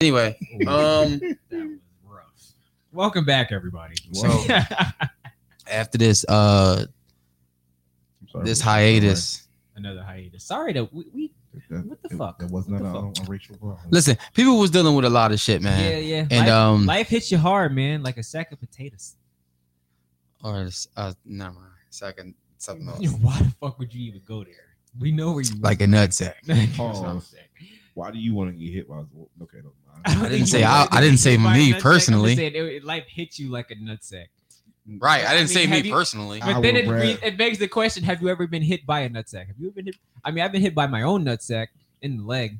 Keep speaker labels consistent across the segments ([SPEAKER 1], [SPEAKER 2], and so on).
[SPEAKER 1] Anyway, um,
[SPEAKER 2] That was rough. Welcome back, everybody.
[SPEAKER 1] So- after this, uh,
[SPEAKER 3] I'm sorry.
[SPEAKER 1] this
[SPEAKER 3] I'm sorry.
[SPEAKER 1] hiatus.
[SPEAKER 2] another hiatus. Sorry to we. we
[SPEAKER 3] That-
[SPEAKER 2] What the
[SPEAKER 3] it-
[SPEAKER 2] fuck?
[SPEAKER 3] That was
[SPEAKER 2] What
[SPEAKER 3] not
[SPEAKER 2] the
[SPEAKER 3] a, um, a racial problem.
[SPEAKER 1] Listen, people was dealing with a lot of shit,
[SPEAKER 2] yeah,
[SPEAKER 1] man.
[SPEAKER 2] yeah.
[SPEAKER 1] And
[SPEAKER 2] life,
[SPEAKER 1] um,
[SPEAKER 2] life hits you hard, man, like a sack of potatoes.
[SPEAKER 1] or uh, never mind. Second, something else.
[SPEAKER 2] Why the fuck would you even go there? We know where you
[SPEAKER 1] like a nutsack.
[SPEAKER 2] That's what I'm
[SPEAKER 3] Pause.
[SPEAKER 2] saying.
[SPEAKER 3] Why do you want to get hit by? Okay, never
[SPEAKER 2] I don't
[SPEAKER 3] mind.
[SPEAKER 1] I
[SPEAKER 2] think
[SPEAKER 1] didn't say
[SPEAKER 2] you-
[SPEAKER 1] I, I didn't say
[SPEAKER 2] you find a
[SPEAKER 1] me
[SPEAKER 2] nutsack, I'm just
[SPEAKER 1] personally.
[SPEAKER 2] saying, it- it- life hits you like a nutsack.
[SPEAKER 1] Right,
[SPEAKER 2] I
[SPEAKER 1] I didn't
[SPEAKER 2] mean,
[SPEAKER 1] say
[SPEAKER 2] have
[SPEAKER 1] me
[SPEAKER 2] you-
[SPEAKER 1] personally.
[SPEAKER 3] I
[SPEAKER 2] But then
[SPEAKER 3] will
[SPEAKER 2] it,
[SPEAKER 3] brag.
[SPEAKER 2] re- it begs the question: Have you ever been hit by a nutsack? Have you ever been hit? I mean, I've been hit by my own nutsack in the leg.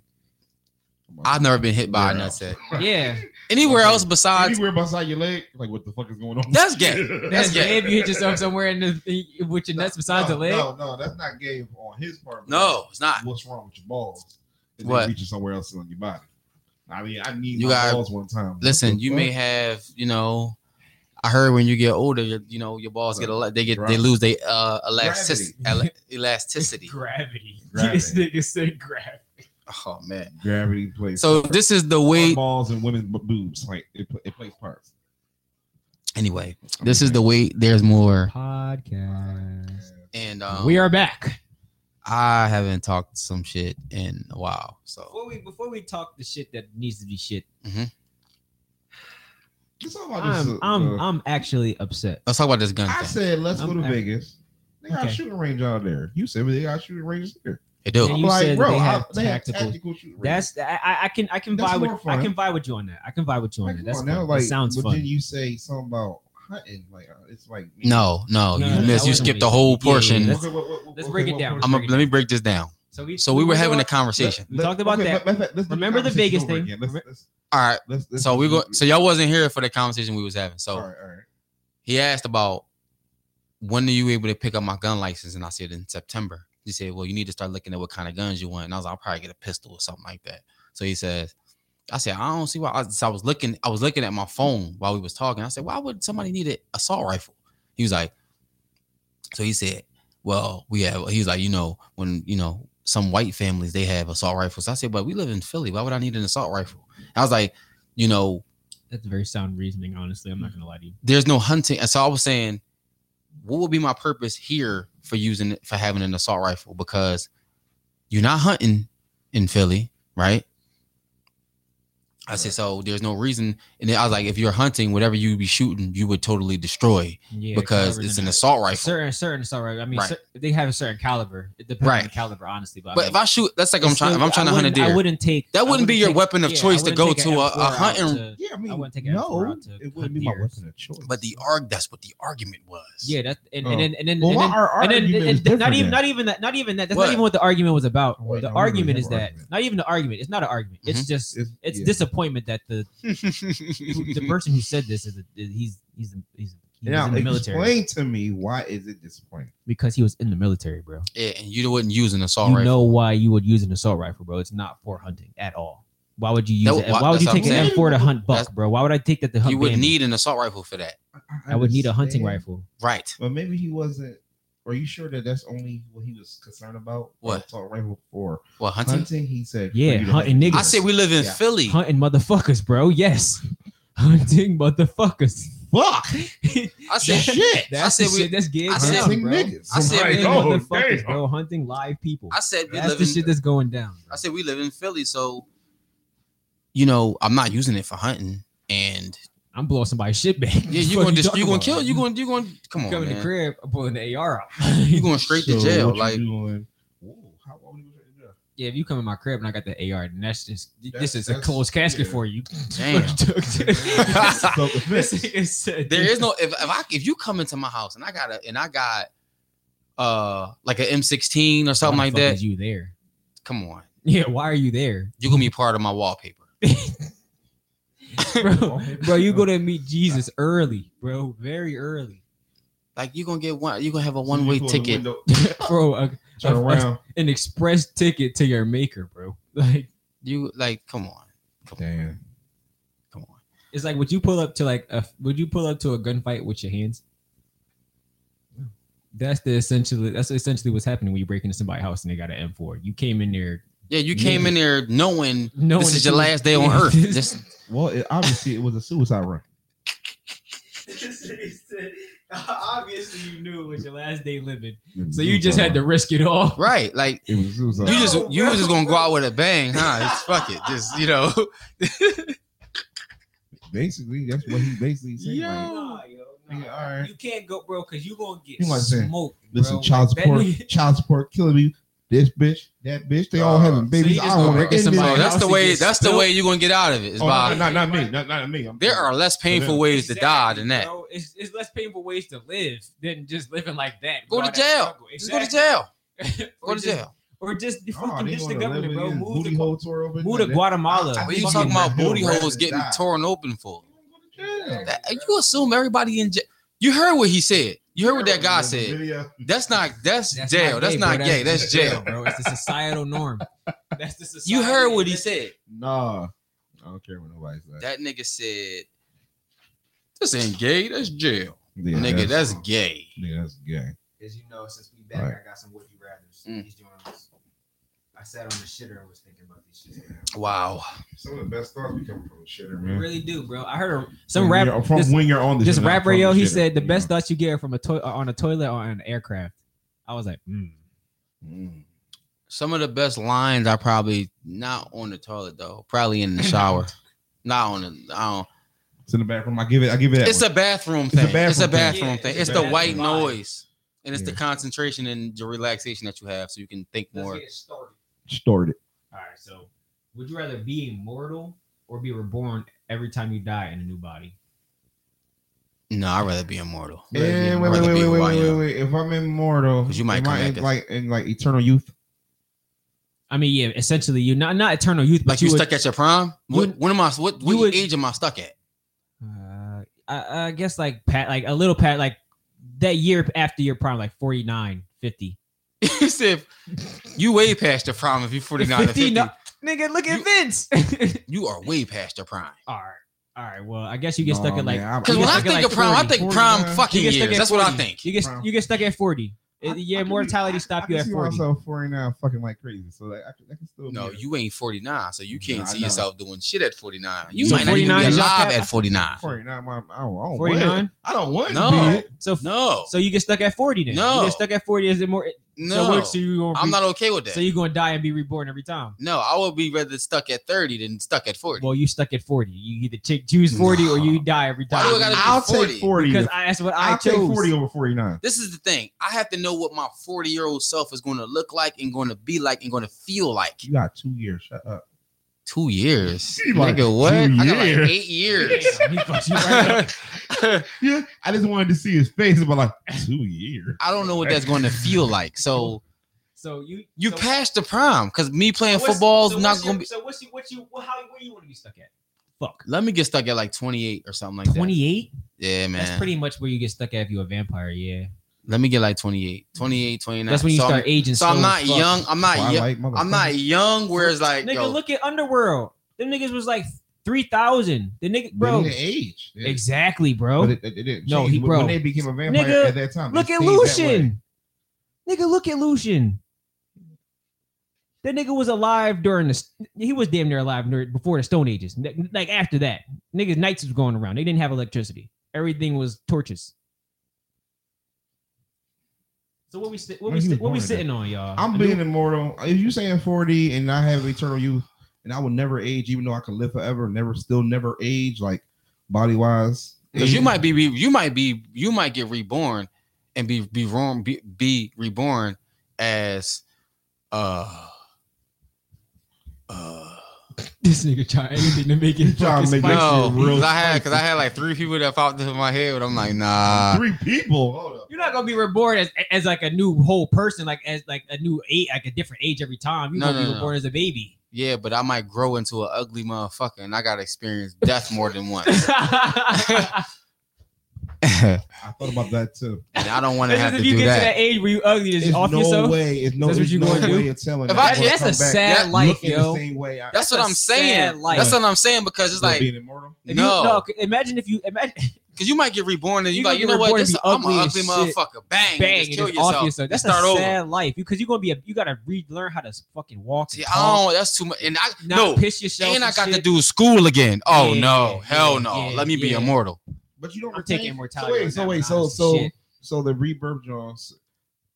[SPEAKER 1] I've never been hit by a
[SPEAKER 3] Yeah.
[SPEAKER 1] nutsack
[SPEAKER 2] Yeah,
[SPEAKER 1] anywhere else besides.
[SPEAKER 3] Anywhere beside your leg, like what the fuck is going on?
[SPEAKER 1] That's gay. That's
[SPEAKER 2] that's
[SPEAKER 1] gay.
[SPEAKER 2] if you hit yourself somewhere in the with your nuts besides
[SPEAKER 3] no,
[SPEAKER 2] the leg.
[SPEAKER 3] No, no, that's not gay on his part.
[SPEAKER 1] No, it's not.
[SPEAKER 3] what's wrong with your balls? And
[SPEAKER 1] What?
[SPEAKER 3] what? Reaching somewhere else on your body. I mean, I need
[SPEAKER 1] You
[SPEAKER 3] my
[SPEAKER 1] got-
[SPEAKER 3] balls one time.
[SPEAKER 1] Listen, you may have, you know, I heard when you get older, your- you know, your balls get a lot. They get they
[SPEAKER 3] Right.
[SPEAKER 1] lose they uh elastic
[SPEAKER 2] Gravity.
[SPEAKER 1] elasticity.
[SPEAKER 2] Gravity.
[SPEAKER 3] Gravity.
[SPEAKER 2] This nigga said gravity.
[SPEAKER 1] Oh man.
[SPEAKER 3] gravity plays.
[SPEAKER 1] So this is the way.
[SPEAKER 3] balls and women's bo- boobs, like it, pl- it plays parts.
[SPEAKER 1] Anyway, this is the way. There's more,
[SPEAKER 2] Podcast.
[SPEAKER 1] and um,
[SPEAKER 2] we are back.
[SPEAKER 1] I haven't talked some shit in a while. So
[SPEAKER 2] Before we before we talk the shit that needs to be shit,
[SPEAKER 3] It's all about this,
[SPEAKER 2] I'm
[SPEAKER 3] uh,
[SPEAKER 2] I'm
[SPEAKER 3] uh,
[SPEAKER 2] I'm actually upset.
[SPEAKER 1] let's talk about this gun
[SPEAKER 3] I
[SPEAKER 1] thing.
[SPEAKER 3] said, let's go
[SPEAKER 2] I'm-
[SPEAKER 3] to
[SPEAKER 2] I-
[SPEAKER 3] Vegas. They got
[SPEAKER 2] Okay.
[SPEAKER 3] a shooting range out there. You said they got shooting ranges here.
[SPEAKER 1] It do.
[SPEAKER 2] And
[SPEAKER 3] I'm
[SPEAKER 2] you
[SPEAKER 3] like,
[SPEAKER 2] said
[SPEAKER 3] bro,
[SPEAKER 2] they
[SPEAKER 3] I-
[SPEAKER 2] have
[SPEAKER 3] they have
[SPEAKER 2] tactical-
[SPEAKER 3] tactical shooting ranges.
[SPEAKER 2] That's I I- I can I can
[SPEAKER 3] That's
[SPEAKER 2] buy
[SPEAKER 3] more
[SPEAKER 2] with
[SPEAKER 3] fun.
[SPEAKER 2] I can buy with you on that. I can buy with you on
[SPEAKER 3] Like,
[SPEAKER 2] that.
[SPEAKER 3] come
[SPEAKER 2] That's
[SPEAKER 3] on
[SPEAKER 2] fun.
[SPEAKER 3] now,
[SPEAKER 2] That
[SPEAKER 3] like,
[SPEAKER 2] sounds
[SPEAKER 3] but
[SPEAKER 2] fun.
[SPEAKER 3] then you say something about hunting. Like, uh, it's like
[SPEAKER 1] No, no,
[SPEAKER 2] No,
[SPEAKER 1] you
[SPEAKER 2] no, that
[SPEAKER 1] missed. You
[SPEAKER 2] wasn't
[SPEAKER 1] skipped
[SPEAKER 2] me.
[SPEAKER 1] the whole
[SPEAKER 2] Yeah, yeah,
[SPEAKER 1] portion.
[SPEAKER 2] yeah,
[SPEAKER 3] Okay,
[SPEAKER 2] that's-
[SPEAKER 3] what- what- what-
[SPEAKER 2] let's
[SPEAKER 3] okay,
[SPEAKER 2] break it
[SPEAKER 3] what
[SPEAKER 2] down.
[SPEAKER 3] portion
[SPEAKER 1] I'm
[SPEAKER 3] are
[SPEAKER 1] a,
[SPEAKER 3] you-
[SPEAKER 1] let me break this down.
[SPEAKER 2] so we
[SPEAKER 1] So we were
[SPEAKER 2] you know
[SPEAKER 1] having a
[SPEAKER 2] what?
[SPEAKER 1] conversation.
[SPEAKER 2] We talked about that.
[SPEAKER 3] let- let- let's do
[SPEAKER 2] Remember the
[SPEAKER 3] conversation
[SPEAKER 2] Vegas
[SPEAKER 3] over
[SPEAKER 2] thing?
[SPEAKER 3] again. Let's-
[SPEAKER 2] Remem-
[SPEAKER 3] let's-
[SPEAKER 1] All right.
[SPEAKER 3] let's- let's
[SPEAKER 1] So we
[SPEAKER 3] do-
[SPEAKER 1] go. So y'all wasn't here for the conversation we was having. So
[SPEAKER 3] All right, all right.
[SPEAKER 1] he asked about when are you able to pick up my gun license, and I said in September. He said, "Well, you need to start looking at what kind of guns you want." And I was, like, "I'll probably get a pistol or something like that." So he says, "I said I don't see why." I, so I was looking, I was looking at my phone while we was talking. I said, "Why would somebody need an assault rifle?" He was like, "So he said, well, we have." He's like, "You know, when you know some white families they have assault rifles." I said, "But we live in Philly. Why would I need an assault rifle?" I was like, "You know,
[SPEAKER 2] That's very sound reasoning. Honestly, I'm not gonna lie to you.
[SPEAKER 1] there's no hunting. And so I was saying, what would be my purpose here for using for having an assault rifle? Because you're not hunting in Philly, right? I said,
[SPEAKER 3] Right.
[SPEAKER 1] so there's no reason. And then I was like, if you're hunting, whatever you be shooting, you would totally destroy
[SPEAKER 2] Yeah,
[SPEAKER 1] because
[SPEAKER 2] caliber
[SPEAKER 1] it's
[SPEAKER 2] than
[SPEAKER 1] an
[SPEAKER 2] that.
[SPEAKER 1] assault
[SPEAKER 2] A
[SPEAKER 1] rifle.
[SPEAKER 2] certain certain assault rifle. I mean,
[SPEAKER 1] Right.
[SPEAKER 2] cer- they have a certain caliber. It depends
[SPEAKER 1] Right.
[SPEAKER 2] on the caliber, honestly. But,
[SPEAKER 1] but if I shoot, that's like I'm
[SPEAKER 2] it's
[SPEAKER 1] trying. If
[SPEAKER 2] still-
[SPEAKER 1] I'm trying to
[SPEAKER 2] I
[SPEAKER 1] hunt a
[SPEAKER 2] wouldn't-
[SPEAKER 1] deer,
[SPEAKER 2] I wouldn't take
[SPEAKER 1] that
[SPEAKER 2] I
[SPEAKER 1] wouldn't be your
[SPEAKER 2] take-
[SPEAKER 1] weapon of
[SPEAKER 2] yeah, I
[SPEAKER 1] choice to
[SPEAKER 2] wouldn't
[SPEAKER 1] go
[SPEAKER 2] take
[SPEAKER 1] to
[SPEAKER 2] an
[SPEAKER 1] a,
[SPEAKER 2] M4
[SPEAKER 1] a
[SPEAKER 2] out
[SPEAKER 1] hunt. And,
[SPEAKER 2] to-
[SPEAKER 3] Yeah, I mean,
[SPEAKER 2] wouldn't take an M4
[SPEAKER 3] no,
[SPEAKER 2] out to
[SPEAKER 3] it
[SPEAKER 2] hunt
[SPEAKER 3] wouldn't be my
[SPEAKER 2] deers.
[SPEAKER 3] weapon of choice.
[SPEAKER 1] but the arg, that's what the argument was.
[SPEAKER 2] Yeah, that's and,
[SPEAKER 3] Oh.
[SPEAKER 2] and then and then
[SPEAKER 3] well,
[SPEAKER 2] and
[SPEAKER 3] my
[SPEAKER 2] then,
[SPEAKER 3] ar-
[SPEAKER 2] and then,
[SPEAKER 3] argument
[SPEAKER 2] and
[SPEAKER 3] is
[SPEAKER 2] th- not
[SPEAKER 3] different
[SPEAKER 2] even
[SPEAKER 3] then.
[SPEAKER 2] not even that not even that that's
[SPEAKER 1] What?
[SPEAKER 2] not even what the argument was about.
[SPEAKER 3] Oh, Wait,
[SPEAKER 2] the
[SPEAKER 3] no, we already
[SPEAKER 2] argument
[SPEAKER 3] have
[SPEAKER 2] is
[SPEAKER 3] an
[SPEAKER 2] that
[SPEAKER 3] argument. Mm-hmm.
[SPEAKER 2] not even the argument. It's not an argument. It's just
[SPEAKER 3] It's,
[SPEAKER 2] it's
[SPEAKER 3] yeah.
[SPEAKER 2] disappointment that the who- the person who said this is a, is- he's he's he's, he's
[SPEAKER 3] Now,
[SPEAKER 2] in the military
[SPEAKER 3] explain to me why is it disappointing?
[SPEAKER 2] because he was in the military, bro.
[SPEAKER 1] Yeah, and you wouldn't use an assault
[SPEAKER 2] you
[SPEAKER 1] rifle.
[SPEAKER 2] know why you would use an assault rifle, bro? It's not for hunting at all. Why would you use
[SPEAKER 1] That-
[SPEAKER 2] it?
[SPEAKER 1] why-
[SPEAKER 2] Why would you
[SPEAKER 1] that's
[SPEAKER 2] take
[SPEAKER 1] what
[SPEAKER 2] an
[SPEAKER 1] I'm
[SPEAKER 2] M
[SPEAKER 3] saying.
[SPEAKER 2] four to hunt buck,
[SPEAKER 1] That's-
[SPEAKER 2] bro? Why would I take that to hunt?
[SPEAKER 1] you would
[SPEAKER 2] bandits?
[SPEAKER 1] need an assault rifle for that,
[SPEAKER 2] I would need a hunting
[SPEAKER 3] Understand.
[SPEAKER 2] rifle.
[SPEAKER 1] right?
[SPEAKER 3] But maybe he wasn't. Are you sure that that's only what he was concerned about?
[SPEAKER 1] What?
[SPEAKER 3] assault rifle for
[SPEAKER 1] Well, hunting.
[SPEAKER 3] hunting? He said, for
[SPEAKER 2] Yeah,
[SPEAKER 3] you to
[SPEAKER 2] hunting
[SPEAKER 3] hunt.
[SPEAKER 2] niggas.
[SPEAKER 1] I said we live in
[SPEAKER 3] Yeah.
[SPEAKER 1] Philly.
[SPEAKER 2] Hunting motherfuckers, bro. Yes, hunting motherfuckers.
[SPEAKER 3] fuck.
[SPEAKER 1] I said
[SPEAKER 3] Shit.
[SPEAKER 2] That's
[SPEAKER 1] I
[SPEAKER 2] I
[SPEAKER 1] said we-
[SPEAKER 2] shit that's gay.
[SPEAKER 1] I said-
[SPEAKER 2] down,
[SPEAKER 3] Hunting
[SPEAKER 2] bro.
[SPEAKER 3] niggas.
[SPEAKER 1] I said
[SPEAKER 2] Hunting
[SPEAKER 1] we-
[SPEAKER 3] oh,
[SPEAKER 2] motherfuckers,
[SPEAKER 3] damn.
[SPEAKER 2] bro. Hunting live people.
[SPEAKER 1] I said we
[SPEAKER 2] that's
[SPEAKER 1] live
[SPEAKER 2] the
[SPEAKER 1] in,
[SPEAKER 2] shit that's going down. bro.
[SPEAKER 1] I said we live in Philly, so you know I'm not using it for hunting. And
[SPEAKER 2] I'm blowing somebody's shit back.
[SPEAKER 1] yeah, you
[SPEAKER 2] Fuck
[SPEAKER 1] gonna just
[SPEAKER 2] talking
[SPEAKER 1] you gonna
[SPEAKER 2] about?
[SPEAKER 1] kill you gonna you gonna come
[SPEAKER 2] You
[SPEAKER 1] on
[SPEAKER 2] come in the
[SPEAKER 1] man.
[SPEAKER 2] crib, I'm pulling the AR out.
[SPEAKER 1] you going straight to
[SPEAKER 3] So
[SPEAKER 1] jail
[SPEAKER 3] what you
[SPEAKER 1] like
[SPEAKER 3] doing? Ooh, how old you in jail?
[SPEAKER 2] Yeah, if you come in my crib and I got the AR, then that's just
[SPEAKER 3] That's-
[SPEAKER 2] this is a
[SPEAKER 3] that's-
[SPEAKER 2] closed casket
[SPEAKER 3] yeah.
[SPEAKER 2] for you.
[SPEAKER 1] Damn.
[SPEAKER 3] So offensive.
[SPEAKER 1] there is no if if I if you come into my house and I got a and I got uh like an M16 or something like that.
[SPEAKER 2] you there?
[SPEAKER 1] Come on,
[SPEAKER 2] Yeah, why are you there,
[SPEAKER 1] you gonna be part of my wallpaper.
[SPEAKER 2] bro? bro, you gonna meet Jesus early, bro, very early,
[SPEAKER 1] Like you gonna get one. You gonna have a
[SPEAKER 3] So you
[SPEAKER 1] one way
[SPEAKER 3] pull the
[SPEAKER 1] ticket.
[SPEAKER 3] window,
[SPEAKER 2] bro. a-
[SPEAKER 3] Turn
[SPEAKER 2] a-
[SPEAKER 3] around.
[SPEAKER 2] an express ticket to your maker, bro. Like
[SPEAKER 1] You like come on,
[SPEAKER 3] Damn.
[SPEAKER 1] come on.
[SPEAKER 2] it's like would you pull up to like a would you pull up to a gunfight with your hands? That's the essentially that's essentially what's happening when you break into somebody's house and they got an M4. You came in there
[SPEAKER 1] Yeah, you came
[SPEAKER 3] Yeah.
[SPEAKER 1] in there knowing
[SPEAKER 2] No,
[SPEAKER 1] this
[SPEAKER 2] one
[SPEAKER 1] is your
[SPEAKER 2] too-
[SPEAKER 1] last day on
[SPEAKER 2] Yeah.
[SPEAKER 1] earth. This,
[SPEAKER 3] Well, it, obviously it was a suicide run.
[SPEAKER 2] Obviously, you knew it was your last day living, so you just had to risk it all.
[SPEAKER 1] right, like
[SPEAKER 3] It was a suicide.
[SPEAKER 1] you
[SPEAKER 3] run.
[SPEAKER 1] just
[SPEAKER 4] No,
[SPEAKER 1] you was just
[SPEAKER 4] bro.
[SPEAKER 1] gonna go out with a bang, huh? Just fuck it, just you know.
[SPEAKER 3] basically that's what he basically said. like,
[SPEAKER 4] Nah, yo, nah.
[SPEAKER 3] nigga, all right.
[SPEAKER 2] You can't go, bro, because you gonna get
[SPEAKER 3] You know what I'm saying?
[SPEAKER 2] smoked.
[SPEAKER 3] Listen,
[SPEAKER 2] bro.
[SPEAKER 3] child
[SPEAKER 2] Like, that
[SPEAKER 3] support,
[SPEAKER 2] nigga-
[SPEAKER 3] child support killing me. This bitch, that bitch, they all
[SPEAKER 4] Uh, so
[SPEAKER 3] having babies.
[SPEAKER 2] you just
[SPEAKER 3] I
[SPEAKER 2] gonna
[SPEAKER 3] don't
[SPEAKER 2] wreck
[SPEAKER 3] want
[SPEAKER 2] somebody
[SPEAKER 1] So that's
[SPEAKER 2] else
[SPEAKER 1] the
[SPEAKER 2] to
[SPEAKER 1] way.
[SPEAKER 2] get
[SPEAKER 1] That's the
[SPEAKER 2] spilled?
[SPEAKER 1] way you gonna get out of it. Is
[SPEAKER 3] Oh,
[SPEAKER 1] by
[SPEAKER 3] no, not, not me, not, not me. I'm-
[SPEAKER 1] there are less painful
[SPEAKER 3] Yeah.
[SPEAKER 1] ways to die
[SPEAKER 2] Exactly,
[SPEAKER 1] than that.
[SPEAKER 2] bro. It's, it's less painful ways to live than just living like that.
[SPEAKER 1] Go
[SPEAKER 2] bro,
[SPEAKER 1] to
[SPEAKER 2] that
[SPEAKER 1] jail.
[SPEAKER 2] struggle.
[SPEAKER 1] Just go to
[SPEAKER 2] Exactly.
[SPEAKER 1] jail.
[SPEAKER 2] Or
[SPEAKER 1] Go to
[SPEAKER 2] just-
[SPEAKER 1] jail.
[SPEAKER 2] Or just
[SPEAKER 3] Oh,
[SPEAKER 2] fucking
[SPEAKER 3] they
[SPEAKER 2] ditch the
[SPEAKER 3] gonna live
[SPEAKER 2] government,
[SPEAKER 3] in
[SPEAKER 2] bro.
[SPEAKER 3] this
[SPEAKER 2] Move
[SPEAKER 3] booty
[SPEAKER 2] to,
[SPEAKER 3] hole tore open.
[SPEAKER 2] move to
[SPEAKER 3] Like,
[SPEAKER 2] Guatemala.
[SPEAKER 3] I-
[SPEAKER 1] What
[SPEAKER 3] I-
[SPEAKER 1] are you
[SPEAKER 3] Fucking
[SPEAKER 1] talking about?
[SPEAKER 3] hell,
[SPEAKER 1] Booty
[SPEAKER 3] rather
[SPEAKER 1] holes
[SPEAKER 3] than
[SPEAKER 1] getting
[SPEAKER 3] die.
[SPEAKER 1] torn open for?
[SPEAKER 3] Yeah.
[SPEAKER 1] That- You assume everybody in jail. You heard what he said. You heard what that guy
[SPEAKER 3] The
[SPEAKER 1] said.
[SPEAKER 3] video.
[SPEAKER 1] That's not. That's,
[SPEAKER 2] That's
[SPEAKER 1] jail.
[SPEAKER 2] not
[SPEAKER 1] that's
[SPEAKER 2] gay,
[SPEAKER 1] not
[SPEAKER 2] bro.
[SPEAKER 1] gay. That's jail.
[SPEAKER 2] bro. It's the societal norm. That's the society.
[SPEAKER 1] You heard what he said.
[SPEAKER 3] Nah, I don't care what nobody says.
[SPEAKER 1] That nigga said, "This ain't gay. That's jail,
[SPEAKER 3] Yeah,
[SPEAKER 1] nigga. That's gay."
[SPEAKER 3] nigga, that's gay.
[SPEAKER 4] As you know, since we back,
[SPEAKER 3] Right.
[SPEAKER 4] I got some would you rather's.
[SPEAKER 1] Mm.
[SPEAKER 4] These joints. I sat on the shitter and was thinking about these shit.
[SPEAKER 1] Wow.
[SPEAKER 3] Some of the best thoughts be coming from shitter,
[SPEAKER 2] We
[SPEAKER 3] man.
[SPEAKER 2] really do, bro. I heard a, some rap.
[SPEAKER 3] You're- from
[SPEAKER 2] this,
[SPEAKER 3] when you're on the
[SPEAKER 2] this
[SPEAKER 3] shitter,
[SPEAKER 2] rapper,
[SPEAKER 3] from
[SPEAKER 2] yo, he
[SPEAKER 3] shitter,
[SPEAKER 2] said the
[SPEAKER 3] you
[SPEAKER 2] best
[SPEAKER 3] know.
[SPEAKER 2] thoughts you get are from a toy on a toilet or on an aircraft. I was like, mm.
[SPEAKER 3] Mm.
[SPEAKER 1] Some of the best lines are probably not on the toilet though. Probably in the shower. not on the. I don't.
[SPEAKER 3] It's in the bathroom. I give it. I give it. That
[SPEAKER 1] It's
[SPEAKER 3] one.
[SPEAKER 1] a bathroom
[SPEAKER 3] It's a
[SPEAKER 1] thing. It's a
[SPEAKER 3] bathroom thing.
[SPEAKER 1] bathroom
[SPEAKER 2] Yeah,
[SPEAKER 1] thing.
[SPEAKER 2] it's a
[SPEAKER 1] It's the
[SPEAKER 2] bathroom
[SPEAKER 1] white
[SPEAKER 2] vibe.
[SPEAKER 1] noise, and it's the
[SPEAKER 3] Yeah.
[SPEAKER 1] concentration and the relaxation that you have, so you can think
[SPEAKER 4] Let's
[SPEAKER 1] more.
[SPEAKER 4] get it started.
[SPEAKER 3] stored it.
[SPEAKER 2] All right, so would you rather be immortal or be reborn every time you die in a new body?
[SPEAKER 1] No, I'd rather be immortal.
[SPEAKER 3] And wait, wait,
[SPEAKER 1] Rather
[SPEAKER 3] wait,
[SPEAKER 1] be
[SPEAKER 3] wait,
[SPEAKER 1] who
[SPEAKER 3] wait,
[SPEAKER 1] I
[SPEAKER 3] wait, wait,
[SPEAKER 1] am.
[SPEAKER 3] wait. If I'm immortal,
[SPEAKER 1] 'Cause you might
[SPEAKER 3] am
[SPEAKER 1] come
[SPEAKER 3] I
[SPEAKER 1] back
[SPEAKER 3] in,
[SPEAKER 1] as-
[SPEAKER 3] like in like eternal youth.
[SPEAKER 2] I mean, yeah, essentially, you not not eternal youth, but
[SPEAKER 1] Like you
[SPEAKER 2] would-
[SPEAKER 1] stuck at your prime. What?
[SPEAKER 2] would-
[SPEAKER 1] when am I? What? What
[SPEAKER 2] you would-
[SPEAKER 1] age am I stuck at?
[SPEAKER 2] Uh, I, I guess like pat, like a little pat, like that year after your prime, like 49, 50.
[SPEAKER 1] he said, "You way past your prime if you're 49 and 50.
[SPEAKER 2] 50, no- Nigga, look
[SPEAKER 1] at You-
[SPEAKER 2] Vince.
[SPEAKER 1] You are way past your prime."
[SPEAKER 2] all right, all right. Well, I guess you get stuck
[SPEAKER 3] Nah,
[SPEAKER 2] at like
[SPEAKER 3] man,
[SPEAKER 1] Because
[SPEAKER 2] You
[SPEAKER 1] when
[SPEAKER 2] get
[SPEAKER 1] I
[SPEAKER 2] stuck at
[SPEAKER 1] think
[SPEAKER 2] like
[SPEAKER 1] of prime, I
[SPEAKER 2] 40,
[SPEAKER 1] think prime
[SPEAKER 3] 49.
[SPEAKER 1] fucking
[SPEAKER 2] you get
[SPEAKER 1] years.
[SPEAKER 2] stuck at
[SPEAKER 1] That's what I
[SPEAKER 2] 40.
[SPEAKER 1] think.
[SPEAKER 2] You get
[SPEAKER 3] Prime.
[SPEAKER 2] you get stuck at forty. Uh, Your
[SPEAKER 3] I can be-
[SPEAKER 2] mortality
[SPEAKER 3] I
[SPEAKER 2] stop you
[SPEAKER 3] can
[SPEAKER 2] at
[SPEAKER 3] see
[SPEAKER 2] forty.
[SPEAKER 3] myself 49 fucking like crazy. So like, I can, I can still.
[SPEAKER 1] No,
[SPEAKER 3] be
[SPEAKER 1] you ain't 49, so you can't
[SPEAKER 3] Nah, I
[SPEAKER 1] see
[SPEAKER 3] know.
[SPEAKER 1] yourself doing shit at 49. You
[SPEAKER 2] So
[SPEAKER 1] might not even
[SPEAKER 2] 49
[SPEAKER 1] be
[SPEAKER 2] is your
[SPEAKER 1] alive
[SPEAKER 2] cap?
[SPEAKER 1] at 49.
[SPEAKER 3] 49. My, I don't, I don't want it.
[SPEAKER 2] Forty nine.
[SPEAKER 3] I don't want.
[SPEAKER 1] No.
[SPEAKER 3] To be it.
[SPEAKER 2] So
[SPEAKER 1] No,
[SPEAKER 2] so you get stuck at forty then.
[SPEAKER 1] No.
[SPEAKER 2] you get stuck at forty. Is it more? so,
[SPEAKER 1] no,
[SPEAKER 2] what- so you gonna
[SPEAKER 1] I'm
[SPEAKER 2] be-
[SPEAKER 1] not okay with that.
[SPEAKER 2] So you gonna die and be reborn every time?
[SPEAKER 1] no, I would be rather stuck at 30 than stuck at 40.
[SPEAKER 2] Well, you stuck at forty. You either take choose forty or you die every
[SPEAKER 1] Why
[SPEAKER 2] time.
[SPEAKER 1] do I gotta be
[SPEAKER 3] I'll
[SPEAKER 1] 40?
[SPEAKER 3] take 40.
[SPEAKER 2] because I, that's what I
[SPEAKER 3] I'll take
[SPEAKER 2] chose.
[SPEAKER 3] 40 over 49.
[SPEAKER 1] this is the thing. I have to know what my 40 year old self is going to look like and going to be like and going to feel like.
[SPEAKER 3] You got two years. Shut up.
[SPEAKER 1] Two years,
[SPEAKER 3] You like
[SPEAKER 1] nigga. What?
[SPEAKER 3] two
[SPEAKER 1] I got like
[SPEAKER 3] years.
[SPEAKER 1] eight years.
[SPEAKER 2] Damn, he fucked you right up.
[SPEAKER 1] I
[SPEAKER 3] Yeah, I just wanted to see his face, but like two years.
[SPEAKER 1] don't know what that's going to feel like. So
[SPEAKER 2] So you
[SPEAKER 1] you
[SPEAKER 2] so,
[SPEAKER 1] passed the prime because me playing
[SPEAKER 2] what's-
[SPEAKER 1] football is
[SPEAKER 2] so
[SPEAKER 1] not
[SPEAKER 2] what's your-
[SPEAKER 1] going to be.
[SPEAKER 2] So what's you what you what, how where you want to be stuck at? Fuck.
[SPEAKER 1] Let me get stuck at like 28 or something like that.
[SPEAKER 2] 28?
[SPEAKER 1] Yeah, man.
[SPEAKER 2] That's pretty much where you get stuck at if you're a vampire, yeah.
[SPEAKER 1] Let me get like 28, 28, 29.
[SPEAKER 2] That's when you
[SPEAKER 1] so
[SPEAKER 2] start
[SPEAKER 1] I'm,
[SPEAKER 2] aging.
[SPEAKER 1] so I'm
[SPEAKER 2] slow
[SPEAKER 1] not
[SPEAKER 2] as fuck.
[SPEAKER 1] young. I'm not. young.
[SPEAKER 3] Twilight,
[SPEAKER 1] I'm not
[SPEAKER 3] motherfucker.
[SPEAKER 1] young. Where it's like,
[SPEAKER 2] Nigga,
[SPEAKER 1] yo,
[SPEAKER 2] look at Underworld. Them niggas was like 3,000. The nigga,
[SPEAKER 3] They
[SPEAKER 2] bro.
[SPEAKER 3] didn't age. They-
[SPEAKER 2] Exactly, bro.
[SPEAKER 3] But it, it, it didn't
[SPEAKER 2] No,
[SPEAKER 3] change.
[SPEAKER 2] he-
[SPEAKER 3] When-
[SPEAKER 2] bro.
[SPEAKER 3] When they became a vampire
[SPEAKER 2] Nigga,
[SPEAKER 3] at that time, they
[SPEAKER 2] look at
[SPEAKER 3] stayed that way.
[SPEAKER 2] Lucian. Nigga, look at Lucian. That nigga was alive during the. He was damn near alive dur- before the Stone Ages. N- Like after that, niggas knights was going around. They didn't have electricity. Everything was torches. So what we sit- what
[SPEAKER 3] No,
[SPEAKER 2] we
[SPEAKER 3] he
[SPEAKER 2] sit-
[SPEAKER 3] was
[SPEAKER 2] what we
[SPEAKER 3] born at
[SPEAKER 2] sitting on, y'all?
[SPEAKER 3] I'm
[SPEAKER 2] A new-
[SPEAKER 3] being immortal. If you saying 40 and I have eternal youth and I will never age, even though I can live forever, never still never age, like body wise.
[SPEAKER 1] Because you might be, re- you might be, you might get reborn and be be wrong, be, be reborn as uh uh
[SPEAKER 2] this nigga trying anything to make it
[SPEAKER 3] Trying
[SPEAKER 2] fucking
[SPEAKER 3] to make
[SPEAKER 2] spicy.
[SPEAKER 3] it-
[SPEAKER 1] no,
[SPEAKER 3] shit real
[SPEAKER 1] because I had
[SPEAKER 3] spicy.
[SPEAKER 1] because I had like three people that popped into my head, but I'm like, nah,
[SPEAKER 3] three people. Hold up.
[SPEAKER 2] Uh, You're not gonna be reborn as as like a new whole person, like as like a new age, like a different age every time. You're
[SPEAKER 1] No,
[SPEAKER 2] gonna
[SPEAKER 1] no,
[SPEAKER 2] be
[SPEAKER 1] no.
[SPEAKER 2] reborn as a baby.
[SPEAKER 1] yeah, but I might grow into an ugly motherfucker, and I gotta experience death more than once, and
[SPEAKER 3] I thought about that too.
[SPEAKER 1] I don't want to
[SPEAKER 2] It's
[SPEAKER 1] have
[SPEAKER 2] just
[SPEAKER 1] to
[SPEAKER 2] if you
[SPEAKER 1] do
[SPEAKER 2] get
[SPEAKER 1] that.
[SPEAKER 2] to that age where you ugly, just
[SPEAKER 3] There's
[SPEAKER 2] off
[SPEAKER 3] no
[SPEAKER 2] yourself.
[SPEAKER 3] way. It's no,
[SPEAKER 2] That's what
[SPEAKER 3] there's
[SPEAKER 2] you
[SPEAKER 3] no
[SPEAKER 2] gonna do?
[SPEAKER 3] way of telling.
[SPEAKER 1] If
[SPEAKER 3] that
[SPEAKER 1] I-
[SPEAKER 3] I'm gonna
[SPEAKER 2] that's a
[SPEAKER 3] come back
[SPEAKER 2] sad
[SPEAKER 1] That
[SPEAKER 2] life,
[SPEAKER 3] looking
[SPEAKER 2] yo.
[SPEAKER 3] the same way. I,
[SPEAKER 1] That's,
[SPEAKER 2] That's
[SPEAKER 1] what
[SPEAKER 2] a
[SPEAKER 1] I'm saying.
[SPEAKER 2] sad life.
[SPEAKER 1] That's what I'm saying because it's
[SPEAKER 3] like
[SPEAKER 1] like
[SPEAKER 3] being immortal.
[SPEAKER 2] If you-
[SPEAKER 1] no,
[SPEAKER 2] okay, imagine if you imagine
[SPEAKER 1] Because you might get reborn and you
[SPEAKER 2] You
[SPEAKER 1] like,
[SPEAKER 2] gonna
[SPEAKER 1] you
[SPEAKER 2] get
[SPEAKER 1] know what?
[SPEAKER 2] reborn and
[SPEAKER 1] This,
[SPEAKER 2] be
[SPEAKER 1] I'm an
[SPEAKER 2] ugly
[SPEAKER 1] ugly
[SPEAKER 2] as shit.
[SPEAKER 1] motherfucker. Bang,
[SPEAKER 2] bang,
[SPEAKER 1] you
[SPEAKER 2] and
[SPEAKER 1] just kill
[SPEAKER 2] just off
[SPEAKER 1] yourself.
[SPEAKER 2] yourself. That's
[SPEAKER 1] You start
[SPEAKER 2] a
[SPEAKER 1] over.
[SPEAKER 2] sad life because you're gonna be a you gotta relearn how to fucking walk. and
[SPEAKER 1] See, I
[SPEAKER 2] talk,
[SPEAKER 1] don't. That's too much. And I
[SPEAKER 2] not
[SPEAKER 1] no.
[SPEAKER 2] piss yourself.
[SPEAKER 1] And I got to
[SPEAKER 2] shit.
[SPEAKER 1] do school again. Oh
[SPEAKER 2] Yeah,
[SPEAKER 1] no,
[SPEAKER 2] yeah,
[SPEAKER 1] hell
[SPEAKER 2] yeah,
[SPEAKER 1] no.
[SPEAKER 2] yeah,
[SPEAKER 1] Let me be
[SPEAKER 2] yeah.
[SPEAKER 1] immortal.
[SPEAKER 3] But you don't
[SPEAKER 2] I'm
[SPEAKER 3] retain-
[SPEAKER 2] taking
[SPEAKER 3] So
[SPEAKER 2] mortality.
[SPEAKER 3] wait,
[SPEAKER 2] right
[SPEAKER 3] so
[SPEAKER 2] now,
[SPEAKER 3] wait,
[SPEAKER 2] but
[SPEAKER 3] so
[SPEAKER 2] honest as
[SPEAKER 3] so
[SPEAKER 2] shit.
[SPEAKER 3] so the rebirth Jones.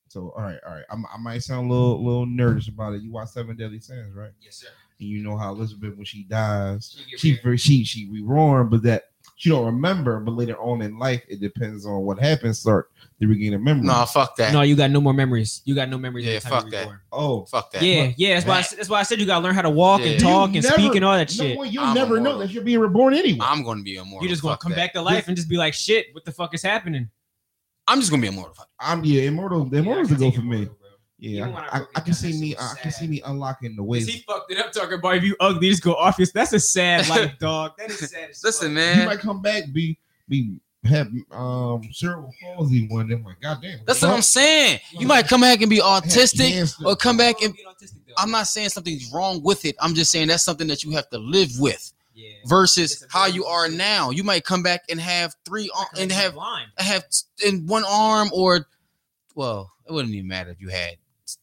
[SPEAKER 3] So all right, all right. I'm, I might sound a little little nerdish about it. You watch Seven Deadly Sins, right?
[SPEAKER 4] Yes, sir.
[SPEAKER 3] And you know how Elizabeth when she dies,
[SPEAKER 4] She get
[SPEAKER 3] she
[SPEAKER 4] reborn.
[SPEAKER 3] she she, she reborn, but that she don't remember. But later on in life, it depends on what happens. Start to regain a memory.
[SPEAKER 1] No, fuck that.
[SPEAKER 2] no, you got no more memories. You got no memories.
[SPEAKER 1] Yeah,
[SPEAKER 2] every time you
[SPEAKER 1] fuck that.
[SPEAKER 2] reborn.
[SPEAKER 3] Oh,
[SPEAKER 1] Fuck that.
[SPEAKER 2] Yeah, yeah. That's why. I,
[SPEAKER 1] That-
[SPEAKER 2] said- that's why I said you gotta learn how to walk
[SPEAKER 1] Yeah.
[SPEAKER 2] and talk
[SPEAKER 3] You
[SPEAKER 2] and
[SPEAKER 3] never-
[SPEAKER 2] speak and all that
[SPEAKER 3] no,
[SPEAKER 2] shit.
[SPEAKER 3] well, you'll
[SPEAKER 1] I'm
[SPEAKER 3] never
[SPEAKER 1] immortal.
[SPEAKER 3] know that you're being reborn anyway.
[SPEAKER 1] I'm gonna be immortal.
[SPEAKER 2] You're just gonna
[SPEAKER 1] Fuck
[SPEAKER 2] come
[SPEAKER 1] that.
[SPEAKER 2] back to life and just be like, shit. What the fuck is happening?
[SPEAKER 1] I'm just gonna be immortal. Fuck.
[SPEAKER 3] I'm yeah, immortal. The
[SPEAKER 4] Yeah,
[SPEAKER 3] immortals
[SPEAKER 4] I
[SPEAKER 3] yeah,
[SPEAKER 4] can
[SPEAKER 3] go
[SPEAKER 4] take
[SPEAKER 3] for me.
[SPEAKER 4] immortal, bro.
[SPEAKER 3] Yeah,
[SPEAKER 4] Even when I
[SPEAKER 3] I, I,
[SPEAKER 4] broke it
[SPEAKER 3] I can
[SPEAKER 4] down, that
[SPEAKER 3] see
[SPEAKER 4] shit
[SPEAKER 3] me.
[SPEAKER 4] was
[SPEAKER 3] I, I can
[SPEAKER 4] sad.
[SPEAKER 3] see me unlocking the
[SPEAKER 2] 'Cause
[SPEAKER 3] ways.
[SPEAKER 2] he fucked it up talking about if you ugly, just go off your. That's a sad life, dog.
[SPEAKER 4] That is sad as
[SPEAKER 1] Listen,
[SPEAKER 4] fuck.
[SPEAKER 3] he
[SPEAKER 1] man.
[SPEAKER 3] might come back be be have um cerebral palsy one day. I'm like, goddamn.
[SPEAKER 1] That's what I'm saying. You might come back and be autistic, or come back and
[SPEAKER 4] Being autistic, though.
[SPEAKER 1] I'm not saying something's wrong with it. I'm just saying that's something that you have to live with
[SPEAKER 4] Yeah.
[SPEAKER 1] versus how you are now. You might come back and have three ar- and have
[SPEAKER 2] blind.
[SPEAKER 1] have in one arm or well, it wouldn't even matter if you had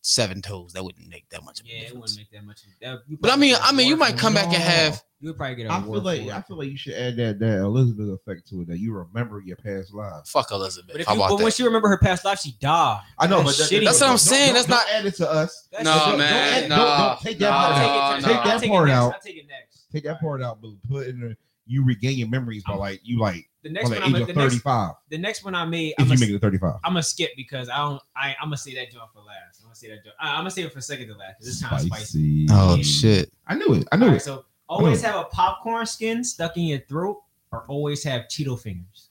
[SPEAKER 1] seven toes. That wouldn't make that much of a
[SPEAKER 2] Yeah, it
[SPEAKER 1] difference.
[SPEAKER 2] wouldn't make that much. That, you
[SPEAKER 1] But I mean,
[SPEAKER 2] probably
[SPEAKER 1] I mean, you
[SPEAKER 2] get a
[SPEAKER 1] might come back and have
[SPEAKER 2] You would probably get a
[SPEAKER 3] I feel
[SPEAKER 2] reward
[SPEAKER 3] like
[SPEAKER 2] for it.
[SPEAKER 3] I feel like you should add that that Elizabeth effect to it that you remember your past lives.
[SPEAKER 1] fuck Elizabeth.
[SPEAKER 2] But if
[SPEAKER 1] How
[SPEAKER 2] you,
[SPEAKER 1] about
[SPEAKER 2] but
[SPEAKER 1] that?
[SPEAKER 2] once you remember her past life, she died.
[SPEAKER 3] I know,
[SPEAKER 2] That's
[SPEAKER 3] but
[SPEAKER 2] shitty.
[SPEAKER 1] That's what I'm saying. That's
[SPEAKER 3] Don't, don't
[SPEAKER 1] not-
[SPEAKER 3] add it to us.
[SPEAKER 2] That's
[SPEAKER 1] No,
[SPEAKER 2] shitty.
[SPEAKER 3] don't,
[SPEAKER 1] man,
[SPEAKER 3] Don't, add- don't-
[SPEAKER 1] nah,
[SPEAKER 3] don't take
[SPEAKER 1] nah,
[SPEAKER 3] that part out.
[SPEAKER 1] nah.
[SPEAKER 3] Take that
[SPEAKER 2] I'll
[SPEAKER 3] part
[SPEAKER 2] it next.
[SPEAKER 3] out.
[SPEAKER 2] I'll take it next.
[SPEAKER 3] Take that part out, but put in there, you regain your memories by like you like
[SPEAKER 2] The
[SPEAKER 3] by
[SPEAKER 2] Oh. next one,
[SPEAKER 3] the
[SPEAKER 2] I'm
[SPEAKER 3] age
[SPEAKER 2] gonna-
[SPEAKER 3] of
[SPEAKER 2] the next,
[SPEAKER 3] 35
[SPEAKER 2] the next one I made,
[SPEAKER 3] if
[SPEAKER 2] I'm
[SPEAKER 3] you
[SPEAKER 2] gonna,
[SPEAKER 3] make it to 35.
[SPEAKER 2] I'm gonna skip because I don't. I, I'm gonna say that joint for last. I'm gonna say that joint. I, I'm gonna save it for second to last. 'cause It's kind of spicy.
[SPEAKER 1] oh
[SPEAKER 2] Yeah.
[SPEAKER 1] shit!
[SPEAKER 3] I knew it. I knew
[SPEAKER 2] All right,
[SPEAKER 3] it.
[SPEAKER 2] so always have a popcorn skin stuck in your throat, or always have Cheeto fingers.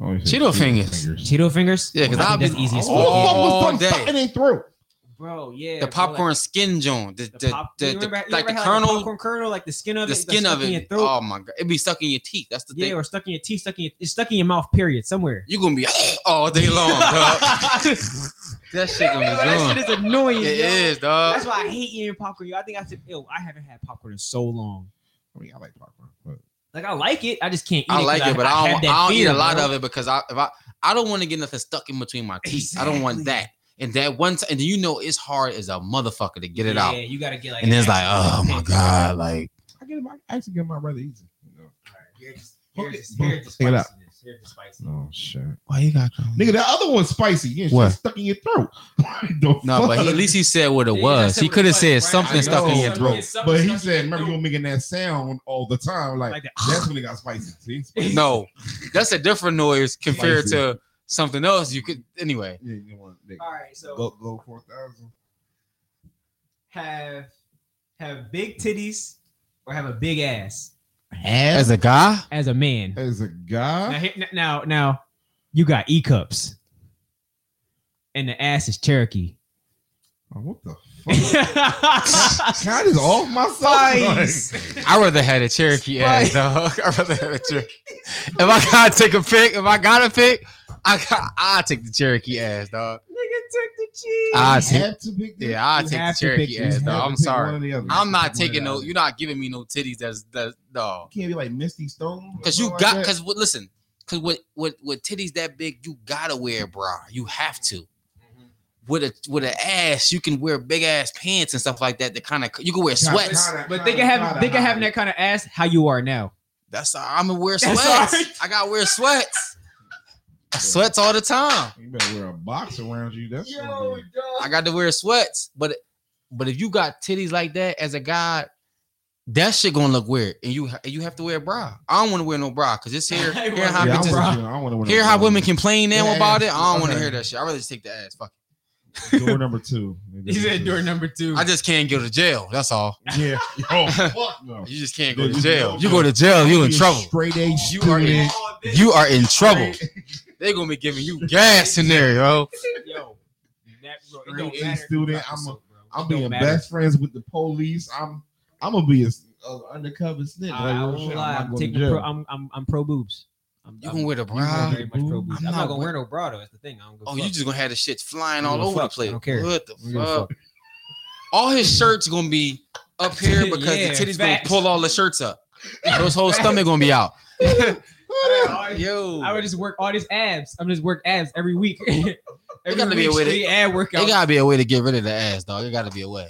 [SPEAKER 3] Oh, you said
[SPEAKER 1] Cheeto fingers.
[SPEAKER 2] Cheeto fingers?
[SPEAKER 1] Yeah, 'cause
[SPEAKER 2] I
[SPEAKER 1] I'll
[SPEAKER 2] think
[SPEAKER 1] be-
[SPEAKER 2] that's easy as
[SPEAKER 3] Who the
[SPEAKER 1] Oh,
[SPEAKER 2] fuck.
[SPEAKER 3] fuck was
[SPEAKER 1] All
[SPEAKER 3] something
[SPEAKER 1] day.
[SPEAKER 3] stuck in their throat?
[SPEAKER 2] bro.
[SPEAKER 1] The
[SPEAKER 2] Yeah, bro, like-
[SPEAKER 1] popcorn skin joint, the
[SPEAKER 2] The
[SPEAKER 1] the,
[SPEAKER 2] pop,
[SPEAKER 1] the,
[SPEAKER 2] you
[SPEAKER 1] the-
[SPEAKER 2] remember, you
[SPEAKER 1] like
[SPEAKER 2] remember
[SPEAKER 1] the
[SPEAKER 2] how
[SPEAKER 1] kernel,
[SPEAKER 2] popcorn kernel, like the skin of
[SPEAKER 1] the
[SPEAKER 2] it,
[SPEAKER 1] skin
[SPEAKER 2] stuck
[SPEAKER 1] of
[SPEAKER 2] in your
[SPEAKER 1] it.
[SPEAKER 2] throat.
[SPEAKER 1] Oh my god, it'd be stuck in your teeth. That's the
[SPEAKER 2] yeah,
[SPEAKER 1] thing.
[SPEAKER 2] or stuck in your teeth, stuck in your, it's stuck in your mouth. Period, somewhere.
[SPEAKER 1] You gonna be all day long, dog. that shit
[SPEAKER 2] Yo, that
[SPEAKER 1] gonna be
[SPEAKER 2] shit is annoying.
[SPEAKER 1] gone. It
[SPEAKER 2] yo.
[SPEAKER 1] is, dog.
[SPEAKER 2] That's why I hate eating popcorn. Yo, I think I said, "Yo, I haven't had popcorn in so long.
[SPEAKER 3] I mean, I like popcorn, but
[SPEAKER 2] Like I like it, I just can't eat
[SPEAKER 1] I
[SPEAKER 2] it.
[SPEAKER 1] like
[SPEAKER 2] 'cause
[SPEAKER 1] it, but I,
[SPEAKER 2] have
[SPEAKER 1] don't.
[SPEAKER 2] that
[SPEAKER 1] I don't eat
[SPEAKER 2] fear,
[SPEAKER 1] a lot
[SPEAKER 2] bro.
[SPEAKER 1] of it because I if I I don't want to get nothing stuck in between my teeth. I don't want that. And that one time, and you know it's hard as a motherfucker to get it out.
[SPEAKER 2] Yeah, you gotta get like.
[SPEAKER 1] And
[SPEAKER 2] an
[SPEAKER 1] it's like, oh
[SPEAKER 2] actual
[SPEAKER 1] my
[SPEAKER 2] thing.
[SPEAKER 1] god, like
[SPEAKER 3] I get my I actually get mine rather easy. You know?
[SPEAKER 4] All right, here's-
[SPEAKER 3] Fuck
[SPEAKER 4] here's-
[SPEAKER 3] it.
[SPEAKER 4] here's the
[SPEAKER 3] Take it out.
[SPEAKER 4] spiciness, here's the spiciness.
[SPEAKER 3] Oh shit,
[SPEAKER 1] why you got
[SPEAKER 3] nigga, that other one's spicy. Yeah,
[SPEAKER 1] What?
[SPEAKER 3] shit stuck in your throat. The
[SPEAKER 1] No, but he,
[SPEAKER 3] fuck?
[SPEAKER 1] at least he said what it
[SPEAKER 2] Yeah,
[SPEAKER 1] was.
[SPEAKER 2] that's
[SPEAKER 1] He
[SPEAKER 2] what
[SPEAKER 1] could
[SPEAKER 2] it
[SPEAKER 1] have
[SPEAKER 2] was,
[SPEAKER 1] said
[SPEAKER 2] right?
[SPEAKER 1] something
[SPEAKER 3] I
[SPEAKER 1] stuck in
[SPEAKER 3] know.
[SPEAKER 1] your throat.
[SPEAKER 2] Something
[SPEAKER 3] But he
[SPEAKER 2] stuck in your
[SPEAKER 3] said, remember
[SPEAKER 2] throat.
[SPEAKER 3] you were making that sound all the time. Like,
[SPEAKER 2] Like that.
[SPEAKER 3] that's when it got spicy. See? Spicy.
[SPEAKER 1] No, that's a different noise compared
[SPEAKER 3] Spicy.
[SPEAKER 1] to something else. You could anyway.
[SPEAKER 3] Yeah, you want nigga.
[SPEAKER 2] All right, so
[SPEAKER 3] Go go four thousand.
[SPEAKER 2] have have big titties or have a big ass
[SPEAKER 1] As a guy,
[SPEAKER 2] as a man.
[SPEAKER 3] As a
[SPEAKER 2] Now,
[SPEAKER 3] guy,
[SPEAKER 2] here, now, now, you got E cups, and the ass is Cherokee.
[SPEAKER 3] oh, what the fuck?
[SPEAKER 2] Spice.
[SPEAKER 3] God is off my side.
[SPEAKER 1] I rather had a Cherokee ass, dog. I rather had a Cherokee. If I gotta take a pick, if I gotta pick, I got I take the Cherokee ass, dog.
[SPEAKER 2] Nigga took the E. cheese.
[SPEAKER 1] I
[SPEAKER 3] You
[SPEAKER 1] take,
[SPEAKER 3] have to pick this.
[SPEAKER 1] yeah, I
[SPEAKER 2] You
[SPEAKER 1] take the
[SPEAKER 2] have to pick-
[SPEAKER 1] Cherokee
[SPEAKER 2] you
[SPEAKER 1] ass,
[SPEAKER 2] have
[SPEAKER 1] dog.
[SPEAKER 3] You
[SPEAKER 1] I'm
[SPEAKER 3] have to pick one
[SPEAKER 1] sorry.
[SPEAKER 3] or the other.
[SPEAKER 1] I'm
[SPEAKER 3] You
[SPEAKER 1] not
[SPEAKER 3] have to pick
[SPEAKER 1] taking
[SPEAKER 3] one or
[SPEAKER 1] no.
[SPEAKER 3] the
[SPEAKER 1] You're
[SPEAKER 3] other.
[SPEAKER 1] not giving me no titties. That's the dog.
[SPEAKER 3] You can't be like Misty Stone. or
[SPEAKER 1] Cause you
[SPEAKER 3] something
[SPEAKER 1] got,
[SPEAKER 3] like that.
[SPEAKER 1] cause what? Listen, cause with with with titties that big, you gotta wear a bra. You have to.
[SPEAKER 2] Mm-hmm.
[SPEAKER 1] With a with an ass, you can wear big ass pants and stuff like that. That kind of you can wear sweats.
[SPEAKER 3] Kinda-
[SPEAKER 2] But
[SPEAKER 3] kinda-
[SPEAKER 2] they can have
[SPEAKER 3] kinda
[SPEAKER 2] they can
[SPEAKER 3] hide
[SPEAKER 2] have
[SPEAKER 3] it.
[SPEAKER 2] that kind of ass. How you are now?
[SPEAKER 1] That's I'm gonna wear
[SPEAKER 2] That's
[SPEAKER 1] sweats.
[SPEAKER 2] all right.
[SPEAKER 1] I gotta wear sweats. I sweats all the time.
[SPEAKER 3] You better wear a box around you. That's
[SPEAKER 4] Yo,
[SPEAKER 3] what
[SPEAKER 1] I
[SPEAKER 4] dog.
[SPEAKER 1] got to wear sweats. But but if you got titties like that as a guy, that shit gonna look weird. And you and you have to wear a bra. I don't want to wear no bra because it's here.
[SPEAKER 2] I
[SPEAKER 1] Hear how,
[SPEAKER 2] wanna
[SPEAKER 3] yeah, I
[SPEAKER 1] bitches-
[SPEAKER 3] don't want you- I don't wanna wear
[SPEAKER 1] hear
[SPEAKER 3] no
[SPEAKER 1] how
[SPEAKER 3] clothes.
[SPEAKER 1] women complain now
[SPEAKER 3] Yeah,
[SPEAKER 1] about
[SPEAKER 3] yeah.
[SPEAKER 1] it. I don't want to
[SPEAKER 3] Okay.
[SPEAKER 1] hear that shit. I rather just take the ass. Fuck.
[SPEAKER 3] Door number two.
[SPEAKER 2] He said door number two.
[SPEAKER 1] it. I just can't go to jail. That's all.
[SPEAKER 3] Yeah. Oh fuck no.
[SPEAKER 1] You just can't go
[SPEAKER 3] Yeah,
[SPEAKER 1] to
[SPEAKER 3] you
[SPEAKER 1] jail.
[SPEAKER 3] know,
[SPEAKER 1] You go to jail, you in
[SPEAKER 3] a
[SPEAKER 1] trouble.
[SPEAKER 3] Straight A
[SPEAKER 1] You are in
[SPEAKER 3] student.
[SPEAKER 2] Oh,
[SPEAKER 1] you are in trouble. They gonna be giving you gas in there, yo.
[SPEAKER 2] Yo, that, bro, it
[SPEAKER 3] Straight
[SPEAKER 2] don't
[SPEAKER 3] A
[SPEAKER 2] matter.
[SPEAKER 3] student. I'm a,
[SPEAKER 2] Bro, it
[SPEAKER 3] I'm
[SPEAKER 2] don't
[SPEAKER 3] being
[SPEAKER 2] matter.
[SPEAKER 3] best friends with the police. I'm I'm gonna be a, s- a undercover snitch.
[SPEAKER 2] I, I
[SPEAKER 3] Like,
[SPEAKER 2] won't
[SPEAKER 3] shit,
[SPEAKER 2] lie.
[SPEAKER 3] not
[SPEAKER 2] I'm
[SPEAKER 3] going to
[SPEAKER 2] taking
[SPEAKER 3] jail.
[SPEAKER 2] pro, I'm, I'm I'm pro boobs. I'm,
[SPEAKER 1] You
[SPEAKER 2] I'm
[SPEAKER 1] gonna wear the
[SPEAKER 3] gonna
[SPEAKER 1] bra.
[SPEAKER 2] very much pro boobs.
[SPEAKER 1] I'm
[SPEAKER 2] I'm, not
[SPEAKER 1] not
[SPEAKER 2] gonna wear no bra though. That's the thing. I don't give a
[SPEAKER 1] Oh,
[SPEAKER 2] fuck.
[SPEAKER 1] you just gonna have the shit flying
[SPEAKER 2] I don't
[SPEAKER 1] all
[SPEAKER 2] give a
[SPEAKER 1] over the
[SPEAKER 2] fuck. I
[SPEAKER 1] place.
[SPEAKER 2] don't care.
[SPEAKER 1] What the
[SPEAKER 3] don't give a
[SPEAKER 1] fuck? All his shirts gonna be up here because
[SPEAKER 2] Yeah,
[SPEAKER 1] the titties
[SPEAKER 2] facts.
[SPEAKER 1] gonna pull all the shirts up. His whole stomach gonna be out. Yo,
[SPEAKER 2] I would just work all these abs. I'm just work abs every week. every
[SPEAKER 1] gotta be a way to-
[SPEAKER 2] straight ab
[SPEAKER 1] it
[SPEAKER 2] workout.
[SPEAKER 1] gotta be a way to get rid of the ass, dog. It gotta be a way.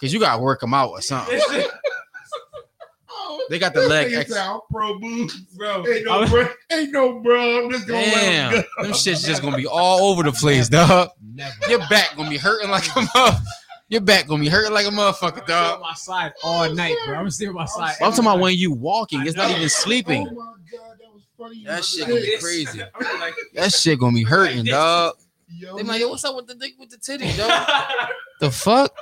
[SPEAKER 1] Cause you gotta work them out or something. They got the leg.
[SPEAKER 3] Nigga
[SPEAKER 1] Ex-
[SPEAKER 3] said, I'm pro boobs.
[SPEAKER 2] bro.
[SPEAKER 3] Ain't
[SPEAKER 2] I
[SPEAKER 3] no,
[SPEAKER 2] was-
[SPEAKER 3] bro, ain't no bro. I'm just gonna
[SPEAKER 1] Damn,
[SPEAKER 3] let him
[SPEAKER 1] them shits just gonna be all over the place, dog.
[SPEAKER 3] Never.
[SPEAKER 1] Your back gonna be hurting like a motherfucker. Your back gonna be hurting like a
[SPEAKER 2] I'm
[SPEAKER 1] motherfucker,
[SPEAKER 2] gonna sit on
[SPEAKER 1] dog.
[SPEAKER 2] my side all night, bro. I'm gonna sit on my side.
[SPEAKER 1] I'm talking about when you walking. It's not
[SPEAKER 2] I know.
[SPEAKER 1] even
[SPEAKER 3] Oh
[SPEAKER 1] sleeping.
[SPEAKER 3] my god, that was funny.
[SPEAKER 1] That shit
[SPEAKER 2] I'm
[SPEAKER 1] gonna
[SPEAKER 2] like
[SPEAKER 1] be
[SPEAKER 2] this.
[SPEAKER 1] crazy.
[SPEAKER 2] I'm gonna like,
[SPEAKER 1] That shit gonna be hurting, dog.
[SPEAKER 3] Yo,
[SPEAKER 1] They like, yo, what's up with the dick with the titties, dog?
[SPEAKER 2] I
[SPEAKER 1] The fuck?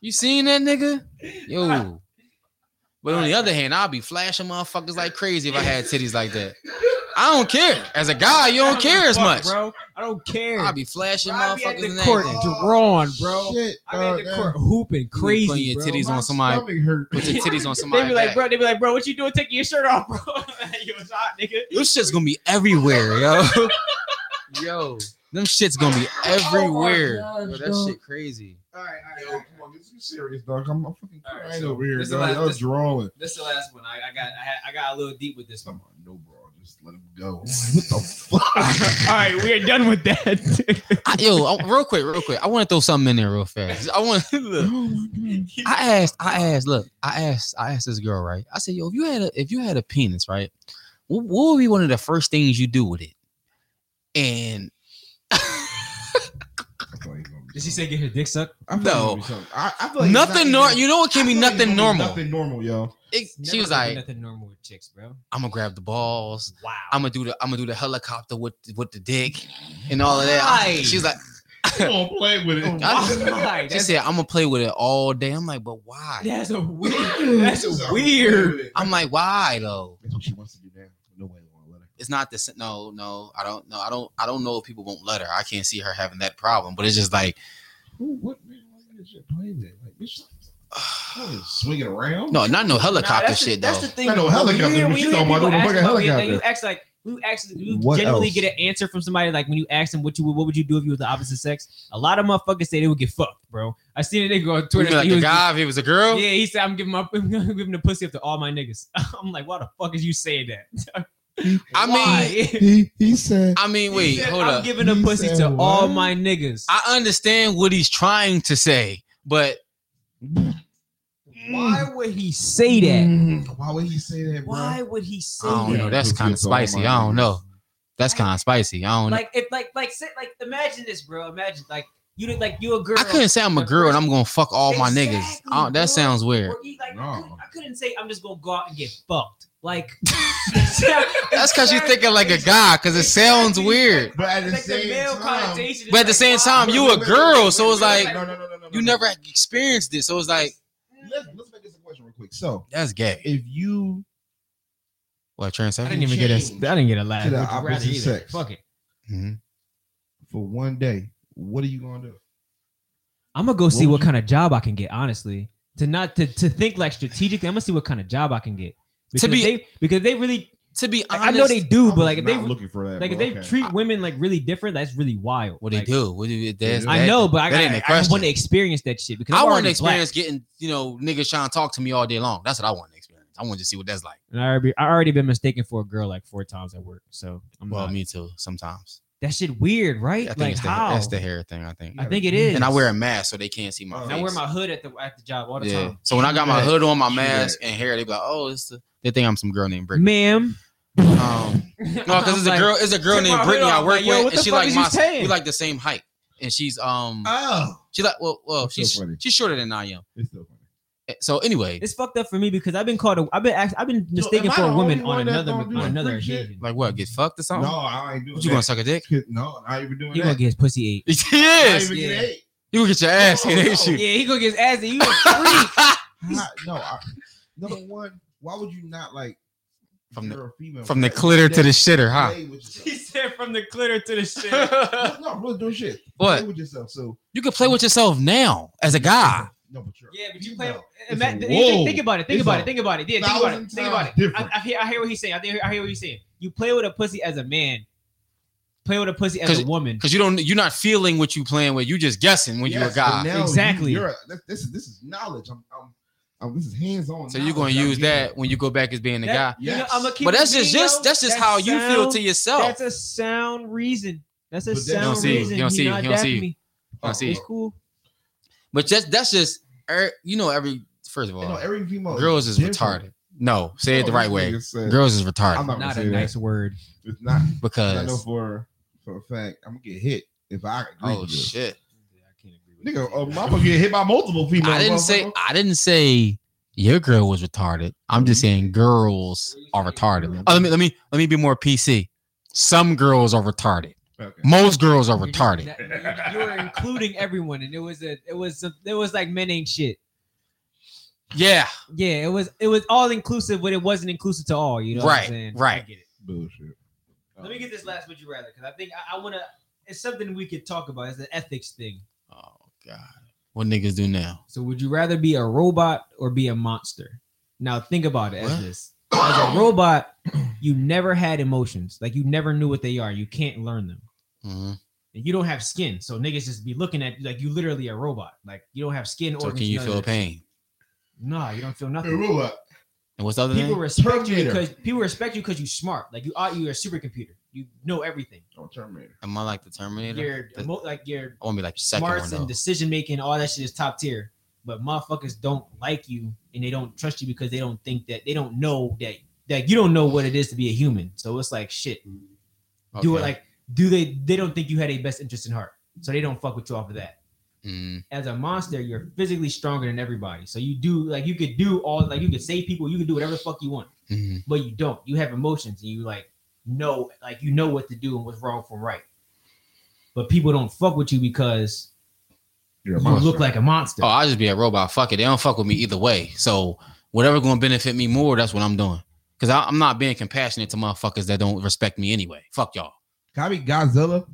[SPEAKER 1] You seen that nigga? Yo. But on the other hand, I'll be flashing motherfuckers like crazy if I had titties like that. I don't care. As a guy, you don't care as
[SPEAKER 2] fuck,
[SPEAKER 1] much.
[SPEAKER 2] bro. I don't care.
[SPEAKER 1] I'll be flashing
[SPEAKER 2] Bro, I be at
[SPEAKER 1] motherfuckers in
[SPEAKER 2] the court
[SPEAKER 1] that.
[SPEAKER 2] drawn, bro.
[SPEAKER 3] Shit,
[SPEAKER 2] I'm
[SPEAKER 3] dog,
[SPEAKER 2] in the
[SPEAKER 3] that-
[SPEAKER 2] court hooping crazy.
[SPEAKER 1] putting your
[SPEAKER 2] bro.
[SPEAKER 1] titties
[SPEAKER 3] my
[SPEAKER 1] on somebody.
[SPEAKER 3] stomach hurt.
[SPEAKER 1] Put your titties on somebody.
[SPEAKER 2] They be like,
[SPEAKER 1] back.
[SPEAKER 2] bro. They be like, bro. What you doing? Taking your shirt off, bro. you was hot, nigga.
[SPEAKER 1] This shit's gonna be everywhere, yo. yo, them shit's gonna be everywhere.
[SPEAKER 3] Oh my gosh,
[SPEAKER 1] Yo, that
[SPEAKER 3] dog.
[SPEAKER 1] shit crazy.
[SPEAKER 4] All right, all right,
[SPEAKER 3] Yo,
[SPEAKER 4] all right.
[SPEAKER 3] come on, this is serious, dog. I'm, I'm fucking
[SPEAKER 4] All right,
[SPEAKER 3] crying
[SPEAKER 4] so
[SPEAKER 3] over here,
[SPEAKER 4] this is
[SPEAKER 3] dog.
[SPEAKER 4] my-
[SPEAKER 3] Y'all
[SPEAKER 4] this-
[SPEAKER 3] drawing.
[SPEAKER 4] This is the last one. I, I got I, had- I got a little deep with this one.
[SPEAKER 3] Come on, no bro, just let him go. What the
[SPEAKER 2] All right, we are done with that.
[SPEAKER 1] I- yo, I- real quick, real quick. I want to throw something in there real fast. I want look.
[SPEAKER 3] Oh fuck?
[SPEAKER 1] I asked, I asked, look, I asked, I asked this girl, right? I said, yo, if you had a if you had a penis, right? What, what would be one of the first things you do with it? And
[SPEAKER 2] Did she say get her dick sucked?
[SPEAKER 3] I'm
[SPEAKER 1] No.
[SPEAKER 3] I, I feel like it's not
[SPEAKER 1] nothing
[SPEAKER 3] even-
[SPEAKER 1] normal. You know what can be
[SPEAKER 3] I feel like
[SPEAKER 1] nothing
[SPEAKER 3] it's
[SPEAKER 1] normal.
[SPEAKER 3] Nothing normal, yo.
[SPEAKER 1] It- she
[SPEAKER 2] Never
[SPEAKER 1] was
[SPEAKER 2] done
[SPEAKER 1] like,
[SPEAKER 2] nothing normal with chicks, bro.
[SPEAKER 1] I'm gonna grab the balls.
[SPEAKER 2] Wow.
[SPEAKER 1] I'm gonna do the I'm gonna do the helicopter with with the dick and all of that.
[SPEAKER 2] Why?
[SPEAKER 1] She was like,
[SPEAKER 3] Come on, play with
[SPEAKER 2] Oh
[SPEAKER 3] it.
[SPEAKER 2] Why?
[SPEAKER 1] she
[SPEAKER 2] That's,
[SPEAKER 1] said, I'm gonna play with it all day. I'm like, but why?
[SPEAKER 2] that's a weird. That's weird.
[SPEAKER 1] I'm like, why though?
[SPEAKER 3] That's what she wants to do now. Nobody want to let her.
[SPEAKER 1] It's not this. No, no, I don't. No, I don't. I don't know if people won't let her. I can't see her having that problem. But it's just like,
[SPEAKER 3] Who? What man? Why you just playing that? Like this. swinging around.
[SPEAKER 1] no, not no helicopter
[SPEAKER 2] that's the-
[SPEAKER 1] shit
[SPEAKER 2] that's
[SPEAKER 1] though.
[SPEAKER 2] the thing.
[SPEAKER 3] I know
[SPEAKER 2] When
[SPEAKER 3] helicopter,
[SPEAKER 2] you hear-
[SPEAKER 3] but
[SPEAKER 2] when
[SPEAKER 3] she
[SPEAKER 2] you hear
[SPEAKER 3] talking
[SPEAKER 2] people
[SPEAKER 3] about doing the
[SPEAKER 2] ask
[SPEAKER 3] fucking
[SPEAKER 2] about your thing, You
[SPEAKER 3] helicopter.
[SPEAKER 2] ask like you actually you
[SPEAKER 3] What
[SPEAKER 2] generally
[SPEAKER 3] else?
[SPEAKER 2] get an answer from somebody like when you ask them what you would- what would you do if you was the opposite sex. A lot of motherfuckers say they would get fucked, bro. I seen a nigga on
[SPEAKER 1] You
[SPEAKER 2] Twitter.
[SPEAKER 1] mean like
[SPEAKER 2] he
[SPEAKER 1] the
[SPEAKER 2] was-
[SPEAKER 1] guy, if it was a girl,
[SPEAKER 2] Yeah, he said I'm giving my I'm giving the pussy up to all my niggas. I'm like, why the fuck is you saying that?
[SPEAKER 1] I mean-
[SPEAKER 2] Why?
[SPEAKER 3] He he said.
[SPEAKER 1] I mean,
[SPEAKER 2] He
[SPEAKER 1] wait,
[SPEAKER 2] said,
[SPEAKER 1] hold
[SPEAKER 2] I'm
[SPEAKER 1] up.
[SPEAKER 2] giving the
[SPEAKER 3] He
[SPEAKER 2] pussy
[SPEAKER 3] said
[SPEAKER 2] to
[SPEAKER 3] what?
[SPEAKER 2] all my niggas.
[SPEAKER 1] I understand what he's trying to say, but Mm.
[SPEAKER 2] Why would he say that?
[SPEAKER 3] Mm, Why would he say that, bro?
[SPEAKER 2] Why would he say
[SPEAKER 1] I don't
[SPEAKER 2] that?
[SPEAKER 1] know. That's
[SPEAKER 3] Pussy
[SPEAKER 1] kinda
[SPEAKER 3] up all my
[SPEAKER 1] spicy. I don't know.
[SPEAKER 3] niggas.
[SPEAKER 1] that's kind of spicy. I don't. know.
[SPEAKER 2] Like if like like sit like imagine this, bro. Imagine like you did like you a girl.
[SPEAKER 1] I couldn't say I'm a girl and I'm gonna fuck all my niggas.
[SPEAKER 2] Exactly,
[SPEAKER 1] I don't-
[SPEAKER 2] bro.
[SPEAKER 1] that sounds weird.
[SPEAKER 2] Or you, like,
[SPEAKER 3] No.
[SPEAKER 2] I, couldn't, I couldn't say I'm just gonna go out and get fucked. Like that's
[SPEAKER 1] That's because you're thinking like a guy, because it sounds weird.
[SPEAKER 3] But at the
[SPEAKER 2] Like the male
[SPEAKER 3] same time,
[SPEAKER 2] connotation. is
[SPEAKER 1] But at the
[SPEAKER 2] like,
[SPEAKER 1] same
[SPEAKER 2] wow.
[SPEAKER 1] time, Um, you a girl, so it's like
[SPEAKER 3] no, no, no, no, no,
[SPEAKER 1] you
[SPEAKER 3] no.
[SPEAKER 1] never experienced it, so it's like
[SPEAKER 3] Let's, let's make this a question real quick. So,
[SPEAKER 1] that's gay.
[SPEAKER 3] if you
[SPEAKER 1] What
[SPEAKER 3] I
[SPEAKER 1] transsexual?
[SPEAKER 3] didn't even get a- I
[SPEAKER 2] didn't get a
[SPEAKER 3] To the Would you rather opposite either? sex. Fuck
[SPEAKER 2] it.
[SPEAKER 1] Mhm.
[SPEAKER 3] for one day, what are you gonna do?
[SPEAKER 2] I'm gonna go see
[SPEAKER 3] would
[SPEAKER 2] what
[SPEAKER 3] you-
[SPEAKER 2] kind of job I can get. Honestly, to not to, to think like strategically, I'm gonna see what kind of job I can get. Because
[SPEAKER 1] be-
[SPEAKER 2] they, because they really,
[SPEAKER 1] To be
[SPEAKER 2] like,
[SPEAKER 1] honest,
[SPEAKER 2] I know they do, but like if
[SPEAKER 3] I'm
[SPEAKER 2] they
[SPEAKER 3] not looking for that.
[SPEAKER 2] like if
[SPEAKER 3] but
[SPEAKER 2] they
[SPEAKER 3] okay.
[SPEAKER 2] treat women like really different, that's really wild.
[SPEAKER 1] what they
[SPEAKER 2] Like,
[SPEAKER 1] do. What do you, that's,
[SPEAKER 3] do.
[SPEAKER 2] I
[SPEAKER 1] that-
[SPEAKER 2] know, but I,
[SPEAKER 1] that ain't a
[SPEAKER 2] I, I
[SPEAKER 1] question.
[SPEAKER 2] want to experience that shit because
[SPEAKER 1] I
[SPEAKER 2] I'm
[SPEAKER 1] want to
[SPEAKER 2] already black.
[SPEAKER 1] experience getting you know niggas trying to talk to me all day long. That's what I want to experience. I want to see what that's like.
[SPEAKER 2] And I already, I already been mistaken for a girl like four times at work, so I'm
[SPEAKER 1] Well,
[SPEAKER 2] not.
[SPEAKER 1] me too. Sometimes
[SPEAKER 2] that shit weird,
[SPEAKER 1] I
[SPEAKER 2] right?
[SPEAKER 1] think
[SPEAKER 2] Like
[SPEAKER 1] it's the,
[SPEAKER 2] how?
[SPEAKER 1] that's the hair thing. I think,
[SPEAKER 2] I think it is.
[SPEAKER 1] and I wear a mask so they can't see my.
[SPEAKER 3] And
[SPEAKER 2] And
[SPEAKER 1] face.
[SPEAKER 2] I wear my hood at the at the job all the
[SPEAKER 1] yeah.
[SPEAKER 2] time.
[SPEAKER 1] So when I got my
[SPEAKER 3] Right.
[SPEAKER 1] hood on, my
[SPEAKER 3] True
[SPEAKER 1] mask and hair, they be like, "Oh, it's the." They think I'm some girl named Brittany.
[SPEAKER 2] Ma'am,
[SPEAKER 1] Um,
[SPEAKER 2] no,
[SPEAKER 1] No, because it's a girl. It's a girl
[SPEAKER 2] Take my
[SPEAKER 1] named
[SPEAKER 2] hood
[SPEAKER 1] Brittany I
[SPEAKER 2] off,
[SPEAKER 1] work
[SPEAKER 2] like, yo, what
[SPEAKER 1] with, and
[SPEAKER 2] the
[SPEAKER 1] she
[SPEAKER 2] fuck
[SPEAKER 1] like
[SPEAKER 2] is you
[SPEAKER 1] my.
[SPEAKER 2] saying? Uh,
[SPEAKER 1] We like the same height, and she's um.
[SPEAKER 3] oh,
[SPEAKER 1] She like well, well,
[SPEAKER 3] That's so
[SPEAKER 1] she's
[SPEAKER 3] funny.
[SPEAKER 1] she's shorter than I am. Eh,
[SPEAKER 3] it's still funny.
[SPEAKER 1] So anyway,
[SPEAKER 2] It's fucked up for me because I've been called. A, I've been asked, I've been mistaken
[SPEAKER 3] am I
[SPEAKER 2] for
[SPEAKER 3] the
[SPEAKER 2] a woman
[SPEAKER 3] only one
[SPEAKER 2] on
[SPEAKER 3] that
[SPEAKER 2] another
[SPEAKER 3] gonna
[SPEAKER 2] on
[SPEAKER 3] do that
[SPEAKER 2] another
[SPEAKER 3] freak shit?
[SPEAKER 2] occasion.
[SPEAKER 1] like what? Get fucked or
[SPEAKER 3] No,
[SPEAKER 1] something?
[SPEAKER 3] I ain't doing
[SPEAKER 1] What,
[SPEAKER 3] that.
[SPEAKER 1] you gonna suck a dick?
[SPEAKER 3] Kid- No, I ain't even doing
[SPEAKER 2] You gonna
[SPEAKER 3] that.
[SPEAKER 2] get his pussy ate.
[SPEAKER 3] I
[SPEAKER 1] yes,
[SPEAKER 3] ain't even
[SPEAKER 2] yeah.
[SPEAKER 3] get eight.
[SPEAKER 1] you gonna get your ass
[SPEAKER 3] No,
[SPEAKER 1] in, ain't
[SPEAKER 3] no.
[SPEAKER 1] you?
[SPEAKER 2] Oh, Yeah, he gonna get his ass. ate. You a freak.
[SPEAKER 3] How- no, I, number one, why would you not like
[SPEAKER 1] From the-
[SPEAKER 3] you're a female
[SPEAKER 1] From the
[SPEAKER 3] play-
[SPEAKER 1] glitter to the
[SPEAKER 3] play
[SPEAKER 1] shitter, huh?
[SPEAKER 3] with yourself.
[SPEAKER 2] said from the clitter to the
[SPEAKER 3] no, no, really doing shit. Play
[SPEAKER 1] what?
[SPEAKER 3] with yourself. So
[SPEAKER 1] You can play with yourself now as a guy.
[SPEAKER 3] no, but you're
[SPEAKER 2] Yeah, but you
[SPEAKER 3] You
[SPEAKER 2] play.
[SPEAKER 3] know,
[SPEAKER 2] and
[SPEAKER 3] it's
[SPEAKER 2] that-
[SPEAKER 3] a
[SPEAKER 2] think- think,
[SPEAKER 3] whoa.
[SPEAKER 2] think about it. Think
[SPEAKER 3] It's
[SPEAKER 2] about
[SPEAKER 3] a
[SPEAKER 2] it. Think about it. Yeah, think about it.
[SPEAKER 3] thousand
[SPEAKER 2] Think about it.
[SPEAKER 3] times different.
[SPEAKER 2] I, I hear. I hear what he's saying. I think. I hear what he's saying. You play with a pussy as a man. Play with a pussy as a
[SPEAKER 1] 'Cause-
[SPEAKER 2] woman.
[SPEAKER 1] Cause you don't, you're not feeling what you playing with. You just guessing when you
[SPEAKER 3] Yes,
[SPEAKER 1] a
[SPEAKER 3] but
[SPEAKER 1] guy.
[SPEAKER 3] now you-
[SPEAKER 2] Exactly.
[SPEAKER 3] You're a, this, this is this is knowledge. I'm, I'm Oh, this is hands on.
[SPEAKER 1] So you're gonna use that when you go back as being the guy.
[SPEAKER 2] you know,
[SPEAKER 3] Yes.
[SPEAKER 2] I'ma keep
[SPEAKER 1] But
[SPEAKER 2] it
[SPEAKER 1] that's just
[SPEAKER 2] being,
[SPEAKER 1] just
[SPEAKER 2] yo,
[SPEAKER 1] that's just
[SPEAKER 2] that
[SPEAKER 1] how you feel
[SPEAKER 2] sound-
[SPEAKER 1] to yourself.
[SPEAKER 2] That's a sound reason. That's a
[SPEAKER 3] But that- You don't
[SPEAKER 2] sound
[SPEAKER 3] see it.
[SPEAKER 2] reason.
[SPEAKER 1] You don't
[SPEAKER 2] He
[SPEAKER 1] see it.
[SPEAKER 2] not
[SPEAKER 1] You don't see
[SPEAKER 2] dapping
[SPEAKER 1] it.
[SPEAKER 2] me.
[SPEAKER 1] I see.
[SPEAKER 2] It's cool.
[SPEAKER 1] But just that's just er, you know every first of all,
[SPEAKER 3] You know, every female
[SPEAKER 1] girls is
[SPEAKER 3] different.
[SPEAKER 1] retarded. No, say it the
[SPEAKER 3] Oh,
[SPEAKER 1] right
[SPEAKER 3] this
[SPEAKER 1] way.
[SPEAKER 3] nigga said-
[SPEAKER 1] Girls is retarded
[SPEAKER 3] I'm not,
[SPEAKER 2] Not a
[SPEAKER 3] gonna say
[SPEAKER 2] nice word.
[SPEAKER 3] that. It's not. I know
[SPEAKER 1] because
[SPEAKER 3] for for a fact I'm gonna get hit if I agree.
[SPEAKER 1] oh
[SPEAKER 3] with this.
[SPEAKER 1] shit.
[SPEAKER 4] can't agree with
[SPEAKER 3] Nigga,
[SPEAKER 4] you.
[SPEAKER 3] um, I'm gonna get hit by multiple females.
[SPEAKER 1] I didn't say
[SPEAKER 3] motherfucker.
[SPEAKER 1] I didn't say your girl was retarded. I'm just saying girls are retarded. Oh, let me let me let me be more PC. Some girls are retarded.
[SPEAKER 3] Okay.
[SPEAKER 1] Most girls are
[SPEAKER 2] You're just-
[SPEAKER 1] retarded.
[SPEAKER 2] that- You were including everyone, and it was a, it was, some, it was like men ain't shit.
[SPEAKER 1] Yeah,
[SPEAKER 2] Yeah, it was, it was all inclusive, but it wasn't inclusive to all. You know, what I'm
[SPEAKER 1] Right,
[SPEAKER 2] saying?
[SPEAKER 1] right.
[SPEAKER 2] I get it.
[SPEAKER 3] Bullshit.
[SPEAKER 2] Let me get this last would you rather because I think I, I want to. It's something we could talk about. It's an ethics thing.
[SPEAKER 1] Oh God, what niggas do now?
[SPEAKER 2] So, would you rather be a robot or be a monster? Now, think about it as
[SPEAKER 1] What?
[SPEAKER 2] this: as a robot, you never had emotions. Like you never knew what they are. You can't learn them,
[SPEAKER 1] Mhm.
[SPEAKER 2] and you don't have skin. So niggas just be looking at you like you literally a robot. Like you don't have skin.
[SPEAKER 1] So
[SPEAKER 2] organs,
[SPEAKER 1] can you
[SPEAKER 2] none of
[SPEAKER 1] feel
[SPEAKER 2] that.
[SPEAKER 1] pain?
[SPEAKER 2] Nah, you don't feel
[SPEAKER 3] Hey,
[SPEAKER 2] nothing.
[SPEAKER 3] Rula,
[SPEAKER 1] And what's the other
[SPEAKER 2] People
[SPEAKER 1] thing?
[SPEAKER 2] respect you
[SPEAKER 3] Terminator.
[SPEAKER 2] because people respect you because you're smart. Like you are, you're a supercomputer. You know everything.
[SPEAKER 3] oh, Terminator.
[SPEAKER 1] Am I like the Terminator?
[SPEAKER 2] You're
[SPEAKER 1] The-
[SPEAKER 2] emo- like you're
[SPEAKER 1] I want to be like the second
[SPEAKER 2] smarts
[SPEAKER 1] one though.
[SPEAKER 2] and decision making, all that shit is top tier. But motherfuckers don't like you and they don't trust you because they don't think that they don't know that that you don't know what it is to be a human. So it's like shit. Do it
[SPEAKER 1] Okay.
[SPEAKER 2] like do they they don't think you had a best interest in heart. So they don't fuck with you off of that.
[SPEAKER 1] Mm,
[SPEAKER 2] As a monster, you're physically stronger than everybody. So you do like you could do all like you could save people, you can do whatever the fuck you want,
[SPEAKER 1] mhm.
[SPEAKER 2] but you don't. You have emotions and you like know like you know what to do and what's wrong from right. But people don't fuck with you because
[SPEAKER 3] You're a
[SPEAKER 2] you
[SPEAKER 3] monster.
[SPEAKER 2] look like a monster.
[SPEAKER 1] Oh, I'll just be a robot. Fuck it. They don't fuck with me either way. So whatever gonna benefit me more, that's what I'm doing. Cause I, am not being compassionate to motherfuckers that don't respect me anyway. Fuck y'all.
[SPEAKER 3] Can I be Godzilla?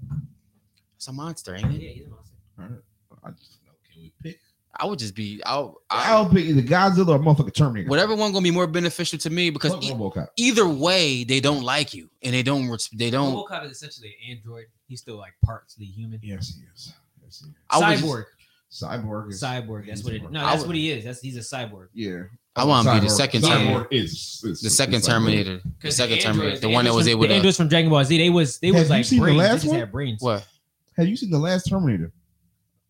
[SPEAKER 1] It's a monster, ain't it?
[SPEAKER 2] Yeah, he's a monster.
[SPEAKER 3] I just know. Can we pick?
[SPEAKER 1] I would just be. I'll.
[SPEAKER 3] I'll
[SPEAKER 1] I'll
[SPEAKER 3] pick either Godzilla or motherfucking Terminator.
[SPEAKER 1] whatever one gonna be more beneficial to me because
[SPEAKER 3] Fuck
[SPEAKER 1] e-
[SPEAKER 3] RoboCop.
[SPEAKER 1] either way they don't like you and they don't. res- They don't.
[SPEAKER 2] RoboCop is essentially an android. He's still like partly human.
[SPEAKER 3] Yes, he is. Yes, he is.
[SPEAKER 1] I would just-
[SPEAKER 2] cyborg,
[SPEAKER 3] Cyborg. Is,
[SPEAKER 2] cyborg. That's what it. No,
[SPEAKER 1] I
[SPEAKER 2] that's
[SPEAKER 1] would-
[SPEAKER 2] what he is. That's he's a cyborg.
[SPEAKER 3] yeah.
[SPEAKER 1] I want to be the
[SPEAKER 3] Cyborg-
[SPEAKER 1] second
[SPEAKER 2] Yeah.
[SPEAKER 1] Terminator.
[SPEAKER 3] Cyborg is, is-
[SPEAKER 1] The
[SPEAKER 3] is
[SPEAKER 1] second
[SPEAKER 3] Cyborg.
[SPEAKER 1] Terminator. The second Terminator. The one that was
[SPEAKER 2] from,
[SPEAKER 1] able
[SPEAKER 2] the
[SPEAKER 1] to.
[SPEAKER 2] androids from Dragon Ball Z. They was they
[SPEAKER 3] Have
[SPEAKER 2] was
[SPEAKER 3] you
[SPEAKER 2] like
[SPEAKER 3] seen the
[SPEAKER 2] brains. They
[SPEAKER 3] last
[SPEAKER 2] just
[SPEAKER 3] one?
[SPEAKER 2] had brains.
[SPEAKER 1] What?
[SPEAKER 3] Have you seen the last Terminator?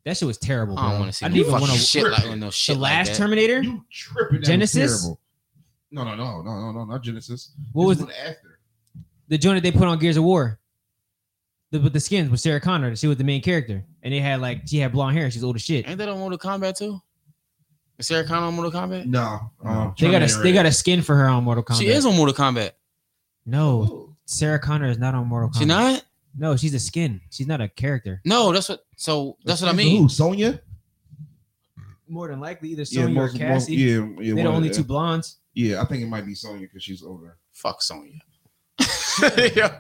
[SPEAKER 2] That shit was terrible.
[SPEAKER 1] I
[SPEAKER 2] bro.
[SPEAKER 1] don't want to see
[SPEAKER 2] I
[SPEAKER 1] no
[SPEAKER 2] didn't even
[SPEAKER 1] fucking
[SPEAKER 2] wanna-
[SPEAKER 1] shit like no shit
[SPEAKER 2] the
[SPEAKER 1] like
[SPEAKER 2] last
[SPEAKER 1] that.
[SPEAKER 2] Terminator.
[SPEAKER 3] You tripping? That
[SPEAKER 2] Genesis?
[SPEAKER 3] Was terrible. No, no, no, no, no, no, not Genesis.
[SPEAKER 2] what was
[SPEAKER 3] This
[SPEAKER 2] the,
[SPEAKER 3] one after?
[SPEAKER 2] the joint that they put on Gears of War? The, with the skins with Sarah Connor. She was the main character, and they had like she had blonde hair. She's old as shit.
[SPEAKER 1] Ain't that on Mortal Kombat too? Is Sarah Connor on Mortal Kombat?
[SPEAKER 3] No, um,
[SPEAKER 2] They got a
[SPEAKER 3] Terminator
[SPEAKER 2] they got
[SPEAKER 3] is.
[SPEAKER 2] a skin for her on Mortal Kombat.
[SPEAKER 1] She is on Mortal Kombat.
[SPEAKER 2] no.
[SPEAKER 3] Oh,
[SPEAKER 2] Sarah Connor is not on Mortal Kombat.
[SPEAKER 1] She not?
[SPEAKER 2] No, she's a skin. She's not a character.
[SPEAKER 1] No, that's what. So that's what I
[SPEAKER 3] who,
[SPEAKER 1] mean.
[SPEAKER 3] Sonya.
[SPEAKER 2] More than likely, either Sonya or
[SPEAKER 3] most- most-
[SPEAKER 2] Cassie.
[SPEAKER 3] yeah, yeah. one
[SPEAKER 2] They're the
[SPEAKER 3] of
[SPEAKER 2] only
[SPEAKER 3] the-
[SPEAKER 2] two blondes.
[SPEAKER 3] Yeah, I think it might be Sonya because she's older.
[SPEAKER 1] Fuck Sonya. Yo,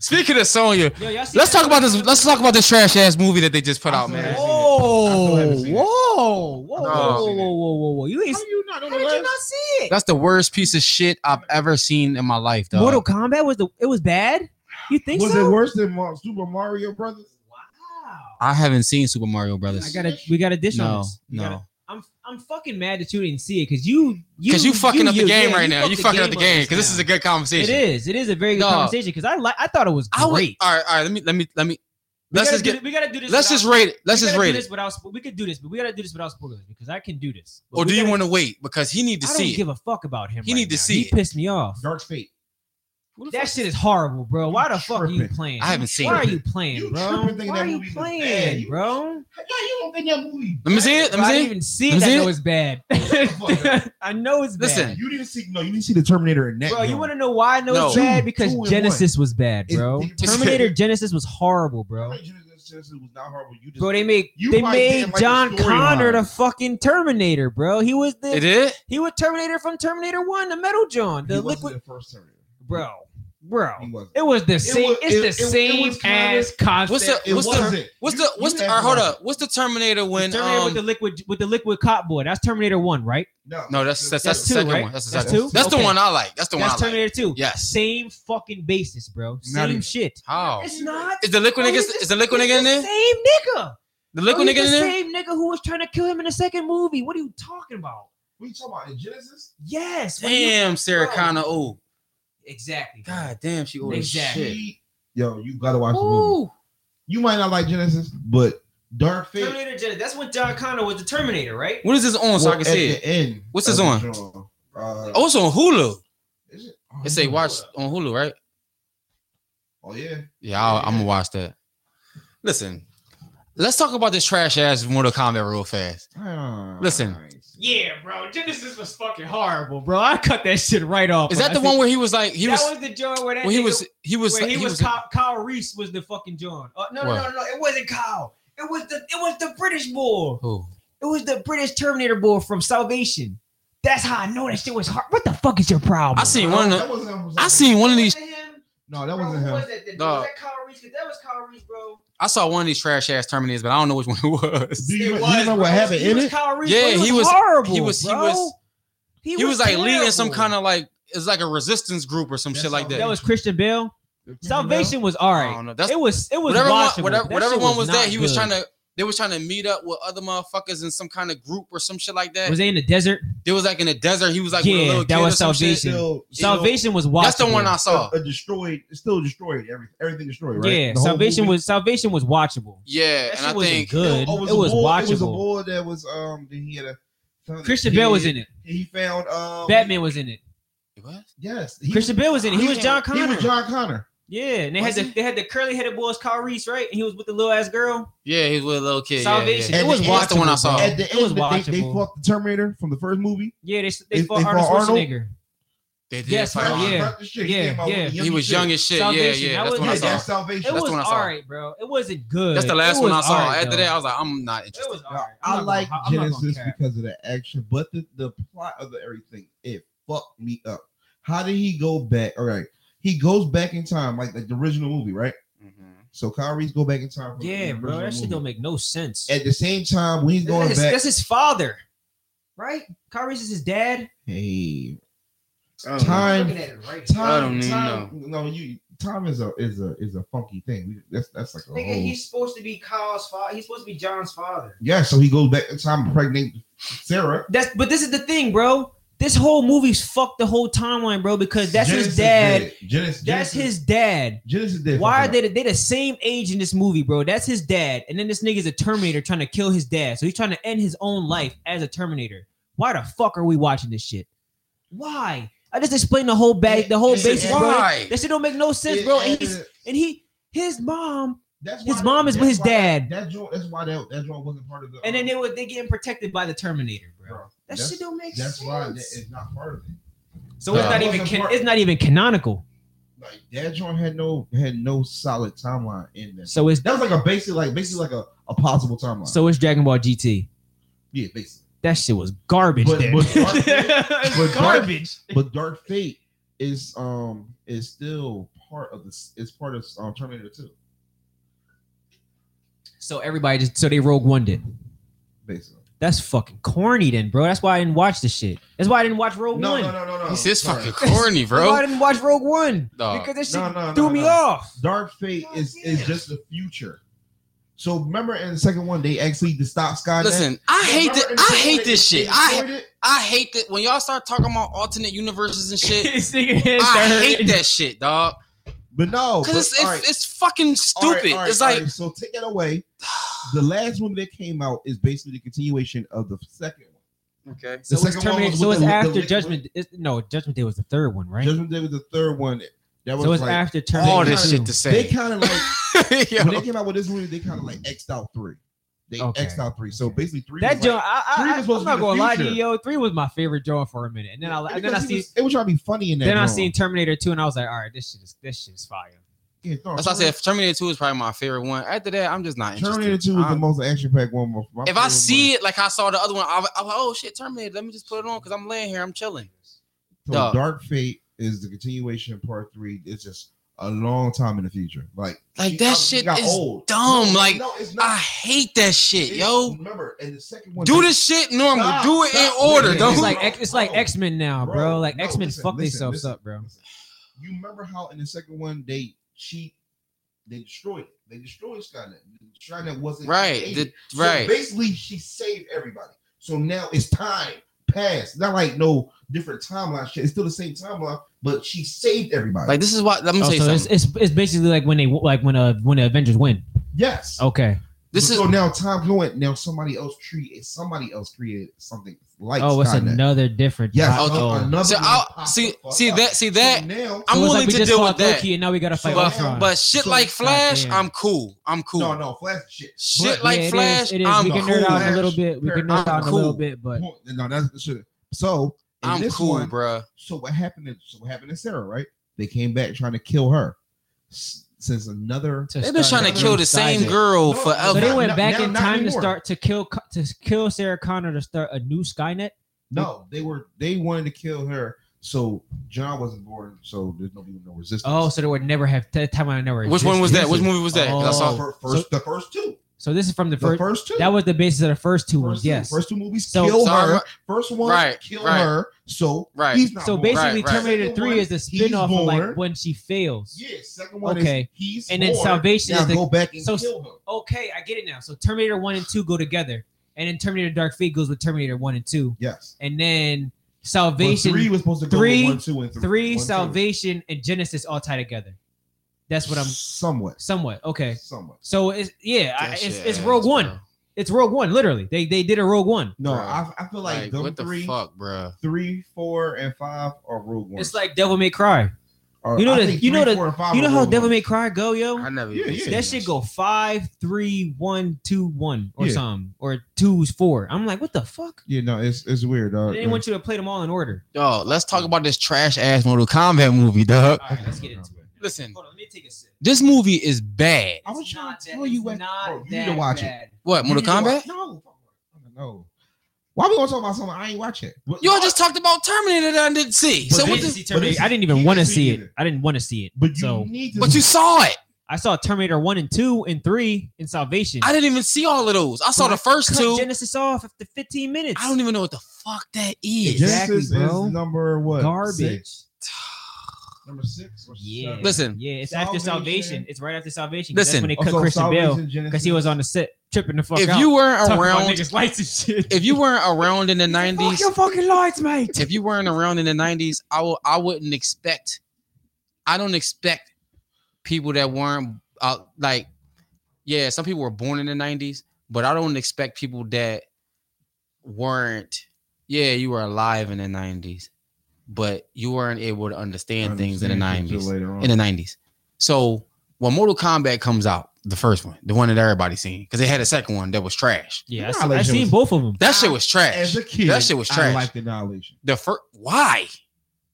[SPEAKER 1] Speaking of Sonya,
[SPEAKER 2] Yo, y'all
[SPEAKER 1] let's talk about this. Let's talk about this trash ass movie that they just put out, man.
[SPEAKER 3] I still
[SPEAKER 2] Whoa,
[SPEAKER 3] haven't
[SPEAKER 2] whoa,
[SPEAKER 3] seen it.
[SPEAKER 2] whoa, whoa,
[SPEAKER 1] I still haven't
[SPEAKER 2] whoa,
[SPEAKER 3] seen it.
[SPEAKER 2] whoa, whoa, whoa! You ain't.
[SPEAKER 3] How do you not know
[SPEAKER 2] How
[SPEAKER 3] the
[SPEAKER 2] did you
[SPEAKER 3] last?
[SPEAKER 2] not see it?
[SPEAKER 1] That's the worst piece of shit I've ever seen in my life, dog.
[SPEAKER 2] Mortal Kombat was the. It was bad. You think
[SPEAKER 3] Was
[SPEAKER 2] so?
[SPEAKER 3] it worse than Mar- Super Mario Brothers?
[SPEAKER 2] Wow.
[SPEAKER 1] I haven't seen Super Mario
[SPEAKER 2] I
[SPEAKER 1] Brothers.
[SPEAKER 2] gotta. We gotta dish on
[SPEAKER 1] No,
[SPEAKER 2] this. We gotta-
[SPEAKER 1] no.
[SPEAKER 2] I'm. I'm fucking mad that you didn't see it because you.
[SPEAKER 1] Because you, fucking up the
[SPEAKER 2] you-
[SPEAKER 1] game
[SPEAKER 2] yeah,
[SPEAKER 1] right now.
[SPEAKER 2] fucked
[SPEAKER 1] You fucking up the game because this
[SPEAKER 2] now.
[SPEAKER 1] is a good
[SPEAKER 2] It
[SPEAKER 1] conversation.
[SPEAKER 2] is. It is a very good
[SPEAKER 1] Dog.
[SPEAKER 2] conversation because I like. I thought it was
[SPEAKER 1] I would,
[SPEAKER 2] great.
[SPEAKER 1] all right, all right. Let me, let me, let me.
[SPEAKER 2] We
[SPEAKER 1] Let's
[SPEAKER 2] gotta
[SPEAKER 1] just get.
[SPEAKER 2] do th- We gotta do this.
[SPEAKER 1] Let's
[SPEAKER 2] without-
[SPEAKER 1] just rate it. Let's
[SPEAKER 2] we
[SPEAKER 1] just
[SPEAKER 2] gotta
[SPEAKER 1] rate
[SPEAKER 2] do
[SPEAKER 1] it.
[SPEAKER 2] This without, spo- we could do this, but we gotta do this without spoilers because I can do this. But
[SPEAKER 1] Or
[SPEAKER 2] we
[SPEAKER 1] do you
[SPEAKER 2] gotta-
[SPEAKER 1] want to wait because he need to
[SPEAKER 2] I
[SPEAKER 1] see
[SPEAKER 2] don't
[SPEAKER 1] it?
[SPEAKER 2] give a fuck about him.
[SPEAKER 1] He
[SPEAKER 2] right
[SPEAKER 1] need to
[SPEAKER 2] now.
[SPEAKER 1] see
[SPEAKER 2] He
[SPEAKER 1] it.
[SPEAKER 2] pissed me off.
[SPEAKER 3] Dark Fate.
[SPEAKER 1] Who the
[SPEAKER 2] That
[SPEAKER 1] fuck-
[SPEAKER 2] shit is horrible, bro. Why the fuck are you
[SPEAKER 3] tripping.
[SPEAKER 2] playing?
[SPEAKER 1] I haven't seen
[SPEAKER 2] Why
[SPEAKER 1] it.
[SPEAKER 2] are you playing,
[SPEAKER 3] You
[SPEAKER 2] bro?
[SPEAKER 3] tripping thinking
[SPEAKER 2] Why
[SPEAKER 3] that
[SPEAKER 2] are you
[SPEAKER 3] movie was bad,
[SPEAKER 2] playing,
[SPEAKER 3] you-
[SPEAKER 2] bro?
[SPEAKER 3] How you don't think that movie?
[SPEAKER 1] Let me see it. Let me
[SPEAKER 2] I didn't
[SPEAKER 1] see it.
[SPEAKER 2] even see
[SPEAKER 1] Let
[SPEAKER 2] it.
[SPEAKER 1] me
[SPEAKER 2] I
[SPEAKER 1] see
[SPEAKER 2] know
[SPEAKER 1] it.
[SPEAKER 2] it's bad. I know it's
[SPEAKER 1] Listen,
[SPEAKER 3] You didn't see. No, you didn't see the Terminator in
[SPEAKER 2] bad.
[SPEAKER 3] that.
[SPEAKER 2] Bro, you
[SPEAKER 3] film.
[SPEAKER 2] want to know why I know it's
[SPEAKER 1] No.
[SPEAKER 2] bad?
[SPEAKER 3] Two-
[SPEAKER 2] Because
[SPEAKER 3] two and
[SPEAKER 2] Genesis was bad,
[SPEAKER 3] It's-
[SPEAKER 2] bro.
[SPEAKER 3] it's-
[SPEAKER 2] Terminator Genesis was horrible, bro.
[SPEAKER 3] Terminator Genesis was not horrible. You just-
[SPEAKER 2] Bro, they made
[SPEAKER 3] You
[SPEAKER 2] they
[SPEAKER 3] probably
[SPEAKER 2] made
[SPEAKER 3] didn't like the
[SPEAKER 2] John
[SPEAKER 3] storyline.
[SPEAKER 2] Connor the fucking Terminator, bro. He was the
[SPEAKER 1] It is.
[SPEAKER 2] He was Terminator from Terminator One, the Metal John,
[SPEAKER 3] he
[SPEAKER 2] the
[SPEAKER 3] wasn't
[SPEAKER 2] liquid,
[SPEAKER 3] the first Terminator.
[SPEAKER 2] bro, bro.
[SPEAKER 3] He wasn't.
[SPEAKER 2] It was the
[SPEAKER 3] was-
[SPEAKER 2] same. it's
[SPEAKER 3] it-
[SPEAKER 2] the
[SPEAKER 3] it- it
[SPEAKER 2] same
[SPEAKER 3] was kinda-
[SPEAKER 2] as concept.
[SPEAKER 1] What's the-
[SPEAKER 3] It
[SPEAKER 1] what's the-
[SPEAKER 3] wasn't.
[SPEAKER 1] What's
[SPEAKER 3] You-
[SPEAKER 1] the what's
[SPEAKER 3] you
[SPEAKER 1] the
[SPEAKER 3] had
[SPEAKER 1] all right, hold
[SPEAKER 3] one.
[SPEAKER 1] up? What's the Terminator when
[SPEAKER 2] Terminator
[SPEAKER 1] um
[SPEAKER 2] with the liquid with the liquid cop boy? That's Terminator One, right?
[SPEAKER 1] no that's that's, that's,
[SPEAKER 2] That's
[SPEAKER 1] the
[SPEAKER 2] two,
[SPEAKER 1] second
[SPEAKER 2] right?
[SPEAKER 1] one that's the
[SPEAKER 2] That's
[SPEAKER 1] second
[SPEAKER 2] two?
[SPEAKER 1] one that's
[SPEAKER 2] Okay.
[SPEAKER 1] the one I like that's the one
[SPEAKER 2] That's
[SPEAKER 1] I like
[SPEAKER 2] Terminator Two.
[SPEAKER 1] yes
[SPEAKER 2] Same fucking basis, bro.
[SPEAKER 3] Not
[SPEAKER 2] Same
[SPEAKER 3] even-
[SPEAKER 2] shit.
[SPEAKER 1] how
[SPEAKER 2] It's not.
[SPEAKER 1] is the liquid
[SPEAKER 2] Oh,
[SPEAKER 1] nigga
[SPEAKER 2] he's the-
[SPEAKER 1] is the liquid
[SPEAKER 2] he's
[SPEAKER 1] nigga in
[SPEAKER 2] the
[SPEAKER 1] there
[SPEAKER 2] Same nigga.
[SPEAKER 1] the liquid
[SPEAKER 2] Bro,
[SPEAKER 1] nigga in
[SPEAKER 2] he's the
[SPEAKER 1] there
[SPEAKER 2] Same nigga who was trying to kill him in the second movie. What are you talking about?
[SPEAKER 3] What you talking about? In Genesis?
[SPEAKER 2] Yes. what do you-
[SPEAKER 1] Damn, Sarah
[SPEAKER 2] Bro.
[SPEAKER 1] Connor. Oh,
[SPEAKER 2] Exactly.
[SPEAKER 1] god damn, she old
[SPEAKER 2] Exactly.
[SPEAKER 1] as shit.
[SPEAKER 3] She- yo, you gotta watch the movie.
[SPEAKER 1] Ooh.
[SPEAKER 3] You might not like Genesis, but Dark Fate.
[SPEAKER 2] Terminator Genesis. That's when John Connor was the Terminator, right?
[SPEAKER 1] What is this on so I can
[SPEAKER 3] at
[SPEAKER 1] see
[SPEAKER 3] the
[SPEAKER 1] it?
[SPEAKER 3] End
[SPEAKER 1] What's
[SPEAKER 3] of
[SPEAKER 1] this
[SPEAKER 3] the
[SPEAKER 1] on?
[SPEAKER 3] show. Uh,
[SPEAKER 1] Oh, it's on Hulu.
[SPEAKER 3] is it? Oh,
[SPEAKER 1] It say
[SPEAKER 3] yeah.
[SPEAKER 1] watch on Hulu, right?
[SPEAKER 3] Oh yeah.
[SPEAKER 1] Yeah, I'll, I'm gonna watch that. Listen, let's talk about this trash ass Mortal Kombat real fast.
[SPEAKER 3] Ah,
[SPEAKER 1] Listen.
[SPEAKER 3] nice.
[SPEAKER 2] Yeah, bro. Genesis was fucking horrible, bro. I cut that shit right off.
[SPEAKER 1] Is that the
[SPEAKER 2] I said-
[SPEAKER 1] one where he was like he
[SPEAKER 2] that
[SPEAKER 1] was,
[SPEAKER 2] was, the joint where that
[SPEAKER 1] where he
[SPEAKER 2] nigga-
[SPEAKER 1] was he was
[SPEAKER 2] where he, was,
[SPEAKER 1] was-
[SPEAKER 2] Kyle, Kyle Reese was the fucking John. Uh, no, no, no,
[SPEAKER 1] What?
[SPEAKER 2] no, no, it wasn't Kyle. It was the it was the British boy.
[SPEAKER 1] who?
[SPEAKER 2] It was the British Terminator boy from Salvation. That's how I know that shit was hard. What the fuck is your problem?
[SPEAKER 1] I seen one of
[SPEAKER 3] That
[SPEAKER 1] the,
[SPEAKER 3] wasn't him.
[SPEAKER 1] I seen one of these
[SPEAKER 2] him.
[SPEAKER 3] No, that
[SPEAKER 2] Bro,
[SPEAKER 3] wasn't
[SPEAKER 2] who
[SPEAKER 3] him.
[SPEAKER 2] was that? That-
[SPEAKER 1] Dog.
[SPEAKER 2] Was that Kyle Reese? 'Cause That was Kyle Reese, bro.
[SPEAKER 1] I saw one of these trash ass Terminators, but I don't know which one it
[SPEAKER 3] Do
[SPEAKER 1] was.
[SPEAKER 3] you,
[SPEAKER 2] It
[SPEAKER 3] do you
[SPEAKER 2] was,
[SPEAKER 3] remember
[SPEAKER 2] bro.
[SPEAKER 3] what happened
[SPEAKER 2] He
[SPEAKER 3] in
[SPEAKER 2] was
[SPEAKER 3] it?
[SPEAKER 2] Kyle Reese,
[SPEAKER 1] Yeah,
[SPEAKER 2] bro.
[SPEAKER 1] he was-
[SPEAKER 2] horrible.
[SPEAKER 1] he was- he
[SPEAKER 2] bro.
[SPEAKER 1] was- He, was, like leading some
[SPEAKER 2] terrible.
[SPEAKER 1] kind of like it's like a resistance group or some
[SPEAKER 3] That's
[SPEAKER 1] shit like
[SPEAKER 3] how-
[SPEAKER 1] that.
[SPEAKER 2] That was Christian Bell. Salvation was all
[SPEAKER 1] I
[SPEAKER 2] right.
[SPEAKER 1] don't know. That's
[SPEAKER 2] it was it was
[SPEAKER 1] whatever one,
[SPEAKER 2] watchable.
[SPEAKER 1] whatever,
[SPEAKER 2] That
[SPEAKER 1] whatever
[SPEAKER 2] shit
[SPEAKER 1] one was, that
[SPEAKER 2] not
[SPEAKER 1] he was
[SPEAKER 2] good.
[SPEAKER 1] trying to they was trying to meet up with other motherfuckers in some kind of group or some shit like that.
[SPEAKER 2] Was they in the desert?
[SPEAKER 1] they was like in the desert. He was like with a
[SPEAKER 2] Yeah,
[SPEAKER 1] little
[SPEAKER 2] that
[SPEAKER 1] kid
[SPEAKER 2] was
[SPEAKER 1] or some shit.
[SPEAKER 2] Salvation.
[SPEAKER 3] Still-
[SPEAKER 2] Salvation was watchable.
[SPEAKER 1] That's the one I saw.
[SPEAKER 3] A, a destroyed, it's still destroyed. Every, everything destroyed, right?
[SPEAKER 2] Yeah,
[SPEAKER 3] The whole
[SPEAKER 2] Salvation
[SPEAKER 3] movie?
[SPEAKER 2] was Salvation was watchable.
[SPEAKER 1] Yeah,
[SPEAKER 2] That
[SPEAKER 1] and
[SPEAKER 2] shit
[SPEAKER 1] I
[SPEAKER 2] wasn't
[SPEAKER 1] think
[SPEAKER 2] good.
[SPEAKER 3] Oh,
[SPEAKER 2] it was,
[SPEAKER 3] a boy- It was a
[SPEAKER 2] watchable.
[SPEAKER 3] boy that was um. That he had a. something-
[SPEAKER 2] Christian
[SPEAKER 3] he-
[SPEAKER 2] Bell was in it.
[SPEAKER 3] He found um.
[SPEAKER 2] Batman was in it.
[SPEAKER 1] What?
[SPEAKER 3] Yes. He,
[SPEAKER 2] Christian Bell was in it. He was John Connor.
[SPEAKER 3] He was John Connor.
[SPEAKER 2] yeah, and they had
[SPEAKER 1] Was
[SPEAKER 2] the
[SPEAKER 1] he?
[SPEAKER 2] they had the curly headed boys, Kyle Reese, right? And he was with the little ass girl.
[SPEAKER 1] Yeah, he was with a little kid.
[SPEAKER 2] Salvation.
[SPEAKER 1] Yeah, yeah. It
[SPEAKER 3] It was
[SPEAKER 1] was watched the one I
[SPEAKER 2] watchable,
[SPEAKER 1] saw.
[SPEAKER 2] bro.
[SPEAKER 3] At the
[SPEAKER 2] It
[SPEAKER 3] end,
[SPEAKER 2] was
[SPEAKER 3] they, they
[SPEAKER 2] watchable.
[SPEAKER 3] fought the Terminator from the first movie.
[SPEAKER 2] Yeah, they
[SPEAKER 3] They-
[SPEAKER 2] they
[SPEAKER 3] they
[SPEAKER 2] fought
[SPEAKER 3] fought
[SPEAKER 2] Arnold
[SPEAKER 3] Arnold?
[SPEAKER 2] Schwarzenegger.
[SPEAKER 1] They did
[SPEAKER 2] Yes,
[SPEAKER 1] fight
[SPEAKER 2] bro,
[SPEAKER 1] on.
[SPEAKER 2] yeah. Yeah, yeah.
[SPEAKER 1] He was young as shit.
[SPEAKER 2] Salvation,
[SPEAKER 1] Yeah,
[SPEAKER 2] that
[SPEAKER 1] yeah. That's
[SPEAKER 2] was-
[SPEAKER 1] the one I
[SPEAKER 2] Yeah,
[SPEAKER 3] Yeah,
[SPEAKER 1] saw.
[SPEAKER 3] that's Salvation.
[SPEAKER 2] It
[SPEAKER 1] That's
[SPEAKER 2] was
[SPEAKER 1] the one I saw.
[SPEAKER 2] all right, bro. It wasn't good.
[SPEAKER 1] That's the last
[SPEAKER 2] It
[SPEAKER 1] one I
[SPEAKER 2] was
[SPEAKER 1] saw.
[SPEAKER 2] all right,
[SPEAKER 1] After
[SPEAKER 2] though.
[SPEAKER 1] that, I was like, I'm not
[SPEAKER 2] it
[SPEAKER 1] interested.
[SPEAKER 2] was all right.
[SPEAKER 3] I like Genesis
[SPEAKER 2] because.
[SPEAKER 3] because of the action, but the, the plot of the everything it fucked me up. How did he go back? All right, he goes back in time like, like the original movie, right? So Kyle Reese go back in time. the
[SPEAKER 2] Yeah, bro,
[SPEAKER 3] original
[SPEAKER 2] that shit
[SPEAKER 3] movie.
[SPEAKER 2] don't make no sense.
[SPEAKER 3] At the same time, when he's going
[SPEAKER 2] that's,
[SPEAKER 3] back,
[SPEAKER 2] that's his father, right? Kyle Reese is his dad.
[SPEAKER 3] hey,
[SPEAKER 2] Mm-hmm.
[SPEAKER 1] Oh,
[SPEAKER 3] time,
[SPEAKER 4] Looking at it right now.
[SPEAKER 1] I
[SPEAKER 3] time,
[SPEAKER 1] don't even
[SPEAKER 3] time. No, you time is a is a is a funky thing. We- That's that's like a
[SPEAKER 4] Nigga,
[SPEAKER 3] whole-
[SPEAKER 4] he's supposed to be Kyle's father. He's supposed to be John's father.
[SPEAKER 3] yeah. So he goes back in time, pregnant Sarah.
[SPEAKER 2] That's but this is the thing, bro. This whole movie's fucked the whole timeline, bro, because that's his
[SPEAKER 3] Genesis
[SPEAKER 2] dad.
[SPEAKER 3] did. Genesis,
[SPEAKER 2] That's
[SPEAKER 3] Genesis-
[SPEAKER 2] his dad.
[SPEAKER 3] Genesis did.
[SPEAKER 2] Why
[SPEAKER 3] fuck
[SPEAKER 2] are
[SPEAKER 3] it
[SPEAKER 2] they they the same age in this movie, bro? That's his dad, and then this nigga's a Terminator trying to kill his dad, so he's trying to end his own life as a Terminator. Why the fuck are we watching this shit? Why? I just explained the whole bag, the whole
[SPEAKER 3] It- it-
[SPEAKER 2] basis, bro.
[SPEAKER 1] Why?
[SPEAKER 2] That shit don't make no
[SPEAKER 3] up.
[SPEAKER 2] sense, bro.
[SPEAKER 3] It
[SPEAKER 2] And he's
[SPEAKER 3] added-
[SPEAKER 2] and he his mom
[SPEAKER 3] That's
[SPEAKER 2] his
[SPEAKER 3] why-
[SPEAKER 2] mom is with his
[SPEAKER 3] that's why
[SPEAKER 2] dad.
[SPEAKER 3] That joint, that's why that, that joint wasn't part of the.
[SPEAKER 2] and then
[SPEAKER 3] um,
[SPEAKER 2] they were they getting protected by the Terminator, bro.
[SPEAKER 3] bro,
[SPEAKER 2] That
[SPEAKER 3] that's,
[SPEAKER 2] shit don't make
[SPEAKER 3] That's
[SPEAKER 2] sense.
[SPEAKER 3] why that is not part of it.
[SPEAKER 2] so it's
[SPEAKER 1] Nah.
[SPEAKER 2] not even
[SPEAKER 3] Wasn't
[SPEAKER 2] can,
[SPEAKER 3] part-
[SPEAKER 2] it's not even canonical.
[SPEAKER 3] Like that joint had no had no solid timeline in there.
[SPEAKER 2] So it's
[SPEAKER 3] that was like a basic, like basically like a, a possible timeline.
[SPEAKER 2] so it's Dragon Ball GT.
[SPEAKER 3] yeah, basically.
[SPEAKER 2] That shit was garbage.
[SPEAKER 3] But-
[SPEAKER 2] then.
[SPEAKER 3] but Dark Fate-
[SPEAKER 2] It's
[SPEAKER 3] but Dark-
[SPEAKER 2] garbage.
[SPEAKER 3] But Dark Fate is um is still part of this. It's part of um, Terminator Two,
[SPEAKER 2] So everybody just so they Rogue One did.
[SPEAKER 3] basically.
[SPEAKER 2] That's fucking corny, then, bro. That's why I didn't watch this shit. That's why I didn't watch Rogue
[SPEAKER 3] No,
[SPEAKER 2] One.
[SPEAKER 3] no, no, no, no.
[SPEAKER 1] This is
[SPEAKER 3] Sorry.
[SPEAKER 1] fucking corny,
[SPEAKER 2] That's why I
[SPEAKER 1] bro. Oh.
[SPEAKER 2] didn't watch Rogue One
[SPEAKER 1] Dog.
[SPEAKER 2] because this shit
[SPEAKER 3] No, no, no,
[SPEAKER 2] threw me
[SPEAKER 3] no.
[SPEAKER 2] off.
[SPEAKER 3] Dark Fate is is just the future. So remember in the second one they actually to stop Skynet.
[SPEAKER 1] Listen, I hate
[SPEAKER 3] Remember
[SPEAKER 1] this.
[SPEAKER 3] in the
[SPEAKER 1] I
[SPEAKER 3] second
[SPEAKER 1] hate
[SPEAKER 3] one,
[SPEAKER 1] this
[SPEAKER 3] they-
[SPEAKER 1] shit.
[SPEAKER 3] they
[SPEAKER 1] I
[SPEAKER 3] destroyed it?
[SPEAKER 1] I hate that when y'all start talking about alternate universes and shit.
[SPEAKER 2] This nigga had
[SPEAKER 1] I
[SPEAKER 2] started- Oh,
[SPEAKER 1] hate that shit, dog.
[SPEAKER 3] but no,
[SPEAKER 1] Cause
[SPEAKER 3] but-
[SPEAKER 1] it's it's,
[SPEAKER 3] all right.
[SPEAKER 1] it's fucking
[SPEAKER 3] All right,
[SPEAKER 1] stupid.
[SPEAKER 3] all right,
[SPEAKER 1] it's like
[SPEAKER 3] all right, so take that away. The last movie that came out is basically the continuation of the second one.
[SPEAKER 1] okay.
[SPEAKER 2] So
[SPEAKER 3] The
[SPEAKER 2] it's
[SPEAKER 3] second one
[SPEAKER 2] Terminator.
[SPEAKER 3] was
[SPEAKER 2] So
[SPEAKER 3] with
[SPEAKER 2] it's
[SPEAKER 3] the- the
[SPEAKER 2] after
[SPEAKER 3] liquid-
[SPEAKER 2] Judgment. It's, no, Judgment Day was the third one, right?
[SPEAKER 3] Judgment Day was the third one. That was
[SPEAKER 2] so it's
[SPEAKER 3] like
[SPEAKER 2] after Terminator.
[SPEAKER 1] all
[SPEAKER 3] they
[SPEAKER 1] this
[SPEAKER 3] kinda-
[SPEAKER 1] shit to
[SPEAKER 3] they
[SPEAKER 1] say.
[SPEAKER 3] kind of like
[SPEAKER 1] Yo.
[SPEAKER 3] when they came out with this movie, they kind of like xed out three. They
[SPEAKER 2] Okay.
[SPEAKER 3] xed out three. So basically three.
[SPEAKER 2] That
[SPEAKER 3] was like-
[SPEAKER 2] joint, I, I,
[SPEAKER 3] three was
[SPEAKER 2] I, I'm
[SPEAKER 3] supposed to
[SPEAKER 2] not
[SPEAKER 3] be the
[SPEAKER 2] gonna lie to
[SPEAKER 3] future.
[SPEAKER 2] you, yo. Three was my favorite joint for a minute, and then I, and then I
[SPEAKER 3] because he
[SPEAKER 2] see,
[SPEAKER 3] was- it was trying to be funny in that.
[SPEAKER 2] then I
[SPEAKER 3] joint.
[SPEAKER 2] seen Terminator two, and I was like, all right, this shit is this shit is fire.
[SPEAKER 3] Yeah, no,
[SPEAKER 1] That's why I said Terminator 2 is probably my favorite one. After that, I'm just not interested.
[SPEAKER 3] Terminator Two was the
[SPEAKER 1] I'm-
[SPEAKER 3] most action packed one. of my
[SPEAKER 1] if
[SPEAKER 3] favorite
[SPEAKER 1] I see it like I saw the other one, I'll, I'll oh shit, Terminator. Let me just put it on because I'm laying here, I'm chilling.
[SPEAKER 3] ones. so
[SPEAKER 1] dog.
[SPEAKER 3] Dark Fate is the continuation of Part Three. It's just a long time in the future. Like
[SPEAKER 1] Like
[SPEAKER 3] she-
[SPEAKER 1] that
[SPEAKER 3] I- she
[SPEAKER 1] shit
[SPEAKER 3] got
[SPEAKER 1] is
[SPEAKER 3] old.
[SPEAKER 1] dumb.
[SPEAKER 3] No,
[SPEAKER 1] Like
[SPEAKER 3] no, it's not.
[SPEAKER 1] I hate that shit,
[SPEAKER 3] It-
[SPEAKER 1] yo.
[SPEAKER 3] Remember, and the second one,
[SPEAKER 1] Do this shit normal.
[SPEAKER 3] Stop,
[SPEAKER 1] Do it
[SPEAKER 3] stop.
[SPEAKER 1] in order.
[SPEAKER 3] Yeah,
[SPEAKER 1] Don't
[SPEAKER 2] It's
[SPEAKER 3] Bro,
[SPEAKER 2] like X- it's like
[SPEAKER 3] bro,
[SPEAKER 2] X Men now, bro.
[SPEAKER 3] bro,
[SPEAKER 2] Like
[SPEAKER 3] no,
[SPEAKER 2] X Men
[SPEAKER 3] listen,
[SPEAKER 2] fuck
[SPEAKER 3] listen,
[SPEAKER 2] themselves
[SPEAKER 3] listen.
[SPEAKER 2] up, bro.
[SPEAKER 3] You remember how in the second one they cheat, they destroyed it. They destroyed Skynet. Skynet wasn't
[SPEAKER 1] right,
[SPEAKER 3] created.
[SPEAKER 1] the-
[SPEAKER 3] So
[SPEAKER 1] right.
[SPEAKER 3] basically, she saved everybody. So now it's time. past. Not like no different timeline shit. It's still the same timeline, but she saved everybody.
[SPEAKER 1] Like this is why let me
[SPEAKER 2] Oh,
[SPEAKER 1] say
[SPEAKER 2] so it's,
[SPEAKER 1] something.
[SPEAKER 2] it's it's basically like when they like when uh when the Avengers win.
[SPEAKER 3] yes.
[SPEAKER 2] Okay.
[SPEAKER 1] This
[SPEAKER 3] so
[SPEAKER 1] is
[SPEAKER 3] so now time going. Now somebody else created somebody else created something like
[SPEAKER 2] oh, it's
[SPEAKER 3] Skynet.
[SPEAKER 2] another different.
[SPEAKER 3] Yes,
[SPEAKER 2] Oh,
[SPEAKER 1] no,
[SPEAKER 2] so
[SPEAKER 3] another
[SPEAKER 1] so
[SPEAKER 3] one
[SPEAKER 1] I'll,
[SPEAKER 3] popped
[SPEAKER 1] see
[SPEAKER 3] the fuck
[SPEAKER 1] see
[SPEAKER 3] up.
[SPEAKER 1] that see that
[SPEAKER 3] So now
[SPEAKER 1] I'm
[SPEAKER 2] it's
[SPEAKER 1] willing
[SPEAKER 2] we
[SPEAKER 1] to
[SPEAKER 2] just
[SPEAKER 1] deal with
[SPEAKER 2] fought
[SPEAKER 1] that.
[SPEAKER 2] Loki and now we gotta fight.
[SPEAKER 1] But-
[SPEAKER 2] Ultron.
[SPEAKER 1] But shit
[SPEAKER 3] So-
[SPEAKER 1] like Flash,
[SPEAKER 2] Goddamn.
[SPEAKER 1] I'm cool. I'm cool.
[SPEAKER 3] no, no, Flash shit.
[SPEAKER 1] Shit
[SPEAKER 3] But-
[SPEAKER 1] like
[SPEAKER 2] Yeah, it is,
[SPEAKER 1] Flash,
[SPEAKER 2] it is.
[SPEAKER 1] I'm
[SPEAKER 2] we can nerd
[SPEAKER 1] cool.
[SPEAKER 2] out a little bit. We can nerd
[SPEAKER 1] I'm
[SPEAKER 2] out a little
[SPEAKER 1] cool.
[SPEAKER 2] bit, but
[SPEAKER 3] no, that's the shit. So in
[SPEAKER 1] I'm
[SPEAKER 3] this
[SPEAKER 1] cool,
[SPEAKER 3] one,
[SPEAKER 1] bruh.
[SPEAKER 3] So what happened? To, so what happened to Sarah? Right? They came back trying to kill her. S- Since another
[SPEAKER 2] To
[SPEAKER 1] They've been
[SPEAKER 2] start
[SPEAKER 1] trying to
[SPEAKER 2] another
[SPEAKER 1] kill the
[SPEAKER 2] Skynet.
[SPEAKER 1] same girl
[SPEAKER 3] No,
[SPEAKER 1] forever.
[SPEAKER 2] So they
[SPEAKER 3] Not-
[SPEAKER 2] went
[SPEAKER 3] not-
[SPEAKER 2] back
[SPEAKER 3] now
[SPEAKER 2] in
[SPEAKER 3] not
[SPEAKER 2] time to
[SPEAKER 3] anymore.
[SPEAKER 2] start to kill Co- to kill Sarah Connor to start a new Skynet.
[SPEAKER 3] no, they were they wanted to kill her. So John wasn't born. So there's no even no resistance.
[SPEAKER 2] Oh, so there would never have that time I never.
[SPEAKER 1] Which one was
[SPEAKER 2] existed.
[SPEAKER 1] that? Which movie was that? 'Cause I
[SPEAKER 2] Oh.
[SPEAKER 1] saw
[SPEAKER 3] Fir- first the first two,
[SPEAKER 2] So this is from the
[SPEAKER 3] the
[SPEAKER 2] first.
[SPEAKER 3] first two.
[SPEAKER 2] That was the basis of the first two
[SPEAKER 3] first
[SPEAKER 2] ones.
[SPEAKER 3] two,
[SPEAKER 2] Yes.
[SPEAKER 3] first two movies
[SPEAKER 2] So-
[SPEAKER 3] kill
[SPEAKER 1] So
[SPEAKER 3] her.
[SPEAKER 1] I'm-
[SPEAKER 3] First one
[SPEAKER 1] Right,
[SPEAKER 3] kill
[SPEAKER 1] right.
[SPEAKER 3] her. So
[SPEAKER 1] Right.
[SPEAKER 3] he's not
[SPEAKER 2] So
[SPEAKER 3] born.
[SPEAKER 2] basically,
[SPEAKER 1] Right, right.
[SPEAKER 2] Terminator
[SPEAKER 3] Second
[SPEAKER 2] Three
[SPEAKER 3] one,
[SPEAKER 2] is the
[SPEAKER 3] he's
[SPEAKER 2] spin-off of
[SPEAKER 3] born.
[SPEAKER 2] like when she fails.
[SPEAKER 3] yeah. Second one
[SPEAKER 2] Okay.
[SPEAKER 3] is he's
[SPEAKER 2] And then
[SPEAKER 3] born.
[SPEAKER 2] Salvation
[SPEAKER 3] Now
[SPEAKER 2] is the-
[SPEAKER 3] go back and
[SPEAKER 2] so-
[SPEAKER 3] kill him.
[SPEAKER 2] Okay, I get it now. So Terminator One and Two go together, and then Terminator Dark Fate goes with Terminator One and Two,
[SPEAKER 3] Yes.
[SPEAKER 2] and then
[SPEAKER 3] But
[SPEAKER 2] Salvation
[SPEAKER 3] three
[SPEAKER 2] Three,
[SPEAKER 3] was supposed to go
[SPEAKER 2] three-
[SPEAKER 3] with one, two, and three. One, two.
[SPEAKER 2] Salvation, and Genesis all tie together. That's what I'm
[SPEAKER 3] somewhat.
[SPEAKER 2] somewhat okay.
[SPEAKER 3] Somewhat.
[SPEAKER 2] So it's yeah, I,
[SPEAKER 1] That
[SPEAKER 2] it's,
[SPEAKER 1] shit
[SPEAKER 2] it's
[SPEAKER 1] ass,
[SPEAKER 2] Rogue One.
[SPEAKER 1] bruh.
[SPEAKER 2] It's Rogue One. Literally, they they did a Rogue One.
[SPEAKER 3] No,
[SPEAKER 1] Bruh.
[SPEAKER 3] I, I feel like,
[SPEAKER 1] Like,
[SPEAKER 3] them
[SPEAKER 1] what the
[SPEAKER 3] three,
[SPEAKER 1] fuck, bruh?
[SPEAKER 3] three, four, and five are rogue ones.
[SPEAKER 2] It's like Devil May Cry. you know the- you know the- You know how Devil May Cry go, yo?
[SPEAKER 1] I never.
[SPEAKER 3] Yeah,
[SPEAKER 1] even
[SPEAKER 3] yeah.
[SPEAKER 1] seen
[SPEAKER 3] That
[SPEAKER 2] That shit go five, three, one, two, one, or
[SPEAKER 3] Yeah.
[SPEAKER 2] something, or two's four. I'm like, what the fuck?
[SPEAKER 3] You know it's it's weird.
[SPEAKER 2] They
[SPEAKER 3] dog.
[SPEAKER 2] didn't want you to play them all in order.
[SPEAKER 1] Yo, let's talk about this trash ass Mortal Kombat movie, dog.
[SPEAKER 2] All right, let's get into it.
[SPEAKER 1] Listen,
[SPEAKER 2] Hold on, let me take a sip.
[SPEAKER 1] this movie is bad.
[SPEAKER 3] I was
[SPEAKER 2] It's
[SPEAKER 3] trying
[SPEAKER 2] not
[SPEAKER 3] to
[SPEAKER 2] that-
[SPEAKER 3] tell you
[SPEAKER 2] it's
[SPEAKER 3] what.
[SPEAKER 2] not
[SPEAKER 3] bro, you need to
[SPEAKER 2] that
[SPEAKER 3] watch it.
[SPEAKER 2] bad.
[SPEAKER 1] What
[SPEAKER 3] You
[SPEAKER 1] Mortal
[SPEAKER 3] need to watch-
[SPEAKER 1] Kombat?
[SPEAKER 3] No, no. Why we gonna talk about something I ain't watching?
[SPEAKER 1] You all just talked about Terminator that I didn't see.
[SPEAKER 3] But
[SPEAKER 1] So
[SPEAKER 2] I
[SPEAKER 1] what
[SPEAKER 2] didn't,
[SPEAKER 1] the,
[SPEAKER 3] this-
[SPEAKER 2] see
[SPEAKER 3] but
[SPEAKER 2] Terminator-
[SPEAKER 3] this-
[SPEAKER 2] I didn't
[SPEAKER 3] you
[SPEAKER 2] even want to
[SPEAKER 3] didn't see
[SPEAKER 2] see
[SPEAKER 3] it
[SPEAKER 2] it. I didn't want to see it.
[SPEAKER 3] But you
[SPEAKER 2] so
[SPEAKER 3] need to.
[SPEAKER 1] but you saw it.
[SPEAKER 2] I saw Terminator one and two and three in Salvation.
[SPEAKER 1] I didn't even see all of those. I saw the first
[SPEAKER 2] Cut
[SPEAKER 1] two.
[SPEAKER 2] Genesis off after 15 minutes.
[SPEAKER 1] I don't even know what the fuck that is.
[SPEAKER 2] Yeah.
[SPEAKER 3] Genesis
[SPEAKER 2] Exactly, bro.
[SPEAKER 3] Is number what?
[SPEAKER 2] garbage.
[SPEAKER 3] Six? Number six. Or
[SPEAKER 2] Yeah.
[SPEAKER 3] seven?
[SPEAKER 1] Listen.
[SPEAKER 2] Yeah, it's after
[SPEAKER 3] Salvation.
[SPEAKER 2] Salvation. It's right after Salvation. 'cause
[SPEAKER 1] Listen.
[SPEAKER 2] that's when they
[SPEAKER 3] Oh,
[SPEAKER 2] cut
[SPEAKER 3] so
[SPEAKER 2] Christian
[SPEAKER 3] Salvation,
[SPEAKER 2] Bale
[SPEAKER 3] Genesis.
[SPEAKER 2] because he was on the set tripping the fuck
[SPEAKER 1] If
[SPEAKER 2] out.
[SPEAKER 1] you weren't
[SPEAKER 2] Talking about
[SPEAKER 1] around,
[SPEAKER 2] niggas' lights and shit.
[SPEAKER 1] if you weren't around in the
[SPEAKER 2] Fuck
[SPEAKER 1] nineties,
[SPEAKER 2] your fucking lights, mate.
[SPEAKER 1] if you weren't around in the nineties, I w- I wouldn't expect. I don't expect people that weren't uh, like, yeah, some people were born in the nineties, but I don't expect people that weren't. Yeah, you were alive in the nineties, but you weren't able to understand, things in the
[SPEAKER 3] Understand shit
[SPEAKER 1] nineties.
[SPEAKER 3] later on.
[SPEAKER 1] In the nineties, so when Mortal Kombat comes out, the first one, the one that everybody seen, because they had a second one that was trash.
[SPEAKER 2] Yeah,
[SPEAKER 3] Nah,
[SPEAKER 2] I seen,
[SPEAKER 3] like
[SPEAKER 2] I
[SPEAKER 3] shit
[SPEAKER 2] seen
[SPEAKER 3] was-
[SPEAKER 2] both of them.
[SPEAKER 1] That shit was trash.
[SPEAKER 3] As a kid,
[SPEAKER 1] That shit was
[SPEAKER 3] I
[SPEAKER 1] trash.
[SPEAKER 3] liked Annihilation.
[SPEAKER 1] the first, why?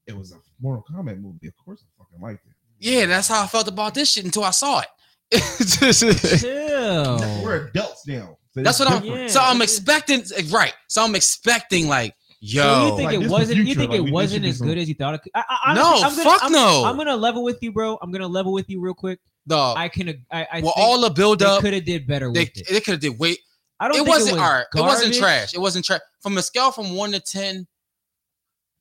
[SPEAKER 3] It was a Mortal Kombat movie. Of course, I fucking liked it.
[SPEAKER 1] Yeah, that's how I felt about this shit until I saw it. It's just-
[SPEAKER 2] Chill.
[SPEAKER 3] We're adults now. So
[SPEAKER 1] Oh. that's
[SPEAKER 3] it's
[SPEAKER 1] what I'm.
[SPEAKER 3] different.
[SPEAKER 2] Yeah.
[SPEAKER 1] So I'm expecting right. So I'm expecting like,
[SPEAKER 2] So you
[SPEAKER 1] yo,
[SPEAKER 2] think
[SPEAKER 3] Like, this
[SPEAKER 2] it
[SPEAKER 3] the
[SPEAKER 2] wasn't? You
[SPEAKER 3] future,
[SPEAKER 2] think
[SPEAKER 3] like, we-
[SPEAKER 2] it
[SPEAKER 3] this should
[SPEAKER 2] wasn't
[SPEAKER 3] be
[SPEAKER 2] as
[SPEAKER 3] some-
[SPEAKER 2] good as you thought? It could? I, I,
[SPEAKER 1] No,
[SPEAKER 2] honestly, I'm gonna,
[SPEAKER 1] fuck
[SPEAKER 2] I'm,
[SPEAKER 1] no.
[SPEAKER 2] I'm gonna level with you, bro. I'm gonna level with you real quick.
[SPEAKER 1] dog.
[SPEAKER 2] I can. I, I
[SPEAKER 1] well,
[SPEAKER 2] think
[SPEAKER 1] all the build
[SPEAKER 2] they
[SPEAKER 1] up,
[SPEAKER 2] could have did better
[SPEAKER 1] they
[SPEAKER 2] with it.
[SPEAKER 1] they could have did wait.
[SPEAKER 2] I don't.
[SPEAKER 1] It
[SPEAKER 2] think
[SPEAKER 1] wasn't
[SPEAKER 2] it was
[SPEAKER 1] alright. It wasn't
[SPEAKER 2] garbage.
[SPEAKER 1] trash. It wasn't trash. From a scale from one to ten,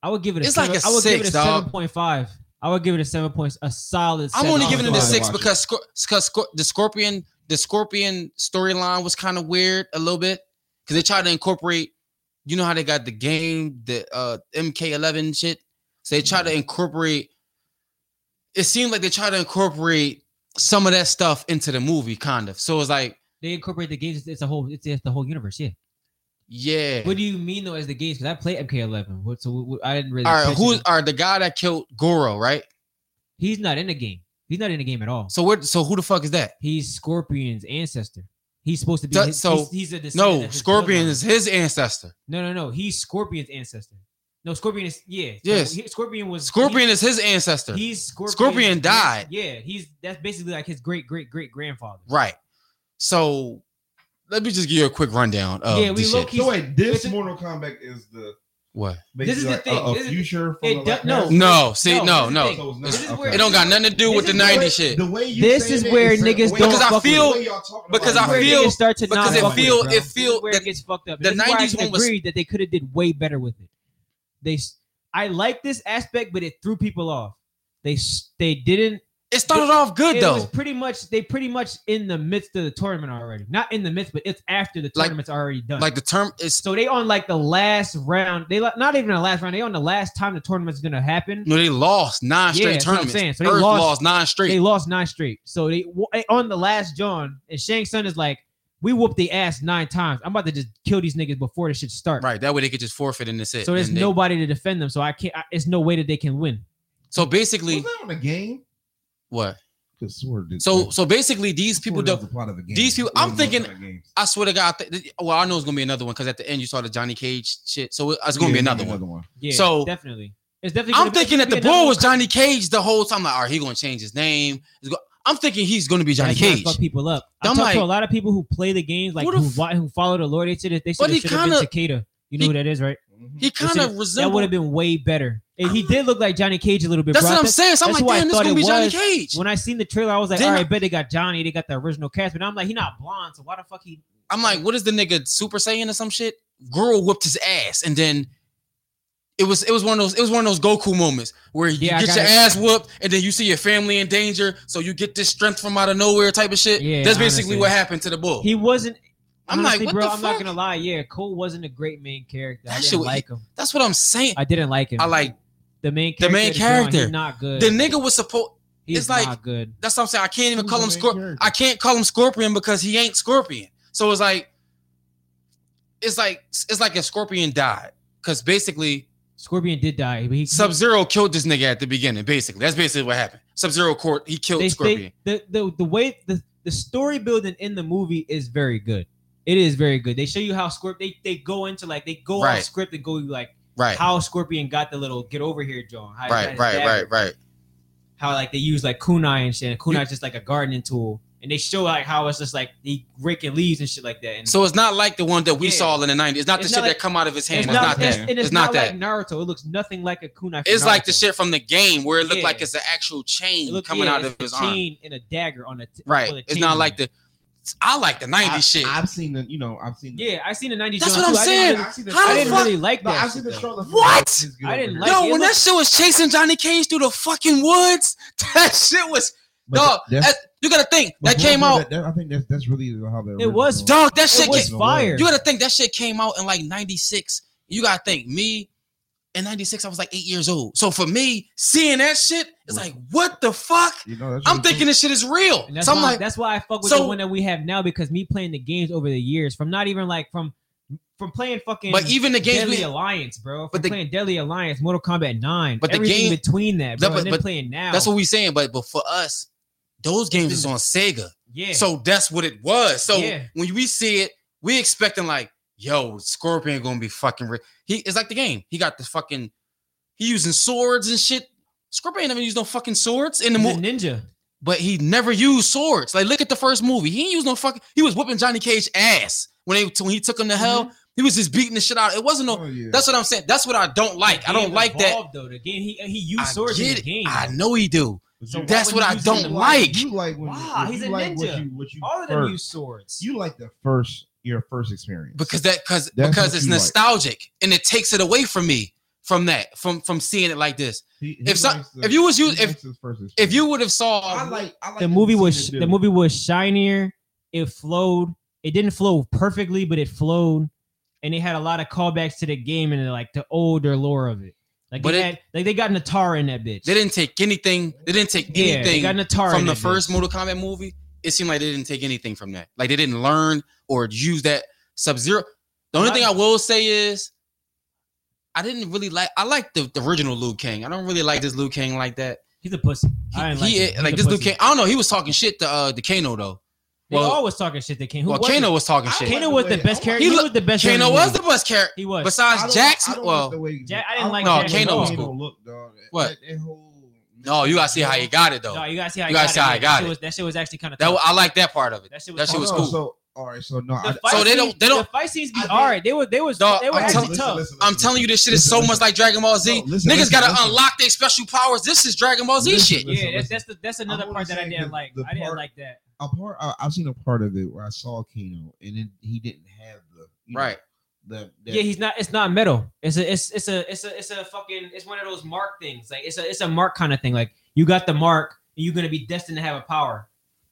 [SPEAKER 2] I would give it. A
[SPEAKER 1] It's like
[SPEAKER 2] seven,
[SPEAKER 1] a
[SPEAKER 2] I would give it
[SPEAKER 1] six,
[SPEAKER 2] a
[SPEAKER 1] dog.
[SPEAKER 2] seven point five. I would give it a seven points. A solid.
[SPEAKER 1] I'm
[SPEAKER 2] seven.
[SPEAKER 1] only
[SPEAKER 3] I
[SPEAKER 1] giving it a
[SPEAKER 3] was
[SPEAKER 1] six
[SPEAKER 3] watching.
[SPEAKER 1] because Scor- because Scor- the scorpion the scorpion storyline was kind of weird a little bit because they tried to incorporate. You know how they got the game, the uh, MK11 shit. So they tried to
[SPEAKER 2] Mm-hmm.
[SPEAKER 1] incorporate. It seemed like they tried to incorporate some of that stuff into the movie, kind of. So it's like,
[SPEAKER 2] They incorporate the games. It's, it's a whole. It's, it's the whole universe. Yeah.
[SPEAKER 1] yeah.
[SPEAKER 2] What do you mean though? As the games? Because I played MK11. What? So what, what- I didn't really.
[SPEAKER 1] all right,
[SPEAKER 2] catch
[SPEAKER 1] who
[SPEAKER 2] it.
[SPEAKER 1] are the guy that killed Goro, right?
[SPEAKER 2] He's not in the game. He's not in the game at all.
[SPEAKER 1] So what? So who the fuck is that?
[SPEAKER 2] He's Scorpion's ancestor. He's supposed to be.
[SPEAKER 1] That-
[SPEAKER 2] his-
[SPEAKER 1] so-
[SPEAKER 2] he's, he's a descendant
[SPEAKER 1] No,
[SPEAKER 2] of his
[SPEAKER 1] Scorpion
[SPEAKER 2] bloodline.
[SPEAKER 1] is his ancestor.
[SPEAKER 2] No, no, no. He's Scorpion's ancestor. No, Scorpion is yeah. So
[SPEAKER 1] Yes.
[SPEAKER 2] he- Scorpion was
[SPEAKER 1] Scorpion is his ancestor,
[SPEAKER 2] He, he's Scorpion.
[SPEAKER 1] Scorpion died.
[SPEAKER 2] Yeah, he's that's basically like his great great great grandfather.
[SPEAKER 1] right? So let me just give you a quick rundown of
[SPEAKER 2] Yeah, we
[SPEAKER 1] the
[SPEAKER 2] low
[SPEAKER 1] shit.
[SPEAKER 2] key-
[SPEAKER 3] So wait, this
[SPEAKER 2] This is-
[SPEAKER 3] Mortal Kombat is the
[SPEAKER 1] What?
[SPEAKER 2] This is the
[SPEAKER 3] basically
[SPEAKER 2] thing.
[SPEAKER 3] A, a
[SPEAKER 2] This is-
[SPEAKER 3] future from
[SPEAKER 2] it
[SPEAKER 3] the
[SPEAKER 2] do-
[SPEAKER 3] Black
[SPEAKER 2] no.
[SPEAKER 3] Mass?
[SPEAKER 1] No, see, no,
[SPEAKER 2] no,
[SPEAKER 1] no.
[SPEAKER 2] this is the
[SPEAKER 3] So it's
[SPEAKER 2] This is
[SPEAKER 3] not-
[SPEAKER 2] where-
[SPEAKER 3] okay.
[SPEAKER 1] It don't got nothing to do
[SPEAKER 2] This
[SPEAKER 1] with the
[SPEAKER 2] is the way-
[SPEAKER 1] '90s shit
[SPEAKER 3] The way you
[SPEAKER 2] This
[SPEAKER 3] saying
[SPEAKER 2] is
[SPEAKER 3] it
[SPEAKER 2] where
[SPEAKER 3] is the
[SPEAKER 2] niggas
[SPEAKER 3] way-
[SPEAKER 2] don't
[SPEAKER 1] Because I fuck with feel- it. because I
[SPEAKER 2] This is where
[SPEAKER 1] feel-
[SPEAKER 2] niggas start to
[SPEAKER 1] because
[SPEAKER 2] not
[SPEAKER 1] it
[SPEAKER 2] fuck with
[SPEAKER 1] feel
[SPEAKER 2] bro.
[SPEAKER 1] it
[SPEAKER 2] This
[SPEAKER 1] feel
[SPEAKER 2] is where
[SPEAKER 1] that
[SPEAKER 2] it gets fucked up.
[SPEAKER 1] the
[SPEAKER 2] This is where I
[SPEAKER 1] 90s
[SPEAKER 2] can
[SPEAKER 1] one was-
[SPEAKER 2] agree that they could have did way better with it. They, s- I like this aspect, but it threw people off. They s- they didn't
[SPEAKER 1] It started off good
[SPEAKER 2] it
[SPEAKER 1] though.
[SPEAKER 2] was pretty much they pretty much in the midst of the tournament already. Not in the midst, but it's after the
[SPEAKER 1] Like-
[SPEAKER 2] tournament's already done.
[SPEAKER 1] like the term is
[SPEAKER 2] so they on like the last round. They li- not even the last round. They on the last time the tournament's gonna happen.
[SPEAKER 1] no, they lost nine
[SPEAKER 2] Yeah,
[SPEAKER 1] straight
[SPEAKER 2] that's what I'm
[SPEAKER 1] tournaments.
[SPEAKER 2] saying. So they
[SPEAKER 1] Earth
[SPEAKER 2] lost-
[SPEAKER 1] lost, nine straight.
[SPEAKER 2] They lost nine straight. So they w- eh, on the last John and Shang Sun is like, we whooped the ass nine times. I'm about to just kill these niggas before this shit starts.
[SPEAKER 1] right. That way they could just forfeit and that's it.
[SPEAKER 2] So there's
[SPEAKER 1] And they-
[SPEAKER 2] nobody to defend them. So I can't. I, it's no way that they can win.
[SPEAKER 1] So
[SPEAKER 3] Was
[SPEAKER 1] basically,
[SPEAKER 3] that on a game?
[SPEAKER 1] what?
[SPEAKER 3] Because Sword did.
[SPEAKER 1] So so basically, these people
[SPEAKER 3] Sword
[SPEAKER 1] don't.
[SPEAKER 3] does the plot of a game.
[SPEAKER 1] these people-
[SPEAKER 3] It
[SPEAKER 1] I'm
[SPEAKER 3] wasn't
[SPEAKER 1] thinking-
[SPEAKER 3] on a game.
[SPEAKER 1] I swear to God. th- th- well, I know it's gonna be another one because at the end you saw the Johnny Cage shit. So it- it's gonna be
[SPEAKER 3] Yeah,
[SPEAKER 1] another one.
[SPEAKER 2] Yeah.
[SPEAKER 1] So-
[SPEAKER 2] definitely, it's definitely.
[SPEAKER 1] I'm
[SPEAKER 2] gonna be-
[SPEAKER 1] thinking that
[SPEAKER 2] it's
[SPEAKER 1] the
[SPEAKER 2] gonna be another
[SPEAKER 1] bull was
[SPEAKER 2] one.
[SPEAKER 1] Johnny Cage the whole time. like, all right, he's gonna change his name. He's go- I'm thinking he's gonna be Johnny
[SPEAKER 2] That's why I
[SPEAKER 1] Cage.
[SPEAKER 2] Fuck people up. I
[SPEAKER 1] I'm
[SPEAKER 2] talk to a
[SPEAKER 1] like-
[SPEAKER 2] lot of people who play the games, like
[SPEAKER 1] What
[SPEAKER 2] who,
[SPEAKER 1] if-
[SPEAKER 2] wa- who follow the Lord. They said that they should
[SPEAKER 1] But he
[SPEAKER 2] have been
[SPEAKER 1] kinda-
[SPEAKER 2] Takeda. You know
[SPEAKER 1] he-
[SPEAKER 2] who that is, right?
[SPEAKER 3] Mhm.
[SPEAKER 1] He kind of
[SPEAKER 2] should've- That would have
[SPEAKER 1] resembled.
[SPEAKER 2] been way better. And he
[SPEAKER 1] I'm
[SPEAKER 2] did look like Johnny Cage a little bit.
[SPEAKER 1] That's
[SPEAKER 2] bro. I
[SPEAKER 1] what I'm
[SPEAKER 2] thought-
[SPEAKER 1] saying. So I'm
[SPEAKER 2] that's
[SPEAKER 1] like,
[SPEAKER 2] who I
[SPEAKER 1] damn, this
[SPEAKER 2] thought
[SPEAKER 1] gonna
[SPEAKER 2] it
[SPEAKER 1] be Johnny
[SPEAKER 2] was
[SPEAKER 1] Cage.
[SPEAKER 2] When I seen the trailer, I was like,
[SPEAKER 1] Then
[SPEAKER 2] all
[SPEAKER 1] I-
[SPEAKER 2] right, bet they got Johnny. They got the original cast, but I'm like, he not blonde, so why the fuck he?
[SPEAKER 1] I'm like, what is the nigga Super Saiyan or some shit? Girl whipped his ass, and then it was it was one of those it was one of those Goku moments where you
[SPEAKER 2] Yeah, I
[SPEAKER 1] get
[SPEAKER 2] got
[SPEAKER 1] your
[SPEAKER 2] it.
[SPEAKER 1] ass whooped, and then you see your family in danger, so you get this strength from out of nowhere type of shit.
[SPEAKER 2] Yeah,
[SPEAKER 1] That's basically
[SPEAKER 2] honestly.
[SPEAKER 1] what happened to the bull.
[SPEAKER 2] He wasn't.
[SPEAKER 1] I'm
[SPEAKER 2] honestly,
[SPEAKER 1] like, what
[SPEAKER 2] bro,
[SPEAKER 1] the
[SPEAKER 2] I'm
[SPEAKER 1] fuck?
[SPEAKER 2] not gonna lie. Yeah, Cole wasn't a great main character.
[SPEAKER 1] That
[SPEAKER 2] I
[SPEAKER 1] shit
[SPEAKER 2] didn't
[SPEAKER 1] was-
[SPEAKER 2] like him.
[SPEAKER 1] That's what I'm saying. I,
[SPEAKER 2] I didn't like him.
[SPEAKER 1] like
[SPEAKER 2] the main
[SPEAKER 1] the
[SPEAKER 2] character.
[SPEAKER 1] main
[SPEAKER 2] of John, he's
[SPEAKER 1] character.
[SPEAKER 2] not good.
[SPEAKER 1] the nigga was supposed.
[SPEAKER 2] He's
[SPEAKER 1] it's like-
[SPEAKER 2] not good.
[SPEAKER 1] That's what I'm saying. I can't even
[SPEAKER 3] Who's
[SPEAKER 1] call
[SPEAKER 3] the
[SPEAKER 1] him
[SPEAKER 3] main
[SPEAKER 1] Scorpion.
[SPEAKER 3] character?
[SPEAKER 1] I can't call him Scorpion because he ain't Scorpion. So it's like, it's like it's like if Scorpion died because basically
[SPEAKER 2] Scorpion did die, but he
[SPEAKER 1] Sub Zero killed this nigga at the beginning. Basically, that's basically what happened. Sub Zero court he killed
[SPEAKER 2] they,
[SPEAKER 1] Scorpion.
[SPEAKER 2] they, the, the the way the, the story building in the movie is very good. It is very good. They show you how Scorpion they, they go into like they go
[SPEAKER 1] Right.
[SPEAKER 2] off script and go like
[SPEAKER 1] right,
[SPEAKER 2] how Scorpion got the little get over here, John. How he got
[SPEAKER 1] right,
[SPEAKER 2] his
[SPEAKER 1] right,
[SPEAKER 2] dagger.
[SPEAKER 1] right, right.
[SPEAKER 2] How like they use like kunai and shit. And kunai's just like a gardening tool, and they show like how it's just like he raking leaves and shit like that. And
[SPEAKER 1] So it's not like the one that we
[SPEAKER 2] Yeah.
[SPEAKER 1] saw in the nineties. It's not the
[SPEAKER 2] It's
[SPEAKER 1] shit
[SPEAKER 2] not
[SPEAKER 1] that
[SPEAKER 2] like-
[SPEAKER 1] come out of his hand.
[SPEAKER 2] it's
[SPEAKER 1] It's,
[SPEAKER 2] not,
[SPEAKER 1] not,
[SPEAKER 2] it's-
[SPEAKER 1] that.
[SPEAKER 2] and
[SPEAKER 1] It's,
[SPEAKER 2] it's,
[SPEAKER 1] not, that.
[SPEAKER 2] like Naruto. It looks nothing like a kunai. for
[SPEAKER 1] it's like the
[SPEAKER 2] Naruto.
[SPEAKER 1] shit from the game where it looked
[SPEAKER 2] Yeah.
[SPEAKER 1] like it's an actual chain
[SPEAKER 2] It looked-
[SPEAKER 1] coming
[SPEAKER 2] yeah,
[SPEAKER 1] out
[SPEAKER 2] it's
[SPEAKER 1] of his
[SPEAKER 2] a
[SPEAKER 1] arm.
[SPEAKER 2] chain and a dagger on a t-
[SPEAKER 1] Right.
[SPEAKER 2] with a
[SPEAKER 1] It's
[SPEAKER 2] chain
[SPEAKER 1] not
[SPEAKER 2] on
[SPEAKER 1] like the.
[SPEAKER 2] it.
[SPEAKER 1] I like the nineties shit.
[SPEAKER 3] I've seen the. You know, I've seen. The,
[SPEAKER 2] Yeah, I seen the 90s.
[SPEAKER 1] That's
[SPEAKER 2] John,
[SPEAKER 1] what I'm
[SPEAKER 2] too. I didn't
[SPEAKER 1] saying.
[SPEAKER 2] really-
[SPEAKER 3] I've seen the.
[SPEAKER 1] How the
[SPEAKER 2] I didn't
[SPEAKER 1] fuck-
[SPEAKER 2] really like
[SPEAKER 3] No,
[SPEAKER 2] that.
[SPEAKER 3] I've seen
[SPEAKER 2] shit,
[SPEAKER 3] the
[SPEAKER 2] though.
[SPEAKER 3] struggle.
[SPEAKER 1] What?
[SPEAKER 2] I didn't like
[SPEAKER 1] Yo,
[SPEAKER 2] it
[SPEAKER 1] when that
[SPEAKER 2] looked-
[SPEAKER 1] shit was chasing Johnny Cage through the fucking woods, that shit was dog. that- you gotta think that came out.
[SPEAKER 3] That, I think that's that's really how that.
[SPEAKER 2] It was
[SPEAKER 3] original-
[SPEAKER 1] Dog, that shit
[SPEAKER 2] was
[SPEAKER 1] came-
[SPEAKER 2] fire.
[SPEAKER 1] You gotta think that shit came out in like '96. You gotta think me in '96. I was like eight years old. So for me, seeing that shit, it's like, what the fuck?
[SPEAKER 3] You know, that's
[SPEAKER 1] I'm
[SPEAKER 3] really-
[SPEAKER 1] thinking this shit is real.
[SPEAKER 2] And that's,
[SPEAKER 1] So I'm
[SPEAKER 2] why,
[SPEAKER 1] like,
[SPEAKER 2] that's why I fuck with
[SPEAKER 1] so-
[SPEAKER 2] the one that we have now because me playing the games over the years from not even like from from playing fucking
[SPEAKER 1] but even the games
[SPEAKER 2] Deadly
[SPEAKER 1] we,
[SPEAKER 2] Alliance, bro. From
[SPEAKER 1] but the-
[SPEAKER 2] playing Deadly Alliance, Mortal Kombat 9,
[SPEAKER 1] But
[SPEAKER 2] but
[SPEAKER 1] the
[SPEAKER 2] everything
[SPEAKER 1] game-
[SPEAKER 2] between that,
[SPEAKER 1] No,
[SPEAKER 2] bro,
[SPEAKER 1] but-
[SPEAKER 2] and then
[SPEAKER 1] but
[SPEAKER 2] playing now.
[SPEAKER 1] that's what we saying. But but for us, those games
[SPEAKER 2] Mm.
[SPEAKER 1] is on Sega.
[SPEAKER 2] yeah.
[SPEAKER 1] So that's what it was. So
[SPEAKER 2] Yeah.
[SPEAKER 1] when we see it, we expecting like, yo, Scorpion gonna be fucking. Re-. He it's like the game. He got the fucking. He using swords and shit. Scorpion ain't never used no fucking swords in the
[SPEAKER 2] He's a
[SPEAKER 1] movie.
[SPEAKER 2] ninja.
[SPEAKER 1] but he never used swords. Like, look at the first movie. He ain't used no fucking. He was whipping Johnny Cage ass when they when he took him to hell.
[SPEAKER 2] Mm-hmm.
[SPEAKER 1] He was just beating the shit out. It wasn't no.
[SPEAKER 3] Oh, yeah.
[SPEAKER 1] That's what I'm saying. That's what I don't like.
[SPEAKER 2] The
[SPEAKER 1] I don't
[SPEAKER 2] game
[SPEAKER 1] like that.
[SPEAKER 2] evolved, Though. The game, he, he used
[SPEAKER 1] I
[SPEAKER 2] swords in
[SPEAKER 1] get
[SPEAKER 2] the
[SPEAKER 1] it.
[SPEAKER 2] game.
[SPEAKER 1] I know he do.
[SPEAKER 3] So
[SPEAKER 1] that's what
[SPEAKER 3] why would
[SPEAKER 1] I
[SPEAKER 3] you
[SPEAKER 1] don't
[SPEAKER 3] say
[SPEAKER 1] like.
[SPEAKER 3] You like when
[SPEAKER 2] Wow,
[SPEAKER 3] when
[SPEAKER 2] he's
[SPEAKER 3] you
[SPEAKER 2] a
[SPEAKER 3] like What
[SPEAKER 2] ninja.
[SPEAKER 3] you, what you
[SPEAKER 2] All of them
[SPEAKER 3] first,
[SPEAKER 2] use swords.
[SPEAKER 3] you like the first your first experience
[SPEAKER 1] because that because
[SPEAKER 3] That's
[SPEAKER 1] because
[SPEAKER 3] what
[SPEAKER 1] it's
[SPEAKER 3] you like.
[SPEAKER 1] nostalgic and it takes it away from me from that from from seeing it like this.
[SPEAKER 3] He- he
[SPEAKER 1] If so-
[SPEAKER 3] likes the-
[SPEAKER 1] if you was
[SPEAKER 3] he
[SPEAKER 1] you if
[SPEAKER 3] likes his first
[SPEAKER 1] if
[SPEAKER 3] experience.
[SPEAKER 1] you would have
[SPEAKER 3] I
[SPEAKER 1] saw
[SPEAKER 3] like, I like
[SPEAKER 2] the movie was
[SPEAKER 3] scene
[SPEAKER 2] sh-
[SPEAKER 3] to
[SPEAKER 2] the
[SPEAKER 3] do.
[SPEAKER 2] movie was shinier. It flowed. It didn't flow perfectly, but it flowed, and it had a lot of callbacks to the game and like the older lore of it. Like
[SPEAKER 1] But
[SPEAKER 2] they
[SPEAKER 1] it-
[SPEAKER 2] had, like they got Natara in that bitch.
[SPEAKER 1] they didn't take anything. They didn't take
[SPEAKER 2] yeah, they
[SPEAKER 1] anything
[SPEAKER 2] got Natara in
[SPEAKER 1] from the
[SPEAKER 2] that bitch.
[SPEAKER 1] first Mortal Kombat movie, it seemed like they didn't take anything from that. Like they didn't learn or use that Sub Zero. The only
[SPEAKER 2] Right.
[SPEAKER 1] thing I will say is, I didn't really like. I like the, the original Liu Kang. I don't really like this Liu Kang like that.
[SPEAKER 2] He's a pussy.
[SPEAKER 1] He,
[SPEAKER 2] I
[SPEAKER 1] he-
[SPEAKER 2] didn't
[SPEAKER 1] like,
[SPEAKER 2] like, him. He's
[SPEAKER 1] this
[SPEAKER 2] a
[SPEAKER 1] Liu
[SPEAKER 2] pussy.
[SPEAKER 1] Kang. I don't know. He was talking shit to uh the Kano though.
[SPEAKER 2] They
[SPEAKER 1] well-
[SPEAKER 2] always talking shit. They Kano. Who
[SPEAKER 1] well,
[SPEAKER 2] was
[SPEAKER 1] Kano
[SPEAKER 2] it?
[SPEAKER 1] was talking
[SPEAKER 3] I
[SPEAKER 1] shit.
[SPEAKER 3] like
[SPEAKER 2] Kano
[SPEAKER 3] the
[SPEAKER 2] was
[SPEAKER 3] way-
[SPEAKER 2] the best
[SPEAKER 3] I
[SPEAKER 2] character.
[SPEAKER 1] like-
[SPEAKER 2] He was the best. character
[SPEAKER 1] Kano
[SPEAKER 2] in
[SPEAKER 1] was
[SPEAKER 2] movie.
[SPEAKER 1] the best character
[SPEAKER 2] He was.
[SPEAKER 3] I
[SPEAKER 1] besides
[SPEAKER 3] don't- I
[SPEAKER 1] Jackson.
[SPEAKER 3] don't like the
[SPEAKER 1] Well,
[SPEAKER 3] way he-
[SPEAKER 2] Jack- I didn't like
[SPEAKER 1] No,
[SPEAKER 3] the
[SPEAKER 1] Kano
[SPEAKER 3] way
[SPEAKER 1] was
[SPEAKER 3] he
[SPEAKER 1] cool.
[SPEAKER 3] Look, dog. That-
[SPEAKER 1] What?
[SPEAKER 3] That, that whole,
[SPEAKER 1] no, you gotta see how he got it though.
[SPEAKER 2] No, you gotta see how
[SPEAKER 1] You
[SPEAKER 2] he
[SPEAKER 1] gotta
[SPEAKER 2] got
[SPEAKER 1] see how he
[SPEAKER 2] it.
[SPEAKER 1] got
[SPEAKER 2] That shit
[SPEAKER 1] it.
[SPEAKER 2] was- That shit was actually kind of
[SPEAKER 1] That wa- I like that part of it.
[SPEAKER 2] That shit
[SPEAKER 1] that
[SPEAKER 2] was.
[SPEAKER 1] shit
[SPEAKER 2] tough.
[SPEAKER 1] was
[SPEAKER 3] no,
[SPEAKER 1] cool.
[SPEAKER 3] So all right, so no, I,
[SPEAKER 2] The fight
[SPEAKER 1] So they
[SPEAKER 2] scenes-
[SPEAKER 1] don't- they don't-
[SPEAKER 2] The fight scenes be
[SPEAKER 3] I think-
[SPEAKER 2] all right. They were. They was.
[SPEAKER 1] Dog,
[SPEAKER 2] They were
[SPEAKER 1] I'm
[SPEAKER 2] actually
[SPEAKER 1] telling-
[SPEAKER 2] tough.
[SPEAKER 1] I'm telling you, this shit is
[SPEAKER 3] Listen,
[SPEAKER 1] so
[SPEAKER 3] listen.
[SPEAKER 1] much like Dragon Ball Z.
[SPEAKER 3] No, listen,
[SPEAKER 1] Niggas
[SPEAKER 3] listen,
[SPEAKER 1] gotta
[SPEAKER 3] listen.
[SPEAKER 1] unlock their special powers. This is Dragon Ball Z
[SPEAKER 3] Listen,
[SPEAKER 1] shit.
[SPEAKER 3] listen,
[SPEAKER 2] yeah, that's that's, the, that's another
[SPEAKER 3] I'm
[SPEAKER 2] part that I
[SPEAKER 3] saying
[SPEAKER 2] didn't
[SPEAKER 3] the-
[SPEAKER 2] like.
[SPEAKER 3] the
[SPEAKER 2] I didn't
[SPEAKER 3] part-
[SPEAKER 2] like that.
[SPEAKER 3] a part. I, I've seen a part of it where I saw Kano, and it, he didn't have the you know,
[SPEAKER 1] Right.
[SPEAKER 3] the, the
[SPEAKER 2] Yeah, he's not. It's not metal. It's a. It's it's a. It's a. It's a fucking. It's one of those mark things. Like it's a. It's a mark kind of thing. Like you got the mark. and you're gonna be destined to have a power.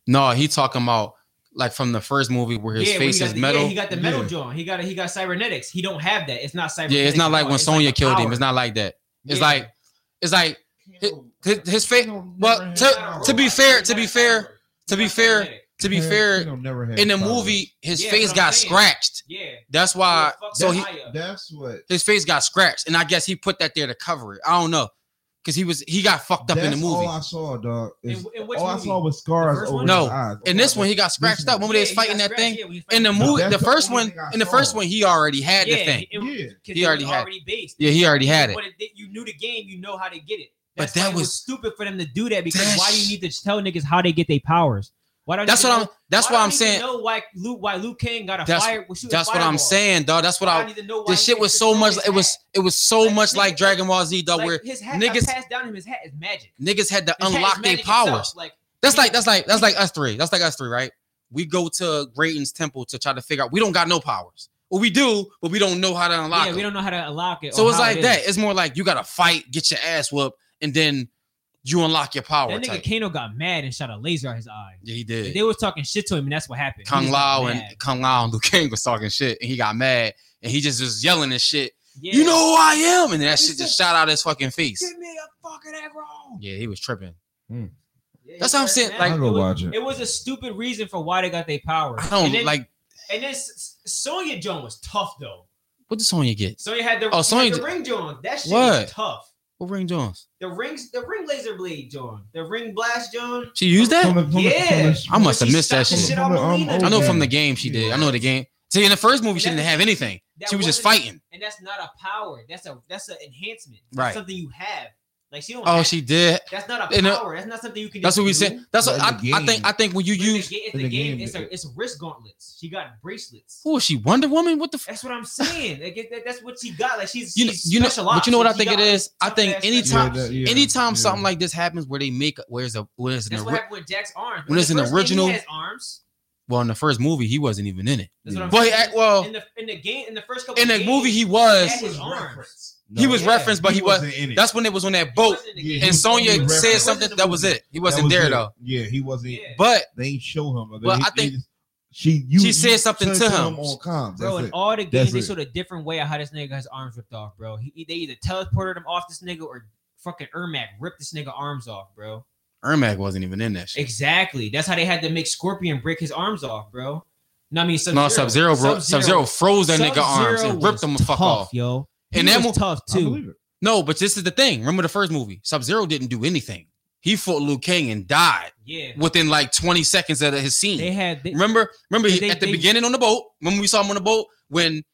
[SPEAKER 1] No, he talking about like from the first movie where his
[SPEAKER 2] yeah, when
[SPEAKER 1] face
[SPEAKER 2] he got
[SPEAKER 1] is
[SPEAKER 2] the-
[SPEAKER 1] metal.
[SPEAKER 2] Yeah, he got the metal
[SPEAKER 3] Yeah.
[SPEAKER 2] jaw. He got he got cybernetics. He don't have that. It's not cybernetics.
[SPEAKER 1] yeah, it's not
[SPEAKER 2] at
[SPEAKER 1] like
[SPEAKER 2] all.
[SPEAKER 1] when
[SPEAKER 2] It's
[SPEAKER 1] Sonya
[SPEAKER 2] like a
[SPEAKER 1] killed him.
[SPEAKER 2] power.
[SPEAKER 1] It's not like that. It's
[SPEAKER 2] Yeah.
[SPEAKER 1] like it's like his, his face.
[SPEAKER 3] Kano
[SPEAKER 1] Well,
[SPEAKER 3] never
[SPEAKER 1] to
[SPEAKER 3] had-
[SPEAKER 1] to be fair, to be fair,
[SPEAKER 2] He
[SPEAKER 1] to be
[SPEAKER 2] got
[SPEAKER 1] fair,
[SPEAKER 2] cybernetic.
[SPEAKER 1] to be
[SPEAKER 3] Kano
[SPEAKER 1] fair,
[SPEAKER 3] never had
[SPEAKER 1] in the
[SPEAKER 3] power.
[SPEAKER 1] movie his
[SPEAKER 2] Yeah,
[SPEAKER 1] face
[SPEAKER 2] but I'm
[SPEAKER 1] got
[SPEAKER 2] saying-
[SPEAKER 1] scratched.
[SPEAKER 2] Yeah.
[SPEAKER 1] That's why.
[SPEAKER 2] He was
[SPEAKER 1] So
[SPEAKER 2] fucking
[SPEAKER 1] he
[SPEAKER 2] high up.
[SPEAKER 3] That's what.
[SPEAKER 1] his face got scratched, and I guess he put that there to cover it. I don't know, cause he was he got fucked up
[SPEAKER 3] That's
[SPEAKER 1] in the movie.
[SPEAKER 3] all I saw, dog.
[SPEAKER 2] In,
[SPEAKER 3] is-
[SPEAKER 2] in which
[SPEAKER 3] all I
[SPEAKER 2] movie?
[SPEAKER 3] saw was scars
[SPEAKER 2] The first
[SPEAKER 3] over
[SPEAKER 2] one?
[SPEAKER 1] No.
[SPEAKER 3] his eyes.
[SPEAKER 1] In this one, he got scratched up.
[SPEAKER 3] one.
[SPEAKER 1] Remember they was
[SPEAKER 2] he got
[SPEAKER 1] fighting that
[SPEAKER 2] scratched.
[SPEAKER 1] thing
[SPEAKER 2] Yeah, when he
[SPEAKER 1] in the
[SPEAKER 2] fighting-
[SPEAKER 1] movie.
[SPEAKER 3] that's
[SPEAKER 1] The
[SPEAKER 3] the
[SPEAKER 1] first
[SPEAKER 3] only
[SPEAKER 1] one,
[SPEAKER 3] thing I
[SPEAKER 1] in the first
[SPEAKER 3] saw.
[SPEAKER 1] one, he already had the thing.
[SPEAKER 2] it- 'cause
[SPEAKER 3] Yeah.
[SPEAKER 1] He already
[SPEAKER 2] was
[SPEAKER 1] had it.
[SPEAKER 2] already based.
[SPEAKER 1] Yeah, he already had it.
[SPEAKER 2] But it- you knew the game, you know how to get it.
[SPEAKER 1] But
[SPEAKER 2] That's why
[SPEAKER 1] that
[SPEAKER 2] it was,
[SPEAKER 1] was-
[SPEAKER 2] stupid for them to do that because
[SPEAKER 1] That's-
[SPEAKER 2] why do you need to tell niggas how they get their powers? Why don't
[SPEAKER 1] That's
[SPEAKER 2] you
[SPEAKER 1] what I'm.
[SPEAKER 2] know-
[SPEAKER 1] That's
[SPEAKER 2] why
[SPEAKER 1] why
[SPEAKER 2] don't
[SPEAKER 1] I'm
[SPEAKER 2] you
[SPEAKER 1] saying.
[SPEAKER 2] Know why Luke? Why Luke Kane got a
[SPEAKER 1] That's-
[SPEAKER 2] fire? was shooting
[SPEAKER 1] That's what I'm
[SPEAKER 2] fireballs.
[SPEAKER 1] saying, dog. That's what
[SPEAKER 2] Why
[SPEAKER 1] I.
[SPEAKER 2] need to know why
[SPEAKER 1] This shit
[SPEAKER 2] niggas
[SPEAKER 1] was
[SPEAKER 2] just
[SPEAKER 1] so
[SPEAKER 2] throw
[SPEAKER 1] much.
[SPEAKER 2] his
[SPEAKER 1] It was.
[SPEAKER 2] hat.
[SPEAKER 1] It was so
[SPEAKER 2] Like,
[SPEAKER 1] much
[SPEAKER 2] niggas-
[SPEAKER 1] like Dragon Ball Z, dog.
[SPEAKER 2] Like,
[SPEAKER 1] Where
[SPEAKER 2] his hat
[SPEAKER 1] niggas-
[SPEAKER 2] got passed down him. His hat is magic.
[SPEAKER 1] niggas had to
[SPEAKER 2] His hat is
[SPEAKER 1] unlock their
[SPEAKER 2] magic itself.
[SPEAKER 1] powers.
[SPEAKER 2] Like
[SPEAKER 1] That's like that's like that's like us three. That's like us three, right? We go to Graydon's temple to try to figure out. We don't got no powers. Well, we do, but we don't know how to unlock.
[SPEAKER 2] yeah,
[SPEAKER 1] them.
[SPEAKER 2] we don't know how to unlock it.
[SPEAKER 1] So
[SPEAKER 2] or
[SPEAKER 1] it's
[SPEAKER 2] how
[SPEAKER 1] like
[SPEAKER 2] it
[SPEAKER 1] that.
[SPEAKER 2] is.
[SPEAKER 1] It's more like you gotta fight, get your ass whooped, and then you unlock your power.
[SPEAKER 2] That nigga
[SPEAKER 1] type.
[SPEAKER 2] Kano got mad and shot a laser out his eye.
[SPEAKER 1] Yeah, he
[SPEAKER 2] Like,
[SPEAKER 1] did.
[SPEAKER 2] They was talking shit to him, and that's what happened. He
[SPEAKER 1] Kung
[SPEAKER 2] was, like,
[SPEAKER 1] Lao
[SPEAKER 2] mad.
[SPEAKER 1] and Kung Lao and Liu Kang was talking shit, and he got mad, and he just was yelling and shit.
[SPEAKER 2] Yeah.
[SPEAKER 1] You know who I am, and that
[SPEAKER 2] He
[SPEAKER 1] shit just
[SPEAKER 2] said-
[SPEAKER 1] shot out his fucking face.
[SPEAKER 2] Give me a fucking arrow.
[SPEAKER 1] Yeah, he was tripping.
[SPEAKER 4] Yeah,
[SPEAKER 1] That's
[SPEAKER 4] you
[SPEAKER 1] what I'm
[SPEAKER 4] got
[SPEAKER 1] saying,
[SPEAKER 4] that.
[SPEAKER 1] like-
[SPEAKER 3] I
[SPEAKER 2] it
[SPEAKER 3] go
[SPEAKER 2] was-
[SPEAKER 3] watch it.
[SPEAKER 2] It was a stupid reason for why they got their power.
[SPEAKER 1] I don't
[SPEAKER 2] and then,
[SPEAKER 1] like
[SPEAKER 2] And then S- S- Sonya Jones was tough though.
[SPEAKER 1] what does Sonya get?
[SPEAKER 2] Sonya had the,
[SPEAKER 1] Oh,
[SPEAKER 2] she had
[SPEAKER 1] Sonya-
[SPEAKER 2] the ring Jones. That shit
[SPEAKER 1] What?
[SPEAKER 2] was tough.
[SPEAKER 1] What ring Jones?
[SPEAKER 2] The rings, the ring laser blade John, the ring blast John.
[SPEAKER 1] She used
[SPEAKER 3] From
[SPEAKER 1] that?
[SPEAKER 3] the- from the- from
[SPEAKER 2] Yeah.
[SPEAKER 3] the-
[SPEAKER 1] I must
[SPEAKER 2] When
[SPEAKER 1] have
[SPEAKER 2] she
[SPEAKER 1] missed that
[SPEAKER 2] stopped the
[SPEAKER 1] shit.
[SPEAKER 2] shit out of
[SPEAKER 3] From the, um,
[SPEAKER 2] Melina.
[SPEAKER 3] old
[SPEAKER 1] I know from the
[SPEAKER 3] game.
[SPEAKER 1] game she did. I know the game. See, in the first movie she
[SPEAKER 2] That-
[SPEAKER 1] didn't have anything.
[SPEAKER 2] That
[SPEAKER 1] She was just
[SPEAKER 2] wasn't-
[SPEAKER 1] fighting.
[SPEAKER 2] and that's not a power. That's a that's an enhancement. That's
[SPEAKER 1] Right.
[SPEAKER 2] Something you have. Like she don't.
[SPEAKER 1] Oh,
[SPEAKER 2] have-
[SPEAKER 1] she did.
[SPEAKER 2] That's not a
[SPEAKER 1] and, uh,
[SPEAKER 2] power. that's not something you can.
[SPEAKER 1] That's
[SPEAKER 2] just
[SPEAKER 1] what we
[SPEAKER 2] do.
[SPEAKER 1] said. That's what I,
[SPEAKER 3] But in the
[SPEAKER 1] I think.
[SPEAKER 3] game-
[SPEAKER 1] I think when you
[SPEAKER 2] But in the
[SPEAKER 1] use
[SPEAKER 2] ga- it's
[SPEAKER 3] in
[SPEAKER 2] the
[SPEAKER 3] the
[SPEAKER 2] game.
[SPEAKER 3] game,
[SPEAKER 2] It's
[SPEAKER 3] it-
[SPEAKER 2] a, it's wrist gauntlets. She got bracelets.
[SPEAKER 1] who is she Wonder Woman? What the f-
[SPEAKER 2] That's what I'm saying. Like it- that, that's what she got. Like she's
[SPEAKER 1] you know,
[SPEAKER 2] she's
[SPEAKER 1] you know,
[SPEAKER 2] specialized.
[SPEAKER 1] but you know what I
[SPEAKER 2] She
[SPEAKER 1] think it
[SPEAKER 2] got-
[SPEAKER 1] is. I think
[SPEAKER 2] tough-ass
[SPEAKER 1] anytime,
[SPEAKER 2] specialized.
[SPEAKER 3] Yeah, that- yeah.
[SPEAKER 1] anytime
[SPEAKER 3] yeah.
[SPEAKER 1] something like this happens, where they make where's a where's an
[SPEAKER 2] That's what
[SPEAKER 1] ori-
[SPEAKER 2] happened with Jack's arms.
[SPEAKER 1] when it's
[SPEAKER 2] The
[SPEAKER 1] an
[SPEAKER 2] first game, he
[SPEAKER 1] original-
[SPEAKER 2] has arms.
[SPEAKER 1] well in the first movie he wasn't even in it.
[SPEAKER 2] That's what I'm
[SPEAKER 1] Well, he,
[SPEAKER 2] saying.
[SPEAKER 1] act- well
[SPEAKER 2] in the in the game in the first couple
[SPEAKER 1] in the
[SPEAKER 2] games,
[SPEAKER 1] movie he
[SPEAKER 2] had
[SPEAKER 1] was.
[SPEAKER 3] He
[SPEAKER 2] his
[SPEAKER 3] was
[SPEAKER 2] arms.
[SPEAKER 3] referenced.
[SPEAKER 1] He was
[SPEAKER 2] Yeah.
[SPEAKER 1] referenced, but he was.
[SPEAKER 3] wasn't in it.
[SPEAKER 1] That's when it was on that
[SPEAKER 2] He
[SPEAKER 1] boat,
[SPEAKER 2] wasn't in the
[SPEAKER 3] Yeah,
[SPEAKER 2] game.
[SPEAKER 1] and
[SPEAKER 3] he
[SPEAKER 1] Sonya
[SPEAKER 3] wasn't
[SPEAKER 1] said
[SPEAKER 3] referenced.
[SPEAKER 1] something.
[SPEAKER 2] He wasn't in the
[SPEAKER 1] That was
[SPEAKER 2] movie.
[SPEAKER 1] it. He
[SPEAKER 3] That
[SPEAKER 1] wasn't
[SPEAKER 3] was
[SPEAKER 1] there
[SPEAKER 3] it.
[SPEAKER 1] though.
[SPEAKER 3] Yeah, he wasn't.
[SPEAKER 2] Yeah.
[SPEAKER 1] But
[SPEAKER 3] They ain't show him.
[SPEAKER 1] Well,
[SPEAKER 3] They-
[SPEAKER 1] I think-
[SPEAKER 3] they just- she you,
[SPEAKER 1] she
[SPEAKER 3] you
[SPEAKER 1] said something
[SPEAKER 3] said
[SPEAKER 1] to
[SPEAKER 3] something
[SPEAKER 1] him.
[SPEAKER 3] on comms.
[SPEAKER 2] Bro,
[SPEAKER 3] That's
[SPEAKER 2] in
[SPEAKER 3] it.
[SPEAKER 2] all the
[SPEAKER 3] That's
[SPEAKER 2] games, they
[SPEAKER 3] it.
[SPEAKER 2] showed a different way of how this nigga got his arms ripped off, bro. He, they either teleported him off this nigga or fucking Ermac ripped this nigga arms off, bro.
[SPEAKER 1] Ermac wasn't even in that shit.
[SPEAKER 2] Exactly. That's how they had to make Scorpion break his arms off, bro. No, I mean, Sub-Zero.
[SPEAKER 1] No, Sub Zero, bro. Sub Zero froze that nigga arms
[SPEAKER 2] Sub-Zero
[SPEAKER 1] and ripped
[SPEAKER 2] was
[SPEAKER 1] them the fuck
[SPEAKER 2] tough,
[SPEAKER 1] off.
[SPEAKER 2] yo. He
[SPEAKER 1] And that
[SPEAKER 2] was
[SPEAKER 1] mo-
[SPEAKER 2] tough
[SPEAKER 3] I
[SPEAKER 2] too.
[SPEAKER 3] believe it.
[SPEAKER 1] No, but this is the thing. Remember the first movie? Sub Zero didn't do anything. He fought Liu Kang and died
[SPEAKER 2] Yeah,
[SPEAKER 1] within like 20 seconds of his scene.
[SPEAKER 2] they had. They,
[SPEAKER 1] Remember, remember he-
[SPEAKER 2] They-
[SPEAKER 1] at the
[SPEAKER 2] they-
[SPEAKER 1] beginning on the boat. Remember we saw him on the boat when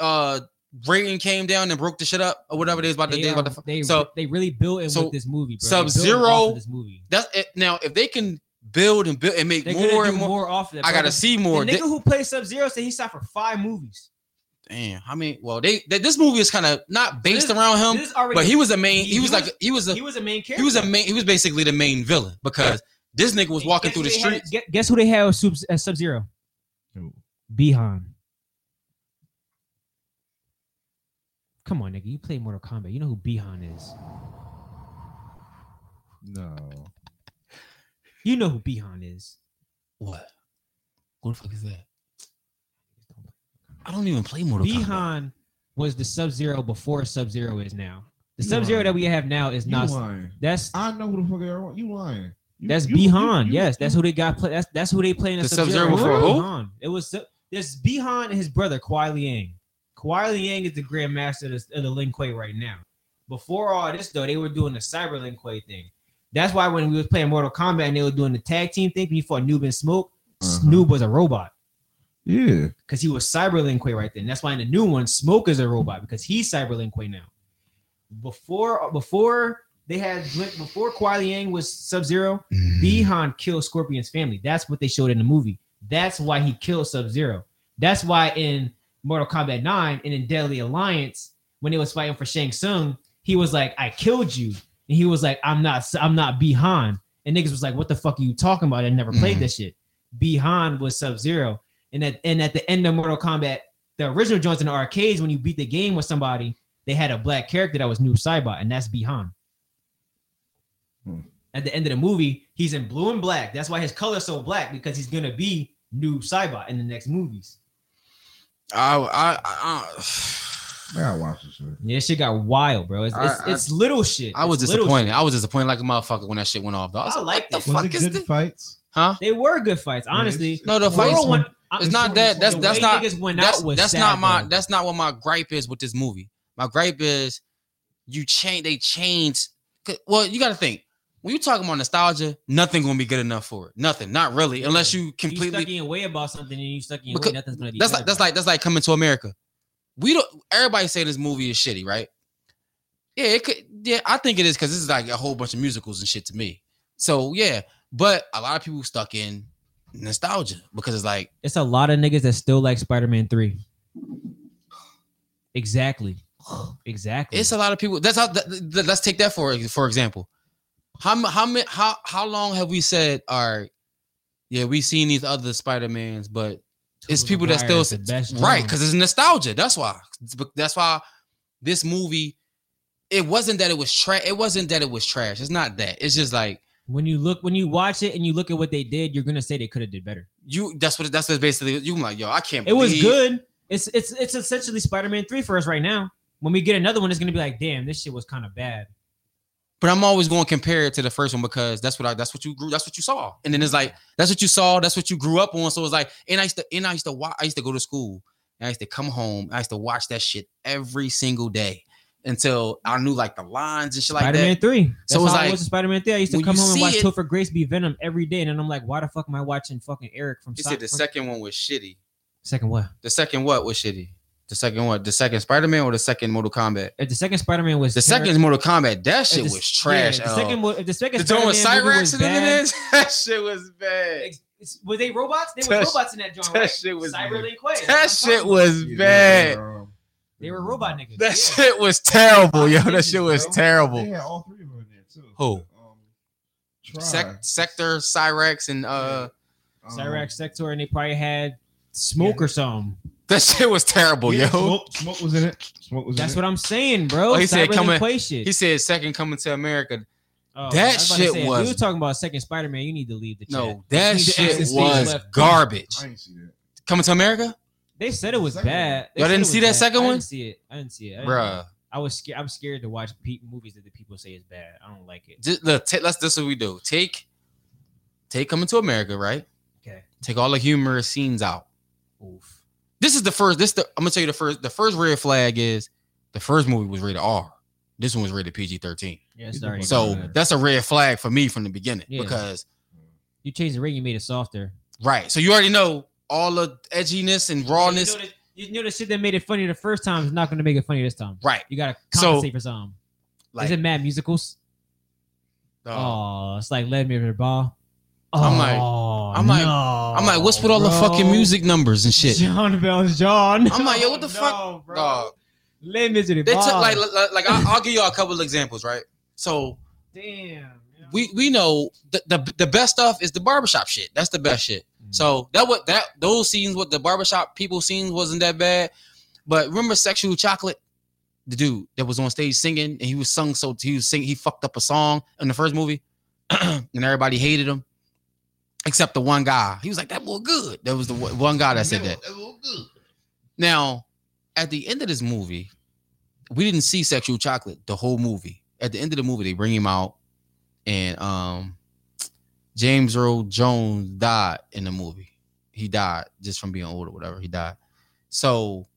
[SPEAKER 1] uh Raiden came down and broke the shit up or whatever it is about the
[SPEAKER 2] they
[SPEAKER 1] they about
[SPEAKER 2] are-
[SPEAKER 1] the fu-
[SPEAKER 2] they-
[SPEAKER 1] so
[SPEAKER 2] they really built in
[SPEAKER 1] so
[SPEAKER 2] with this movie, bro. They built
[SPEAKER 1] Sub-Zero-
[SPEAKER 2] off of this movie.
[SPEAKER 1] that's it. Now if they can build and build and make
[SPEAKER 2] They're
[SPEAKER 1] more
[SPEAKER 2] gonna
[SPEAKER 1] and
[SPEAKER 2] do
[SPEAKER 1] more,
[SPEAKER 2] more off of that.
[SPEAKER 1] I
[SPEAKER 2] bro.
[SPEAKER 1] gotta see more.
[SPEAKER 2] The
[SPEAKER 1] They-
[SPEAKER 2] nigga who played Sub Zero said he stopped for five movies.
[SPEAKER 1] damn, I mean, well, they, they this movie is kind of not based
[SPEAKER 2] This-
[SPEAKER 1] around him,
[SPEAKER 2] This is already-
[SPEAKER 1] but he was the main. He,
[SPEAKER 2] he
[SPEAKER 1] was,
[SPEAKER 2] was-
[SPEAKER 1] like he was a
[SPEAKER 2] he was a main character.
[SPEAKER 1] he was a main. He was basically the main villain because this nigga was
[SPEAKER 2] And
[SPEAKER 1] walking
[SPEAKER 2] guess
[SPEAKER 1] through
[SPEAKER 2] who
[SPEAKER 1] the
[SPEAKER 2] they had-
[SPEAKER 1] streets.
[SPEAKER 2] gue- Guess who they had Sub uh, Zero? Bihan. Come on, nigga. You play Mortal Kombat. You know who Bihan is.
[SPEAKER 3] No.
[SPEAKER 2] You know who Bihan is.
[SPEAKER 1] What? What the fuck is that? I don't even play Mortal Kombat.
[SPEAKER 2] Bihan was the Sub Zero before Sub Zero is now. The Sub Zero that we have now is
[SPEAKER 3] You
[SPEAKER 2] not.
[SPEAKER 3] lying.
[SPEAKER 2] That's
[SPEAKER 3] I know who the fuck everyone. You lying. You-
[SPEAKER 2] that's
[SPEAKER 3] you-
[SPEAKER 2] Bihan.
[SPEAKER 3] you- Uh-huh. you-
[SPEAKER 2] yes, that's who they got. Play, that's that's who they playing.
[SPEAKER 1] The
[SPEAKER 2] as
[SPEAKER 1] Sub-Zero
[SPEAKER 3] before
[SPEAKER 2] It was
[SPEAKER 1] who?
[SPEAKER 2] Bihan. It was Sub- this Bihan and his brother Kwai Liang. Kwai Liang is the Grand Master of the, of the Lin Kuei right now. Before all this though, they were doing the Cyber Lin Kuei thing. That's why when we was playing Mortal Kombat and they were doing the tag team thing, we fought Noob and Smoke.
[SPEAKER 3] Uh-huh.
[SPEAKER 2] Noob was a robot
[SPEAKER 3] Yeah.
[SPEAKER 2] because he was Cyber Lin Kuei right then. That's why in the new one, Smoke is a robot because he's Cyber Lin Kuei now. Before before they had before Kwai Liang was Sub Zero,
[SPEAKER 3] Mm-hmm.
[SPEAKER 2] Bihan killed Scorpion's family. That's what they showed in the movie. That's why he killed Sub Zero. That's why in Mortal Kombat 9 and in Deadly Alliance, when they was fighting for Shang Tsung, he was like, I killed you. And he was like, I'm not I'm not Bihan. And niggas was like, What the fuck are you talking about? I never played
[SPEAKER 1] Mhm.
[SPEAKER 2] this shit. Bihan was Sub Zero. And at and at the end of Mortal Kombat, the original joints in the arcades, when you beat the game with somebody, they had a black character that was Noob Saibot, and that's Bihan.
[SPEAKER 3] Hmm.
[SPEAKER 2] That's at the end of the movie, he's in blue and black. That's why his color's so black because he's gonna be new Cybot in the next movies.
[SPEAKER 1] I, I, I,
[SPEAKER 3] I gotta watch this shit.
[SPEAKER 2] Yeah, shit got wild, bro. It's it's,
[SPEAKER 1] I- I-
[SPEAKER 2] it's little shit.
[SPEAKER 1] I was
[SPEAKER 2] It's little
[SPEAKER 1] disappointed. I was disappointed like a motherfucker when that shit went off. Though. I, was
[SPEAKER 2] I
[SPEAKER 1] like,
[SPEAKER 2] liked
[SPEAKER 1] what
[SPEAKER 2] it.
[SPEAKER 1] the
[SPEAKER 3] Was
[SPEAKER 1] fuck
[SPEAKER 3] it
[SPEAKER 1] is
[SPEAKER 3] good
[SPEAKER 1] this?
[SPEAKER 3] fights?
[SPEAKER 1] Huh?
[SPEAKER 2] shit. They were good fights,
[SPEAKER 3] Yeah, it's-
[SPEAKER 2] honestly.
[SPEAKER 1] No, the
[SPEAKER 2] The
[SPEAKER 1] fights.
[SPEAKER 2] world went- I-
[SPEAKER 1] It's not that. That's
[SPEAKER 2] the
[SPEAKER 1] that's
[SPEAKER 2] way
[SPEAKER 1] not.
[SPEAKER 2] niggas went
[SPEAKER 1] That's
[SPEAKER 2] out was
[SPEAKER 1] that's
[SPEAKER 2] sad,
[SPEAKER 1] not my.
[SPEAKER 2] bro.
[SPEAKER 1] That's not what my gripe is with this movie. My gripe is you change. They changed. 'cause- Well, you got to think when you talking about nostalgia. Nothing gonna be good enough for it. Nothing. Not really, unless you
[SPEAKER 2] You stuck
[SPEAKER 1] completely.
[SPEAKER 2] in your way about something and you stuck in your
[SPEAKER 1] Because-
[SPEAKER 2] way. Nothing's gonna be.
[SPEAKER 1] That's
[SPEAKER 2] good
[SPEAKER 1] like that's
[SPEAKER 2] about
[SPEAKER 1] like that's like coming to America. We don't. Everybody saying this movie is shitty, right? Yeah, it could. Yeah, I think it is because this is like a whole bunch of musicals and shit to me. So yeah, but a lot of people stuck in nostalgia because it's like
[SPEAKER 2] it. it's a lot of niggas that still like Spider Man Three. Exactly, exactly.
[SPEAKER 1] It's a lot of people. That's how. Th- th- let's take that for for example. How mu- how many how how long have we said? All right, yeah, we seen these other Spider Mans, but it's people that still
[SPEAKER 2] Maguire is the best
[SPEAKER 1] right
[SPEAKER 2] one.
[SPEAKER 1] because it's nostalgia. That's why. It's be- That's why this movie. It wasn't that it was trash. It wasn't that it was trash. It's not that. It's just like
[SPEAKER 2] when you look when you watch it and you look at what they did, you're gonna say they could have did better.
[SPEAKER 1] you. That's what. That's what basically. You like yo. I can't.
[SPEAKER 2] It was
[SPEAKER 1] believe-
[SPEAKER 2] good. It's it's it's essentially Spider Man Three for us right now. When we get another one, it's gonna be like, damn, this shit was kind of bad.
[SPEAKER 1] But I'm always going to compare it to the first one because that's what I that's what you grew that's what you saw, and then it's like that's what you saw, that's what you grew up on. So it's like, and I used to and I used to watch, I used to go to school, and I used to come home, I used to watch that shit every single day until I knew like the lines and shit like
[SPEAKER 2] Spider Man
[SPEAKER 1] that.
[SPEAKER 2] Three. That's
[SPEAKER 1] So
[SPEAKER 2] so
[SPEAKER 1] it's
[SPEAKER 2] how
[SPEAKER 1] like,
[SPEAKER 2] I was Spider Man Three. I used to
[SPEAKER 1] when
[SPEAKER 2] come
[SPEAKER 1] you
[SPEAKER 2] home and
[SPEAKER 1] see
[SPEAKER 2] watch
[SPEAKER 1] it-
[SPEAKER 2] Topher Grace be Venom every day, and then I'm like, why the fuck am I watching fucking Eric from?
[SPEAKER 1] He
[SPEAKER 2] Sci-
[SPEAKER 1] said the
[SPEAKER 2] from-
[SPEAKER 1] second one was shitty.
[SPEAKER 2] second what?
[SPEAKER 1] The second what was shitty? The second what? The second Spider Man or the second Mortal Kombat?
[SPEAKER 2] If the second Spider Man was
[SPEAKER 1] The
[SPEAKER 2] terri-
[SPEAKER 1] second Mortal Kombat that
[SPEAKER 2] if
[SPEAKER 1] shit
[SPEAKER 2] the-
[SPEAKER 1] was trash. oh.
[SPEAKER 2] yeah,
[SPEAKER 1] The
[SPEAKER 2] the second, mo- if the second
[SPEAKER 1] the joint with
[SPEAKER 2] Spider-Man movie
[SPEAKER 1] Cyrax
[SPEAKER 2] was
[SPEAKER 1] and them in
[SPEAKER 2] bad-
[SPEAKER 1] it, that shit was bad.
[SPEAKER 2] Ex- it's- Were they robots? They were
[SPEAKER 1] That sh-
[SPEAKER 2] robots in that joint.
[SPEAKER 1] that
[SPEAKER 2] right?
[SPEAKER 1] shit was-
[SPEAKER 2] Cyber Link Quay.
[SPEAKER 1] That
[SPEAKER 2] That's what I'm
[SPEAKER 1] shit
[SPEAKER 2] talking about.
[SPEAKER 1] was
[SPEAKER 3] Yeah,
[SPEAKER 1] bad.
[SPEAKER 3] bro.
[SPEAKER 2] They were robot niggas.
[SPEAKER 1] That
[SPEAKER 2] yeah.
[SPEAKER 1] shit was terrible, yo. That shit was
[SPEAKER 3] Bro, They
[SPEAKER 1] terrible.
[SPEAKER 3] had all three of them in there too.
[SPEAKER 1] Who?
[SPEAKER 3] Um, Try.
[SPEAKER 1] Sec- Sector, Cyrex, and uh,
[SPEAKER 3] Um,
[SPEAKER 2] Cyrax Sector, and they probably had smoke
[SPEAKER 3] Yeah. Mm-hmm.
[SPEAKER 2] or something.
[SPEAKER 1] that shit was terrible,
[SPEAKER 3] yeah,
[SPEAKER 1] Oh, yo.
[SPEAKER 3] Smoke, smoke was in it. Smoke was
[SPEAKER 2] That's
[SPEAKER 3] in
[SPEAKER 2] what I'm saying,
[SPEAKER 1] Oh,
[SPEAKER 2] bro.
[SPEAKER 1] he said
[SPEAKER 2] Cyber
[SPEAKER 1] come
[SPEAKER 2] Link
[SPEAKER 1] in-
[SPEAKER 2] Quay shit.
[SPEAKER 1] He said second coming to America.
[SPEAKER 2] Oh,
[SPEAKER 1] that
[SPEAKER 2] I was about to
[SPEAKER 1] shit
[SPEAKER 2] say, if
[SPEAKER 1] was-
[SPEAKER 2] You were talking about second Spider Man. You need to leave the chat.
[SPEAKER 1] No, that
[SPEAKER 2] He's the
[SPEAKER 1] shit
[SPEAKER 2] existing
[SPEAKER 1] was
[SPEAKER 2] left.
[SPEAKER 1] garbage.
[SPEAKER 3] it. I ain't see that.
[SPEAKER 1] Coming to America,
[SPEAKER 2] They said it was
[SPEAKER 3] Second
[SPEAKER 2] bad. They
[SPEAKER 1] Y'all
[SPEAKER 2] said
[SPEAKER 1] didn't
[SPEAKER 2] it was
[SPEAKER 1] see that
[SPEAKER 2] bad.
[SPEAKER 1] second
[SPEAKER 2] I
[SPEAKER 1] one?
[SPEAKER 2] didn't see it. I didn't see it. I didn't-
[SPEAKER 1] bruh.
[SPEAKER 2] I was scared. I'm scared to watch pe- movies that the people say is bad. I don't like it.
[SPEAKER 1] Just, look, ta- let's. This is what we do. Take, take coming to America, right?
[SPEAKER 2] Okay.
[SPEAKER 1] Take all the humorous scenes out.
[SPEAKER 2] Oof.
[SPEAKER 1] This is the first. This the. I'm gonna tell you the first. The first red flag is the first movie was rated R. This one was rated PG-13.
[SPEAKER 2] Yeah, it's already
[SPEAKER 1] So
[SPEAKER 2] bad.
[SPEAKER 1] that's a red flag for me from the beginning
[SPEAKER 2] Yeah.
[SPEAKER 1] because
[SPEAKER 2] you changed the ring, you made it softer.
[SPEAKER 1] Right. So you already know all the edginess and rawness.
[SPEAKER 2] You know, the, you know the shit that made it funny the first time is not going to make it funny this time.
[SPEAKER 1] Right.
[SPEAKER 2] You got to
[SPEAKER 1] So,
[SPEAKER 2] compensate for something.
[SPEAKER 1] Like
[SPEAKER 2] is it Mad Musicals?
[SPEAKER 1] uh,
[SPEAKER 2] Oh, it's like Let Me Over the Ball. Oh,
[SPEAKER 1] I'm like- I'm like-
[SPEAKER 2] no,
[SPEAKER 1] I'm like, what's with all the
[SPEAKER 2] bro.
[SPEAKER 1] fucking music numbers and shit?
[SPEAKER 2] John Bell's John.
[SPEAKER 1] I'm like, yo, what the
[SPEAKER 2] No,
[SPEAKER 1] fuck?
[SPEAKER 2] bro.
[SPEAKER 1] Dog.
[SPEAKER 2] Les Mis
[SPEAKER 1] They took like like, like I, I'll give y'all a couple examples, right? So
[SPEAKER 2] damn.
[SPEAKER 1] we we know the, the the best stuff is the barbershop shit. That's the best shit. So that what that those scenes with the barbershop people scenes wasn't that bad. But remember sexual chocolate? The dude that was on stage singing and he was sung so he was sing he fucked up a song in the first movie and everybody hated him. Except the one guy. He was like, that boy good. That was the one one guy that said that. Now, at the end of this movie, we didn't see sexual chocolate the whole movie. At the end of the movie, they bring him out, and um, James Earl Jones died in the movie. He died just from being old or whatever. He died. So,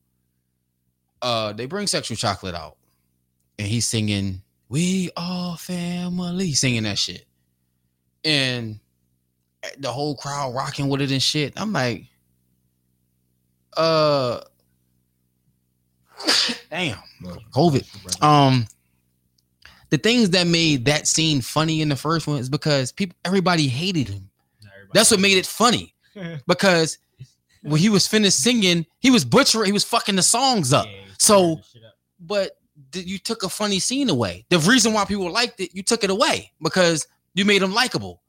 [SPEAKER 1] uh, they bring sexual chocolate out, and he's singing "We All Family," He's singing that shit, and the whole crowd rocking with it and shit. I'm like, uh damn
[SPEAKER 3] No.
[SPEAKER 1] covid um the things that made that scene funny in the first one is because people everybody hated him that's what made it funny because when he was finished singing he was butchering he was fucking the songs up So- but th- you took a funny scene away the reason why people liked it you took it away because you made him likable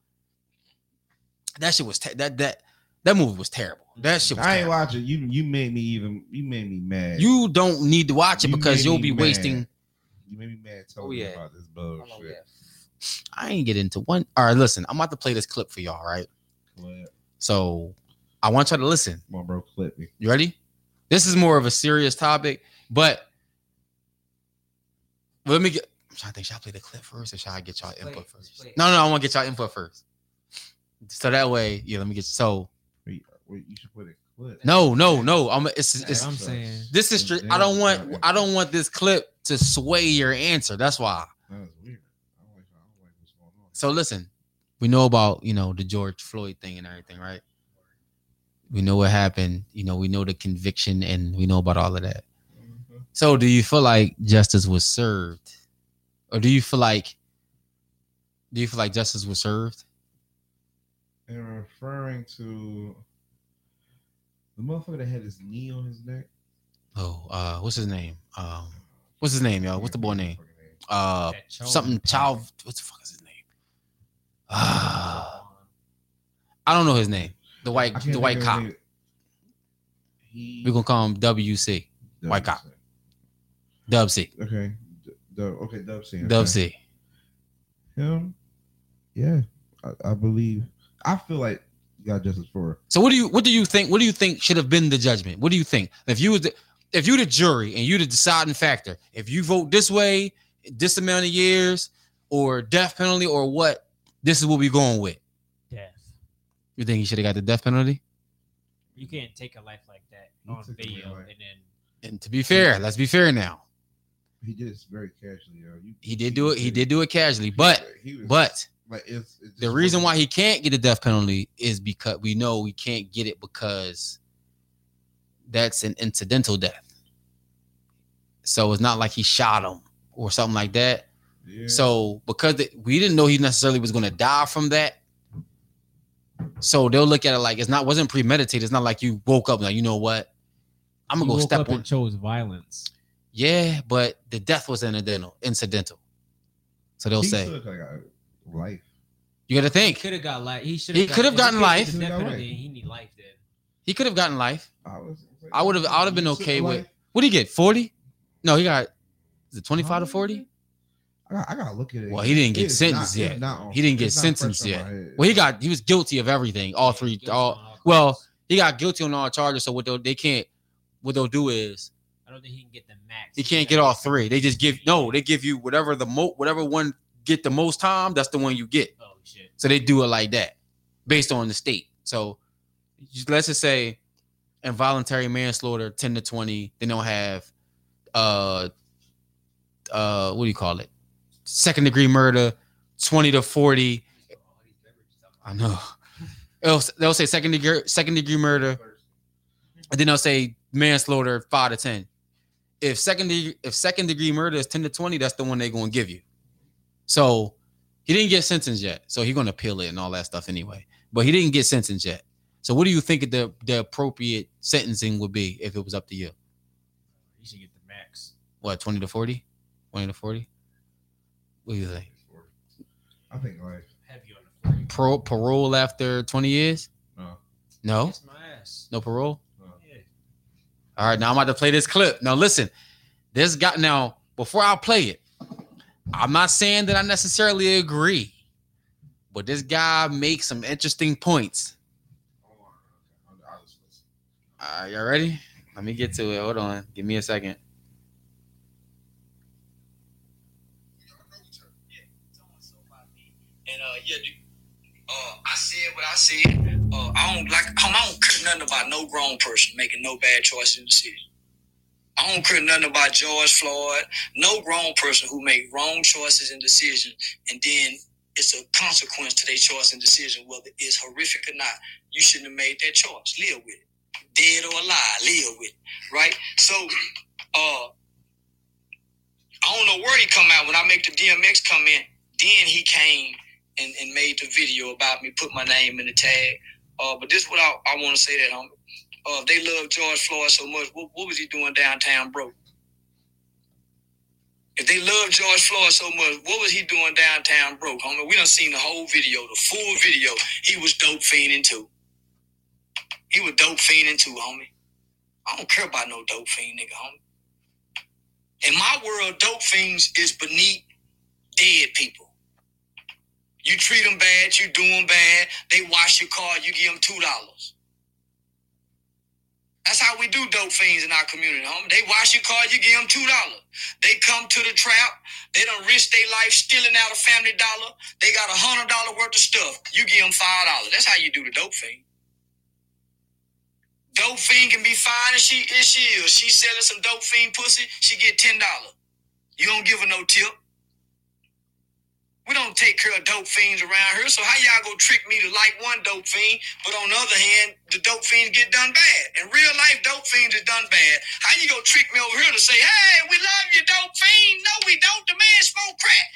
[SPEAKER 1] that shit was te- that that that movie was terrible that shit was
[SPEAKER 3] I ain't
[SPEAKER 1] terrible.
[SPEAKER 3] watching. You you made me even. You made me mad.
[SPEAKER 1] You don't need to watch it
[SPEAKER 3] You
[SPEAKER 1] because
[SPEAKER 3] made
[SPEAKER 1] you'll
[SPEAKER 3] me
[SPEAKER 1] be
[SPEAKER 3] mad.
[SPEAKER 1] wasting.
[SPEAKER 3] You made me mad. Telling
[SPEAKER 1] Oh, yeah.
[SPEAKER 3] me about this bullshit.
[SPEAKER 1] I ain't get into one. All right, listen, I'm about to play this clip for y'all, right?
[SPEAKER 3] Come
[SPEAKER 1] So I want y'all to listen.
[SPEAKER 3] on, bro, clip me.
[SPEAKER 1] You ready? This is more of a serious topic, but let me get. I'm trying to think. Should I play the clip first, or should I get y'all
[SPEAKER 4] Just play
[SPEAKER 1] input
[SPEAKER 4] it, just
[SPEAKER 1] first?
[SPEAKER 4] play it.
[SPEAKER 1] No, no, I want to get y'all input first. So that way, yeah. Let me get. So
[SPEAKER 3] Wait, wait, you should put a clip.
[SPEAKER 1] no, no, no. I'm. It's. it's
[SPEAKER 2] I'm saying.
[SPEAKER 1] this is. Stri- I don't want. I don't want this clip to sway your answer. That's why.
[SPEAKER 3] That was weird. I don't like. I don't like what's going on.
[SPEAKER 1] So listen, we know about you know the George Floyd thing and everything, right? We know what happened. You know, we know the conviction, and we know about all of that.
[SPEAKER 3] Mhm.
[SPEAKER 1] So, do you feel like justice was served, or do you feel like do you feel like justice was served?
[SPEAKER 3] And referring to the motherfucker that had his knee on his neck.
[SPEAKER 1] Oh, uh, what's his name? Um, what's his name, y'all? What's the boy name? Uh,
[SPEAKER 2] That Chauvin
[SPEAKER 1] something
[SPEAKER 2] Patrick.
[SPEAKER 1] child. What the fuck is his name? Ah, I don't know his name. The
[SPEAKER 3] I
[SPEAKER 1] white,
[SPEAKER 3] can't
[SPEAKER 1] the white
[SPEAKER 3] think of
[SPEAKER 1] cop.
[SPEAKER 3] his name. He,
[SPEAKER 1] We gonna call him WC, white cop. Dub C,
[SPEAKER 3] Okay. D- Dub, okay, Dub C.
[SPEAKER 1] Dub
[SPEAKER 3] okay.
[SPEAKER 1] C.
[SPEAKER 3] Him. Yeah, I, I believe. I feel like you got justice for her.
[SPEAKER 1] So, what do you what do you think? What do you think should have been the judgment? What do you think if you was the, if you the jury and you the deciding factor? If you vote this way, this amount of years, or death penalty, or what? This is what we going with.
[SPEAKER 2] Death.
[SPEAKER 1] You think he should have got the death penalty?
[SPEAKER 2] You can't take a life like that
[SPEAKER 3] You took away a life.
[SPEAKER 2] then
[SPEAKER 1] And to be fair, let's be fair now.
[SPEAKER 3] He did this very casually. Yo. You,
[SPEAKER 1] He did do it. He did do it casually, but
[SPEAKER 3] he was,
[SPEAKER 1] but
[SPEAKER 3] like it's, it
[SPEAKER 1] the reason why he can't get the death penalty is because we know we can't get it because that's an incidental death. So it's not like he shot him or something like that.
[SPEAKER 3] yeah.
[SPEAKER 1] So because th- we didn't know he necessarily was going to die from that, so they'll look at it like it's not wasn't premeditated. It's not like you woke up like you know what, I'm gonna
[SPEAKER 2] You
[SPEAKER 1] go
[SPEAKER 2] woke
[SPEAKER 1] step
[SPEAKER 2] up
[SPEAKER 1] on.
[SPEAKER 2] and chose violence.
[SPEAKER 1] yeah, but the death was incidental. Incidental. So they'll
[SPEAKER 3] he
[SPEAKER 1] say
[SPEAKER 3] still coulda got life.
[SPEAKER 1] you got to
[SPEAKER 2] He
[SPEAKER 1] think
[SPEAKER 2] could have got life. He should.
[SPEAKER 1] He could have gotten life.
[SPEAKER 3] He got life.
[SPEAKER 2] He need life then.
[SPEAKER 1] he could have gotten life.
[SPEAKER 3] I was.
[SPEAKER 1] I would've- I would've been
[SPEAKER 3] You
[SPEAKER 1] okay
[SPEAKER 3] took
[SPEAKER 1] with-
[SPEAKER 3] life?
[SPEAKER 1] What did he get? Forty? No, he got is it twenty
[SPEAKER 3] How
[SPEAKER 1] five to
[SPEAKER 3] many
[SPEAKER 1] forty?
[SPEAKER 3] I got, I gotta look at it.
[SPEAKER 1] Well, he didn't get
[SPEAKER 3] It's
[SPEAKER 1] sentenced
[SPEAKER 3] not-
[SPEAKER 1] yet.
[SPEAKER 3] it's not on-
[SPEAKER 1] He didn't get
[SPEAKER 3] it's not
[SPEAKER 1] sentenced
[SPEAKER 3] fresh on
[SPEAKER 1] yet.
[SPEAKER 3] my head.
[SPEAKER 1] Well, he got he was guilty of everything. All three,
[SPEAKER 2] Guilty
[SPEAKER 1] all
[SPEAKER 2] on counts.
[SPEAKER 1] well, he got guilty on all charges. So what they'll, they can't what they'll do is
[SPEAKER 2] I don't think he can get the max.
[SPEAKER 1] He can't get all three. They just give no. They give you whatever the mo whatever one get the most time. That's the one you get.
[SPEAKER 2] Oh shit.
[SPEAKER 1] So they do it like that, based on the state. So just- let's just say involuntary manslaughter, ten to twenty. Then they'll have uh uh what do you call it? Second degree murder, twenty to forty. I know. They'll, they'll say second degree second degree murder, and then they'll say manslaughter five to ten. If second degree, if second degree murder is ten to twenty, that's the one they're gonna give you. So he didn't get sentenced yet, so he's gonna appeal it and all that stuff anyway. But he didn't get sentenced yet. So what do you think the the appropriate sentencing would be if it was up to you?
[SPEAKER 2] He should get the max.
[SPEAKER 1] What twenty to 40? 20 to forty? What do you think?
[SPEAKER 3] I think life.
[SPEAKER 2] Heavy on the forty.
[SPEAKER 1] Pro, parole after twenty years?
[SPEAKER 3] No.
[SPEAKER 1] No,
[SPEAKER 2] That's my ass.
[SPEAKER 1] no parole.
[SPEAKER 3] no.
[SPEAKER 2] Yeah.
[SPEAKER 1] All right, now I'm about to play this clip. Now listen, this got now before I play it, I'm not saying that I necessarily agree, but this guy makes some interesting points. All right, y'all ready? Let me get to it. Hold on, give me a second.
[SPEAKER 5] And uh, yeah, dude, uh, I said what I said. Uh, I don't like. Home, I don't care nothing about no grown person making no bad choices and decisions. I don't care nothing about George Floyd. No grown person who make wrong choices and decisions, and then it's a consequence to their choice and decision, whether it's horrific or not. You shouldn't have made that choice. Live with it, dead or alive. Live with it, right? So, uh, I don't know where he come out when I make the DMX comment. Then he came and, and made the video about me, put my name in the tag. Uh, but this what I, I want to say that homie. Uh, if they love George Floyd so much, what, what was he doing downtown broke? If they love George Floyd so much, what was he doing downtown broke, homie? We done seen the whole video, the full video. He was dope fiending too. He was dope fiending too, homie. I don't care about no dope fiend, nigga, homie. In my world, dope fiends is beneath dead people. You treat them bad, you do them bad. They wash your car, you give them two dollars. That's how we do dope fiends in our community, homie. They wash your car, you give them two dollars. They come to the trap, they done risk their life stealing out a family dollar. They got a hundred dollar worth of stuff. You give them five dollars. That's how you do the dope fiend. Dope fiend can be fine as she is she is. She selling some dope fiend pussy, she get ten dollars. You don't give her no tip. We don't take care of dope fiends around here, so how y'all gonna trick me to like one dope fiend, but on the other hand, the dope fiends get done bad. In real life, dope fiends is done bad. How you gonna trick me over here to say, hey, we love you, dope fiend? No, we don't. The man smoke crack.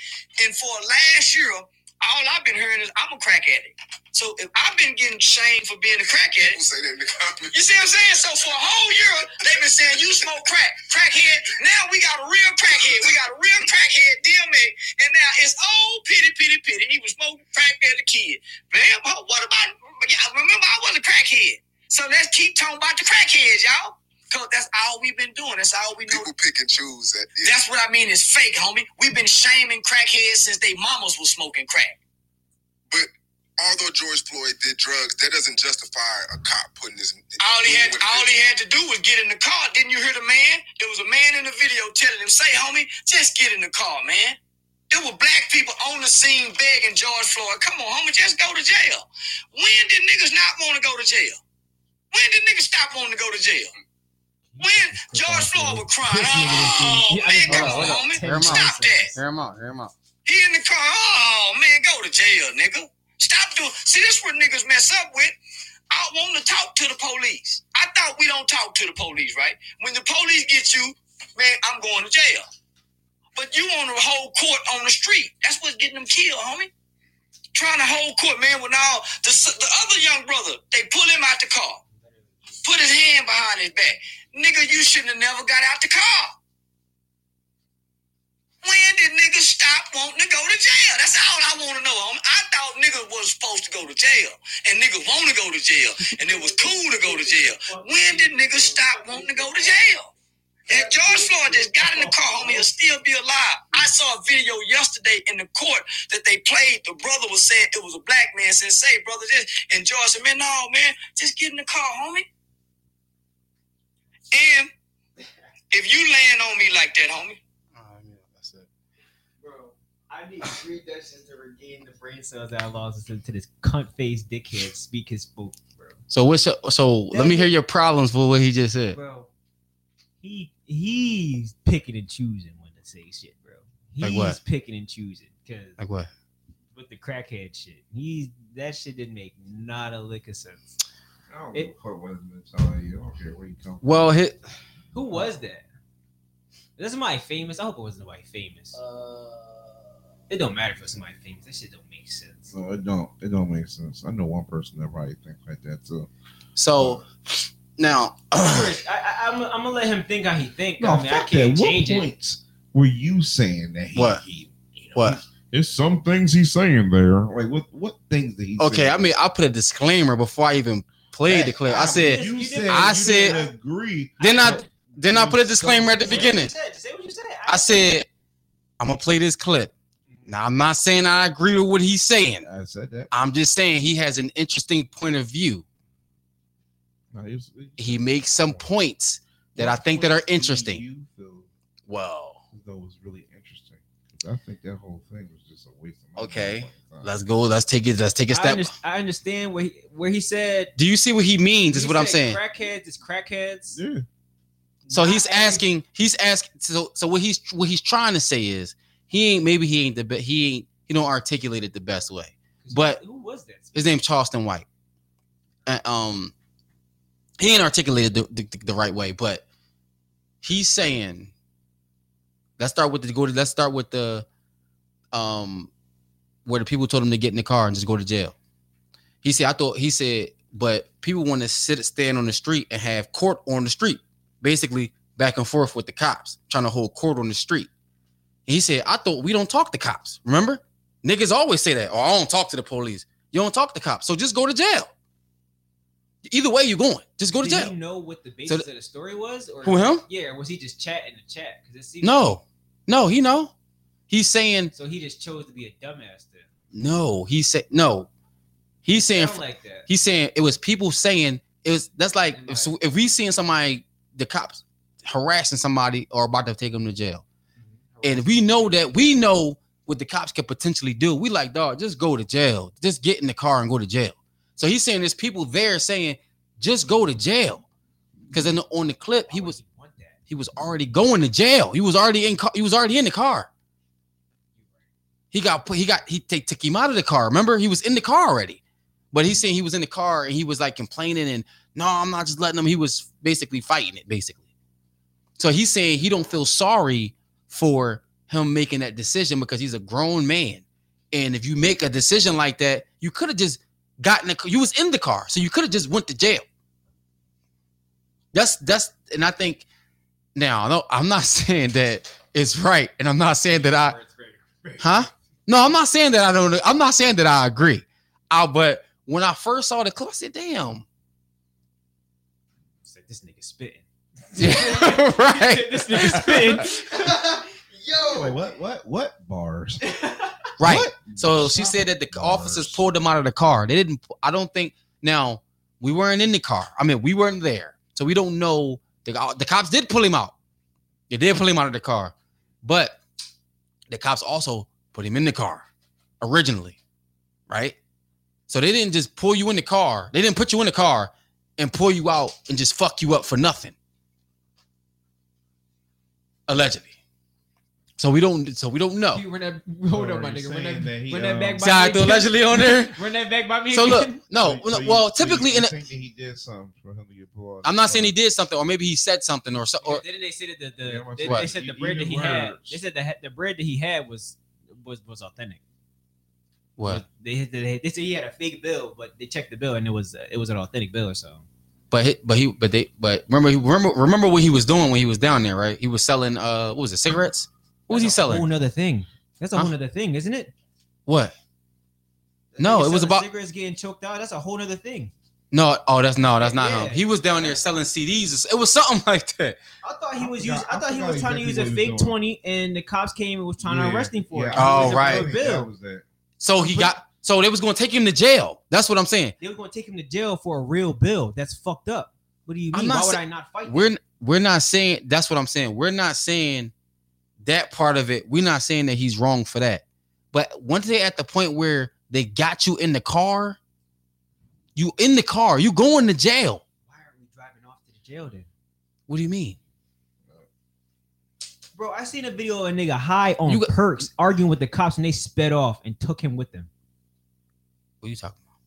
[SPEAKER 5] And for last year, all I've been hearing is I'm a crack addict. So if I've been getting shamed for being a crack addict,
[SPEAKER 6] People say that in the comments.
[SPEAKER 5] you see what I'm saying? So for a whole year, they've been saying you smoke crack, crackhead. Now we got a real crackhead. We got a real crackhead, DMA. And now it's old pity, pity, pity. He was smoking crack as a kid. Man, oh, what about? Yeah, remember I was a crackhead. So let's keep talking about the crackheads, y'all. Cause that's all we've been doing. That's all we know.
[SPEAKER 6] People pick and choose that. Yeah.
[SPEAKER 5] That's what I mean is fake, homie. We've been shaming crackheads since they mamas was smoking crack.
[SPEAKER 6] Although George Floyd did drugs, that doesn't justify a cop putting his.
[SPEAKER 5] All he had, all he had to do was get in the car. Didn't you hear the man? There was a man in the video telling him, "Say, homie, just get in the car, man." There were black people on the scene begging George Floyd, "Come on, homie, just go to jail." When did niggas not want to go to jail? When did niggas stop wanting to go to jail? When George Floyd was crying, "Oh
[SPEAKER 2] Yeah, I
[SPEAKER 5] man,
[SPEAKER 2] just-
[SPEAKER 5] come
[SPEAKER 1] hold on,
[SPEAKER 5] on,
[SPEAKER 1] Hear
[SPEAKER 5] homie,
[SPEAKER 1] him
[SPEAKER 5] stop
[SPEAKER 1] out.
[SPEAKER 5] that."
[SPEAKER 1] Hear him out. Hear him out.
[SPEAKER 5] He in the car. Oh man, go to jail, nigga. Stop doing. See, this what niggas mess up with. I want to talk to the police. I thought we don't talk to the police, right? When the police get you, man, I'm going to jail. But you on the whole court on the street. That's what's getting them killed, homie. Trying to hold court, man. When all the the other young brother, they pull him out the car, put his hand behind his back. Nigga, you shouldn't have never got out the car. When did niggas stop wanting to go to jail? That's all I want to know. homie. I thought niggas was supposed to go to jail, and niggas want to go to jail, and it was cool to go to jail. When did niggas stop wanting to go to jail? If George Floyd just got in the car, homie, he'll still be alive. I saw a video yesterday in the court that they played. The brother was saying it was a black man saying, "Say, brother, this." And George said, "Man, no, man, just get in the car, homie." And if you land on me like that, homie.
[SPEAKER 1] Oh, yeah, that's it.
[SPEAKER 4] Bro, I need three sessions to regain the brain cells that
[SPEAKER 2] I lost to this cunt faced dickhead speak his spook, bro.
[SPEAKER 1] So what's your, so? let me hear your problems for what he just said.
[SPEAKER 2] Bro, he he's picking and choosing when to say shit, bro. He's
[SPEAKER 1] Like what?
[SPEAKER 2] picking and choosing because
[SPEAKER 1] Like what?
[SPEAKER 2] with the crackhead shit, he's that shit didn't make not a lick of sense.
[SPEAKER 3] I don't
[SPEAKER 2] It-
[SPEAKER 3] give a fuck what his mentality. is. I don't care where you come from.
[SPEAKER 1] Well, hit.
[SPEAKER 2] Who was that? That's somebody famous. I hope it wasn't somebody famous.
[SPEAKER 1] Uh,
[SPEAKER 2] it don't matter if it's somebody famous. That shit don't make sense.
[SPEAKER 3] So it don't it don't make sense. I know one person that probably thinks like that too.
[SPEAKER 1] So now,
[SPEAKER 2] First, I, I, I'm, I'm gonna let him think how he think.
[SPEAKER 3] No,
[SPEAKER 2] I mean, I
[SPEAKER 3] fuck that.
[SPEAKER 2] can't
[SPEAKER 3] What
[SPEAKER 2] change it.
[SPEAKER 3] points were you saying that he?
[SPEAKER 1] What?
[SPEAKER 3] he- you know,
[SPEAKER 1] What?
[SPEAKER 3] There's some things he's saying there. Like what? What things did he?
[SPEAKER 1] okay,
[SPEAKER 3] say?
[SPEAKER 1] I mean, I put a disclaimer before I even played the clip. I said,
[SPEAKER 2] You
[SPEAKER 3] you
[SPEAKER 2] said-
[SPEAKER 3] said,
[SPEAKER 1] I
[SPEAKER 3] you
[SPEAKER 1] said-
[SPEAKER 3] didn't agree.
[SPEAKER 1] then I then I put a disclaimer at the beginning.
[SPEAKER 2] Say what you said. Say what you said.
[SPEAKER 1] I said, I'm gonna play this clip. Now, I'm not saying I agree with what he's saying.
[SPEAKER 3] I said that.
[SPEAKER 1] I'm just saying he has an interesting point of view.
[SPEAKER 3] No, it was- it-
[SPEAKER 1] He makes some points that I think that are interesting.
[SPEAKER 3] You feel
[SPEAKER 1] Well,
[SPEAKER 3] as though was really interesting. 'Cause I think that whole thing was just a waste of my uh,
[SPEAKER 1] Okay,
[SPEAKER 3] motherfucking time.
[SPEAKER 1] let's go. Let's take it. Let's take a
[SPEAKER 2] I,
[SPEAKER 1] step.
[SPEAKER 2] underst- I understand where he, where he said.
[SPEAKER 1] Do you see what he means? Is
[SPEAKER 2] he
[SPEAKER 1] what I'm saying.
[SPEAKER 2] said Crackheads is crackheads.
[SPEAKER 3] Yeah.
[SPEAKER 1] So
[SPEAKER 2] Not
[SPEAKER 1] he's
[SPEAKER 2] every-
[SPEAKER 1] asking, he's asking. So so what he's what he's trying to say is he ain't maybe he ain't the best. He ain't he don't articulate it the best way. but-
[SPEAKER 2] who was that?
[SPEAKER 1] His name's Charleston White. Uh, um, he ain't articulated the, the, the right way, but he's saying. Let's start with the go to. Let's start with the, um, where the people told him to get in the car and just go to jail. He said, I thought he said, but people want to sit stand on the street and have court on the street, basically back and forth with the cops, trying to hold court on the street. He said, I thought we don't talk to cops. Remember, niggas always say that. Oh, I don't talk to the police. You don't talk to cops, so just go to jail. Either way, you're going. Just go to
[SPEAKER 2] Did
[SPEAKER 1] jail.
[SPEAKER 2] you know what the basis of the story was? Or
[SPEAKER 1] Who, him?
[SPEAKER 2] Yeah, or was he just chatting the chat? Because it seems
[SPEAKER 1] No, no, he know. He's saying
[SPEAKER 2] So he just chose to be a dumbass then.
[SPEAKER 1] No, he said no. He's saying
[SPEAKER 2] Sound like that.
[SPEAKER 1] he's saying it was people saying it was. That's like
[SPEAKER 2] And
[SPEAKER 1] if,
[SPEAKER 2] like-
[SPEAKER 1] if we seen somebody, the cops harassing somebody or about to take them to jail, and we know that we know what the cops could potentially do. We like dog, just go to jail. Just get in the car and go to jail. So he's saying there's people there saying just go to jail because then on the clip he
[SPEAKER 2] Why would
[SPEAKER 1] was
[SPEAKER 2] you want that?
[SPEAKER 1] he was already going to jail. He was already in ca- he was already in the car. He got put he got he take took him out of the car. Remember, he was in the car already. But he's saying he was in the car and he was like complaining and no, I'm not just letting him. He was basically fighting it, basically. So he's saying he don't feel sorry for him making that decision because he's a grown man. And if you make a decision like that, you could have just gotten a, you was in the car, so you could have just went to jail. That's that's and I think now no, I'm not saying that it's right, and I'm not saying that I huh? No, I'm not saying that I don't. I'm not saying that I agree. I but when I first saw the clip, I said, "Damn,
[SPEAKER 2] It's like, this nigga spitting.
[SPEAKER 1] Yeah, right,
[SPEAKER 7] this nigga spitting.
[SPEAKER 3] Yo, Wait, what? What? What bars?
[SPEAKER 1] right."
[SPEAKER 3] What?
[SPEAKER 1] So she said that the officers pulled them out of the car. They didn't. I don't think. Now we weren't in the car. I mean, we weren't there, so we don't know. The, uh, the cops did pull him out. They did pull him out of the car, but the cops also put him in the car originally, right? So they didn't just pull you in the car. They didn't put you in the car and pull you out and just fuck you up for nothing, allegedly. So we don't. So we don't know.
[SPEAKER 7] You run that, hold on, my
[SPEAKER 3] Already
[SPEAKER 7] nigga. Run
[SPEAKER 3] saying
[SPEAKER 7] that,
[SPEAKER 3] that he,
[SPEAKER 7] run that
[SPEAKER 3] um,
[SPEAKER 7] back by
[SPEAKER 1] See how I
[SPEAKER 7] me
[SPEAKER 1] threw
[SPEAKER 7] again.
[SPEAKER 1] allegedly on there?
[SPEAKER 7] Run that back by me.
[SPEAKER 1] So look,
[SPEAKER 7] again.
[SPEAKER 1] no,
[SPEAKER 3] So- so
[SPEAKER 1] no,
[SPEAKER 3] you-
[SPEAKER 1] well,
[SPEAKER 3] so you-
[SPEAKER 1] typically
[SPEAKER 3] you
[SPEAKER 1] in a,
[SPEAKER 3] think that he did something for him to get pulled.
[SPEAKER 1] I'm not saying he did something, or maybe he said something, or so, or
[SPEAKER 2] didn't they say that the,
[SPEAKER 3] Yeah,
[SPEAKER 2] the
[SPEAKER 3] I'm
[SPEAKER 2] they,
[SPEAKER 1] right.
[SPEAKER 2] they said the
[SPEAKER 3] E-
[SPEAKER 2] bread that
[SPEAKER 3] even
[SPEAKER 2] he had
[SPEAKER 3] worse.
[SPEAKER 2] they said the he- the bread that he had was was was authentic.
[SPEAKER 1] what?
[SPEAKER 2] They had- they, they said he had a fake bill, but they checked the bill and it was uh, it was an authentic bill or so.
[SPEAKER 1] But he, but he, but they, but remember, he, remember, remember what he was doing when he was down there, right? He was selling, uh, what was it, cigarettes? What was he
[SPEAKER 7] That's A
[SPEAKER 1] selling?
[SPEAKER 7] whole nother thing. That's a
[SPEAKER 1] Huh?
[SPEAKER 7] whole nother thing, isn't it?
[SPEAKER 1] What? No, it
[SPEAKER 2] Nigga
[SPEAKER 1] was
[SPEAKER 2] selling
[SPEAKER 1] about-
[SPEAKER 2] cigarettes getting choked out. That's a whole other thing.
[SPEAKER 1] No, oh, that's no, that's not him.
[SPEAKER 2] Yeah.
[SPEAKER 1] He was down there selling CDs. It was something like that.
[SPEAKER 2] I thought he
[SPEAKER 3] I
[SPEAKER 2] was
[SPEAKER 3] forgot-
[SPEAKER 2] using. I
[SPEAKER 3] I
[SPEAKER 2] thought he
[SPEAKER 3] forgot
[SPEAKER 2] was trying to
[SPEAKER 3] exactly
[SPEAKER 2] use
[SPEAKER 3] what
[SPEAKER 2] a
[SPEAKER 3] he was
[SPEAKER 2] fake
[SPEAKER 3] doing.
[SPEAKER 2] twenty, and the cops came and was trying to arrest him for it.
[SPEAKER 3] Yeah,
[SPEAKER 2] it.
[SPEAKER 1] Oh,
[SPEAKER 2] was a
[SPEAKER 1] right.
[SPEAKER 2] real
[SPEAKER 3] That
[SPEAKER 2] Bill.
[SPEAKER 3] was that.
[SPEAKER 1] So he got, so they was gonna take him to jail. That's what I'm saying.
[SPEAKER 2] They were going to take him to jail for a real bill. That's fucked up. What do you
[SPEAKER 1] I'm
[SPEAKER 2] mean?
[SPEAKER 1] not
[SPEAKER 2] Why would
[SPEAKER 1] sa-
[SPEAKER 2] I not fight?
[SPEAKER 1] We're we're not saying that's what I'm saying. We're not saying that part of it. We're not saying that he's wrong for that. But once they at the point where they got you in the car, you in the car, you going to jail.
[SPEAKER 2] Why are we driving off to the jail then?
[SPEAKER 1] What do you mean?
[SPEAKER 2] Bro, I seen a video of a nigga high on
[SPEAKER 1] You got-
[SPEAKER 2] perks arguing with the cops and they sped off and took him with them.
[SPEAKER 1] What are you talking about?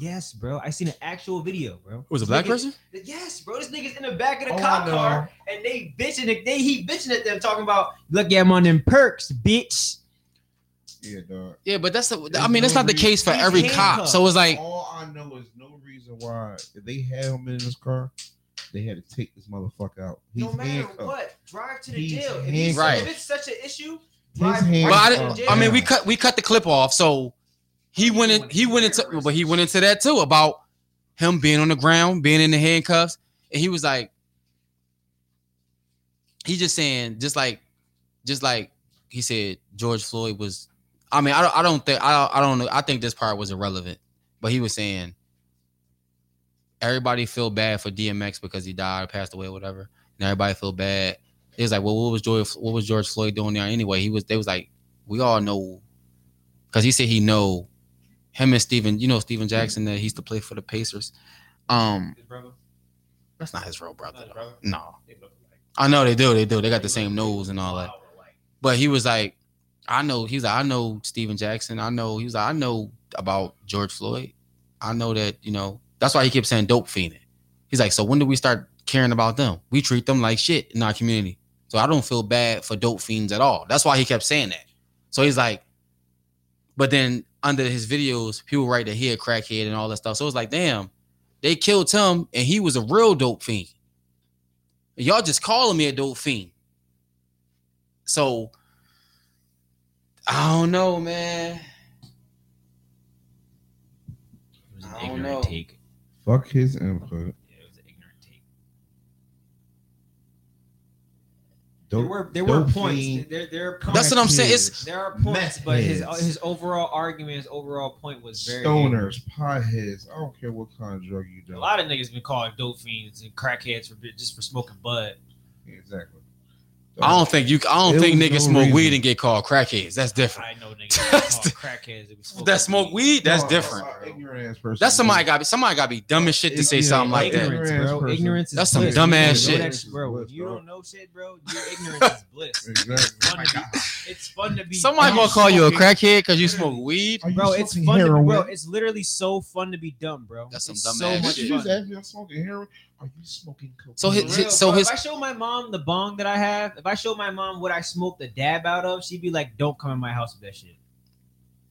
[SPEAKER 2] Yes, bro. I seen an actual video, bro.
[SPEAKER 1] Was
[SPEAKER 2] a
[SPEAKER 1] a
[SPEAKER 2] black
[SPEAKER 1] black
[SPEAKER 2] Nigga-
[SPEAKER 1] person?
[SPEAKER 2] Yes, bro. This nigga's in the back of the
[SPEAKER 3] Oh, I
[SPEAKER 2] cop
[SPEAKER 3] know.
[SPEAKER 2] car and they bitching. at- They he bitching at them talking about look at him on them perks, bitch.
[SPEAKER 3] Yeah, dog.
[SPEAKER 1] Yeah, but that's the. I
[SPEAKER 3] There's
[SPEAKER 1] mean, that's
[SPEAKER 3] no
[SPEAKER 1] not the
[SPEAKER 3] reason-
[SPEAKER 1] case for
[SPEAKER 2] He's
[SPEAKER 1] every cop.
[SPEAKER 2] handcuffed.
[SPEAKER 1] So it's like,
[SPEAKER 3] All I know is no reason why if they had him in this car, they had to take this motherfucker out. He's
[SPEAKER 2] no matter
[SPEAKER 3] handcuffed.
[SPEAKER 2] what, drive to the
[SPEAKER 3] He's
[SPEAKER 2] jail. If, he's,
[SPEAKER 1] handcuffed.
[SPEAKER 2] if it's such an issue,
[SPEAKER 3] His
[SPEAKER 2] drive
[SPEAKER 3] hands
[SPEAKER 1] but
[SPEAKER 2] right
[SPEAKER 1] I,
[SPEAKER 2] to the
[SPEAKER 3] are-
[SPEAKER 1] didn't-
[SPEAKER 2] jail.
[SPEAKER 1] I mean, we cut we cut the clip off. So he went in. He went into. But he went into that too about him being on the ground, being in the handcuffs, and he was like, he just saying, just like, just like he said, George Floyd was. I mean, I don't. I don't think. I don't, I don't know. I think this part was irrelevant. But he was saying, everybody feel bad for DMX because he died, or passed away, or whatever, and everybody feel bad. It was like, well, what was George? What was George Floyd doing there anyway? He was. They was like, we all know, because he said he know him and Steven, you know Steven Jackson that he used to play for the Pacers. Um,
[SPEAKER 2] His brother,
[SPEAKER 1] that's not his real brother.
[SPEAKER 2] his
[SPEAKER 1] though.
[SPEAKER 2] brother.
[SPEAKER 1] No,
[SPEAKER 2] They look alike.
[SPEAKER 1] I know they do. They do. They got the
[SPEAKER 2] They
[SPEAKER 1] same
[SPEAKER 2] look
[SPEAKER 1] nose and all that.
[SPEAKER 2] wild alike.
[SPEAKER 1] But he was like, I know. He was like, I know Steven Jackson. I know. He was like, I know about George Floyd. I know that you know. That's why he kept saying dope fiending. He's like, so when do we start caring about them? We treat them like shit in our community. So I don't feel bad for dope fiends at all. That's why he kept saying that. So he's like, but then under his videos, people write that he a crackhead and all that stuff. So it's like, damn, they killed him and he was a real dope fiend. And Y'all just calling me a dope fiend. So I don't know, man.
[SPEAKER 2] It was an
[SPEAKER 1] I don't
[SPEAKER 2] ignorant
[SPEAKER 1] know.
[SPEAKER 2] take.
[SPEAKER 3] Fuck his input.
[SPEAKER 2] Yeah, it was an ignorant take.
[SPEAKER 3] Dope-
[SPEAKER 2] there were there were
[SPEAKER 3] dope
[SPEAKER 2] points.
[SPEAKER 3] fiend.
[SPEAKER 2] There there are
[SPEAKER 1] That's
[SPEAKER 2] points.
[SPEAKER 1] what I'm saying.
[SPEAKER 3] Crackheads,
[SPEAKER 1] It's
[SPEAKER 2] There are points, but his
[SPEAKER 3] Meth heads.
[SPEAKER 2] his overall argument, his overall point was very
[SPEAKER 3] stoners, potheads. I don't care what kind of drug you do.
[SPEAKER 2] A lot of niggas been called dope fiends and crackheads for just for smoking bud.
[SPEAKER 3] Exactly.
[SPEAKER 1] I don't think you. I don't
[SPEAKER 3] It
[SPEAKER 1] think
[SPEAKER 3] was
[SPEAKER 1] niggas
[SPEAKER 3] no
[SPEAKER 1] smoke
[SPEAKER 3] reason.
[SPEAKER 1] weed and get called crackheads. That's different.
[SPEAKER 2] I know niggas been called crackheads and smoking
[SPEAKER 1] That smoke weed. That's
[SPEAKER 3] No,
[SPEAKER 1] different.
[SPEAKER 3] an Ignorant ass person.
[SPEAKER 1] That's somebody got. Somebody got to be dumb as shit to say
[SPEAKER 3] Ignorant,
[SPEAKER 1] something like that.
[SPEAKER 3] ignorant.
[SPEAKER 2] ignorance, bro.
[SPEAKER 3] Ignorant
[SPEAKER 2] Ignorance is
[SPEAKER 1] That's some
[SPEAKER 2] bliss.
[SPEAKER 1] dumbass
[SPEAKER 2] You don't know
[SPEAKER 1] shit.
[SPEAKER 2] that- bro, if you
[SPEAKER 3] Bro.
[SPEAKER 2] don't know shit, bro, your ignorance is bliss.
[SPEAKER 3] Exactly.
[SPEAKER 2] Fun to be- It's fun to be.
[SPEAKER 1] Somebody
[SPEAKER 2] dumb.
[SPEAKER 1] gonna call you a crackhead because you smoke weed.
[SPEAKER 3] Are you
[SPEAKER 2] Bro, it's
[SPEAKER 3] smoking
[SPEAKER 2] fun. To,
[SPEAKER 3] heroin?
[SPEAKER 2] bro, it's literally so fun to be dumb, bro.
[SPEAKER 1] That's some
[SPEAKER 2] It's
[SPEAKER 1] dumb
[SPEAKER 2] so
[SPEAKER 1] ass
[SPEAKER 2] much
[SPEAKER 3] Did
[SPEAKER 1] shit.
[SPEAKER 3] you just
[SPEAKER 2] fun.
[SPEAKER 3] ask me I'm smoking heroin? Are you smoking cocaine?
[SPEAKER 1] So
[SPEAKER 2] For
[SPEAKER 1] his-
[SPEAKER 2] real,
[SPEAKER 1] so
[SPEAKER 2] bro,
[SPEAKER 1] his-
[SPEAKER 2] if I show my mom the bong that I have, if I show my mom what I smoked a dab out of, she'd be like, "Don't come in my house with that shit."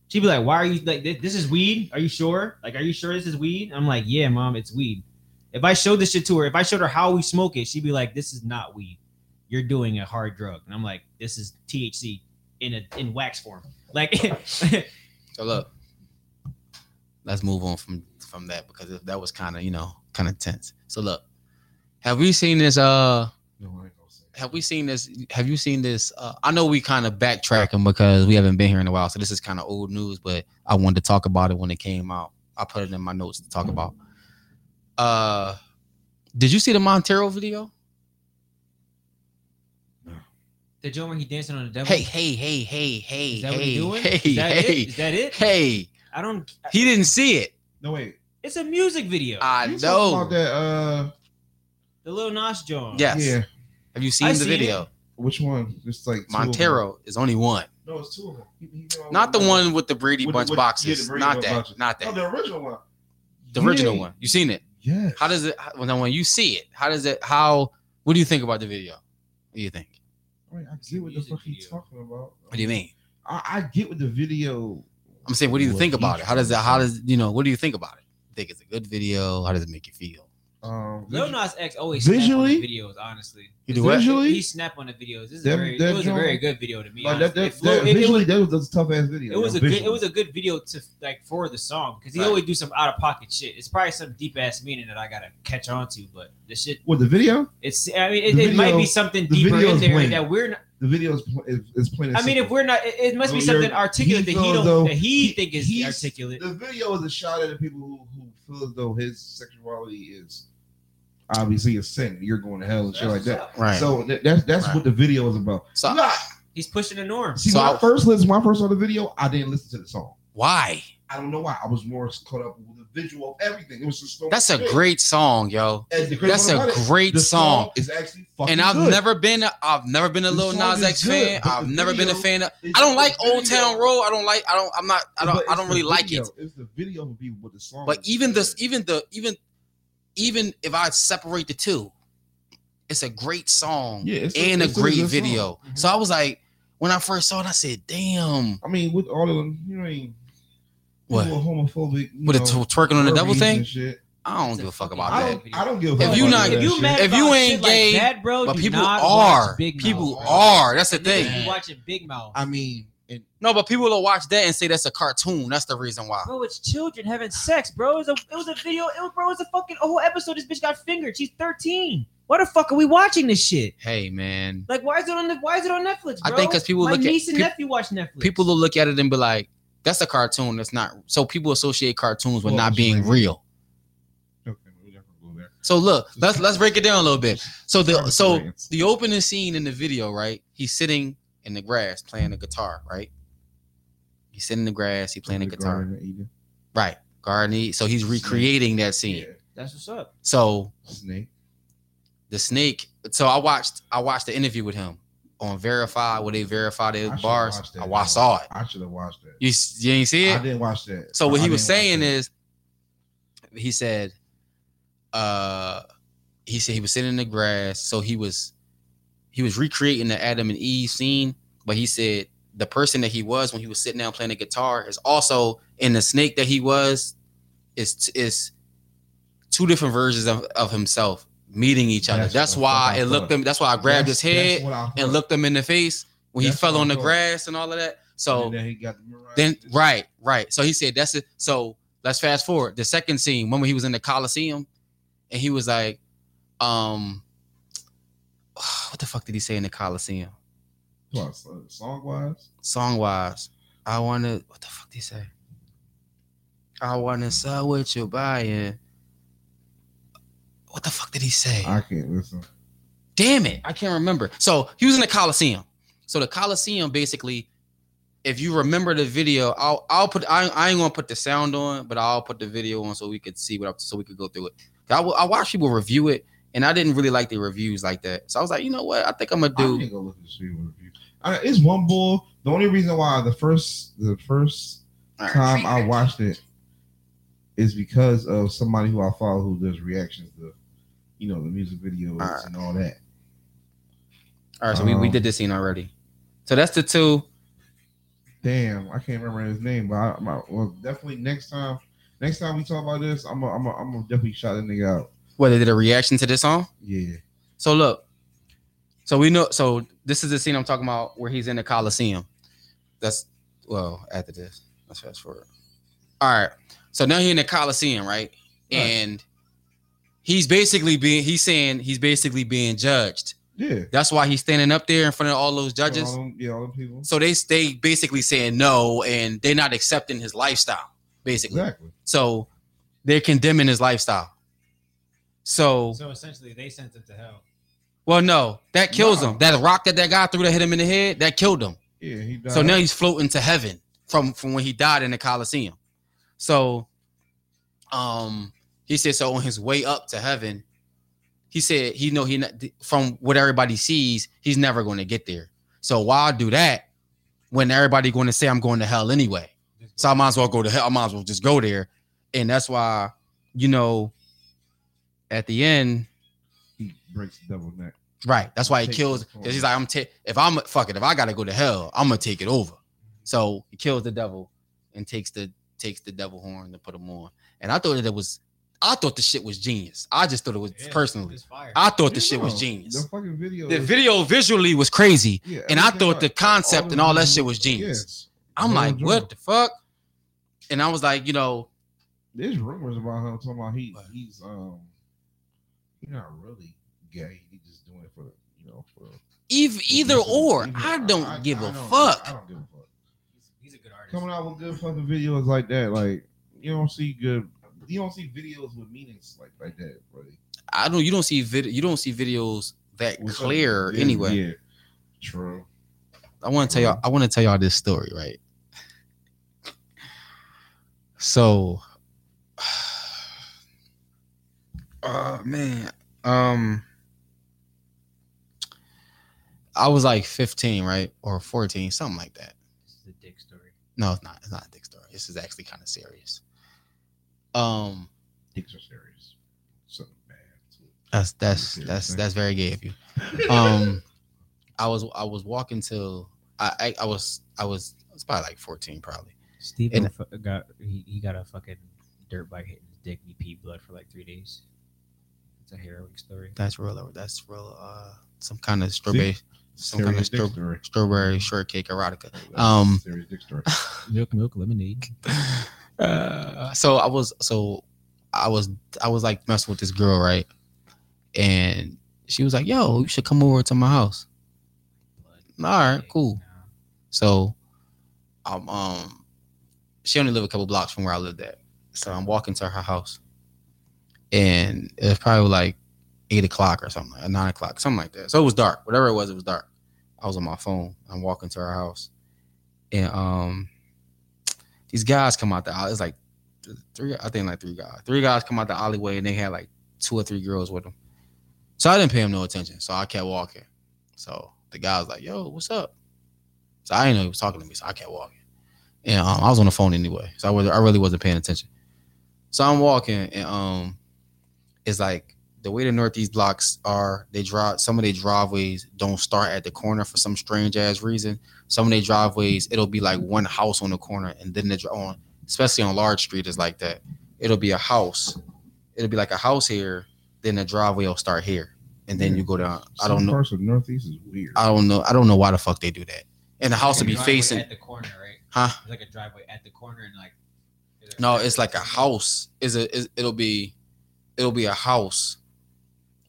[SPEAKER 2] She'd be like, "Why are you like this, this? Is weed? Are you sure? Like, are you sure this is weed?" I'm like, "Yeah, mom, it's weed." If I showed this shit to her, if I showed her how we smoke it, she'd be like, "This is not weed. You're doing a hard drug." And I'm like, "This is THC in a in wax form." Like,
[SPEAKER 1] So look, let's move on from from that because that was kind of you know kind of tense. So look, have we seen this? Uh,
[SPEAKER 3] No, I ain't gonna say.
[SPEAKER 1] have we seen this? Have you seen this? Uh, I know we kind of backtracking because we haven't been here in a while, so this is kind of old news. But I wanted to talk about it when it came out. I put it in my notes to talk about. Uh, did you see the Montero video?
[SPEAKER 2] the joint where he dancing on the devil.
[SPEAKER 1] Hey, hey, hey, hey, hey,
[SPEAKER 2] is that
[SPEAKER 1] hey,
[SPEAKER 2] what he doing?
[SPEAKER 1] hey,
[SPEAKER 2] is that
[SPEAKER 1] hey,
[SPEAKER 2] it? Is that it?
[SPEAKER 1] hey.
[SPEAKER 2] I don't.
[SPEAKER 1] He didn't see it.
[SPEAKER 3] No, wait.
[SPEAKER 2] It's a music video.
[SPEAKER 1] I
[SPEAKER 3] you
[SPEAKER 1] know.
[SPEAKER 3] talking about that. Uh,
[SPEAKER 2] the little Nas joint.
[SPEAKER 1] Yes.
[SPEAKER 3] yeah.
[SPEAKER 1] Have you seen
[SPEAKER 2] I
[SPEAKER 1] the
[SPEAKER 2] seen
[SPEAKER 1] video?
[SPEAKER 3] Which one? It's like two of them.
[SPEAKER 1] Montero is only one,
[SPEAKER 3] No, it's two of them. He- he- he-
[SPEAKER 1] not the one with the Brady
[SPEAKER 3] With the-
[SPEAKER 1] bunch
[SPEAKER 3] with- yeah,
[SPEAKER 1] boxes.
[SPEAKER 3] the Brady
[SPEAKER 1] not
[SPEAKER 3] Bunch
[SPEAKER 1] that.
[SPEAKER 3] boxes.
[SPEAKER 1] Not
[SPEAKER 3] No,
[SPEAKER 1] that.
[SPEAKER 3] Oh, the original one.
[SPEAKER 1] the original
[SPEAKER 3] Yeah.
[SPEAKER 1] one. You seen it?
[SPEAKER 3] Yes.
[SPEAKER 1] How does it? how- When when you see it, how does it? How? What do you think about the video? What do you think?
[SPEAKER 3] Wait, I get what the
[SPEAKER 2] Music
[SPEAKER 3] fuck he's
[SPEAKER 2] video.
[SPEAKER 3] talking about.
[SPEAKER 1] What do you mean?
[SPEAKER 3] I, I get what the video.
[SPEAKER 1] I'm saying, what do you
[SPEAKER 3] What
[SPEAKER 1] think
[SPEAKER 3] he
[SPEAKER 1] about it? How does that? How
[SPEAKER 3] thinks.
[SPEAKER 1] does you know? What do you think about it? You think it's a good video? How does it make you feel?
[SPEAKER 3] Um,
[SPEAKER 2] Lil Nas X always
[SPEAKER 3] Visually?
[SPEAKER 2] snap on the videos, honestly.
[SPEAKER 1] You do what?
[SPEAKER 3] visually,
[SPEAKER 2] He snap on the videos. This is
[SPEAKER 3] That-
[SPEAKER 2] very,
[SPEAKER 3] that
[SPEAKER 2] it was
[SPEAKER 3] joint-
[SPEAKER 2] a very good video to me.
[SPEAKER 3] like, that,
[SPEAKER 2] honestly.
[SPEAKER 3] that,
[SPEAKER 2] It flowed-
[SPEAKER 3] that-
[SPEAKER 2] it- it was-
[SPEAKER 3] visually, that was, that was a tough ass video.
[SPEAKER 2] it was a
[SPEAKER 3] yo,
[SPEAKER 2] good, it
[SPEAKER 3] visually.
[SPEAKER 2] was a good video to like for the song because he
[SPEAKER 1] Right.
[SPEAKER 2] always do some out of pocket shit. It's probably some deep ass meaning that I gotta catch on to, but the shit,
[SPEAKER 3] What the video?
[SPEAKER 2] it's I mean, it,
[SPEAKER 3] The
[SPEAKER 2] it might
[SPEAKER 3] video-
[SPEAKER 2] be something
[SPEAKER 3] the
[SPEAKER 2] deeper
[SPEAKER 3] video
[SPEAKER 2] in
[SPEAKER 3] is
[SPEAKER 2] there
[SPEAKER 3] lame.
[SPEAKER 2] that we're. Not,
[SPEAKER 3] The video is pl- is, is plain. and
[SPEAKER 2] I mean, if
[SPEAKER 3] simple.
[SPEAKER 2] we're not, it, it must be
[SPEAKER 3] No,
[SPEAKER 2] something
[SPEAKER 3] you're-
[SPEAKER 2] articulate that
[SPEAKER 3] he's
[SPEAKER 2] he
[SPEAKER 3] gonna
[SPEAKER 2] don't
[SPEAKER 3] though-
[SPEAKER 2] that he,
[SPEAKER 3] he-
[SPEAKER 2] think is
[SPEAKER 3] he's-
[SPEAKER 2] articulate.
[SPEAKER 3] the video is a shot at the people who, who feel as though his sexuality is obviously a sin. You're going to hell and shit like that.
[SPEAKER 1] Right. So,
[SPEAKER 3] So that, that's that's
[SPEAKER 1] Right. Uh,
[SPEAKER 3] what the video is about. Nah,
[SPEAKER 2] He's pushing the norm.
[SPEAKER 3] see,
[SPEAKER 1] So
[SPEAKER 3] when
[SPEAKER 1] I-
[SPEAKER 3] I first listen, when I first saw the video, I didn't listen to the song.
[SPEAKER 1] why?
[SPEAKER 3] I don't know why. I was more caught up with the visual of everything. It was just so
[SPEAKER 1] That's a
[SPEAKER 3] good.
[SPEAKER 1] great song, yo.
[SPEAKER 3] And the great
[SPEAKER 1] That's
[SPEAKER 3] part
[SPEAKER 1] a
[SPEAKER 3] about it,
[SPEAKER 1] great
[SPEAKER 3] the
[SPEAKER 1] song.
[SPEAKER 3] is actually fucking
[SPEAKER 1] And I've
[SPEAKER 3] good.
[SPEAKER 1] never been, a- I've never been a
[SPEAKER 3] The
[SPEAKER 1] little
[SPEAKER 3] song
[SPEAKER 1] Nas
[SPEAKER 3] is
[SPEAKER 1] X
[SPEAKER 3] good,
[SPEAKER 1] fan.
[SPEAKER 3] but
[SPEAKER 1] I've
[SPEAKER 3] the
[SPEAKER 1] never been a
[SPEAKER 3] video-
[SPEAKER 1] fan of.
[SPEAKER 3] It's
[SPEAKER 1] I don't
[SPEAKER 3] the
[SPEAKER 1] like Old
[SPEAKER 3] video.
[SPEAKER 1] Town Road. I don't like. I don't. I'm not. I
[SPEAKER 3] But
[SPEAKER 1] don't.
[SPEAKER 3] it's
[SPEAKER 1] I don't
[SPEAKER 3] the
[SPEAKER 1] really like it.
[SPEAKER 3] video. It's the video would be what the song.
[SPEAKER 1] But
[SPEAKER 3] is.
[SPEAKER 1] even this, even the, even, even if I separate the two, it's a great song
[SPEAKER 3] yeah, it's
[SPEAKER 1] and a
[SPEAKER 3] it's
[SPEAKER 1] great
[SPEAKER 3] good
[SPEAKER 1] video.
[SPEAKER 3] song.
[SPEAKER 2] Mm-hmm.
[SPEAKER 3] Mhm.
[SPEAKER 1] So I was like, when I first saw it, I said, "Damn,
[SPEAKER 3] I mean, with all of them, you ain't
[SPEAKER 1] What?
[SPEAKER 3] people are homophobic. You
[SPEAKER 1] with a
[SPEAKER 3] know,
[SPEAKER 1] tw- twerking on the devil
[SPEAKER 3] herpes
[SPEAKER 1] thing,
[SPEAKER 3] and shit.
[SPEAKER 1] I don't
[SPEAKER 2] It's a
[SPEAKER 1] give a fuck
[SPEAKER 2] fucking-
[SPEAKER 1] about
[SPEAKER 3] I
[SPEAKER 1] that."
[SPEAKER 3] don't, I don't give a
[SPEAKER 1] If
[SPEAKER 3] fuck
[SPEAKER 1] you
[SPEAKER 3] about
[SPEAKER 1] not-
[SPEAKER 3] that
[SPEAKER 2] if you
[SPEAKER 3] shit.
[SPEAKER 2] mad
[SPEAKER 1] If
[SPEAKER 2] about
[SPEAKER 1] you
[SPEAKER 2] shit
[SPEAKER 1] ain't
[SPEAKER 2] like
[SPEAKER 1] gay,
[SPEAKER 2] that, bro,
[SPEAKER 1] But
[SPEAKER 2] do
[SPEAKER 1] people
[SPEAKER 2] not
[SPEAKER 1] are,
[SPEAKER 2] watch Big Mouth,
[SPEAKER 1] people
[SPEAKER 2] bro.
[SPEAKER 1] are. That's the
[SPEAKER 2] Niggas
[SPEAKER 1] thing.
[SPEAKER 2] be watching Big Mouth.
[SPEAKER 3] I mean, and
[SPEAKER 1] No, but people will watch that and say that's a cartoon. That's the reason why.
[SPEAKER 2] Bro, it's children having sex, bro. It was a, it was a video. It was, bro, it was a fucking a whole episode. This bitch got fingered. She's 13. Why the fuck are we watching this shit?
[SPEAKER 1] Hey, man,
[SPEAKER 2] Like, why is it on the, why is it on Netflix?
[SPEAKER 1] I
[SPEAKER 2] Bro?
[SPEAKER 1] think 'cause people
[SPEAKER 2] My
[SPEAKER 1] look at-
[SPEAKER 2] niece and
[SPEAKER 1] peop-
[SPEAKER 2] nephew watch Netflix.
[SPEAKER 1] people will look at it and be like, "That's a cartoon. That's not." So people associate cartoons with
[SPEAKER 3] Well,
[SPEAKER 1] not
[SPEAKER 3] it's
[SPEAKER 1] being
[SPEAKER 3] like-
[SPEAKER 1] real.
[SPEAKER 3] okay, we're not gonna go there.
[SPEAKER 1] So look, let's let's break it down a little bit. So the
[SPEAKER 3] Sorry,
[SPEAKER 1] so
[SPEAKER 3] Lance.
[SPEAKER 1] the opening scene in the video, right? He's sitting in the grass playing the guitar, right? He's sitting in the grass, he playing the
[SPEAKER 3] Garden
[SPEAKER 1] guitar.
[SPEAKER 3] and eating
[SPEAKER 1] Right. Garney. So he's recreating that scene.
[SPEAKER 2] That's what's up.
[SPEAKER 1] So
[SPEAKER 3] Snake.
[SPEAKER 1] the snake. So I watched I watched the interview with him on Verify where they verified his
[SPEAKER 3] I should've
[SPEAKER 1] bars.
[SPEAKER 3] watched that,
[SPEAKER 1] I,
[SPEAKER 3] though.
[SPEAKER 1] wa- saw it.
[SPEAKER 3] I should have watched that.
[SPEAKER 1] You, s- you ain't see
[SPEAKER 3] I
[SPEAKER 1] it?
[SPEAKER 3] didn't watch that.
[SPEAKER 1] So what
[SPEAKER 3] I
[SPEAKER 1] he was
[SPEAKER 3] didn't watch
[SPEAKER 1] saying
[SPEAKER 3] that.
[SPEAKER 1] is, he said, uh, he said he was sitting in the grass, so he was, he was recreating the Adam and Eve scene, but he said the person that he was when he was sitting down playing the guitar is also in the snake that he was, is is two different versions of, of himself meeting each other.
[SPEAKER 3] That's
[SPEAKER 1] That's,
[SPEAKER 3] what I
[SPEAKER 1] why
[SPEAKER 3] thought.
[SPEAKER 1] it looked him. That's why I grabbed
[SPEAKER 3] That's-
[SPEAKER 1] his
[SPEAKER 3] that's
[SPEAKER 1] head
[SPEAKER 3] what I thought.
[SPEAKER 1] and looked him in the face when
[SPEAKER 3] That's
[SPEAKER 1] he fell
[SPEAKER 3] what I
[SPEAKER 1] on the
[SPEAKER 3] thought.
[SPEAKER 1] grass and all of that. So
[SPEAKER 3] And then he got the Mariah
[SPEAKER 1] then
[SPEAKER 3] Carey.
[SPEAKER 1] right, right. So he said that's it. So let's fast forward. The second scene, when he was in the Coliseum, and he was like, um, what the fuck did he say in the Coliseum?
[SPEAKER 3] Song wise,
[SPEAKER 1] Song wise, I wanna what the fuck did he say? I wanna sell what you're buying. What the fuck did he say?
[SPEAKER 3] I can't listen.
[SPEAKER 1] damn it, I can't remember. So he was in the Coliseum. So the Coliseum basically, if you remember the video, I'll I'll put I, I ain't gonna put the sound on, but I'll put the video on so we could see what I, so we could go through it. I, wa- I watched people review it, and I didn't really like the reviews like that. So I was like, you know what? I think I'm gonna
[SPEAKER 3] I
[SPEAKER 1] do.
[SPEAKER 3] can't go look at the street review. I, it's one bull. The only reason why the first the first
[SPEAKER 1] All right.
[SPEAKER 3] time I watched it is because of somebody who I follow who does reactions to, you know, the music videos
[SPEAKER 1] Alright.
[SPEAKER 3] and all that.
[SPEAKER 1] All right, so we, we
[SPEAKER 3] Um,
[SPEAKER 1] did this scene already. So that's the two.
[SPEAKER 3] Damn, I can't remember his name, but I, my, well, definitely next time. Next time we talk about this, I'm a, I'm a, I'm gonna definitely shout that nigga out.
[SPEAKER 1] What they did a reaction to this song.
[SPEAKER 3] Yeah,
[SPEAKER 1] So look, so we know. So this is the scene I'm talking about where he's in the Coliseum. That's well after this. Let's fast forward. All right. So now he's in the Coliseum, right? And he's basically being. He's saying he's basically being judged.
[SPEAKER 3] yeah.
[SPEAKER 1] That's why he's standing up there in front of all those judges.
[SPEAKER 3] all them, yeah, all them people.
[SPEAKER 1] So they they basically saying no, and they're not accepting his lifestyle. Basically,
[SPEAKER 3] Exactly.
[SPEAKER 1] so they're condemning his lifestyle. So
[SPEAKER 4] So essentially, they sent him to hell.
[SPEAKER 1] Well, no, that kills
[SPEAKER 3] No.
[SPEAKER 1] him. That rock that that guy threw that hit him in the head, that killed him.
[SPEAKER 3] Yeah, he died.
[SPEAKER 1] So now he's floating to heaven from from when he died in the Coliseum. So, um, he said so on his way up to heaven, he said he know he not, from what everybody sees, he's never going to get there. So why do that when everybody going to say I'm going to hell anyway?
[SPEAKER 4] Just
[SPEAKER 1] So I might as well go to hell. I might as well just go there, and that's why you know, at the end.
[SPEAKER 3] he breaks the double neck.
[SPEAKER 1] Right. That's why he
[SPEAKER 3] Take
[SPEAKER 1] kills.
[SPEAKER 3] it
[SPEAKER 1] Because he's like, I'm ta- if I'm fuck it, if I gotta go to hell, I'm gonna take it over. So he kills the devil and takes the takes the devil horn to put him on. And I thought that it was, I thought the shit was genius. I just thought it was
[SPEAKER 4] Yeah,
[SPEAKER 1] personally.
[SPEAKER 4] it's fire.
[SPEAKER 1] I thought the shit
[SPEAKER 3] Yeah,
[SPEAKER 1] was
[SPEAKER 3] The
[SPEAKER 1] genius.
[SPEAKER 3] fucking video.
[SPEAKER 1] The
[SPEAKER 3] is-
[SPEAKER 1] video visually was crazy,
[SPEAKER 3] yeah,
[SPEAKER 1] and I
[SPEAKER 3] everything
[SPEAKER 1] thought the
[SPEAKER 3] like-
[SPEAKER 1] concept and all that shit was genius.
[SPEAKER 3] Yes.
[SPEAKER 1] I'm
[SPEAKER 3] Hell
[SPEAKER 1] like,
[SPEAKER 3] yeah.
[SPEAKER 1] what the fuck? And I was like, you know,
[SPEAKER 3] There's rumors about him talking about he he's um he's not really gay. He just doing it for you know for
[SPEAKER 1] ev- either
[SPEAKER 3] Listen,
[SPEAKER 1] or,
[SPEAKER 3] even-
[SPEAKER 1] I don't give
[SPEAKER 3] I
[SPEAKER 1] a
[SPEAKER 3] don't- I
[SPEAKER 1] fuck.
[SPEAKER 3] don't give a fuck.
[SPEAKER 4] He's, he's a good artist.
[SPEAKER 3] Coming out with good fucking videos like that, like you don't see good, you don't see videos with meanings like like that, buddy.
[SPEAKER 1] I don't. You don't see video. You don't see videos that
[SPEAKER 3] With some-
[SPEAKER 1] clear
[SPEAKER 3] yeah,
[SPEAKER 1] anyway.
[SPEAKER 3] Yeah, true.
[SPEAKER 1] I want to tell y'all. I want to tell y'all this story, right? So, oh man, um, I was like 15, right, or 14, something like that.
[SPEAKER 4] This is a dick story.
[SPEAKER 1] No, it's not. It's not a dick story. This is actually kind of serious. Um,
[SPEAKER 3] Dicks are serious. Something bad. too.
[SPEAKER 1] that's that's that's that's very gay of you. um i was i was walking to i i, I was i was I was probably like 14 probably
[SPEAKER 4] Steve
[SPEAKER 1] And-
[SPEAKER 4] got he, he got a fucking dirt bike hitting his dick. and He peed blood for like three days. It's a heroic story.
[SPEAKER 1] that's real that's real uh some kind of strawberry some kind of
[SPEAKER 3] Serious dick
[SPEAKER 1] stra-
[SPEAKER 3] story.
[SPEAKER 1] strawberry shortcake erotica
[SPEAKER 3] That's
[SPEAKER 1] Um,
[SPEAKER 3] serious dick story.
[SPEAKER 4] Milk, milk, lemonade.
[SPEAKER 1] Uh, so I was so I was I was like messing with this girl, right? And she was like, "Yo, you should come over to my house." All right, cool. So, um, um, she only lived a couple blocks from where I lived at. So I'm walking to her house, and it was probably like eight o'clock or something, like nine o'clock, something like that. So it was dark. Whatever it was, it was dark. I was on my phone. I'm walking to her house, and um, these guys come out the. alley- It's like th- three, I think like three guys. Three guys come out the alleyway, and they had like two or three girls with them. So I didn't pay them no attention. So I kept walking. So the guy was like, "Yo, what's up?" So I didn't know he was talking to me, so I kept walking. And um, I was on the phone anyway, so I was I really wasn't paying attention. So I'm walking, and um, it's like the way the northeast blocks are. They drive some of their driveways don't start at the corner for some strange ass reason. Some of their driveways it'll be like one house on the corner, and then the dri- on especially on large street is like that. It'll be a house. It'll be like a house here, then the driveway will start here, and then you go down. I don't
[SPEAKER 3] Some
[SPEAKER 1] know.
[SPEAKER 3] Parts of Northeast is weird.
[SPEAKER 1] I don't know. I don't know why the fuck they do that. And the house
[SPEAKER 4] Also
[SPEAKER 1] will be facing,
[SPEAKER 4] at the corner, right?
[SPEAKER 1] huh?
[SPEAKER 4] It's like a driveway at the corner, and like
[SPEAKER 1] No, it's like a house. Is a is, it'll be, it'll be a house,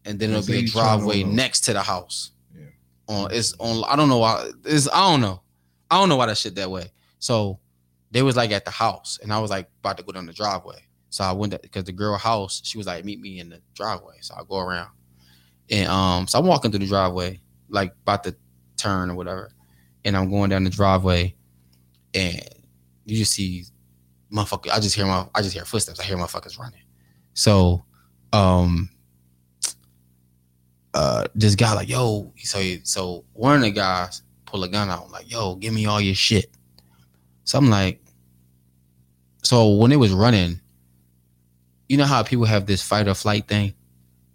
[SPEAKER 1] and then it'll
[SPEAKER 3] That's
[SPEAKER 1] be a
[SPEAKER 3] ladies trying to
[SPEAKER 1] driveway
[SPEAKER 3] know.
[SPEAKER 1] next to the house.
[SPEAKER 3] Yeah.
[SPEAKER 1] On it's on. I don't know why. It's I don't know. I don't know why that shit that way. So they was like at the house, and I was like about to go down the driveway. So I went because the girl house, she was like meet me in the driveway. So I go around, and um, so I'm walking through the driveway, like about to turn or whatever, and I'm going down the driveway, and you just see motherfucker. I just hear my I just hear footsteps. I hear motherfuckers running. So um uh this guy like yo so so one of the guys pull a gun out like yo give me all your shit. So I'm like so when it was running, you know how people have this fight or flight thing?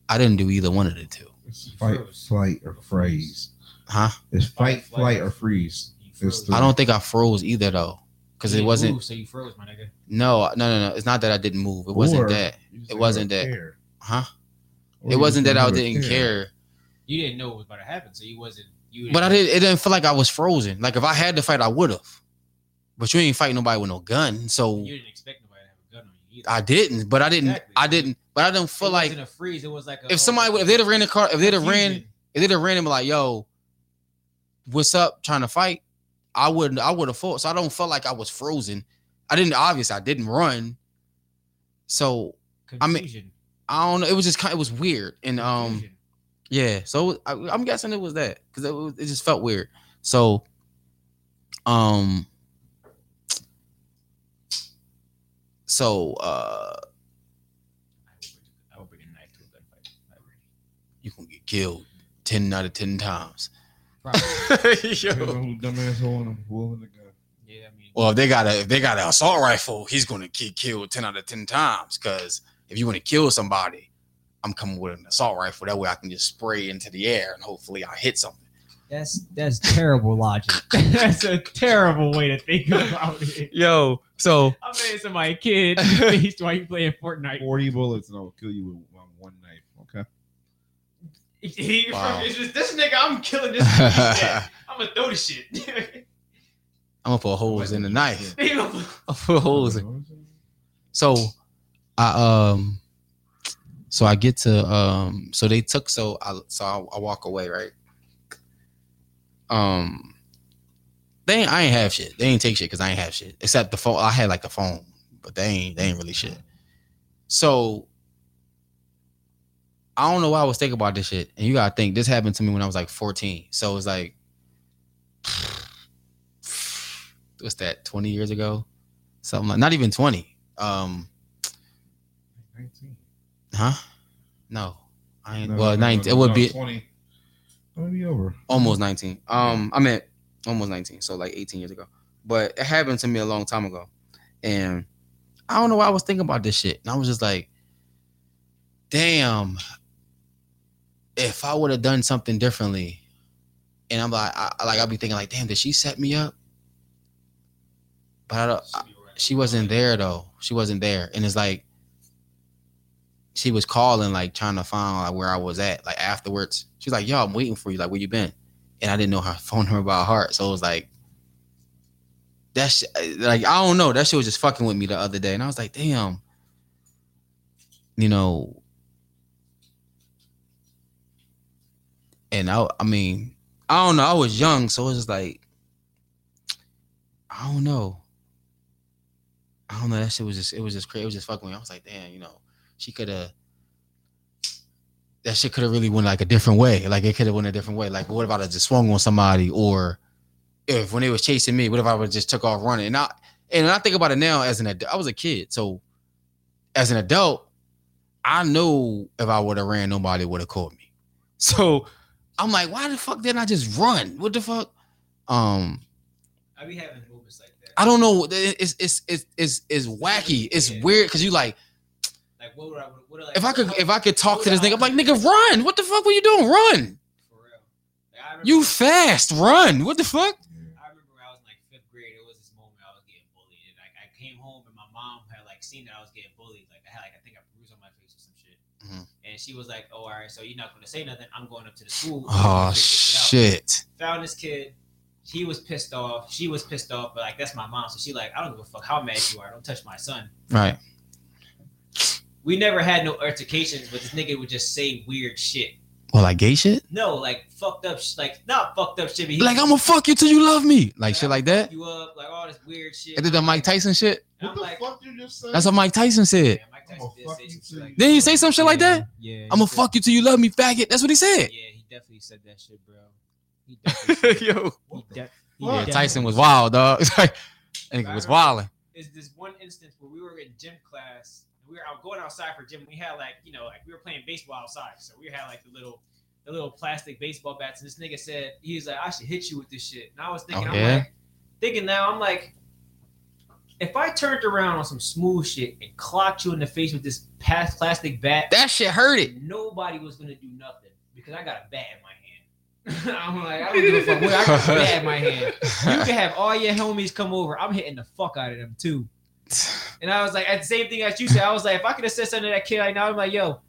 [SPEAKER 1] I didn't do either one of the two.
[SPEAKER 3] It's fight, flight, or freeze.
[SPEAKER 1] Huh?
[SPEAKER 3] It's fight, flight, or freeze. It's the-
[SPEAKER 1] I don't think I froze either though. Cause it
[SPEAKER 2] You
[SPEAKER 1] wasn't
[SPEAKER 2] moved, so you froze, my nigga.
[SPEAKER 1] no uh, no no no it's not that I didn't move. It wasn't
[SPEAKER 3] Or-
[SPEAKER 1] that.
[SPEAKER 3] You just
[SPEAKER 1] It
[SPEAKER 3] don't
[SPEAKER 1] wasn't that.
[SPEAKER 3] care.
[SPEAKER 1] Huh?
[SPEAKER 3] Or
[SPEAKER 1] It
[SPEAKER 3] you
[SPEAKER 1] wasn't
[SPEAKER 3] just
[SPEAKER 1] that I
[SPEAKER 3] don't
[SPEAKER 1] didn't care.
[SPEAKER 2] You didn't know what was about to happen, so you wasn't. You
[SPEAKER 1] But I didn't. It didn't feel like I was frozen. Like if I had to fight, I would have. But you ain't fighting nobody with no gun, so
[SPEAKER 2] You didn't expect nobody to have a gun on you either.
[SPEAKER 1] I didn't. But I didn't.
[SPEAKER 2] Exactly.
[SPEAKER 1] I didn't. But I didn't feel
[SPEAKER 2] it
[SPEAKER 1] like
[SPEAKER 2] wasn't a freeze. It was like a,
[SPEAKER 1] if somebody would- if they'd have ran the car, if they'd have ran, if they'd have ran and be like, "Yo, what's up?" Trying to fight, I wouldn't. I would have fought. So I don't feel like I was frozen. I didn't. Obviously, I didn't run. So I mean,
[SPEAKER 2] confusion.
[SPEAKER 1] I don't know. It was just kind. It was weird. And um.
[SPEAKER 2] Confusion.
[SPEAKER 1] Yeah, so I, I'm guessing it was that because it, was- it just felt weird. So, um, so uh,
[SPEAKER 2] I would bring a knife to a gunfight. I would.
[SPEAKER 1] you can get killed ten out of ten times.
[SPEAKER 2] Probably.
[SPEAKER 3] Depends
[SPEAKER 1] Yo.
[SPEAKER 3] on who dumbass holding them, holding the gun.
[SPEAKER 2] yeah, I mean,
[SPEAKER 1] Well, if they got a if they got an assault rifle, he's gonna get killed ten out of ten times. Because if you want to kill somebody, I'm coming with an assault rifle. That way, I can just spray into the air and hopefully I hit something.
[SPEAKER 2] that's that's terrible logic. that's a terrible way to think about it.
[SPEAKER 1] Yo, so
[SPEAKER 2] I'm saying to my kid, based why you playing Fortnite.
[SPEAKER 3] 40 bullets and I'll kill you with one- one knife. Okay.
[SPEAKER 2] He-
[SPEAKER 1] Wow.
[SPEAKER 2] it's just, this nigga, I'm killing this.
[SPEAKER 1] I'm
[SPEAKER 2] I'm gonna throw this shit.
[SPEAKER 1] gonna put holes in the knife.
[SPEAKER 2] They gonna-
[SPEAKER 1] I'll put holes in. so I um so I get to um so they took so I so I, I walk away right um they ain't, I ain't have shit they ain't take shit because I ain't have shit except the phone I had like the phone but they ain't they ain't really shit so I don't know why I was thinking about this shit and you gotta think this happened to me when I was like 14 so it's like what's that 20 years ago something like not even 20 um Huh? No. I ain't, well, 19. it would be
[SPEAKER 3] 20. It would be over.
[SPEAKER 1] almost 19. Um, I meant almost 19, so like 18 years ago. But it happened to me a long time ago. And I don't know why I was thinking about this shit. And I was just like, damn, if I would have done something differently. And I'm like, I, like I'll be thinking like, damn, did she set me up? But I don't, she wasn't there though. She wasn't there, and it's like she was calling, like trying to find like where I was at. Like afterwards, she's like, "Yo, I'm waiting for you. Like, where you been?" And I didn't know her phone number by heart, so it was like that. Sh- like I don't know. That shit was just fucking with me the other day, and I was like, "Damn," you know. And I, I mean, I don't know. I was young, so it was just like, I don't know. I don't know. That shit was just it was just crazy. It was just fucking. with me. I was like, damn, you know, she could have. That shit could have really went like a different way. Like it could have went a different way. Like what if I have just swung on somebody, or if when they was chasing me, what if I would just took off running? And I and I think about it now as an adult. I was a kid, so as an adult, I know if I would have ran, nobody would have caught me. So I'm like, why the fuck didn't I just run? What the fuck? Um,
[SPEAKER 2] I be having moments like that.
[SPEAKER 1] I don't know. It's it's it's it's, it's wacky. It's weird because you like
[SPEAKER 2] Like what would I? What would I
[SPEAKER 1] if I could if I could talk to this nigga, I'm like nigga, run! What the fuck were you doing? Run!
[SPEAKER 2] For real. Like, I remember,
[SPEAKER 1] You fast, run! What the fuck?
[SPEAKER 2] I remember when I was in like fifth grade. It was this moment I was getting bullied, and like I came home and my mom had like seen that I was getting bullied. Like I had like I think a bruise on my face or some shit,
[SPEAKER 1] Mhm.
[SPEAKER 2] and she was like, "Oh, all right, so you're not gonna say nothing. I'm going up to the school." and we're
[SPEAKER 1] Oh
[SPEAKER 2] gonna figure this shit out."
[SPEAKER 1] shit!
[SPEAKER 2] Found this kid. He was pissed off. She was pissed off, but like that's my mom, so she like I don't give a fuck how mad you are. Don't touch my son.
[SPEAKER 1] Right.
[SPEAKER 2] we never had no altercations, but this nigga would just say weird shit.
[SPEAKER 1] Well, like gay shit.
[SPEAKER 2] No, like fucked up, sh- like not fucked up shit. But he
[SPEAKER 1] Like I'm gonna fuck you till you love me. Like shit like that.
[SPEAKER 2] you up, like all this weird shit.
[SPEAKER 1] I did the Mike Tyson shit.
[SPEAKER 2] And
[SPEAKER 3] What
[SPEAKER 2] I'm
[SPEAKER 3] the
[SPEAKER 2] like,
[SPEAKER 3] fuck you just said?
[SPEAKER 1] That's what Mike Tyson said.
[SPEAKER 2] yeah, Mike
[SPEAKER 3] I'ma
[SPEAKER 2] Tyson did
[SPEAKER 3] fuck
[SPEAKER 2] say
[SPEAKER 3] you
[SPEAKER 2] some shit
[SPEAKER 3] till
[SPEAKER 2] like
[SPEAKER 3] you-
[SPEAKER 1] Didn't he say some shit like
[SPEAKER 2] Yeah,
[SPEAKER 1] that?
[SPEAKER 2] Yeah. he
[SPEAKER 1] I'm gonna
[SPEAKER 2] said-
[SPEAKER 1] fuck you till you love me, faggot. That's what he said.
[SPEAKER 2] Yeah, he definitely said that shit, bro. He definitely said
[SPEAKER 1] Yo.
[SPEAKER 2] that. He de- he
[SPEAKER 1] Yeah,
[SPEAKER 2] definitely-
[SPEAKER 1] Tyson was wild, dog. Nigga was wilding.
[SPEAKER 2] is this one instance where we were in gym class and we were out going outside for gym. We had like, you know, like we were playing baseball outside. So we had like the little the little plastic baseball bats. And this nigga said, he was like, I should hit you with this shit. And I was thinking,
[SPEAKER 1] Oh,
[SPEAKER 2] I'm
[SPEAKER 1] yeah?
[SPEAKER 2] like, thinking now, I'm like, if I turned around on some smooth shit and clocked you in the face with this past plastic bat,
[SPEAKER 1] That shit hurt it.
[SPEAKER 2] nobody was gonna do nothing because I got a bat in my hand. I'm like, I don't give a fuck. where I got a bat in my hand you can have all your homies come over. I'm hitting the fuck out of them too. And I was like, at the same thing as you said, I was like, if I could have said something to that kid right now, I'm like, yo,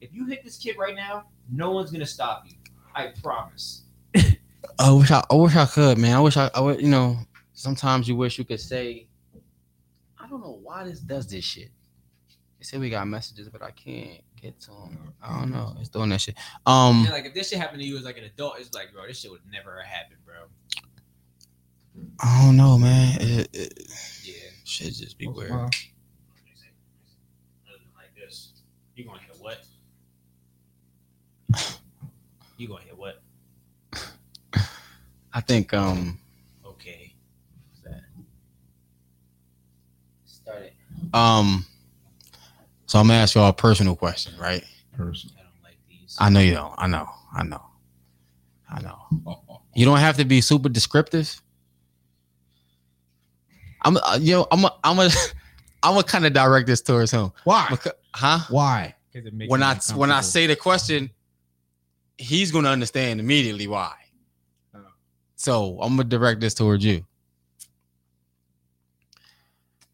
[SPEAKER 2] if you hit this kid right now, no one's gonna stop you. I promise.
[SPEAKER 1] I wish I, I wish I could, man. I wish I, I would, you know, sometimes you wish you could say, I don't know why this does this shit. They say we got messages, but I can't get to them. I don't know. It's doing that shit. Um,
[SPEAKER 2] And like, if this shit happened to you as like an adult, it's like, bro, this shit would never happen, bro.
[SPEAKER 1] I don't know, man. It, it,
[SPEAKER 2] Yeah.
[SPEAKER 1] shit just be
[SPEAKER 3] What's
[SPEAKER 1] weird.
[SPEAKER 3] my-
[SPEAKER 2] Other than Like this, you gonna hit what? You gonna hit what?
[SPEAKER 1] I think um
[SPEAKER 2] Okay. What's that? Start it.
[SPEAKER 1] um. So I'm gonna ask y'all a personal question, right?
[SPEAKER 3] person.
[SPEAKER 2] I don't like these.
[SPEAKER 1] I know you don't. I know. I know. I know. You don't have to be super descriptive. I'm, uh, you know, I'm, a, I'm a, I'm a kind of direct this towards him,
[SPEAKER 3] Why?
[SPEAKER 1] Becau- huh?
[SPEAKER 3] Why?
[SPEAKER 8] because it makes
[SPEAKER 1] When
[SPEAKER 8] me
[SPEAKER 1] I when I
[SPEAKER 8] uncomfortable.
[SPEAKER 1] say the question, he's gonna understand immediately why.
[SPEAKER 3] Oh.
[SPEAKER 1] So I'm gonna direct this towards you.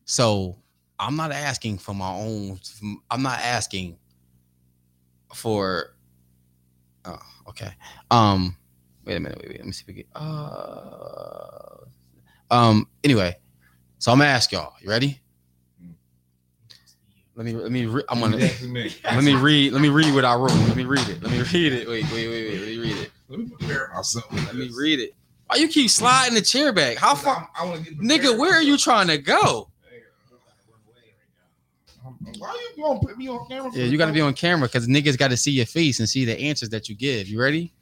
[SPEAKER 1] So I'm not asking for my own. I'm not asking for. Oh, okay. Um, wait a minute. Wait, wait. Let me see if we get. Uh, um. Anyway, so I'm gonna ask y'all. You ready? Let me. Let me. Re- I'm gonna.
[SPEAKER 3] That's me.
[SPEAKER 1] Let me read. Let me read what I wrote. Let me read it. Let me read it. Wait. Wait. Wait. Wait. Let me read it.
[SPEAKER 3] Let me prepare myself.
[SPEAKER 1] Let me read it. Why you keep sliding the chair back? How far,
[SPEAKER 3] I, I wanna get
[SPEAKER 1] nigga?
[SPEAKER 3] prepared. uh,
[SPEAKER 1] Where are you trying to go?
[SPEAKER 3] Um, Why are you gonna put me on camera? for
[SPEAKER 1] Yeah,
[SPEAKER 3] the
[SPEAKER 1] you got to be
[SPEAKER 3] first
[SPEAKER 1] on camera because niggas got to see your face and see the answers that you give. You ready?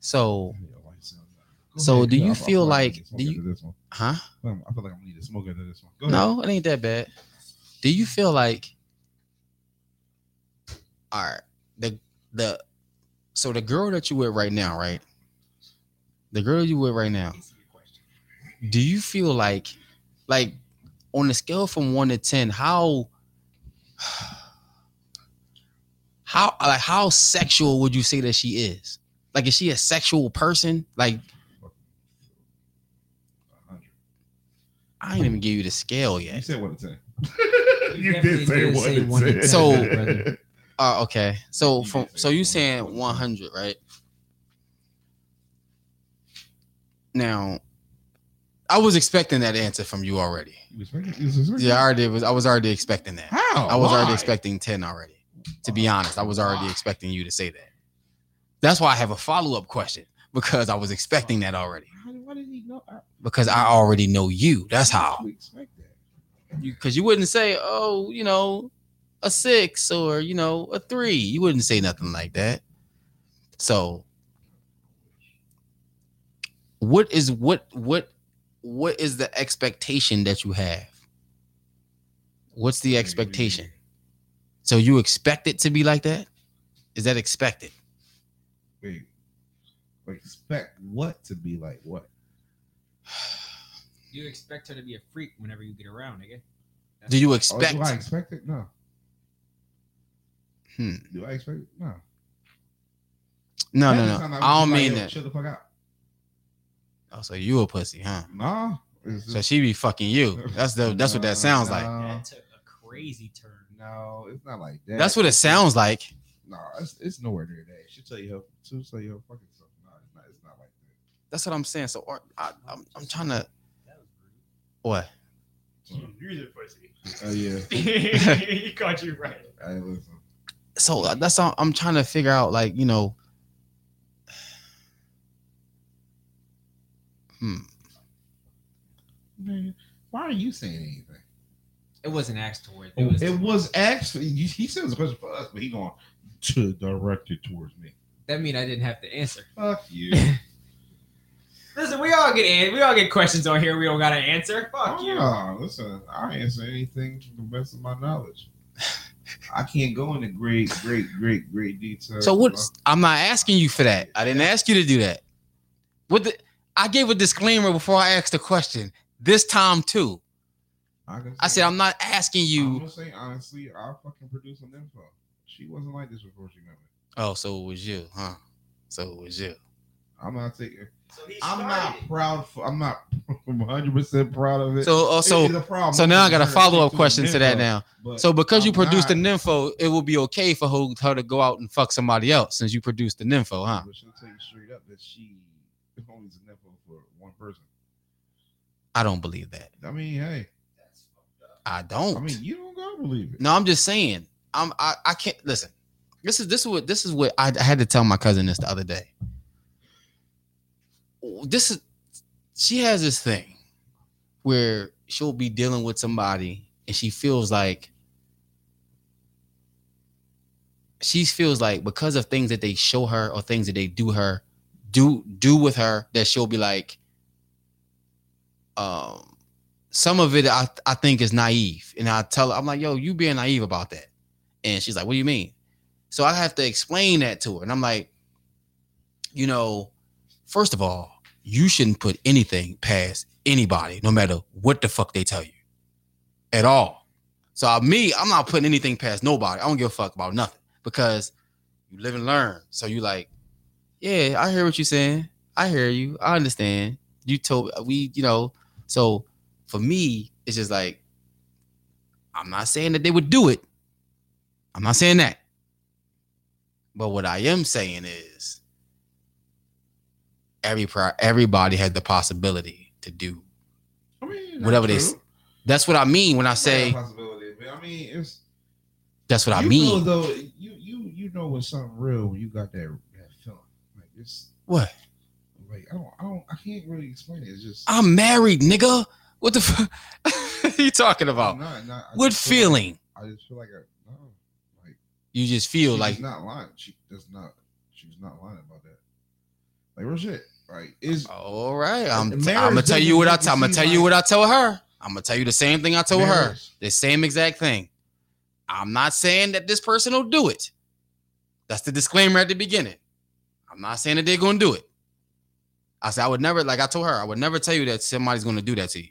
[SPEAKER 1] So,
[SPEAKER 3] time? Go
[SPEAKER 1] So
[SPEAKER 3] ahead,
[SPEAKER 1] do
[SPEAKER 3] yeah,
[SPEAKER 1] you
[SPEAKER 3] I- I
[SPEAKER 1] feel
[SPEAKER 3] feel
[SPEAKER 1] like-
[SPEAKER 3] I need to smoke
[SPEAKER 1] do you-
[SPEAKER 3] after this one.
[SPEAKER 1] huh?
[SPEAKER 3] Um, I feel like I'm gonna need to smoke after this one. Go ahead.
[SPEAKER 1] No, it ain't that bad. Do you feel like, all right, the the so the girl that you with right now, right? The girl you with right now. Do you feel like, like, on a scale from one to ten, how, how like how sexual would you say that she is? Like, is she a sexual person? Like,
[SPEAKER 3] A hundred.
[SPEAKER 1] I ain't even give you the scale yet.
[SPEAKER 3] You said one to ten.
[SPEAKER 2] You definitely did say one to
[SPEAKER 1] So-
[SPEAKER 3] ten, brother.
[SPEAKER 1] Oh, okay. So
[SPEAKER 3] You
[SPEAKER 1] from
[SPEAKER 3] did say
[SPEAKER 1] so you
[SPEAKER 3] 100.
[SPEAKER 1] saying one hundred, right? Now, I was expecting that answer from you already.
[SPEAKER 3] You was right. You was right.
[SPEAKER 1] Yeah, I already was. I was already expecting that.
[SPEAKER 3] How?
[SPEAKER 1] I was already
[SPEAKER 3] Why?
[SPEAKER 1] expecting ten already. To be honest, I was already
[SPEAKER 3] Why?
[SPEAKER 1] expecting you to say that. That's why I have a follow up question because I was expecting that already
[SPEAKER 3] How- Why did he know? I,
[SPEAKER 1] because I already know you. That's how.
[SPEAKER 3] We expect that.
[SPEAKER 1] Because you wouldn't say, oh, you know, a six or you know a three. You wouldn't say nothing like that. So, what is what what what is the expectation that you have? What's the expectation? So you expect it to be like that? Is that expected?
[SPEAKER 3] Wait. Like, Expect what to be like what?
[SPEAKER 2] You expect her to be a freak whenever you get around, nigga.
[SPEAKER 1] Do you
[SPEAKER 3] Oh,
[SPEAKER 1] expect?
[SPEAKER 3] do I expect it? No.
[SPEAKER 1] Hmm.
[SPEAKER 3] Do I expect it? No.
[SPEAKER 1] No, no,
[SPEAKER 3] Half the
[SPEAKER 1] no.
[SPEAKER 3] time
[SPEAKER 1] I don't
[SPEAKER 3] was just
[SPEAKER 1] mean
[SPEAKER 3] like, yo,
[SPEAKER 1] that.
[SPEAKER 3] Chill the fuck out.
[SPEAKER 1] Oh, so you a pussy, huh?
[SPEAKER 3] Nah. It's
[SPEAKER 1] So
[SPEAKER 3] just-
[SPEAKER 1] she be fucking you. That's the. That's what that sounds
[SPEAKER 3] Nah,
[SPEAKER 1] like.
[SPEAKER 2] That took a crazy turn.
[SPEAKER 3] No, it's not like that.
[SPEAKER 1] That's what it sounds like.
[SPEAKER 3] No, it's, it's nowhere near that. She tell you her, she'll tell you her fucking stuff. No, it's not. It's not like that.
[SPEAKER 1] That's what I'm saying. So or- I, I'm, I'm trying to
[SPEAKER 2] That was rude.
[SPEAKER 1] what?
[SPEAKER 3] Mm.
[SPEAKER 2] You
[SPEAKER 9] You're the pussy.
[SPEAKER 3] Oh yeah,
[SPEAKER 9] he caught you right.
[SPEAKER 3] I ain't listen.
[SPEAKER 1] so uh, that's all I'm trying to figure out. Like, you know, hmm.
[SPEAKER 3] Man, why are you saying anything?
[SPEAKER 4] It wasn't asked toward. It was,
[SPEAKER 3] It was actually you- he said it was a question for us, but he going to direct it towards me.
[SPEAKER 4] that mean I didn't have to answer.
[SPEAKER 3] Fuck you.
[SPEAKER 4] Listen, we all get in. We all get questions on here. We don't gotta answer. Fuck you.
[SPEAKER 3] Oh, listen, I answer anything to the best of my knowledge. I can't go into great, great, great, great detail.
[SPEAKER 1] So what? I'm not asking you for that. I didn't ask you to do that. What? The, I gave a disclaimer before I asked the question. This time too,
[SPEAKER 3] can
[SPEAKER 1] I
[SPEAKER 3] say-
[SPEAKER 1] said I'm not asking
[SPEAKER 3] I'm
[SPEAKER 1] you.
[SPEAKER 3] gonna say honestly, I fucking produced some info. She wasn't like this before she met me.
[SPEAKER 1] Oh, so it was you, huh? So it was you.
[SPEAKER 3] I'm not taking.
[SPEAKER 4] So he
[SPEAKER 3] I'm
[SPEAKER 4] started.
[SPEAKER 3] not proud. For, I'm not 100 percent proud of it.
[SPEAKER 1] So
[SPEAKER 3] It-
[SPEAKER 1] also,
[SPEAKER 3] it's a problem.
[SPEAKER 1] so now I got a
[SPEAKER 3] Her
[SPEAKER 1] follow up
[SPEAKER 3] taking
[SPEAKER 1] question to that
[SPEAKER 3] info,
[SPEAKER 1] now.
[SPEAKER 3] but
[SPEAKER 1] So because you
[SPEAKER 3] I'm
[SPEAKER 1] produced
[SPEAKER 3] not-
[SPEAKER 1] an info, it will be okay for her, her to go out and fuck somebody else since you produced an info, huh?
[SPEAKER 3] But she'll tell you straight up that she only is an info for one person.
[SPEAKER 1] I don't believe that.
[SPEAKER 3] I mean, hey,
[SPEAKER 1] I don't.
[SPEAKER 3] I mean, you don't gotta believe it.
[SPEAKER 1] No, I'm just saying. I'm I, I can't listen. This is this is what this is what I, I had to tell my cousin this the other day. This is she has this thing where she'll be dealing with somebody and she feels like she feels like because of things that they show her or things that they do her do do with her that she'll be like um some of it I, I think is naive. And I tell her, I'm like, yo, you being naive about that. And she's like, what do you mean? So I have to explain that to her. And I'm like, you know, first of all, you shouldn't put anything past anybody, no matter what the fuck they tell you at all. So I, me, I'm not putting anything past nobody. I don't give a fuck about nothing because you live and learn. So you like, yeah, I hear what you're saying. I hear you. I understand. You told we, you know, so for me, it's just like I'm not saying that they would do it. I'm not saying that. But what I am saying is every pri- everybody has the possibility to do.
[SPEAKER 3] I mean,
[SPEAKER 1] Whatever they
[SPEAKER 3] they
[SPEAKER 1] s- That's what I mean when I say
[SPEAKER 3] possibility, but I mean, it's
[SPEAKER 1] that's what I
[SPEAKER 3] you know,
[SPEAKER 1] mean.
[SPEAKER 3] though. You you you know when something real when you got that that feeling like it's
[SPEAKER 1] What?
[SPEAKER 3] like I don't I don't I can't really explain it. It's just
[SPEAKER 1] I'm married, nigga. What the fuck are you talking
[SPEAKER 3] I'm
[SPEAKER 1] about?
[SPEAKER 3] not- not- I
[SPEAKER 1] What
[SPEAKER 3] just feel like-
[SPEAKER 1] feeling?
[SPEAKER 3] I just feel like I no, like
[SPEAKER 1] You just feel
[SPEAKER 3] she's
[SPEAKER 1] like
[SPEAKER 3] not lying. She does not. She's not lying about that. Like real shit. Like is
[SPEAKER 1] all right. I'm,
[SPEAKER 3] Marriage
[SPEAKER 1] I'm gonna tell you
[SPEAKER 3] doesn't
[SPEAKER 1] what I
[SPEAKER 3] make you
[SPEAKER 1] tell. I'm gonna
[SPEAKER 3] seem
[SPEAKER 1] tell you what
[SPEAKER 3] like-
[SPEAKER 1] I tell her. I'm gonna tell you the same thing I told her. The same exact thing. I'm not saying that this person will do it. That's the disclaimer at the beginning. I'm not saying that they're going to do it. I said, I would never, like I told her, I would never tell you that somebody's going to do that to you.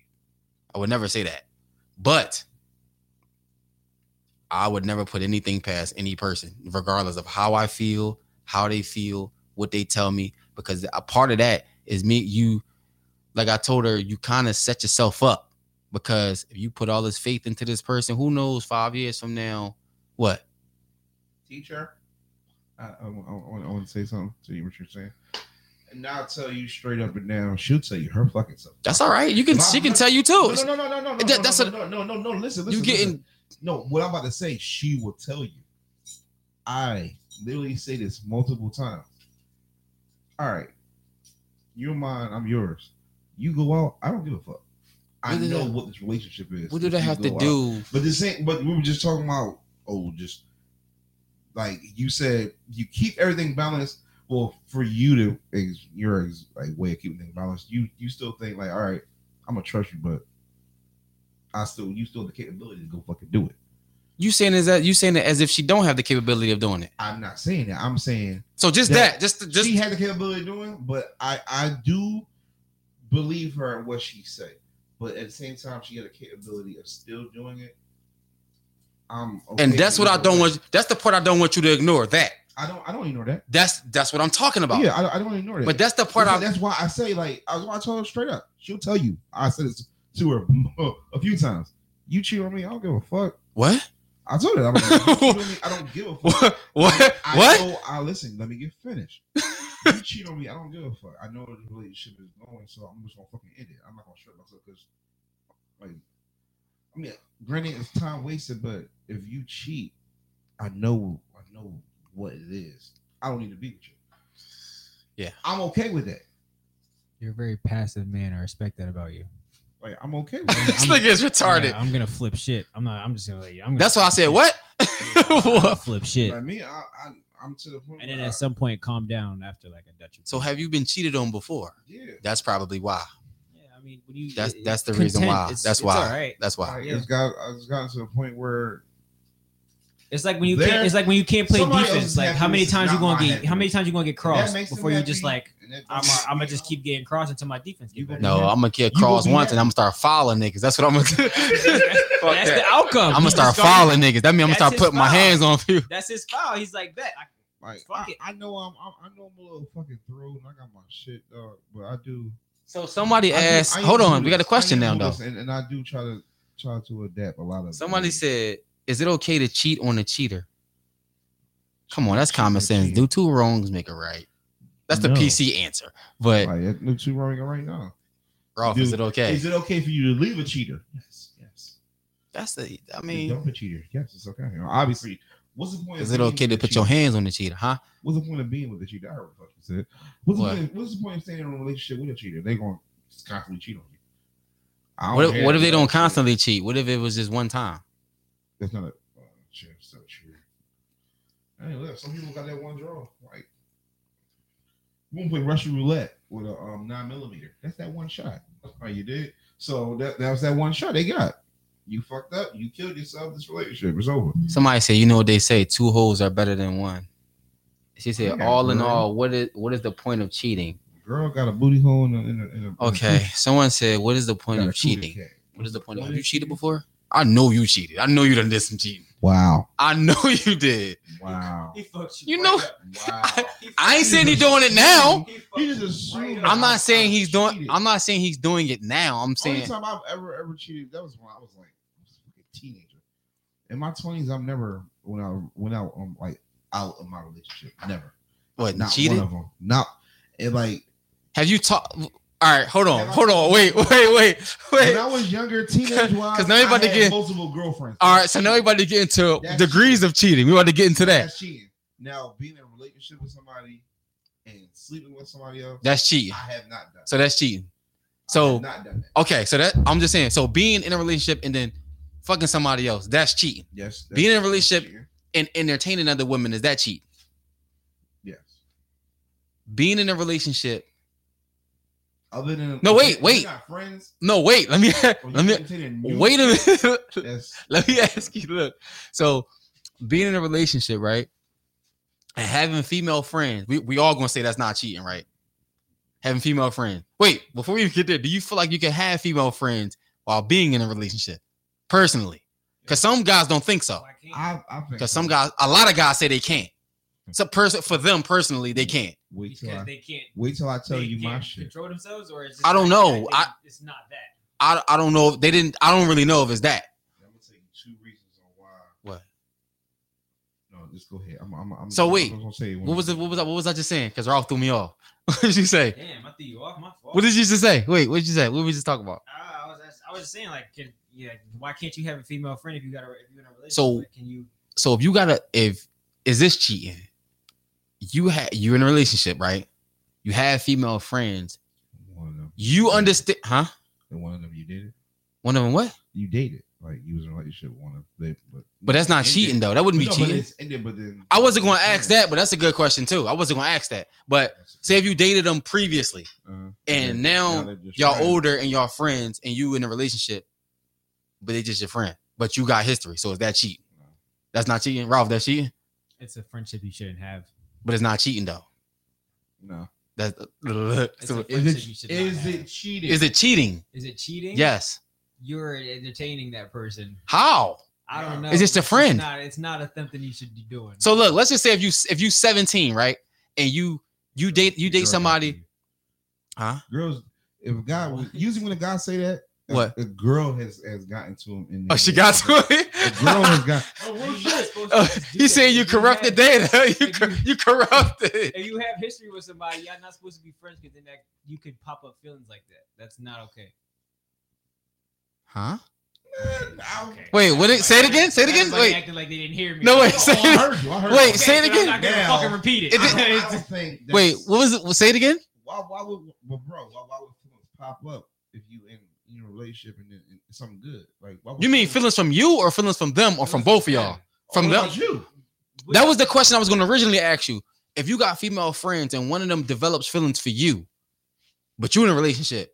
[SPEAKER 1] I would never say that. But I would never put anything past any person, regardless of how I feel, how they feel, what they tell me, because a part of that is me, you, like I told her, you kind of set yourself up because if you put all this faith into this person, who knows five years from now, what?
[SPEAKER 3] teacher. I, I, want to say something to you. What you're saying? And I'll tell you straight up and down. She'll tell you her fucking stuff.
[SPEAKER 1] That's all right. You can she can tell you too.
[SPEAKER 3] No, no, no, no, no, no,
[SPEAKER 1] that-
[SPEAKER 3] no,
[SPEAKER 1] that's
[SPEAKER 3] no,
[SPEAKER 1] a-
[SPEAKER 3] no, no, no, no. Listen, listen.
[SPEAKER 1] you
[SPEAKER 3] listen.
[SPEAKER 1] getting
[SPEAKER 3] no? What I'm about to say, she will tell you. I literally say this multiple times. All right, you're mine. I'm yours. You go out. I don't give a fuck. I
[SPEAKER 1] What do
[SPEAKER 3] know
[SPEAKER 1] that-
[SPEAKER 3] what this relationship is.
[SPEAKER 1] what do they
[SPEAKER 3] if you
[SPEAKER 1] have to
[SPEAKER 3] go out.
[SPEAKER 1] do?
[SPEAKER 3] But this ain't. But we were just talking about. Oh, just like you said, you keep everything balanced. Well, for you to is your is, like way of keeping things balanced, you you still think like, all right, I'm gonna trust you, but I still you still have the capability to go fucking do it.
[SPEAKER 1] You saying is that you saying it as if she don't have the capability of doing it.
[SPEAKER 3] I'm not saying that. I'm saying
[SPEAKER 1] So just
[SPEAKER 3] That-
[SPEAKER 1] that, just just
[SPEAKER 3] she had the capability of doing, but I I do believe her in what she said. But at the same time, she had the capability of still doing it. I'm okay
[SPEAKER 1] and that's what I
[SPEAKER 3] either
[SPEAKER 1] don't
[SPEAKER 3] way.
[SPEAKER 1] want. That's the part I don't want you to ignore. That
[SPEAKER 3] I don't. I don't ignore that.
[SPEAKER 1] that's that's what I'm talking about.
[SPEAKER 3] Yeah, I, don't- I don't ignore that.
[SPEAKER 1] But that's the part
[SPEAKER 3] that's,
[SPEAKER 1] I.
[SPEAKER 3] that's why I say like I, I told her straight up. She'll tell you. I said this to her a few times. You cheat on me. I don't give a fuck.
[SPEAKER 1] what?
[SPEAKER 3] I told her. I'm like, you cheat on me, I don't give a fuck.
[SPEAKER 1] what? What?
[SPEAKER 3] I
[SPEAKER 1] What?
[SPEAKER 3] Know, I listen. Let me get finished. you cheat on me. I don't give a fuck. I know where the relationship is going, so I'm just gonna fucking end it. I'm not gonna strip myself because like. mean, granted, it's time wasted, but if you cheat, I know, I know what it is. I don't need to be with you.
[SPEAKER 1] Yeah.
[SPEAKER 3] I'm okay with that.
[SPEAKER 2] You're a very passive man. I respect that about you.
[SPEAKER 3] Like, I'm okay with that.
[SPEAKER 1] this nigga is retarded.
[SPEAKER 2] Yeah, I'm gonna flip shit. I'm not. I'm just gonna let you. I'm gonna
[SPEAKER 1] That's why I said what? What?
[SPEAKER 2] flip shit,
[SPEAKER 3] Like me, I, I, I'm to the point.
[SPEAKER 2] and then
[SPEAKER 3] where I-
[SPEAKER 2] at some point calm down after like a Dutch.
[SPEAKER 1] so have you been cheated on before?
[SPEAKER 3] yeah,
[SPEAKER 1] That's probably why.
[SPEAKER 2] Yeah, I mean, when you
[SPEAKER 1] That's
[SPEAKER 2] it-
[SPEAKER 1] that's the
[SPEAKER 2] it's
[SPEAKER 1] reason
[SPEAKER 2] content.
[SPEAKER 1] why.
[SPEAKER 2] It's-
[SPEAKER 1] that's
[SPEAKER 2] it's
[SPEAKER 1] why.
[SPEAKER 2] all right.
[SPEAKER 1] That's why.
[SPEAKER 3] like, it's got, it's gotten to the point where
[SPEAKER 2] It's like when you
[SPEAKER 3] There-
[SPEAKER 2] can't. It's like when you can't play
[SPEAKER 3] somebody
[SPEAKER 2] defense.
[SPEAKER 3] else's
[SPEAKER 2] Like how many
[SPEAKER 3] happiness is
[SPEAKER 2] times you
[SPEAKER 3] not
[SPEAKER 2] gonna
[SPEAKER 3] my
[SPEAKER 2] get?
[SPEAKER 3] happiness.
[SPEAKER 2] How many times you gonna get
[SPEAKER 3] that
[SPEAKER 2] crossed
[SPEAKER 3] makes them
[SPEAKER 2] before you
[SPEAKER 3] happy,
[SPEAKER 2] just like
[SPEAKER 3] and that
[SPEAKER 2] I'm.
[SPEAKER 3] doesn't-
[SPEAKER 2] I'm gonna just keep getting crossed until my defense.
[SPEAKER 3] You
[SPEAKER 2] Get better.
[SPEAKER 3] gonna-
[SPEAKER 1] No, I'm gonna get
[SPEAKER 3] You gonna
[SPEAKER 1] crossed
[SPEAKER 3] be
[SPEAKER 1] once,
[SPEAKER 3] mad.
[SPEAKER 1] and I'm gonna start following niggas. That's what I'm gonna do. Fuck
[SPEAKER 2] that's
[SPEAKER 1] that.
[SPEAKER 2] the outcome.
[SPEAKER 1] I'm gonna
[SPEAKER 2] He
[SPEAKER 1] start
[SPEAKER 2] just started-
[SPEAKER 1] following niggas. That means I'm gonna
[SPEAKER 2] That's
[SPEAKER 1] start
[SPEAKER 2] his
[SPEAKER 1] putting my
[SPEAKER 2] foul.
[SPEAKER 1] hands on you.
[SPEAKER 2] That's his foul. He's like, bet. I,
[SPEAKER 3] Like
[SPEAKER 2] Fuck
[SPEAKER 3] I,
[SPEAKER 2] it.
[SPEAKER 3] I know I'm, I'm I know I'm a little fucking thrown. I got my shit, dog. But I do.
[SPEAKER 1] So somebody
[SPEAKER 3] I do-
[SPEAKER 1] asked.
[SPEAKER 3] I am
[SPEAKER 1] Hold on,
[SPEAKER 3] do
[SPEAKER 1] we got a
[SPEAKER 3] this.
[SPEAKER 1] question
[SPEAKER 3] I
[SPEAKER 1] now
[SPEAKER 3] am do
[SPEAKER 1] though.
[SPEAKER 3] this, And, and I do try to try to adapt a lot of.
[SPEAKER 1] Somebody said, "Is it okay to cheat on a cheater?" Come on, that's common
[SPEAKER 3] Cheating,
[SPEAKER 1] sense.
[SPEAKER 3] cheating.
[SPEAKER 1] Do two wrongs make a right. That's the
[SPEAKER 2] No.
[SPEAKER 1] PC answer. But
[SPEAKER 3] Like, that- no two wrong right now.
[SPEAKER 1] Rolf,
[SPEAKER 3] Dude,
[SPEAKER 1] is it okay?
[SPEAKER 3] Is it okay for you to leave a cheater? Yes, yes.
[SPEAKER 1] that's the. I
[SPEAKER 3] I
[SPEAKER 1] mean,
[SPEAKER 3] dump a cheater. Yes, it's okay. You know, obviously, what's the point?
[SPEAKER 1] is
[SPEAKER 3] of
[SPEAKER 1] it
[SPEAKER 3] being
[SPEAKER 1] okay to
[SPEAKER 3] with a
[SPEAKER 1] put your
[SPEAKER 3] cheater?
[SPEAKER 1] hands on the cheater? Huh?
[SPEAKER 3] What's the point of being with a cheater? I already fucking said. What's
[SPEAKER 1] What?
[SPEAKER 3] the point? What's the point of staying in a relationship with a cheater? They gonna constantly cheat on you. I don't
[SPEAKER 1] What if,
[SPEAKER 3] care
[SPEAKER 1] what if they
[SPEAKER 3] about
[SPEAKER 1] don't
[SPEAKER 3] shit.
[SPEAKER 1] constantly cheat? What if it was just one time?
[SPEAKER 3] That's not a uh, shit, it's not true. Hey, look, some people got that one draw. Like, you want to play Russian roulette with a um, nine millimeter? That's that one shot. Oh, you did. So that that was that one shot they got. You fucked up. You killed yourself. This relationship is over.
[SPEAKER 1] Somebody said, you know what they say, two holes are better than one. She said,
[SPEAKER 3] Yeah,
[SPEAKER 1] all in
[SPEAKER 3] right.
[SPEAKER 1] all, what is what is the point of cheating?
[SPEAKER 3] Girl got a booty hole in a. In a, in a
[SPEAKER 1] Okay. Someone said, what is the
[SPEAKER 3] in
[SPEAKER 1] point
[SPEAKER 3] a- got
[SPEAKER 1] of
[SPEAKER 3] a cootie
[SPEAKER 1] cheating?
[SPEAKER 3] cat.
[SPEAKER 1] What is the point of
[SPEAKER 3] What
[SPEAKER 1] have you
[SPEAKER 3] is
[SPEAKER 1] cheated
[SPEAKER 3] cheating?
[SPEAKER 1] before? I know you cheated. I know you done did some cheating.
[SPEAKER 3] Wow.
[SPEAKER 1] I know you did.
[SPEAKER 3] Wow.
[SPEAKER 10] He fucks
[SPEAKER 1] You know-
[SPEAKER 10] up.
[SPEAKER 3] wow.
[SPEAKER 10] He
[SPEAKER 1] I ain't
[SPEAKER 10] fucks
[SPEAKER 1] saying
[SPEAKER 10] you
[SPEAKER 1] he doing it now.
[SPEAKER 10] up. He fucks
[SPEAKER 3] He
[SPEAKER 10] you
[SPEAKER 3] just
[SPEAKER 10] right
[SPEAKER 3] assumed
[SPEAKER 10] up.
[SPEAKER 1] I'm not saying he's doing
[SPEAKER 3] Cheated.
[SPEAKER 1] I'm not saying he's doing it now. I'm
[SPEAKER 3] Only
[SPEAKER 1] saying
[SPEAKER 3] time I've ever ever cheated, that was when I was like I was a fucking teenager. In my twenties, I've never when I went out um like out of my relationship. Never.
[SPEAKER 1] what
[SPEAKER 3] Not one
[SPEAKER 1] cheated?
[SPEAKER 3] of them. Not and like
[SPEAKER 1] Have you talked all right, hold on,
[SPEAKER 3] Have I-
[SPEAKER 1] hold on, wait, wait, wait, wait.
[SPEAKER 3] when I was younger, teenage wise,
[SPEAKER 1] 'Cause now you about
[SPEAKER 3] I
[SPEAKER 1] to
[SPEAKER 3] had
[SPEAKER 1] get-
[SPEAKER 3] multiple girlfriends.
[SPEAKER 1] All right, so now we about to get into
[SPEAKER 3] That's
[SPEAKER 1] degrees of cheating. We about to get into that.
[SPEAKER 3] That's cheating. Now being in a relationship with somebody and sleeping with somebody else,
[SPEAKER 1] That's
[SPEAKER 3] I
[SPEAKER 1] cheating.
[SPEAKER 3] have not done.
[SPEAKER 1] So that's cheating.
[SPEAKER 3] that. I
[SPEAKER 1] so-
[SPEAKER 3] have not done that.
[SPEAKER 1] Okay, so that I'm just saying. So being in a relationship and then fucking somebody else, that's cheating.
[SPEAKER 3] Yes. that's
[SPEAKER 1] Being in a relationship-
[SPEAKER 3] cheating.
[SPEAKER 1] And entertaining other women is that cheating.
[SPEAKER 3] Yes.
[SPEAKER 1] Being in a relationship.
[SPEAKER 3] Other than
[SPEAKER 1] No, wait,
[SPEAKER 3] You're
[SPEAKER 1] wait.
[SPEAKER 3] not friends.
[SPEAKER 1] No, wait. Let me
[SPEAKER 3] or
[SPEAKER 1] let
[SPEAKER 3] you
[SPEAKER 1] me
[SPEAKER 3] entertaining new-
[SPEAKER 1] wait a minute.
[SPEAKER 3] That's
[SPEAKER 1] let me ask you. Look, so being in a relationship, right, and having female friends, we we all gonna say that's not cheating, right? Having female friends. Wait, before we even get there, do you feel like you can have female friends while being in a relationship, personally? Because some guys don't think so.
[SPEAKER 2] I can't.
[SPEAKER 3] I, I think
[SPEAKER 1] Because some guys, a lot of guys say they can't. So person for them personally, they can't.
[SPEAKER 3] Wait till
[SPEAKER 2] because
[SPEAKER 3] I
[SPEAKER 2] they can't.
[SPEAKER 3] wait till I tell
[SPEAKER 2] they
[SPEAKER 3] you my
[SPEAKER 2] can't
[SPEAKER 3] shit.
[SPEAKER 2] Control themselves, or it's
[SPEAKER 1] I don't know.
[SPEAKER 2] they-
[SPEAKER 1] I-
[SPEAKER 2] it's not that.
[SPEAKER 1] I I don't know if they didn't. I don't really know if it's that.
[SPEAKER 3] I'm gonna tell you two reasons on why.
[SPEAKER 1] What?
[SPEAKER 3] No, just go ahead. I'm. I'm, I'm
[SPEAKER 1] So
[SPEAKER 3] I'm
[SPEAKER 1] wait,
[SPEAKER 3] gonna say
[SPEAKER 1] What was it? What was I? What was I just saying? Because Ralph threw me off. What did you say?
[SPEAKER 2] Damn, I threw you off. My fault.
[SPEAKER 1] What did you just say? Wait, what did you say? What were we just talking about?
[SPEAKER 2] I I was, I was just saying, like, can, yeah, why can't you have a female friend if you got a, if you're in a relationship?
[SPEAKER 1] So-
[SPEAKER 2] Like, can you?
[SPEAKER 1] So if you gotta, if is this cheating? You had you're in a relationship, right? You have female friends.
[SPEAKER 3] One of them.
[SPEAKER 1] You understand, huh?
[SPEAKER 3] And one of them you did it.
[SPEAKER 1] One of them what?
[SPEAKER 3] You dated. Like you was in a relationship with one of them. But
[SPEAKER 1] But that's not
[SPEAKER 3] Ended.
[SPEAKER 1] cheating though. That wouldn't be
[SPEAKER 3] No, but
[SPEAKER 1] cheating.
[SPEAKER 3] it's ended, but then
[SPEAKER 1] I wasn't gonna ask that, but that's a good question too. I wasn't gonna ask that. But say if you dated them previously,
[SPEAKER 3] Uh,
[SPEAKER 1] and now
[SPEAKER 3] they're just
[SPEAKER 1] y'all
[SPEAKER 3] friends.
[SPEAKER 1] older and y'all friends and you in a relationship, but they just your friend. But you got history, so is that cheating? That's not cheating, Ralph. That's cheating,
[SPEAKER 2] It's a friendship you shouldn't have.
[SPEAKER 1] but it's not cheating though.
[SPEAKER 3] No.
[SPEAKER 1] That's
[SPEAKER 2] It's
[SPEAKER 1] so
[SPEAKER 2] a
[SPEAKER 1] is,
[SPEAKER 2] friendship you
[SPEAKER 3] Is
[SPEAKER 2] should
[SPEAKER 3] it,
[SPEAKER 2] not
[SPEAKER 3] is
[SPEAKER 2] have.
[SPEAKER 3] it cheating?
[SPEAKER 1] is it cheating?
[SPEAKER 2] Is it cheating?
[SPEAKER 1] Yes.
[SPEAKER 2] You're entertaining that person.
[SPEAKER 1] How?
[SPEAKER 2] I don't know.
[SPEAKER 1] It's just a friend.
[SPEAKER 2] It's not, it's not a something you should be doing.
[SPEAKER 1] So look, let's just say if you if you 17, right, and you you date you
[SPEAKER 3] Girl
[SPEAKER 1] date
[SPEAKER 3] got
[SPEAKER 1] somebody,
[SPEAKER 3] cheated.
[SPEAKER 1] huh?
[SPEAKER 3] Girls, if a guy was- usually when a guy say that, a-
[SPEAKER 1] What?
[SPEAKER 3] a girl has has gotten to him. In
[SPEAKER 1] Oh, she got to
[SPEAKER 3] A girl
[SPEAKER 1] it.
[SPEAKER 3] has got.
[SPEAKER 2] Oh, well, you're not supposed to
[SPEAKER 1] Oh,
[SPEAKER 2] just do
[SPEAKER 1] He
[SPEAKER 2] that.
[SPEAKER 1] said you
[SPEAKER 2] If have-
[SPEAKER 1] corrupted data. You cor- you corrupted.
[SPEAKER 2] If you have history with somebody, y'all not supposed to be friends because then that you could pop up feelings like that. That's not okay.
[SPEAKER 1] Huh?
[SPEAKER 3] I,
[SPEAKER 1] Wait, what? It, say it again. Say it again.
[SPEAKER 4] Everybody
[SPEAKER 1] Wait,
[SPEAKER 4] Acting like they didn't hear me.
[SPEAKER 1] no, wait.
[SPEAKER 4] Okay,
[SPEAKER 1] Say
[SPEAKER 3] I
[SPEAKER 1] it.
[SPEAKER 3] heard you. I heard
[SPEAKER 1] Wait,
[SPEAKER 3] you.
[SPEAKER 1] say it
[SPEAKER 4] but
[SPEAKER 1] again.
[SPEAKER 4] I'm not gonna
[SPEAKER 3] Now-
[SPEAKER 4] fucking repeat it.
[SPEAKER 1] If
[SPEAKER 3] I,
[SPEAKER 1] it-
[SPEAKER 3] don't- I don't think. that's-
[SPEAKER 1] Wait, what was it? Say it again.
[SPEAKER 3] Why? Why would? Well, bro, why, why would feelings pop up if you in in a relationship and, and it's something good? Like, why would
[SPEAKER 1] You mean feelings from you or feelings from them or Oh, from both of y'all? From
[SPEAKER 2] Oh,
[SPEAKER 3] What
[SPEAKER 1] them?
[SPEAKER 3] about you?
[SPEAKER 1] That was the question I was going to originally ask you. If you got female friends and one of them develops feelings for you, but you in a relationship,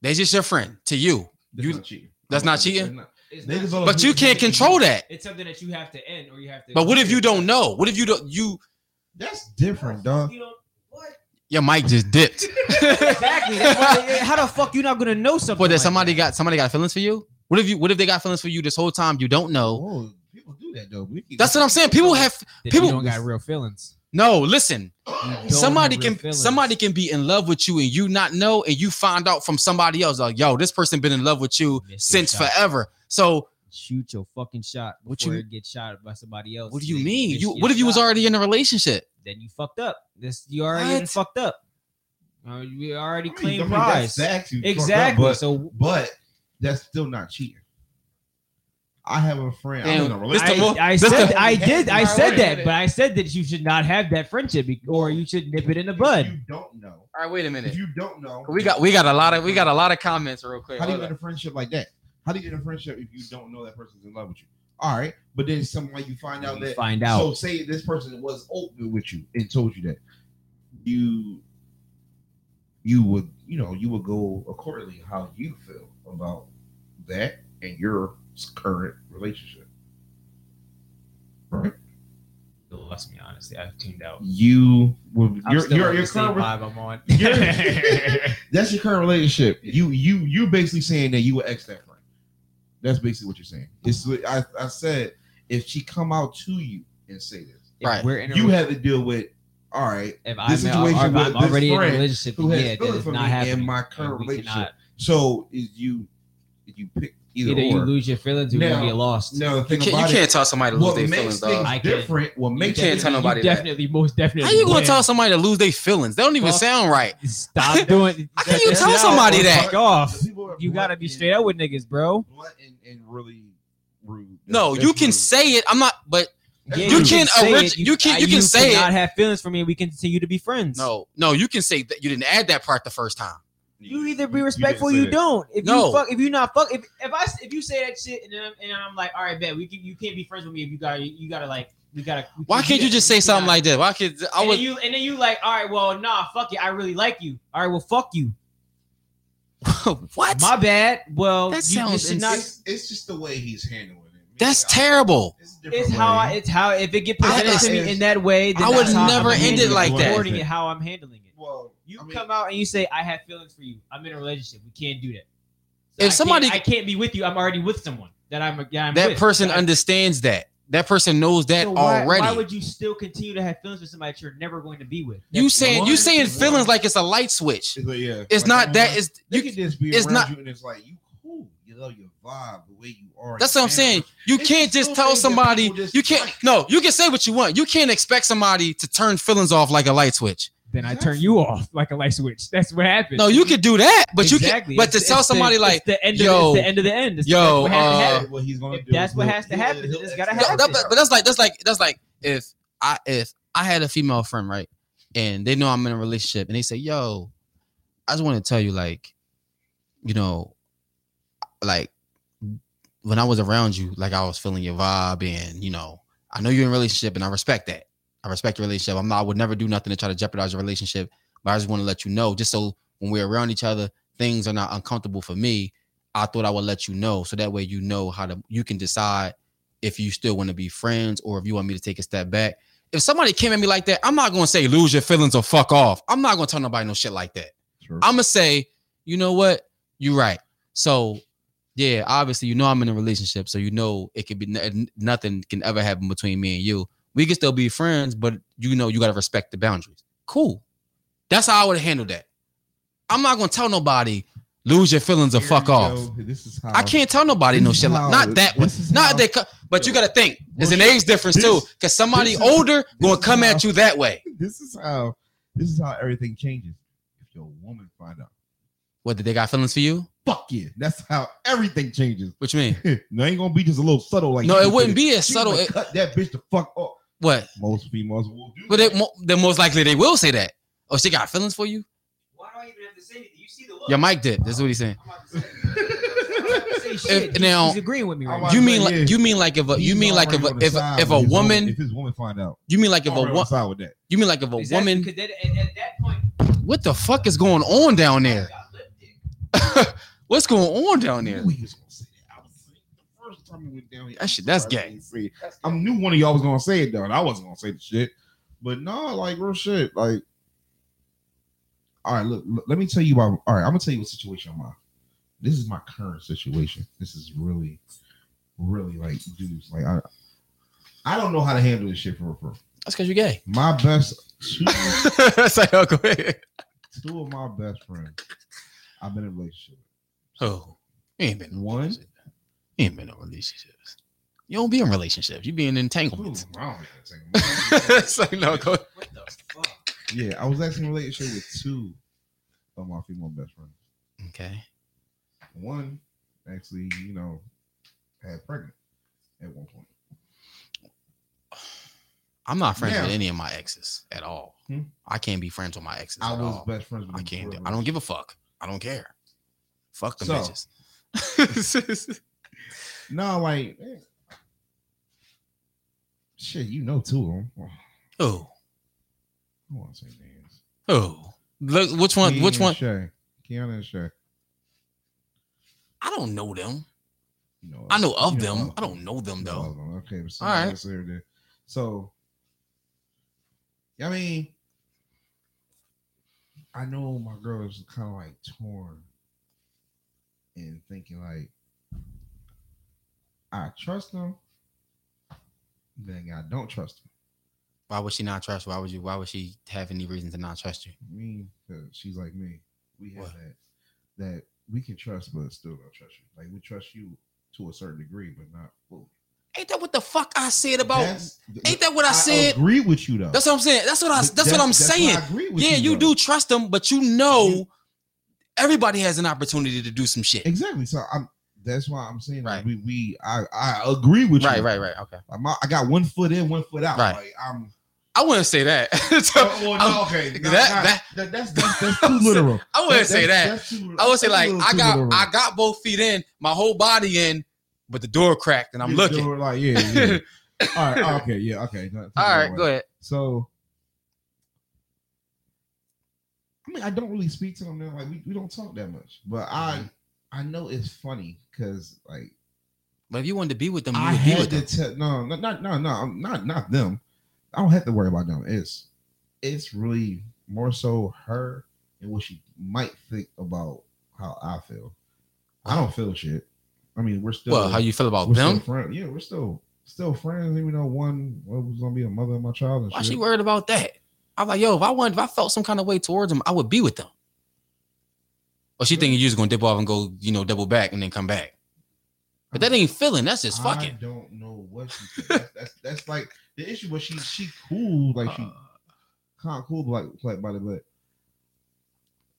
[SPEAKER 1] they just your friend to you.
[SPEAKER 3] That's
[SPEAKER 1] You-
[SPEAKER 3] not cheating.
[SPEAKER 1] that's not cheating?
[SPEAKER 4] It's not-
[SPEAKER 3] Niggas all
[SPEAKER 1] But you can't control that.
[SPEAKER 4] it's something that you have to end or you have to.
[SPEAKER 1] But what if you don't know? What if you don't you
[SPEAKER 3] That's different, dog.
[SPEAKER 4] You don't- what?
[SPEAKER 1] your mic just dipped?
[SPEAKER 2] Exactly. That's why- how the fuck you not gonna know something?
[SPEAKER 1] But that
[SPEAKER 2] like
[SPEAKER 1] somebody got somebody got feelings for you? What if you what if they got feelings for you this whole time you don't know?
[SPEAKER 3] Oh, people do that though. We-
[SPEAKER 1] That's what I'm saying. People have
[SPEAKER 2] That
[SPEAKER 1] people-
[SPEAKER 2] you don't got real feelings.
[SPEAKER 1] no, listen.
[SPEAKER 2] Don't
[SPEAKER 1] Somebody
[SPEAKER 2] have real
[SPEAKER 1] can
[SPEAKER 2] feelings.
[SPEAKER 1] somebody can be in love with you and you not know and you find out from somebody else like, yo, this person been in love with you
[SPEAKER 2] Missed your
[SPEAKER 1] since
[SPEAKER 2] shot.
[SPEAKER 1] forever. So
[SPEAKER 2] shoot your fucking shot
[SPEAKER 1] What
[SPEAKER 2] before
[SPEAKER 1] you-
[SPEAKER 2] it gets shot by somebody else.
[SPEAKER 1] What do
[SPEAKER 2] and
[SPEAKER 1] you
[SPEAKER 2] then
[SPEAKER 1] mean?
[SPEAKER 2] miss
[SPEAKER 1] You
[SPEAKER 2] your
[SPEAKER 1] what if you was
[SPEAKER 2] shot.
[SPEAKER 1] already in a relationship?
[SPEAKER 2] Then you fucked up. This you already done
[SPEAKER 1] What?
[SPEAKER 2] fucked up. Uh, you already
[SPEAKER 3] I mean, I
[SPEAKER 2] claimed
[SPEAKER 3] mean,
[SPEAKER 2] prize.
[SPEAKER 3] that's actually fucked up,
[SPEAKER 2] Exactly.
[SPEAKER 3] but-
[SPEAKER 2] so
[SPEAKER 3] but that's still not cheating. I have a friend. I'm in a
[SPEAKER 1] Damn,
[SPEAKER 3] relationship.
[SPEAKER 1] Mr.
[SPEAKER 2] I,
[SPEAKER 1] Mo-
[SPEAKER 2] I
[SPEAKER 1] Mr.
[SPEAKER 2] said
[SPEAKER 1] Mo-
[SPEAKER 2] I did I
[SPEAKER 3] Hey,
[SPEAKER 2] said
[SPEAKER 3] Mo-
[SPEAKER 2] that, but I said that you should not have that friendship be- or you should nip it in the
[SPEAKER 3] If
[SPEAKER 2] bud.
[SPEAKER 3] you don't know.
[SPEAKER 1] All right, wait a
[SPEAKER 3] If you don't know,
[SPEAKER 1] We got we got a lot of we got a lot of comments real quick.
[SPEAKER 3] How do you
[SPEAKER 1] Hold
[SPEAKER 3] get
[SPEAKER 1] up.
[SPEAKER 3] a friendship like that? How do you get a friendship if you don't know that person's in love with you? All right, but then someone you find out
[SPEAKER 2] You
[SPEAKER 3] that.
[SPEAKER 2] find out.
[SPEAKER 3] So say this person was open with you and told you that you you would you know you would go accordingly how you feel about that and your current relationship. Right?
[SPEAKER 4] Bless me, honestly, I tuned out.
[SPEAKER 3] You would
[SPEAKER 4] I'm
[SPEAKER 3] your
[SPEAKER 4] still
[SPEAKER 3] your,
[SPEAKER 4] on
[SPEAKER 3] your
[SPEAKER 4] the same
[SPEAKER 3] current re-
[SPEAKER 4] vibe I'm on.
[SPEAKER 3] that's your current relationship. You you you basically saying that you would ex that friend. That's basically what you're saying. It's what I, I said if she come out to you and say this,
[SPEAKER 2] If
[SPEAKER 1] Right.
[SPEAKER 2] We're in a,
[SPEAKER 3] you have to deal with all right.
[SPEAKER 2] if I'm,
[SPEAKER 3] this
[SPEAKER 2] situation
[SPEAKER 3] situation
[SPEAKER 2] I'm,
[SPEAKER 3] with this
[SPEAKER 2] already in a
[SPEAKER 3] friend
[SPEAKER 2] relationship,
[SPEAKER 3] who has
[SPEAKER 2] yeah, that
[SPEAKER 3] feelings
[SPEAKER 2] is
[SPEAKER 3] for
[SPEAKER 2] not
[SPEAKER 3] me in
[SPEAKER 2] happening.
[SPEAKER 3] my
[SPEAKER 2] And
[SPEAKER 3] current
[SPEAKER 2] we
[SPEAKER 3] relationship.
[SPEAKER 2] cannot-
[SPEAKER 3] So is you you pick either,
[SPEAKER 2] Either you
[SPEAKER 3] or.
[SPEAKER 2] lose your feelings or you're
[SPEAKER 3] Now-
[SPEAKER 2] gonna get lost.
[SPEAKER 3] No, the
[SPEAKER 1] You
[SPEAKER 3] thing
[SPEAKER 1] can't, you
[SPEAKER 3] about
[SPEAKER 1] can't tell somebody
[SPEAKER 3] it,
[SPEAKER 1] to lose
[SPEAKER 3] what
[SPEAKER 1] their
[SPEAKER 3] makes
[SPEAKER 1] feelings,
[SPEAKER 3] things
[SPEAKER 1] dog.
[SPEAKER 2] I can't.
[SPEAKER 3] different, what
[SPEAKER 2] You
[SPEAKER 3] makes
[SPEAKER 1] can't
[SPEAKER 3] it
[SPEAKER 1] tell nobody
[SPEAKER 2] you
[SPEAKER 1] that.
[SPEAKER 2] definitely, most definitely.
[SPEAKER 1] How you gonna
[SPEAKER 2] win.
[SPEAKER 1] tell somebody to lose their feelings? That don't even
[SPEAKER 2] Fuck.
[SPEAKER 1] sound right.
[SPEAKER 2] Stop doing.
[SPEAKER 1] How can you
[SPEAKER 2] That's
[SPEAKER 1] tell
[SPEAKER 2] not-
[SPEAKER 1] somebody that?
[SPEAKER 2] Fuck off.
[SPEAKER 3] People are
[SPEAKER 2] You gotta
[SPEAKER 3] blunt
[SPEAKER 2] be
[SPEAKER 3] and-
[SPEAKER 2] straight up with niggas, bro.
[SPEAKER 3] blunt and, and really rude.
[SPEAKER 1] No,
[SPEAKER 3] That's
[SPEAKER 1] you can
[SPEAKER 3] rude.
[SPEAKER 1] say it. I'm not, but
[SPEAKER 3] That's
[SPEAKER 2] Yeah,
[SPEAKER 1] you
[SPEAKER 3] rude.
[SPEAKER 1] can
[SPEAKER 2] say
[SPEAKER 1] orig-
[SPEAKER 2] it.
[SPEAKER 1] you can-
[SPEAKER 2] I-
[SPEAKER 1] you can say
[SPEAKER 2] cannot have feelings for me. We can continue to be friends.
[SPEAKER 1] no, no, you can say that you didn't add that part the first time.
[SPEAKER 2] You either
[SPEAKER 3] You
[SPEAKER 2] be
[SPEAKER 3] didn't
[SPEAKER 2] respectful,
[SPEAKER 3] say
[SPEAKER 2] you,
[SPEAKER 3] that.
[SPEAKER 2] don't. If
[SPEAKER 1] No.
[SPEAKER 2] you fuck, if you not fuck, if, if I s- if you say that shit and then I'm, and I'm like, all right, bet we can, you can't be friends with me if you got you gotta like we gotta. we
[SPEAKER 1] Why
[SPEAKER 2] do
[SPEAKER 1] can't you
[SPEAKER 2] that.
[SPEAKER 1] just say
[SPEAKER 2] We
[SPEAKER 1] something
[SPEAKER 2] cannot-
[SPEAKER 1] like that? Why can't I
[SPEAKER 2] And
[SPEAKER 1] was
[SPEAKER 2] then you and then you like, all right, well, nah, fuck it, I really like you. All right, well, fuck you.
[SPEAKER 1] what?
[SPEAKER 2] My bad. Well,
[SPEAKER 1] That
[SPEAKER 2] you- you
[SPEAKER 1] sounds
[SPEAKER 2] should not.
[SPEAKER 3] It's, it's just the way he's handling it.
[SPEAKER 1] That's
[SPEAKER 3] Maybe I-
[SPEAKER 1] terrible.
[SPEAKER 3] It's, a different
[SPEAKER 2] It's how
[SPEAKER 3] way.
[SPEAKER 2] I, it's how if it get
[SPEAKER 1] I would-
[SPEAKER 2] presented to me in that way, then
[SPEAKER 1] I would
[SPEAKER 2] that's how I'm
[SPEAKER 1] never end
[SPEAKER 2] handling
[SPEAKER 1] it like that.
[SPEAKER 2] Recording it how I'm handling it.
[SPEAKER 3] well,
[SPEAKER 2] You
[SPEAKER 3] I mean,
[SPEAKER 2] come out and you say, "I have feelings for you. I'm in a relationship. We can't do that."
[SPEAKER 1] If
[SPEAKER 2] I
[SPEAKER 1] somebody-
[SPEAKER 2] can't, I can't be with you, I'm already with someone that I'm. That, I'm
[SPEAKER 1] That
[SPEAKER 2] with.
[SPEAKER 1] person
[SPEAKER 2] So I-
[SPEAKER 1] understands that. That person knows that
[SPEAKER 2] so why,
[SPEAKER 1] already.
[SPEAKER 2] Why would you still continue to have feelings with somebody that you're never going to be with?
[SPEAKER 1] you saying you
[SPEAKER 3] one
[SPEAKER 1] saying
[SPEAKER 3] is
[SPEAKER 1] feelings
[SPEAKER 3] one.
[SPEAKER 1] like it's a light switch.
[SPEAKER 3] it's like, yeah,
[SPEAKER 1] It's
[SPEAKER 3] like,
[SPEAKER 1] not
[SPEAKER 3] I'm
[SPEAKER 1] that.
[SPEAKER 3] like,
[SPEAKER 1] It's
[SPEAKER 3] they
[SPEAKER 1] you
[SPEAKER 3] can just be
[SPEAKER 1] it's
[SPEAKER 3] around
[SPEAKER 1] not-
[SPEAKER 3] you, and it's like you cool. You love your vibe, the way you are.
[SPEAKER 1] That's what I'm
[SPEAKER 3] Damn.
[SPEAKER 1] saying. You
[SPEAKER 3] It's
[SPEAKER 1] can't
[SPEAKER 3] just
[SPEAKER 1] just
[SPEAKER 3] little
[SPEAKER 1] tell
[SPEAKER 3] things that
[SPEAKER 1] somebody
[SPEAKER 3] people just
[SPEAKER 1] you can't.
[SPEAKER 3] like.
[SPEAKER 1] No, you can say what you want. You can't expect somebody to turn feelings off like a light switch.
[SPEAKER 2] Then I turn you off like a light switch. That's what happens.
[SPEAKER 1] No, you could do that, but
[SPEAKER 2] Exactly.
[SPEAKER 1] you can. But to
[SPEAKER 2] It's-
[SPEAKER 1] tell
[SPEAKER 2] it's the-
[SPEAKER 1] somebody
[SPEAKER 2] it's
[SPEAKER 1] like
[SPEAKER 2] the end
[SPEAKER 1] yo,
[SPEAKER 2] of the, it's the end of the end. It's
[SPEAKER 1] yo,
[SPEAKER 2] that's what has to happen.
[SPEAKER 1] uh,
[SPEAKER 3] what he's gonna
[SPEAKER 2] If
[SPEAKER 3] do.
[SPEAKER 2] that's
[SPEAKER 3] is
[SPEAKER 2] what
[SPEAKER 3] he'll-
[SPEAKER 2] has to
[SPEAKER 3] he'll-
[SPEAKER 2] happen, then
[SPEAKER 3] he'll
[SPEAKER 2] it's gotta
[SPEAKER 3] exercise
[SPEAKER 1] that,
[SPEAKER 2] happen.
[SPEAKER 1] that- but that's like that's like that's like if I if I had a female friend right, and they know I'm in a relationship, and they say, "Yo, I just want to tell you like, you know, like when I was around you, like I was feeling your vibe, and you know, I know you're in a relationship, and I respect that. I respect your relationship. I'm not. I would never do nothing to try to jeopardize your relationship, but I just want to let you know, just so when we're around each other, things are not uncomfortable for me. I thought I would let you know, so that way you know how to you can decide if you still want to be friends or if you want me to take a step back. If somebody came at me like that, I'm not gonna say lose your feelings or fuck off. I'm not gonna tell nobody no shit like that.
[SPEAKER 3] Sure.
[SPEAKER 1] I'm gonna say, you know what, you're right. So, yeah, obviously, you know I'm in a relationship, so you know it could be n- nothing can ever happen between me and you. We can still be friends, but you know you gotta respect the boundaries. Cool. That's how I would handle that. I'm not gonna tell nobody lose your feelings or
[SPEAKER 3] Here
[SPEAKER 1] fuck
[SPEAKER 3] you
[SPEAKER 1] off.
[SPEAKER 3] go. This is how
[SPEAKER 1] I can't tell nobody no
[SPEAKER 3] This is
[SPEAKER 1] shit like
[SPEAKER 3] how-
[SPEAKER 1] not that one.
[SPEAKER 3] Oh. this is
[SPEAKER 1] Not
[SPEAKER 3] how-
[SPEAKER 1] that, co- but you gotta think. There's an age difference
[SPEAKER 3] This-
[SPEAKER 1] too, because somebody
[SPEAKER 3] this is-
[SPEAKER 1] older gonna
[SPEAKER 3] is
[SPEAKER 1] come
[SPEAKER 3] how-
[SPEAKER 1] at you that way.
[SPEAKER 3] This is how. This is how everything changes. If your woman find out,
[SPEAKER 1] What did they got feelings for you?
[SPEAKER 3] fuck you. That's how everything changes.
[SPEAKER 1] What you mean?
[SPEAKER 3] no, ain't gonna be just a little subtle like
[SPEAKER 1] no,
[SPEAKER 3] you
[SPEAKER 1] it wouldn't
[SPEAKER 3] did.
[SPEAKER 1] be as
[SPEAKER 3] She
[SPEAKER 1] subtle.
[SPEAKER 3] like,
[SPEAKER 1] It-
[SPEAKER 3] cut that bitch the fuck off.
[SPEAKER 1] what?
[SPEAKER 3] Most females will do.
[SPEAKER 1] But
[SPEAKER 3] that.
[SPEAKER 1] it, mo- then most likely they will say that. Oh, she got feelings for you.
[SPEAKER 4] Why do I even have to say anything? You see the look.
[SPEAKER 1] Your mic did. This is what he's saying.
[SPEAKER 4] I'm about to say- I'm about to say
[SPEAKER 1] If-
[SPEAKER 4] shit. He's-
[SPEAKER 1] now-
[SPEAKER 4] he's agreeing with me right
[SPEAKER 3] I
[SPEAKER 4] now.
[SPEAKER 3] want-
[SPEAKER 1] You mean
[SPEAKER 3] Yeah.
[SPEAKER 1] like you mean like if a you
[SPEAKER 3] He's
[SPEAKER 1] mean like if a,
[SPEAKER 3] already on the
[SPEAKER 1] if a,
[SPEAKER 3] side
[SPEAKER 1] if
[SPEAKER 3] with
[SPEAKER 1] a
[SPEAKER 3] his
[SPEAKER 1] woman
[SPEAKER 3] if his woman find out,
[SPEAKER 1] you mean like if a
[SPEAKER 3] already on the
[SPEAKER 1] wo-
[SPEAKER 3] side with that.
[SPEAKER 1] you mean like if a
[SPEAKER 4] Exactly,
[SPEAKER 1] woman
[SPEAKER 4] 'cause that- at, at that point,
[SPEAKER 1] what the fuck is going on down there?
[SPEAKER 4] I got lip dick.
[SPEAKER 1] What's going on down there?
[SPEAKER 3] Knew he was gonna say that. I was like, the first time we went down here,
[SPEAKER 1] That shit- that's
[SPEAKER 3] I didn't
[SPEAKER 1] gay.
[SPEAKER 3] see it. I knew one of y'all was gonna say it though, and I wasn't gonna say the shit. But no, like real shit. Like, all right, look, look, let me tell you about. All right, I'm gonna tell you what situation I'm in. This is my current situation. This is really, really like, dudes, like I, I don't know how to handle this shit for real. for real.
[SPEAKER 1] That's because you're gay.
[SPEAKER 3] My best, two,
[SPEAKER 1] That's like oh, go ahead.
[SPEAKER 3] two of my best friends, I've been in a relationship.
[SPEAKER 1] Oh, you ain't been in
[SPEAKER 3] One.
[SPEAKER 1] relationships. You ain't been in relationships. You don't be in relationships. You be in entanglements.
[SPEAKER 3] Ooh, I don't know.
[SPEAKER 1] it's like no, go.
[SPEAKER 4] What the fuck?
[SPEAKER 3] Yeah, I was actually in a relationship with two of my female best friends.
[SPEAKER 1] Okay.
[SPEAKER 3] One actually, you know, had pregnant at one point.
[SPEAKER 1] I'm not friends with
[SPEAKER 3] Yeah.
[SPEAKER 1] any of my exes at all.
[SPEAKER 3] Hmm?
[SPEAKER 1] I can't be friends with my exes
[SPEAKER 3] I
[SPEAKER 1] at
[SPEAKER 3] was
[SPEAKER 1] all.
[SPEAKER 3] best friends with
[SPEAKER 1] I
[SPEAKER 3] them
[SPEAKER 1] can't. Do,
[SPEAKER 3] forever.
[SPEAKER 1] I don't give a fuck. I don't care. Fuck them
[SPEAKER 3] So-
[SPEAKER 1] bitches.
[SPEAKER 3] No, like eh. shit, you know two of them. I
[SPEAKER 1] oh,
[SPEAKER 3] don't want to say names.
[SPEAKER 1] oh. Look, which one?
[SPEAKER 3] Keanu
[SPEAKER 1] Which
[SPEAKER 3] and
[SPEAKER 1] one?
[SPEAKER 3] Shay. Keanu and Shay.
[SPEAKER 1] I don't know them.
[SPEAKER 3] You know,
[SPEAKER 1] I know of
[SPEAKER 3] you
[SPEAKER 1] them.
[SPEAKER 3] of
[SPEAKER 1] I don't know them
[SPEAKER 3] You know of
[SPEAKER 1] though.
[SPEAKER 3] them. Okay, but
[SPEAKER 1] All right.
[SPEAKER 3] else here then. So I mean, I know my girl is kind of like torn and thinking like, I trust them, then I don't trust them.
[SPEAKER 1] Why would she not trust? Why would you? Why would she have any reason to not trust you?
[SPEAKER 3] I mean, 'cause she's like me. We have
[SPEAKER 1] What?
[SPEAKER 3] that that we can trust, but still don't trust you. Like we trust you to a certain degree, but not fully.
[SPEAKER 1] Ain't that what the fuck I said about?
[SPEAKER 3] That's-
[SPEAKER 1] ain't that what I, said?
[SPEAKER 3] Agree with you though.
[SPEAKER 1] That's what I'm saying. That's what I.
[SPEAKER 3] Th-
[SPEAKER 1] That's, what
[SPEAKER 3] that-
[SPEAKER 1] I'm
[SPEAKER 3] that's why I
[SPEAKER 1] saying.
[SPEAKER 3] agree with
[SPEAKER 1] Yeah, you,
[SPEAKER 3] though.
[SPEAKER 1] do trust them, but you know,
[SPEAKER 3] You-
[SPEAKER 1] everybody has an opportunity to do some shit.
[SPEAKER 3] Exactly. So I'm. That's why I'm saying like
[SPEAKER 1] Right.
[SPEAKER 3] we we I I agree with you.
[SPEAKER 1] Right, right, right. Okay.
[SPEAKER 3] I'm out- I got one foot in, one foot out.
[SPEAKER 1] Right.
[SPEAKER 3] Like, I'm.
[SPEAKER 1] I wouldn't say that. So,
[SPEAKER 3] Oh, well, no,
[SPEAKER 1] I-
[SPEAKER 3] okay. no,
[SPEAKER 1] that-
[SPEAKER 3] not-
[SPEAKER 1] that-
[SPEAKER 3] that- that's that's, that's too literal.
[SPEAKER 1] I wouldn't say that.
[SPEAKER 3] That's too,
[SPEAKER 1] I would say
[SPEAKER 3] that's
[SPEAKER 1] like
[SPEAKER 3] a little
[SPEAKER 1] I
[SPEAKER 3] too
[SPEAKER 1] got
[SPEAKER 3] literal.
[SPEAKER 1] I got both feet in, my whole body in, but the door cracked and I'm
[SPEAKER 3] You
[SPEAKER 1] looking.
[SPEAKER 3] do it Like yeah. yeah. All right. oh, Okay. Yeah. Okay. no,
[SPEAKER 1] All right,
[SPEAKER 3] no
[SPEAKER 1] go
[SPEAKER 3] way.
[SPEAKER 1] ahead.
[SPEAKER 3] So. I mean, I don't really speak to them now. Like we, we don't talk that much, but
[SPEAKER 1] Mm-hmm.
[SPEAKER 3] I I know it's funny because like
[SPEAKER 1] But if you wanted to be with them, you
[SPEAKER 3] I
[SPEAKER 1] would be
[SPEAKER 3] had
[SPEAKER 1] with
[SPEAKER 3] to
[SPEAKER 1] them.
[SPEAKER 3] tell no, no, no, no, no, I'm not not them. I don't have to worry about them. It's it's really more so her and what she might think about how I feel. I don't feel shit. I mean, we're still
[SPEAKER 1] Well, how you feel about
[SPEAKER 3] we're still
[SPEAKER 1] them?
[SPEAKER 3] friends. Yeah, we're still still friends. Even though one was gonna be a mother of my child and
[SPEAKER 1] Why
[SPEAKER 3] shit.
[SPEAKER 1] she worried about that? I'm like, yo, if I wanted, if I felt some kind of way towards them, I would be with them. Or she thinking you just gonna dip off and go, you know, double back and then come back. But that ain't feeling. That's just
[SPEAKER 3] I
[SPEAKER 1] fucking.
[SPEAKER 3] don't know what she. That's, that's that's like the issue. But she she cool like
[SPEAKER 1] Uh.
[SPEAKER 3] she kind of cool like like by the but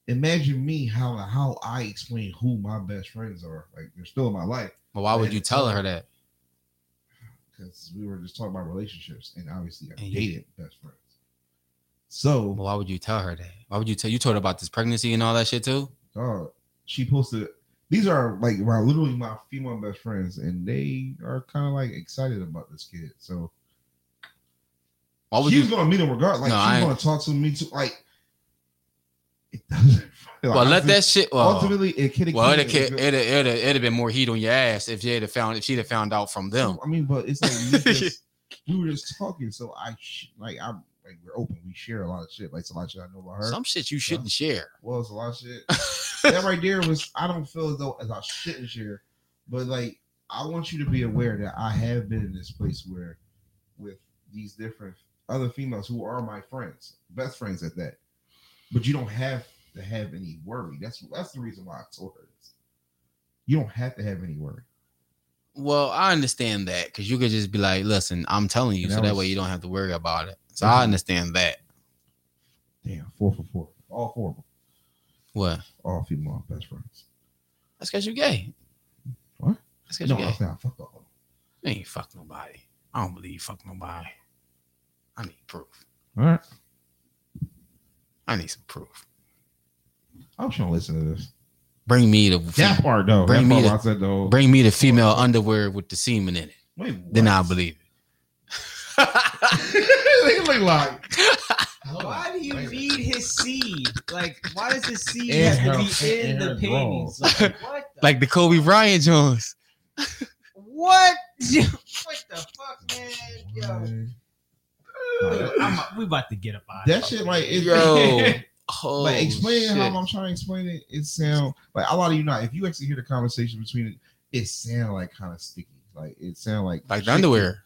[SPEAKER 3] imagine me how how I explain who my best friends are. Like they're still in my life
[SPEAKER 1] But why would you tell her that?
[SPEAKER 3] because we were just talking about relationships and obviously I
[SPEAKER 1] And you-
[SPEAKER 3] dated best friends. So
[SPEAKER 1] Well, why would you tell her that? Why would you tell you told her about this pregnancy and all that shit too?
[SPEAKER 3] dog, she posted. These are like my literally my female best friends, and they are kind of like excited about this kid. So
[SPEAKER 1] Why would
[SPEAKER 3] she
[SPEAKER 1] you?
[SPEAKER 3] was gonna meet him regard. Like
[SPEAKER 1] No, I
[SPEAKER 3] she's
[SPEAKER 1] ain't-
[SPEAKER 3] gonna talk to me too. Like it doesn't. Like,
[SPEAKER 1] well, let
[SPEAKER 3] honestly,
[SPEAKER 1] that shit. Well,
[SPEAKER 3] ultimately it could.
[SPEAKER 1] well it'd, it'd, it'd, it'd, it'd have been more heat on your ass if she'd have found if she'd have found out from them.
[SPEAKER 3] I mean, but it's like we, just, we were just talking, so I sh- like I'm like we're open. We share a lot of shit. Like it's a lot of shit I know about her.
[SPEAKER 1] Some shit you shouldn't share.
[SPEAKER 3] well, it's a lot of shit. that right there was I don't feel as though as I shouldn't share, but like I want you to be aware that I have been in this place where with these different other females who are my friends, best friends at that. But you don't have to have any worry. That's that's the reason why I told her this. You don't have to have any worry.
[SPEAKER 1] Well, I understand that because you could just be like, "Listen, I'm telling you,"
[SPEAKER 3] And
[SPEAKER 1] so
[SPEAKER 3] that
[SPEAKER 1] that
[SPEAKER 3] was-
[SPEAKER 1] way you don't have to worry about it. So
[SPEAKER 3] Mhm.
[SPEAKER 1] I understand that.
[SPEAKER 3] Damn, four for four. All four of them.
[SPEAKER 1] What?
[SPEAKER 3] All female best friends.
[SPEAKER 1] That's because you gay.
[SPEAKER 3] What?
[SPEAKER 1] That's because
[SPEAKER 3] no,
[SPEAKER 1] you
[SPEAKER 3] I
[SPEAKER 1] gay.
[SPEAKER 3] said I fuck all.
[SPEAKER 1] You ain't fuck nobody. I don't believe you fuck nobody. I need proof.
[SPEAKER 3] All right,
[SPEAKER 1] I need some proof.
[SPEAKER 3] I'm sure to listen to this.
[SPEAKER 1] Bring me the
[SPEAKER 3] That part though.
[SPEAKER 1] Bring
[SPEAKER 3] that
[SPEAKER 1] me
[SPEAKER 3] part
[SPEAKER 1] the-
[SPEAKER 3] where I said though.
[SPEAKER 1] bring me the female underwear with the semen in it.
[SPEAKER 3] wait,
[SPEAKER 1] Then
[SPEAKER 3] what?
[SPEAKER 1] I'll believe it.
[SPEAKER 3] they look like.
[SPEAKER 2] Why do you
[SPEAKER 3] Wait a
[SPEAKER 2] need his seed? Like, why does his seed
[SPEAKER 3] It
[SPEAKER 2] have
[SPEAKER 3] hurts.
[SPEAKER 2] to be in
[SPEAKER 3] It
[SPEAKER 2] the
[SPEAKER 3] hurts.
[SPEAKER 2] paintings? Like, what? The,
[SPEAKER 1] like the Kobe Bryant Jones.
[SPEAKER 2] what? what the fuck, man? Yo,
[SPEAKER 3] minute.
[SPEAKER 2] I'm, we about to get up out. of
[SPEAKER 3] That shit like it,
[SPEAKER 1] Yo. Oh,
[SPEAKER 3] Like explain
[SPEAKER 1] shit.
[SPEAKER 3] how I'm trying to explain it. It sound like a lot of you not. If you actually hear the conversation between it, it sound like kind of sticky. Like it sound like
[SPEAKER 1] like the underwear.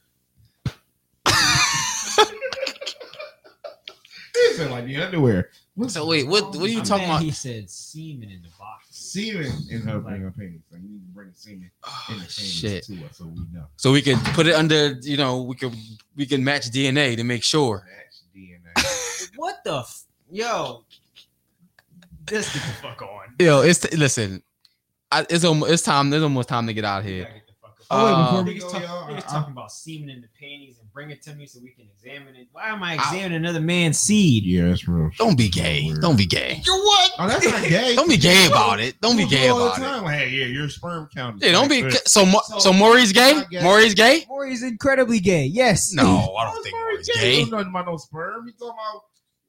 [SPEAKER 3] It sound like the underwear. What's
[SPEAKER 1] So wait, what what are you
[SPEAKER 2] I'm
[SPEAKER 1] talking
[SPEAKER 2] mad
[SPEAKER 1] about?
[SPEAKER 2] He said semen in the box.
[SPEAKER 3] semen in her in her panties? Like you need to bring the semen in
[SPEAKER 1] Oh,
[SPEAKER 3] the panties
[SPEAKER 1] shit.
[SPEAKER 3] to us so we know.
[SPEAKER 1] So we could put it under, you know, we could we can match DNA to make sure.
[SPEAKER 3] That's DNA.
[SPEAKER 2] What the? F- Yo, this get the fuck on.
[SPEAKER 1] Yo, it's listen. I, it's almost it's time. It's almost time to get out of
[SPEAKER 2] We
[SPEAKER 1] here.
[SPEAKER 2] gotta get the fuck up.
[SPEAKER 1] Uh,
[SPEAKER 3] before we
[SPEAKER 2] Niggas
[SPEAKER 3] go,
[SPEAKER 2] talk-
[SPEAKER 3] y'all,
[SPEAKER 2] niggas
[SPEAKER 3] I-
[SPEAKER 2] talking about semen in the panties and bring it to me so we can examine it. Why am I examining another man's seed?
[SPEAKER 3] yeah, that's real.
[SPEAKER 1] Don't be gay. Don't be gay.
[SPEAKER 2] You what?
[SPEAKER 3] Oh, that's not gay.
[SPEAKER 1] Don't be gay about it. Don't be
[SPEAKER 3] People do
[SPEAKER 1] gay
[SPEAKER 3] all the
[SPEAKER 1] about it.
[SPEAKER 3] time, Like, hey, yeah, your sperm count. is
[SPEAKER 1] Yeah, don't be.
[SPEAKER 3] like this.
[SPEAKER 1] So Mo-
[SPEAKER 3] So-
[SPEAKER 1] so Maury's gay.
[SPEAKER 3] Not gay.
[SPEAKER 1] Maury's gay.
[SPEAKER 2] Maury's incredibly gay. Yes.
[SPEAKER 1] No, I don't think
[SPEAKER 3] Maury
[SPEAKER 1] Maury's
[SPEAKER 3] Oh, Jane
[SPEAKER 1] gay.
[SPEAKER 3] Don't know nothing about no sperm. He talking about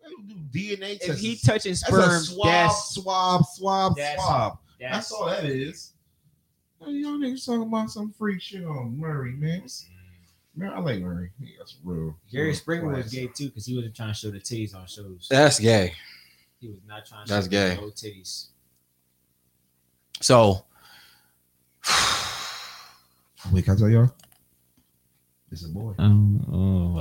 [SPEAKER 3] they don't do DNA tests.
[SPEAKER 2] If he touches
[SPEAKER 3] That's a
[SPEAKER 2] sperm,
[SPEAKER 3] swab,
[SPEAKER 2] that's
[SPEAKER 3] swab, swab,
[SPEAKER 2] That's-
[SPEAKER 3] swab.
[SPEAKER 2] that's
[SPEAKER 3] That's all that is. Hey, Y'all niggas talking about some freak shit on Murray, man. What's- Man, I like Murray. He- That's real.
[SPEAKER 2] Mm. Gary
[SPEAKER 3] real
[SPEAKER 2] Springer was
[SPEAKER 3] class.
[SPEAKER 2] gay too because he wasn't trying to show the titties on shows.
[SPEAKER 1] That's gay.
[SPEAKER 2] He was not trying to
[SPEAKER 1] That's
[SPEAKER 2] show
[SPEAKER 1] gay.
[SPEAKER 2] no titties.
[SPEAKER 1] So
[SPEAKER 3] Wait, can I tell y'all? It's a boy.
[SPEAKER 2] Um, oh,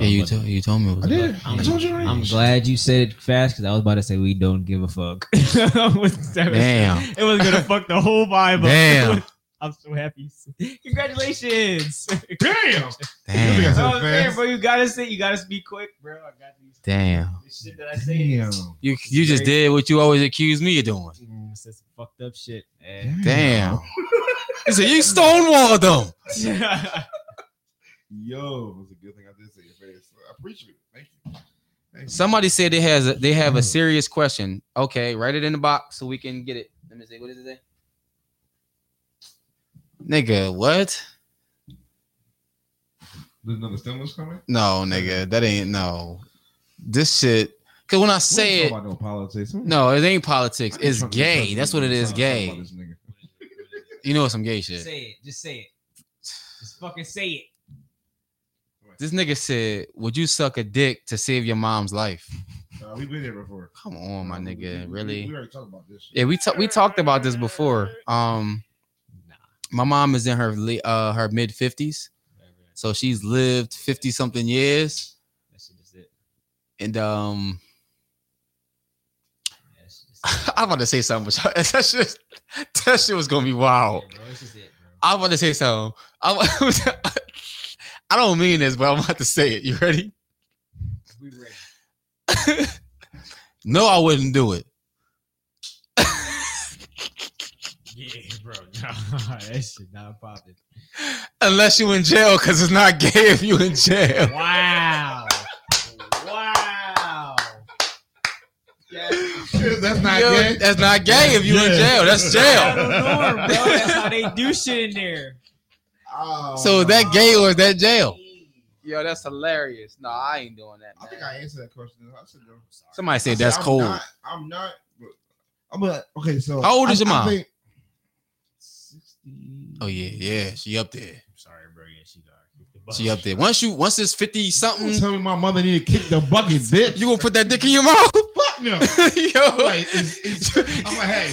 [SPEAKER 1] yeah, you told you told me. It was
[SPEAKER 3] I did.
[SPEAKER 1] about-
[SPEAKER 3] I told you right.
[SPEAKER 2] I'm glad you said it fast because I was about to say we don't give a fuck. I was- that was-
[SPEAKER 1] Damn.
[SPEAKER 2] It was gonna fuck the whole vibe
[SPEAKER 1] Damn.
[SPEAKER 2] up. I'm so happy. Congratulations.
[SPEAKER 3] Damn.
[SPEAKER 1] Damn.
[SPEAKER 3] That's so
[SPEAKER 2] Oh, man,
[SPEAKER 3] fast.
[SPEAKER 2] bro, you gotta say you gotta be quick, bro. I got these
[SPEAKER 1] Damn.
[SPEAKER 2] this shit that I say.
[SPEAKER 3] Damn.
[SPEAKER 1] You you just did what you always accuse me of doing.
[SPEAKER 2] Mm, it's just fucked up shit. eh.
[SPEAKER 1] Damn. You said you stonewalled them.
[SPEAKER 3] Yo, it's a good thing I did say your face. I appreciate it. Thank you. Thank you.
[SPEAKER 1] Somebody said they has a, they have a serious question. Okay, write it in the box so we can get it. Let me see. What does it say? Nigga, what?
[SPEAKER 3] There's another stimulus coming.
[SPEAKER 1] No, nigga, that ain't no. This shit. Cause when I
[SPEAKER 3] We
[SPEAKER 1] say
[SPEAKER 3] ain't
[SPEAKER 1] it,
[SPEAKER 3] talking about no politics.
[SPEAKER 1] no, it ain't politics.
[SPEAKER 3] We ain't
[SPEAKER 1] It's
[SPEAKER 3] talking-
[SPEAKER 1] gay. That's what it
[SPEAKER 3] we ain't
[SPEAKER 1] is.
[SPEAKER 3] talking about
[SPEAKER 1] Gay.
[SPEAKER 3] this nigga.
[SPEAKER 1] You know some gay shit.
[SPEAKER 2] Say it. Just say it. Just fucking say it.
[SPEAKER 1] This nigga said, "Would you suck a dick to save your mom's life?"
[SPEAKER 3] Uh, we've been here before.
[SPEAKER 1] Come on, my
[SPEAKER 3] Uh, we- we-
[SPEAKER 1] nigga.
[SPEAKER 3] we-
[SPEAKER 1] Really?
[SPEAKER 3] We already talked about this. shit.
[SPEAKER 1] Yeah, we talked we talked about this before. Um, my mom is in her la- uh her mid fifties, so she's lived fifty something years,
[SPEAKER 2] That shit is it.
[SPEAKER 1] and um,
[SPEAKER 2] Yeah, That's just it.
[SPEAKER 1] I want to say something, but that shit that shit was gonna be
[SPEAKER 2] Yeah,
[SPEAKER 1] wild.
[SPEAKER 2] bro, that's just it, bro.
[SPEAKER 1] I want to say something. I, wa- I don't mean this, but I'm about to say it. You ready?
[SPEAKER 2] We ready.
[SPEAKER 1] No, I wouldn't do it.
[SPEAKER 2] Yeah, bro. Nah, that shit not popping.
[SPEAKER 1] Unless you in jail, because it's not gay if you in jail.
[SPEAKER 2] Wow. wow.
[SPEAKER 3] That's not
[SPEAKER 1] Yo,
[SPEAKER 3] gay.
[SPEAKER 1] That's not gay if you in
[SPEAKER 3] Yeah.
[SPEAKER 1] jail. That's
[SPEAKER 2] Out
[SPEAKER 1] jail.
[SPEAKER 2] of norm, bro. That's how they do shit in there.
[SPEAKER 3] Oh,
[SPEAKER 1] So is
[SPEAKER 3] no.
[SPEAKER 1] that gay or is that jail? Yo, that's hilarious. No, I ain't doing that.
[SPEAKER 3] I think I answered that question. I said no.
[SPEAKER 1] Somebody
[SPEAKER 3] I
[SPEAKER 1] said
[SPEAKER 3] said,
[SPEAKER 1] that's
[SPEAKER 3] I'm
[SPEAKER 1] cold.
[SPEAKER 3] Not, I'm not. But, I'm a, okay, so
[SPEAKER 1] How old is
[SPEAKER 3] I-
[SPEAKER 1] your
[SPEAKER 3] I
[SPEAKER 1] mom?
[SPEAKER 3] think- Sixty.
[SPEAKER 1] Oh yeah, yeah. She up there.
[SPEAKER 2] I'm sorry, bro. Yeah, she got
[SPEAKER 1] She up there. Once you once it's fifty
[SPEAKER 3] Don't
[SPEAKER 1] something,
[SPEAKER 3] Tell me my mother need to kick the bucket, bitch.
[SPEAKER 1] you gonna put that dick in your mouth.
[SPEAKER 3] fuck no. I'm
[SPEAKER 1] Yo.
[SPEAKER 3] like, it's, it's, oh. I'm like, hey,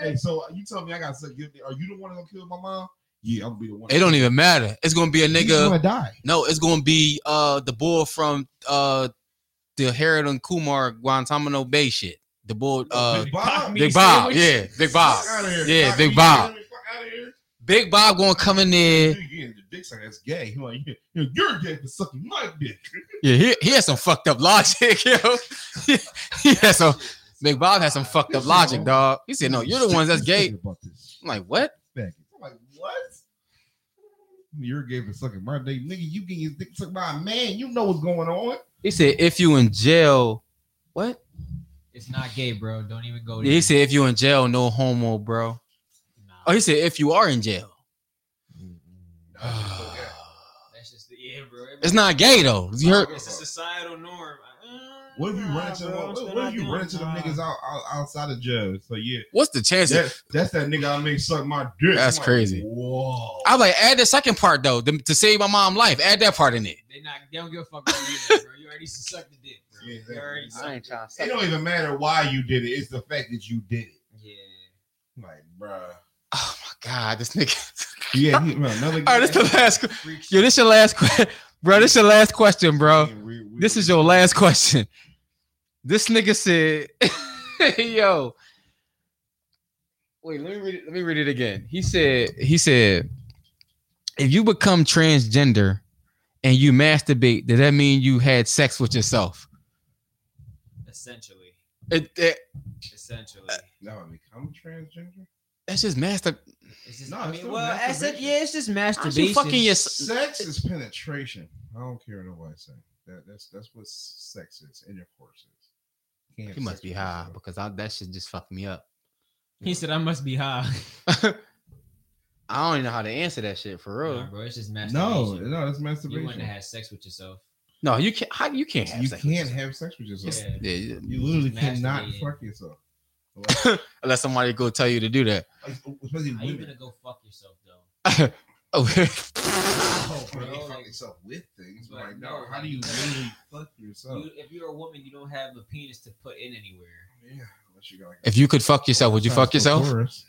[SPEAKER 3] hey, so you tell me I got to give me. Are you the one that gonna kill my mom? Yeah, I'm gonna be the one.
[SPEAKER 1] It don't even matter. It's gonna be a
[SPEAKER 3] He's gonna
[SPEAKER 1] nigga.
[SPEAKER 3] die.
[SPEAKER 1] No, it's gonna be uh the boy from uh the Harold and Kumar Guantanamo Bay shit. The boy uh
[SPEAKER 3] Oh, Big Bob.
[SPEAKER 1] Big Bob, yeah, Big Bob.
[SPEAKER 3] Fuck outta here.
[SPEAKER 1] Yeah,
[SPEAKER 3] Fuck
[SPEAKER 1] Big
[SPEAKER 3] you.
[SPEAKER 1] Bob.
[SPEAKER 3] Fuck outta here.
[SPEAKER 1] Big Bob gonna come in there.
[SPEAKER 3] Yeah, the dick sucker that's gay. He like, yeah, yeah, you're gay for sucking my dick.
[SPEAKER 1] Yeah, he, he has some fucked up logic, yo. he, he has some Big Bob has some fucked up logic, dog. He said, No, you're the ones that's
[SPEAKER 3] Just
[SPEAKER 1] gay.
[SPEAKER 3] thinking about this
[SPEAKER 1] I'm like, what?
[SPEAKER 3] faggots. I'm like, what? You're gay for sucking my dick, nigga. You getting your dick sucked by a man. You know what's going on.
[SPEAKER 1] He said, if you in jail, what?
[SPEAKER 2] It's not gay, bro. Don't even go.
[SPEAKER 1] Oh, Yeah,
[SPEAKER 2] there.
[SPEAKER 1] he said, if you in jail, no homo, bro.
[SPEAKER 2] Nah,
[SPEAKER 1] Oh, he said, if you are in jail.
[SPEAKER 2] that's just the, yeah, bro.
[SPEAKER 1] it's not gay though. You heard?
[SPEAKER 2] It's a societal norm. Uh,
[SPEAKER 3] What if you
[SPEAKER 2] nah,
[SPEAKER 3] run into them?
[SPEAKER 2] bro, I'm
[SPEAKER 3] What,
[SPEAKER 2] still
[SPEAKER 3] what
[SPEAKER 2] not
[SPEAKER 3] if you
[SPEAKER 2] doing-
[SPEAKER 3] run into them
[SPEAKER 2] nah.
[SPEAKER 3] niggas out, out outside of jail? So yeah,
[SPEAKER 1] What's the chances?
[SPEAKER 3] that, that's that nigga I make suck my dick.
[SPEAKER 1] That's
[SPEAKER 3] I'm like,
[SPEAKER 1] crazy.
[SPEAKER 3] Whoa.
[SPEAKER 1] I was like, add the second part though to, to save my mom life. Add that part in it.
[SPEAKER 2] They not. They don't give a fuck about you, either, bro. You already sucked the dick. Bro.
[SPEAKER 3] Yeah,
[SPEAKER 2] You already
[SPEAKER 3] exactly.
[SPEAKER 2] sucked.
[SPEAKER 1] trying to
[SPEAKER 3] it don't even matter why you did it. It's the fact that you did it.
[SPEAKER 2] Yeah.
[SPEAKER 3] Like, bruh.
[SPEAKER 1] Oh my god, this nigga.
[SPEAKER 3] Yeah, he, bro, another.
[SPEAKER 1] All right, this the last. que-
[SPEAKER 2] Freak
[SPEAKER 1] Yo, this your last question, bro. This your last question, bro. This is your last question. This nigga said, "Yo, wait, let me read it. Let me read it again." He said, "He said, if you become transgender and you masturbate, does that mean you had sex with yourself?"
[SPEAKER 2] Essentially.
[SPEAKER 1] It, it-
[SPEAKER 2] Essentially.
[SPEAKER 3] Now I become transgender.
[SPEAKER 1] that's just mastur.
[SPEAKER 2] It's just,
[SPEAKER 3] No,
[SPEAKER 2] I
[SPEAKER 3] it's
[SPEAKER 2] mean,
[SPEAKER 3] still
[SPEAKER 2] well, I said,
[SPEAKER 3] masturbation.
[SPEAKER 2] yeah, it's just
[SPEAKER 1] Aren't
[SPEAKER 2] masturbation.
[SPEAKER 1] you fucking your?
[SPEAKER 3] Sex is penetration. I don't care what I say. That, that's that's what sex is. Intercourse is. Can't have
[SPEAKER 1] You must
[SPEAKER 3] sex
[SPEAKER 1] be
[SPEAKER 3] with
[SPEAKER 1] high
[SPEAKER 3] yourself.
[SPEAKER 1] because I, that shit just fucked me up.
[SPEAKER 2] He said, I must be high.
[SPEAKER 1] I don't even know how to answer that shit for real.
[SPEAKER 2] Nah, bro, it's just
[SPEAKER 3] No,
[SPEAKER 2] masturbation.
[SPEAKER 3] no, that's
[SPEAKER 2] you
[SPEAKER 3] masturbation.
[SPEAKER 2] wouldn't have had sex with yourself.
[SPEAKER 1] No, you can't. How, you can't have
[SPEAKER 3] you
[SPEAKER 1] sex. with
[SPEAKER 3] can't
[SPEAKER 1] yourself.
[SPEAKER 3] have sex with yourself.
[SPEAKER 2] Yeah.
[SPEAKER 1] Yeah, you-
[SPEAKER 3] You literally
[SPEAKER 2] Masturbating.
[SPEAKER 3] cannot fuck yourself.
[SPEAKER 1] unless somebody go tell you to do that.
[SPEAKER 3] Like, Especially
[SPEAKER 2] How you gonna
[SPEAKER 3] women.
[SPEAKER 2] go fuck yourself though?
[SPEAKER 1] Oh,
[SPEAKER 3] Oh, bro,
[SPEAKER 2] Bro,
[SPEAKER 3] you fuck
[SPEAKER 2] like-
[SPEAKER 3] yourself with things.
[SPEAKER 2] But
[SPEAKER 3] But like,
[SPEAKER 2] no,
[SPEAKER 3] no, how
[SPEAKER 2] like-
[SPEAKER 3] do you really fuck yourself?
[SPEAKER 2] You, if you're a woman, you don't have a penis to put in anywhere.
[SPEAKER 3] Yeah, unless you got like
[SPEAKER 1] if you could fuck yourself, would you fuck yourself?
[SPEAKER 3] Taurus.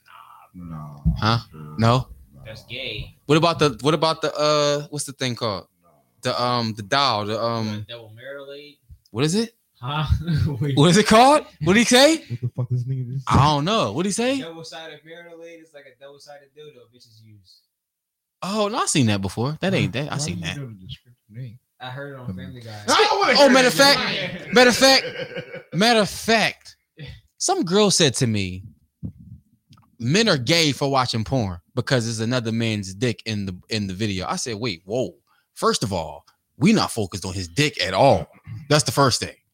[SPEAKER 3] No.
[SPEAKER 1] Huh? No.
[SPEAKER 2] That's gay.
[SPEAKER 1] What about the what about the uh what's the thing called?
[SPEAKER 3] No.
[SPEAKER 1] The um the doll, the
[SPEAKER 2] Um,
[SPEAKER 1] um
[SPEAKER 2] double marital aid,
[SPEAKER 1] what is it?
[SPEAKER 2] huh? Wait,
[SPEAKER 1] What is it called? What did he say?
[SPEAKER 3] What the fuck this nigga just
[SPEAKER 1] I don't know. What did he say?
[SPEAKER 2] Double sided marital aid is like a double sided dildo bitches use.
[SPEAKER 1] Oh, no, I seen that before. That ain't that. I
[SPEAKER 3] Why
[SPEAKER 1] seen
[SPEAKER 3] did
[SPEAKER 1] that.
[SPEAKER 3] you go to descriptive name?
[SPEAKER 2] I heard it
[SPEAKER 3] Um,
[SPEAKER 2] on Family Guy.
[SPEAKER 3] I don't wanna
[SPEAKER 1] Oh,
[SPEAKER 3] hear
[SPEAKER 1] matter of
[SPEAKER 3] that
[SPEAKER 1] fact-
[SPEAKER 3] shit.
[SPEAKER 1] matter of fact- Matter of fact, some girl said to me, "Men are gay for watching porn because it's another man's dick in the in the video." I said, "Wait, whoa! First of all, we not focused on his dick at all. That's the first thing."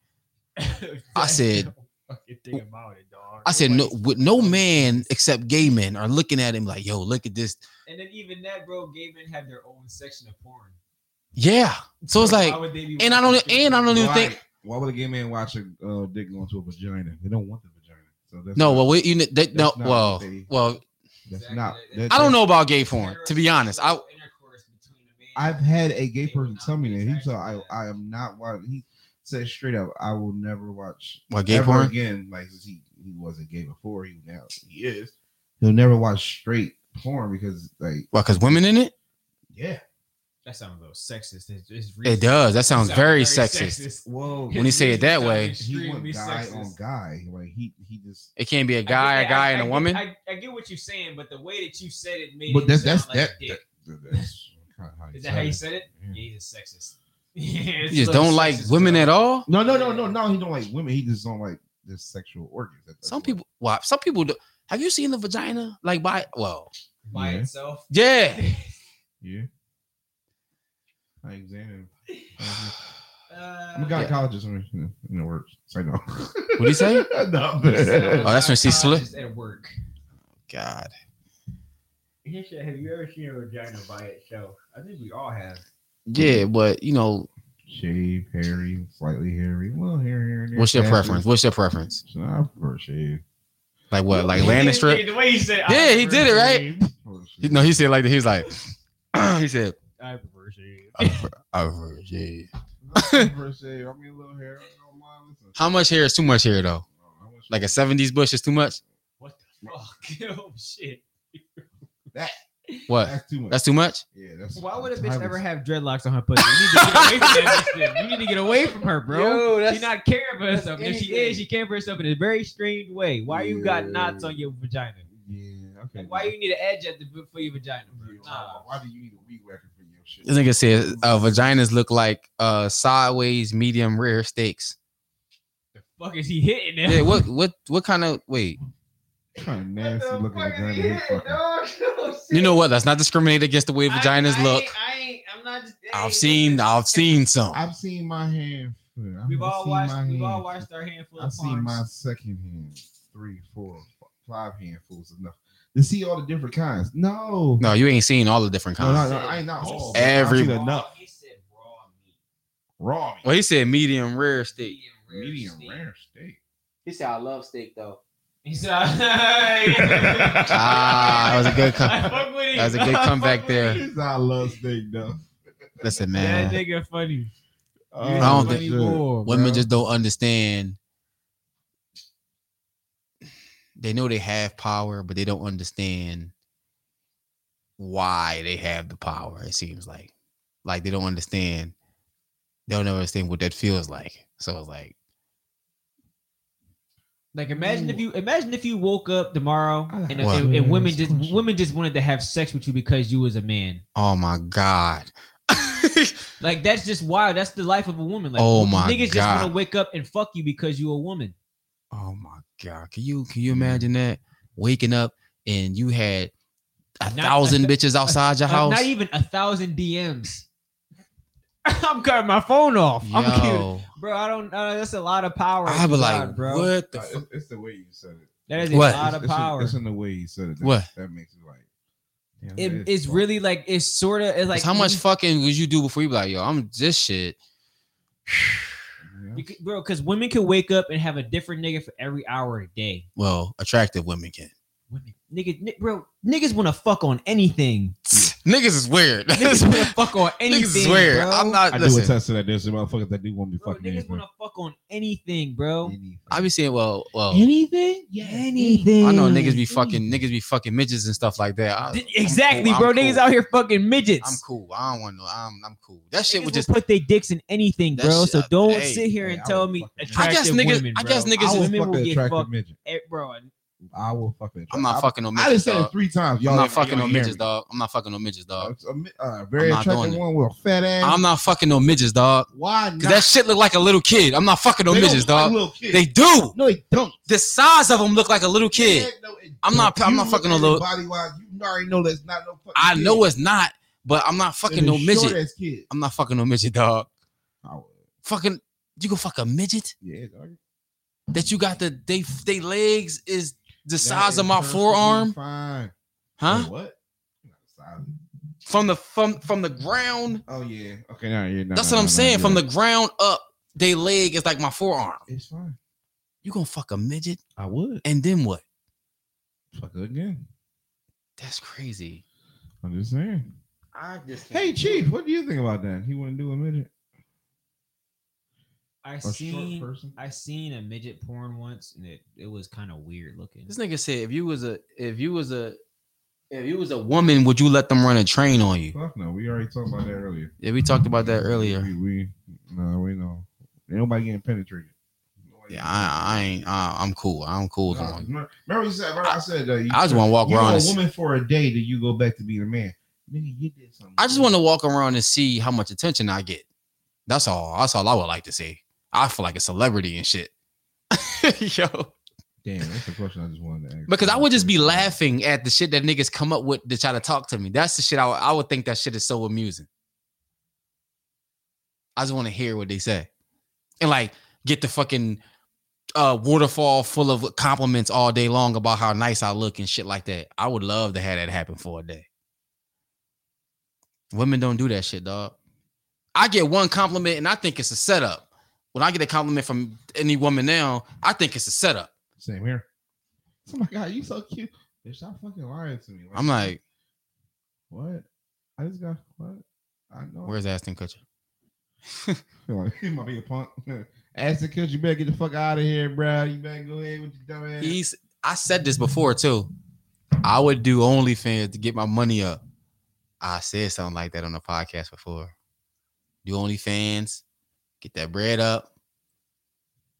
[SPEAKER 1] I said-
[SPEAKER 11] Fucking thing about it, dog.
[SPEAKER 1] I said, "No,
[SPEAKER 11] Nobody-
[SPEAKER 1] with no man except gay men are looking at him like, yo, look at this."
[SPEAKER 2] and then even that, bro, gay men have their own section of porn.
[SPEAKER 1] Yeah, so it's like,
[SPEAKER 2] Why would they be
[SPEAKER 1] and I
[SPEAKER 2] watching
[SPEAKER 1] don't,
[SPEAKER 2] shit
[SPEAKER 1] and I
[SPEAKER 2] like
[SPEAKER 1] don't even
[SPEAKER 3] Why-
[SPEAKER 1] think.
[SPEAKER 3] Why would a gay man watch a uh, dick go into a vagina? They don't want the vagina. So that's
[SPEAKER 1] No,
[SPEAKER 3] not-
[SPEAKER 1] well, we, you know, that, no,
[SPEAKER 3] That's not
[SPEAKER 1] well,
[SPEAKER 3] what they-
[SPEAKER 1] well,
[SPEAKER 3] that's
[SPEAKER 2] Exactly.
[SPEAKER 3] not.
[SPEAKER 2] That's-
[SPEAKER 1] I don't know about gay
[SPEAKER 2] that?
[SPEAKER 1] porn. To be honest, I
[SPEAKER 2] Intercourse between a man
[SPEAKER 3] I've
[SPEAKER 2] and a
[SPEAKER 3] had
[SPEAKER 2] woman.
[SPEAKER 3] a gay
[SPEAKER 2] They
[SPEAKER 3] person
[SPEAKER 2] will
[SPEAKER 3] tell
[SPEAKER 2] not
[SPEAKER 3] me
[SPEAKER 2] be
[SPEAKER 3] that he
[SPEAKER 2] attracted
[SPEAKER 3] said
[SPEAKER 2] to
[SPEAKER 3] I
[SPEAKER 2] that.
[SPEAKER 3] I am not watching. He said straight up, I will never watch
[SPEAKER 1] well, gay
[SPEAKER 3] ever
[SPEAKER 1] porn.
[SPEAKER 3] again. Like since he he wasn't gay before. He now he is. He'll never watch straight porn because like
[SPEAKER 1] Well, because women in it,
[SPEAKER 3] yeah.
[SPEAKER 2] That sounds a little sexist. It's, it's
[SPEAKER 1] it
[SPEAKER 2] racist.
[SPEAKER 1] does. That sounds
[SPEAKER 2] Sound
[SPEAKER 1] very sexist.
[SPEAKER 3] Whoa.
[SPEAKER 1] When he say it that way,
[SPEAKER 3] He went
[SPEAKER 2] Extremely
[SPEAKER 3] guy
[SPEAKER 2] sexist.
[SPEAKER 3] on guy. Like he he just.
[SPEAKER 1] It can't be a
[SPEAKER 2] I
[SPEAKER 1] guy,
[SPEAKER 2] get
[SPEAKER 1] a
[SPEAKER 2] that. I-
[SPEAKER 1] guy,
[SPEAKER 2] I
[SPEAKER 1] and a
[SPEAKER 2] get-
[SPEAKER 1] woman.
[SPEAKER 2] I, I get what you're saying, but the way that you said it made
[SPEAKER 3] But
[SPEAKER 2] it
[SPEAKER 3] that's
[SPEAKER 2] sound
[SPEAKER 3] that's
[SPEAKER 2] like
[SPEAKER 3] that.
[SPEAKER 2] a dick.
[SPEAKER 3] that- That's kind of how
[SPEAKER 2] Is that how you
[SPEAKER 3] it.
[SPEAKER 2] said it?
[SPEAKER 3] Yeah.
[SPEAKER 2] Yeah, he's a sexist. you
[SPEAKER 1] You just don't like women at all.
[SPEAKER 3] No, no, no, no, no. He don't like women. He just don't like their sexual organs. That- that's
[SPEAKER 1] Some
[SPEAKER 3] what-
[SPEAKER 1] people, well, some people. Do, have you seen the vagina? Like by well,
[SPEAKER 2] by
[SPEAKER 3] Yeah.
[SPEAKER 2] itself.
[SPEAKER 1] yeah.
[SPEAKER 3] Yeah. I examined. I'm
[SPEAKER 2] Uh,
[SPEAKER 3] a gynecologist in the- in the works. I know. What
[SPEAKER 1] do you say?
[SPEAKER 3] no.
[SPEAKER 2] he said I was
[SPEAKER 1] Oh, that's when she slid?
[SPEAKER 2] gynecologist At work.
[SPEAKER 1] God,
[SPEAKER 11] He said, "Have you ever seen a vagina by itself?" I think we all have.
[SPEAKER 1] yeah, but you know,
[SPEAKER 3] Shave, hairy, slightly hairy. Well, hair, hair, hair.
[SPEAKER 1] what's your preference? What's your preference?
[SPEAKER 3] So I prefer shave.
[SPEAKER 1] Like what? Like landing strip?
[SPEAKER 11] The way he said, it,
[SPEAKER 1] Yeah, he
[SPEAKER 2] "Oh,
[SPEAKER 1] did it right.
[SPEAKER 3] Prefer
[SPEAKER 1] He-
[SPEAKER 3] shave.
[SPEAKER 1] No, he said like that. He was like, he said,
[SPEAKER 11] I prefer shade.
[SPEAKER 1] I prefer- I prefer shade.
[SPEAKER 3] I prefer shave. I mean, a little hair. I don't mind. Listen.
[SPEAKER 1] How much hair is too much hair though?
[SPEAKER 3] How much-
[SPEAKER 1] Like a '70s bush is too much.
[SPEAKER 11] What the fuck? oh shit!
[SPEAKER 1] What?
[SPEAKER 3] That's too much.
[SPEAKER 1] That's too much.
[SPEAKER 3] yeah, that's
[SPEAKER 2] Why would a bitch
[SPEAKER 3] Tyler's-
[SPEAKER 2] ever have dreadlocks on her pussy? You need to get away from that bitch. then. You need to get away from her, bro. she not caring for herself. And If she
[SPEAKER 1] anything.
[SPEAKER 2] is, she caring for herself in a very strange way. Why you got
[SPEAKER 3] Yeah.
[SPEAKER 2] knots on your vagina?
[SPEAKER 3] Yeah. Okay.
[SPEAKER 2] Like, why you need an edge at the for your vagina, bro?
[SPEAKER 3] Yeah,
[SPEAKER 2] Nah.
[SPEAKER 3] Why do you need a weed whacker for your shit?
[SPEAKER 1] This nigga said uh, vaginas look like uh, sideways, medium rare steaks.
[SPEAKER 2] Fuck is he hitting
[SPEAKER 1] Yeah,
[SPEAKER 2] there?
[SPEAKER 1] what what what kind of wait?
[SPEAKER 3] Kind of nasty
[SPEAKER 12] What the
[SPEAKER 3] looking
[SPEAKER 12] fuck
[SPEAKER 3] vagina.
[SPEAKER 12] is
[SPEAKER 3] he
[SPEAKER 12] he
[SPEAKER 3] fucking-
[SPEAKER 12] hitting, dog?
[SPEAKER 1] You know what? Let's not discriminate against the way
[SPEAKER 12] I-
[SPEAKER 1] vaginas
[SPEAKER 12] I
[SPEAKER 1] look.
[SPEAKER 12] ain't- I ain't. I'm not. just- I
[SPEAKER 1] I've
[SPEAKER 12] ain't-
[SPEAKER 1] seen, I've seen some.
[SPEAKER 3] I've seen my hand. fit. I've
[SPEAKER 2] We've all
[SPEAKER 3] seen my
[SPEAKER 2] watched. We've all
[SPEAKER 3] hand fit.
[SPEAKER 2] watched our handful
[SPEAKER 3] I've
[SPEAKER 2] of
[SPEAKER 3] seen my
[SPEAKER 2] farms.
[SPEAKER 3] second hand, three, four, f- five handfuls enough to see all the different kinds. No,
[SPEAKER 1] No, you ain't seen all the different
[SPEAKER 3] no, no,
[SPEAKER 1] kinds.
[SPEAKER 3] no, Oh, I ain't not all. but
[SPEAKER 1] Every-
[SPEAKER 3] I've seen enough
[SPEAKER 2] He said raw meat.
[SPEAKER 3] raw, meat,
[SPEAKER 1] Well, he said medium rare steak.
[SPEAKER 2] Medium rare
[SPEAKER 3] medium
[SPEAKER 2] steak.
[SPEAKER 3] rare steak.
[SPEAKER 5] He said, I love steak though.
[SPEAKER 2] He said, "Ah,
[SPEAKER 1] Ah, that was a good com-
[SPEAKER 2] I fuck with him.
[SPEAKER 1] that was a good
[SPEAKER 2] I fuck
[SPEAKER 1] comeback
[SPEAKER 2] with
[SPEAKER 1] there.
[SPEAKER 2] him.
[SPEAKER 3] This is how I love steak, though.
[SPEAKER 1] Listen,
[SPEAKER 2] That
[SPEAKER 1] man,
[SPEAKER 2] nigga funny.
[SPEAKER 3] Oh,
[SPEAKER 1] I don't think-
[SPEAKER 3] shit.
[SPEAKER 1] women just don't understand. They know they have power, but they don't understand why they have the power. It seems like, like they don't understand. They don't understand what that feels like. So it's like,
[SPEAKER 2] Like imagine if you imagine if you woke up tomorrow and, and,
[SPEAKER 1] What?
[SPEAKER 2] and women just women just wanted to have sex with you because you was a man.
[SPEAKER 1] oh my god.
[SPEAKER 2] Like that's just wild. That's the life of a woman. Like
[SPEAKER 1] Oh my
[SPEAKER 2] niggas just
[SPEAKER 1] God.
[SPEAKER 2] want to wake up and fuck you because you a woman.
[SPEAKER 1] Oh my god! Can you can you imagine that waking up and you had a
[SPEAKER 2] Not-
[SPEAKER 1] thousand bitches outside your
[SPEAKER 2] Like,
[SPEAKER 1] house?
[SPEAKER 2] not even a thousand DMs. I'm cutting my phone off. I'm kidding.
[SPEAKER 1] Yo,
[SPEAKER 2] Bro, I don't know. That's a lot of power.
[SPEAKER 1] I be
[SPEAKER 2] God,
[SPEAKER 1] like,
[SPEAKER 2] bro.
[SPEAKER 1] what the?
[SPEAKER 3] Uh,
[SPEAKER 1] Fu-
[SPEAKER 3] it's, it's the way you said it.
[SPEAKER 2] That is
[SPEAKER 1] What?
[SPEAKER 2] a lot of
[SPEAKER 3] It's- it's in-
[SPEAKER 2] power.
[SPEAKER 3] It's in the way you said it. That,
[SPEAKER 1] What?
[SPEAKER 3] that makes it like. damn,
[SPEAKER 2] It-
[SPEAKER 3] that is
[SPEAKER 2] it's
[SPEAKER 3] fucked.
[SPEAKER 2] really like it's sort of it's like
[SPEAKER 1] Like, how much fucking would you do before you be like, yo, I'm this shit?
[SPEAKER 3] Yeah.
[SPEAKER 2] you could- bro, because women can wake up and have a different nigga for every hour a day.
[SPEAKER 1] Well, attractive women can.
[SPEAKER 2] Women, nigga, ni- bro, niggas want to fuck on anything.
[SPEAKER 1] Niggas is weird.
[SPEAKER 2] Niggas want to
[SPEAKER 1] Niggas
[SPEAKER 2] fuck on anything.
[SPEAKER 1] is weird.
[SPEAKER 2] Bro.
[SPEAKER 1] I'm not.
[SPEAKER 3] I do
[SPEAKER 1] listen,
[SPEAKER 3] attest to that. There's some motherfuckers that do want to be
[SPEAKER 2] Bro,
[SPEAKER 3] fucking
[SPEAKER 2] niggas want
[SPEAKER 3] anything.
[SPEAKER 2] to fuck on anything, bro.
[SPEAKER 3] Anything.
[SPEAKER 1] I be saying, well, well,
[SPEAKER 2] Anything? Yeah, anything.
[SPEAKER 1] Oh. I know niggas be fucking niggas be fucking midgets and stuff like that. I,
[SPEAKER 2] Th- Exactly,
[SPEAKER 1] I'm
[SPEAKER 2] bro.
[SPEAKER 1] cool.
[SPEAKER 2] Niggas out here fucking midgets.
[SPEAKER 1] I'm cool. I don't want to. I'm I'm cool. That
[SPEAKER 2] Niggas
[SPEAKER 1] shit
[SPEAKER 2] will
[SPEAKER 1] would just
[SPEAKER 2] put their dicks in anything,
[SPEAKER 1] That
[SPEAKER 2] bro.
[SPEAKER 1] shit-
[SPEAKER 2] so don't
[SPEAKER 1] hey,
[SPEAKER 2] sit here
[SPEAKER 3] hey,
[SPEAKER 2] and
[SPEAKER 3] I
[SPEAKER 2] tell
[SPEAKER 3] would
[SPEAKER 2] me
[SPEAKER 3] fuck a
[SPEAKER 1] I
[SPEAKER 2] attractive
[SPEAKER 1] guess niggas.
[SPEAKER 2] women,
[SPEAKER 1] I
[SPEAKER 2] bro.
[SPEAKER 1] guess niggas.
[SPEAKER 3] I
[SPEAKER 1] Is,
[SPEAKER 3] will
[SPEAKER 2] women
[SPEAKER 3] fuck
[SPEAKER 2] will
[SPEAKER 3] an
[SPEAKER 2] get
[SPEAKER 3] attractive
[SPEAKER 2] fucked.
[SPEAKER 3] midget.
[SPEAKER 2] Eh, bro.
[SPEAKER 3] I will fuck an attractive.
[SPEAKER 1] I'm not fucking no midgets.
[SPEAKER 3] I just said
[SPEAKER 1] dog.
[SPEAKER 3] it three times. Y'all
[SPEAKER 1] I'm not
[SPEAKER 3] ain't-
[SPEAKER 1] fucking
[SPEAKER 3] y'all
[SPEAKER 1] no
[SPEAKER 3] ain't hear
[SPEAKER 1] midgets,
[SPEAKER 3] me.
[SPEAKER 1] dog. I'm not fucking no midgets, dog.
[SPEAKER 3] A, mi- a very
[SPEAKER 1] I'm not
[SPEAKER 3] attractive
[SPEAKER 1] doing it.
[SPEAKER 3] one with a fat ass.
[SPEAKER 1] I'm not fucking no midgets, dog.
[SPEAKER 3] Why not?
[SPEAKER 1] Cause that shit look like a little kid. I'm not fucking no
[SPEAKER 3] They don't
[SPEAKER 1] midgets,
[SPEAKER 3] look like
[SPEAKER 1] dog.
[SPEAKER 3] little kids.
[SPEAKER 1] They do.
[SPEAKER 3] no, they don't.
[SPEAKER 1] The size of them look like a little kid.
[SPEAKER 3] Yeah, no, it
[SPEAKER 1] I'm not-
[SPEAKER 3] don't.
[SPEAKER 1] I'm
[SPEAKER 3] You
[SPEAKER 1] not
[SPEAKER 3] look
[SPEAKER 1] fucking
[SPEAKER 3] at
[SPEAKER 1] a little-
[SPEAKER 3] it Body-wise, you already know that's not no fucking.
[SPEAKER 1] I
[SPEAKER 3] kid.
[SPEAKER 1] know it's not, but I'm not fucking
[SPEAKER 3] And
[SPEAKER 1] no
[SPEAKER 3] it's
[SPEAKER 1] midget.
[SPEAKER 3] Short ass kid.
[SPEAKER 1] I'm not fucking no midget, dog.
[SPEAKER 3] I would.
[SPEAKER 1] Fucking, you can fuck a midget
[SPEAKER 3] Yeah, dog.
[SPEAKER 1] that you got the they they legs is the
[SPEAKER 3] That
[SPEAKER 1] size
[SPEAKER 3] is
[SPEAKER 1] of my
[SPEAKER 3] perfectly
[SPEAKER 1] forearm,
[SPEAKER 3] Fine. Oh.
[SPEAKER 1] huh?
[SPEAKER 3] Wait, What? You're not solid.
[SPEAKER 1] From the from from the ground.
[SPEAKER 3] Oh yeah. Okay. No, yeah, no,
[SPEAKER 1] That's
[SPEAKER 3] no,
[SPEAKER 1] what I'm
[SPEAKER 3] no,
[SPEAKER 1] saying.
[SPEAKER 3] no,
[SPEAKER 1] From
[SPEAKER 3] yeah.
[SPEAKER 1] the ground up, they leg is like my forearm.
[SPEAKER 3] It's fine.
[SPEAKER 1] You gonna fuck a midget,
[SPEAKER 3] I would.
[SPEAKER 1] and then what?
[SPEAKER 3] Fuck it again.
[SPEAKER 1] That's crazy.
[SPEAKER 3] I'm just saying.
[SPEAKER 5] I just can't
[SPEAKER 3] Hey,
[SPEAKER 5] do
[SPEAKER 3] Chief,
[SPEAKER 5] it.
[SPEAKER 3] what do you think about that? He wouldn't do a midget.
[SPEAKER 2] I
[SPEAKER 3] A short
[SPEAKER 2] seen
[SPEAKER 3] person.
[SPEAKER 2] I seen a midget porn once and it, it was kind of weird looking.
[SPEAKER 1] This nigga said, if you was a, if you was a, if you was a woman, would you let them run a train on you?
[SPEAKER 3] Fuck no. We already talked about that earlier.
[SPEAKER 1] Yeah, we talked about that earlier.
[SPEAKER 3] We, we no, we know. Ain't nobody getting penetrated. Nobody
[SPEAKER 1] Yeah,
[SPEAKER 3] getting
[SPEAKER 1] I, I ain't. I, I'm cool. I'm cool. with
[SPEAKER 3] No,
[SPEAKER 1] them.
[SPEAKER 3] remember- remember you said, I, I said that you,
[SPEAKER 1] I just want to walk
[SPEAKER 3] you
[SPEAKER 1] around.
[SPEAKER 3] were
[SPEAKER 1] And
[SPEAKER 3] a
[SPEAKER 1] see,
[SPEAKER 3] woman for a day, then you go back to being a man. Nigga, you did something.
[SPEAKER 1] I just want to walk around and see how much attention I get. That's all. That's all I would like to see. I feel like a celebrity and shit. Yo,
[SPEAKER 3] Damn, that's the question I just wanted to ask.
[SPEAKER 1] because I would just be laughing at the shit that niggas come up with to try to talk to me. That's the shit I, would- I would think that shit is so amusing. I just want to hear what they say and like get the fucking uh, waterfall full of compliments all day long about how nice I look and shit like that. I would love to have that happen for a day. Women don't do that shit, dog. I get one compliment and I think it's a setup. When I get a compliment from any woman now, I think it's a setup.
[SPEAKER 3] Same here. Oh my god, you so cute. Bitch, stop fucking lying to me.
[SPEAKER 1] I'm like,
[SPEAKER 3] what? I just got what? I know.
[SPEAKER 1] where's Aston Kutcher?
[SPEAKER 3] Like, you might be a punk. Ask the coach, you better get the fuck out of here, bro. You better go ahead with your dumb ass.
[SPEAKER 1] He's. I said this before too. I would do OnlyFans to get my money up. I said something like that on the podcast before. Do OnlyFans, get that bread up.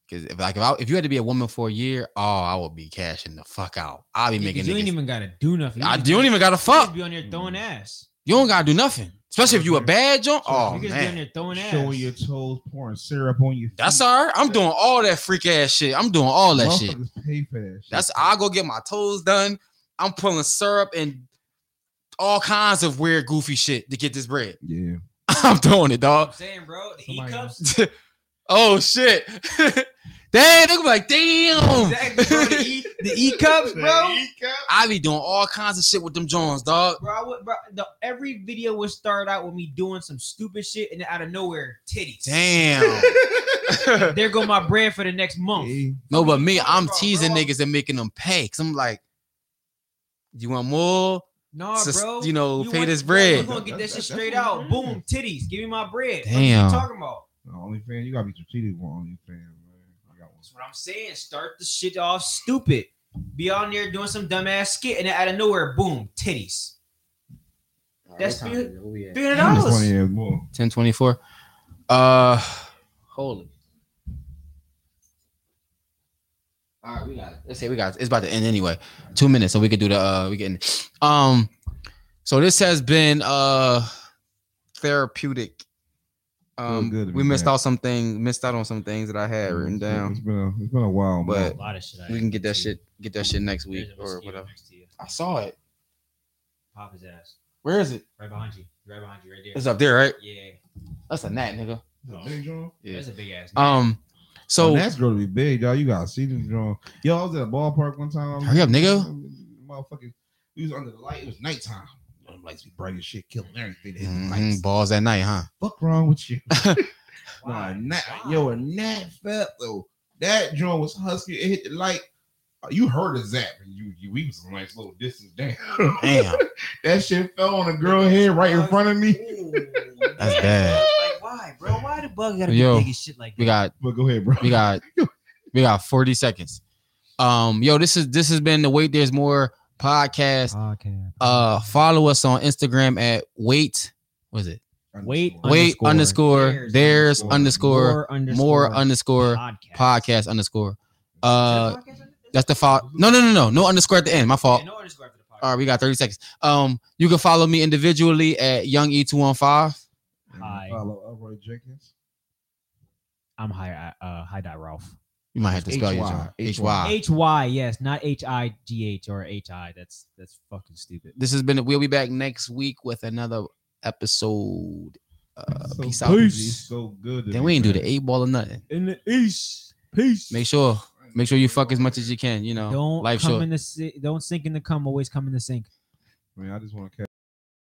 [SPEAKER 1] Because if like if, I, if you had to be a woman for a year, oh, I would be cashing the fuck out. I'll be
[SPEAKER 2] Yeah, 'cause
[SPEAKER 1] making.
[SPEAKER 2] you ain't
[SPEAKER 1] niggas-
[SPEAKER 2] even gotta do nothing.
[SPEAKER 1] I
[SPEAKER 2] just-
[SPEAKER 1] don't even gotta
[SPEAKER 2] you just
[SPEAKER 1] fuck.
[SPEAKER 2] Be on there throwing
[SPEAKER 3] Mhm.
[SPEAKER 2] ass.
[SPEAKER 1] You don't gotta do nothing, especially if you a bad joint. Oh
[SPEAKER 4] you just down
[SPEAKER 1] man,
[SPEAKER 4] there throwing ass.
[SPEAKER 3] Showing your toes, pouring syrup on your.
[SPEAKER 1] that's all right. I'm doing all that freak ass shit. I'm doing all that shit.
[SPEAKER 3] Motherfuckers Pay for that shit.
[SPEAKER 1] That's I go get my toes done. I'm pulling syrup and all kinds of weird, goofy shit to get this bread.
[SPEAKER 3] yeah.
[SPEAKER 1] I'm doing it, dog.
[SPEAKER 4] I'm saying, bro, the E
[SPEAKER 2] Somebody
[SPEAKER 4] cups.
[SPEAKER 1] oh shit. Damn, they gonna be like, damn.
[SPEAKER 4] Exactly, bro, the, e, the E cups, bro.
[SPEAKER 1] I be doing all kinds of shit with them Jones, dog.
[SPEAKER 4] Bro, I would, bro the, every video would start out with me doing some stupid shit, and then out of nowhere, titties.
[SPEAKER 1] Damn.
[SPEAKER 4] There go my bread for the next month.
[SPEAKER 3] Yeah.
[SPEAKER 1] no, but me, I'm
[SPEAKER 4] Bro,
[SPEAKER 1] teasing
[SPEAKER 4] bro.
[SPEAKER 1] niggas and making them pay. Cause I'm like, you want more?
[SPEAKER 4] Nah,
[SPEAKER 1] Sus-
[SPEAKER 4] bro.
[SPEAKER 1] you know, pay
[SPEAKER 4] want-
[SPEAKER 1] this
[SPEAKER 4] We're
[SPEAKER 1] bread.
[SPEAKER 4] gonna get that
[SPEAKER 3] That's-
[SPEAKER 4] shit
[SPEAKER 3] that's-
[SPEAKER 4] straight
[SPEAKER 3] that's
[SPEAKER 4] out.
[SPEAKER 3] what I'm
[SPEAKER 4] Boom, titties. Give me my bread.
[SPEAKER 1] Damn.
[SPEAKER 4] What you talking about?
[SPEAKER 3] OnlyFans, you gotta be strategic with OnlyFans, man. I got one.
[SPEAKER 4] That's what I'm saying. Start the shit off stupid. Be on there doing some dumbass skit, and then out of nowhere, boom, titties. That's three three hundred
[SPEAKER 3] That's one
[SPEAKER 4] dollars.
[SPEAKER 3] years more.
[SPEAKER 1] 1024. Uh holy. All right, we got it. Let's say we got it. It's about to end anyway. Two minutes, so we could do the uh we getting um so this has been uh therapeutic. Um
[SPEAKER 3] good to
[SPEAKER 1] we
[SPEAKER 3] be
[SPEAKER 1] missed
[SPEAKER 3] back.
[SPEAKER 1] out some things, missed out on some things that I had written
[SPEAKER 3] It's
[SPEAKER 1] down.
[SPEAKER 3] been a, it's been a while,
[SPEAKER 1] But
[SPEAKER 3] man.
[SPEAKER 4] lot of shit. I
[SPEAKER 1] We
[SPEAKER 4] had
[SPEAKER 1] can get that
[SPEAKER 4] too.
[SPEAKER 1] shit get that shit next week
[SPEAKER 4] There's a
[SPEAKER 1] or
[SPEAKER 4] mosquito
[SPEAKER 1] whatever.
[SPEAKER 4] next to you.
[SPEAKER 1] I saw it.
[SPEAKER 4] Pop his ass
[SPEAKER 1] Where is it?
[SPEAKER 4] right behind you. Right behind you. Right there.
[SPEAKER 1] It's up there, right?
[SPEAKER 4] yeah,
[SPEAKER 1] That's a gnat, nigga.
[SPEAKER 3] Is it big, John?
[SPEAKER 1] Yeah.
[SPEAKER 4] that's a big ass.
[SPEAKER 1] Um so
[SPEAKER 3] Man, that's going to be big, y'all. You gotta see this, John. Yo, I was at a ballpark one time.
[SPEAKER 1] Hurry up, nigga.
[SPEAKER 3] Motherfucking, we was under the light. It was nighttime. The lights be bright as shit, killing everything. They hit the lights.
[SPEAKER 1] mhm, balls at night, huh?
[SPEAKER 3] Fuck wrong with you? nah,
[SPEAKER 4] Why?
[SPEAKER 3] Nat,
[SPEAKER 4] Why?
[SPEAKER 3] yo, a Nat felt though. That joint was husky. It hit the light. Uh, You heard a zap, and you, you we was a nice little distance down.
[SPEAKER 1] Damn.
[SPEAKER 3] that shit fell on a girl head right in front of me.
[SPEAKER 1] That's bad.
[SPEAKER 4] Like why, bro? Why the bug gotta
[SPEAKER 1] Yo.
[SPEAKER 4] be big as shit like that?
[SPEAKER 1] We got
[SPEAKER 3] But go ahead, bro.
[SPEAKER 1] we got we got 40 seconds. Um yo, this is this has been the Wait There's More podcast.
[SPEAKER 2] Podcast.
[SPEAKER 1] Uh follow us on Instagram at wait what is it?
[SPEAKER 2] Wait,
[SPEAKER 1] Wait underscore,
[SPEAKER 2] Underscore.
[SPEAKER 1] there's
[SPEAKER 3] There's
[SPEAKER 1] underscore, more underscore podcast underscore. Uh that's the follow. No, no, no, no. No underscore at the end. My fault.
[SPEAKER 4] Yeah, no underscore after the podcast.
[SPEAKER 1] All right, we got 30 seconds. Um, you can follow me individually at Young E E215.
[SPEAKER 3] And
[SPEAKER 2] Hi.
[SPEAKER 3] Follow Elroy Jenkins.
[SPEAKER 2] I'm high. Uh, high dot Ralph.
[SPEAKER 1] You might have to spell your
[SPEAKER 3] H Y,
[SPEAKER 1] job.
[SPEAKER 3] H
[SPEAKER 1] H
[SPEAKER 3] Y.
[SPEAKER 1] Y.
[SPEAKER 2] H Y. Yes, not H I G H or H I. That's that's fucking stupid.
[SPEAKER 1] This has been we'll be back next week with another episode. Uh,
[SPEAKER 3] So
[SPEAKER 1] peace
[SPEAKER 3] good.
[SPEAKER 1] out.
[SPEAKER 3] It's so good. to
[SPEAKER 1] Then
[SPEAKER 3] be
[SPEAKER 1] we ain't do
[SPEAKER 3] back.
[SPEAKER 1] the eight ball or nothing.
[SPEAKER 2] In the east, peace.
[SPEAKER 1] Make sure, make sure you fuck as much as you can. You know,
[SPEAKER 2] don't
[SPEAKER 1] life
[SPEAKER 2] come
[SPEAKER 1] short.
[SPEAKER 2] in the si- don't sink in the cum. Always come in the sink.
[SPEAKER 3] Man, I just want to catch.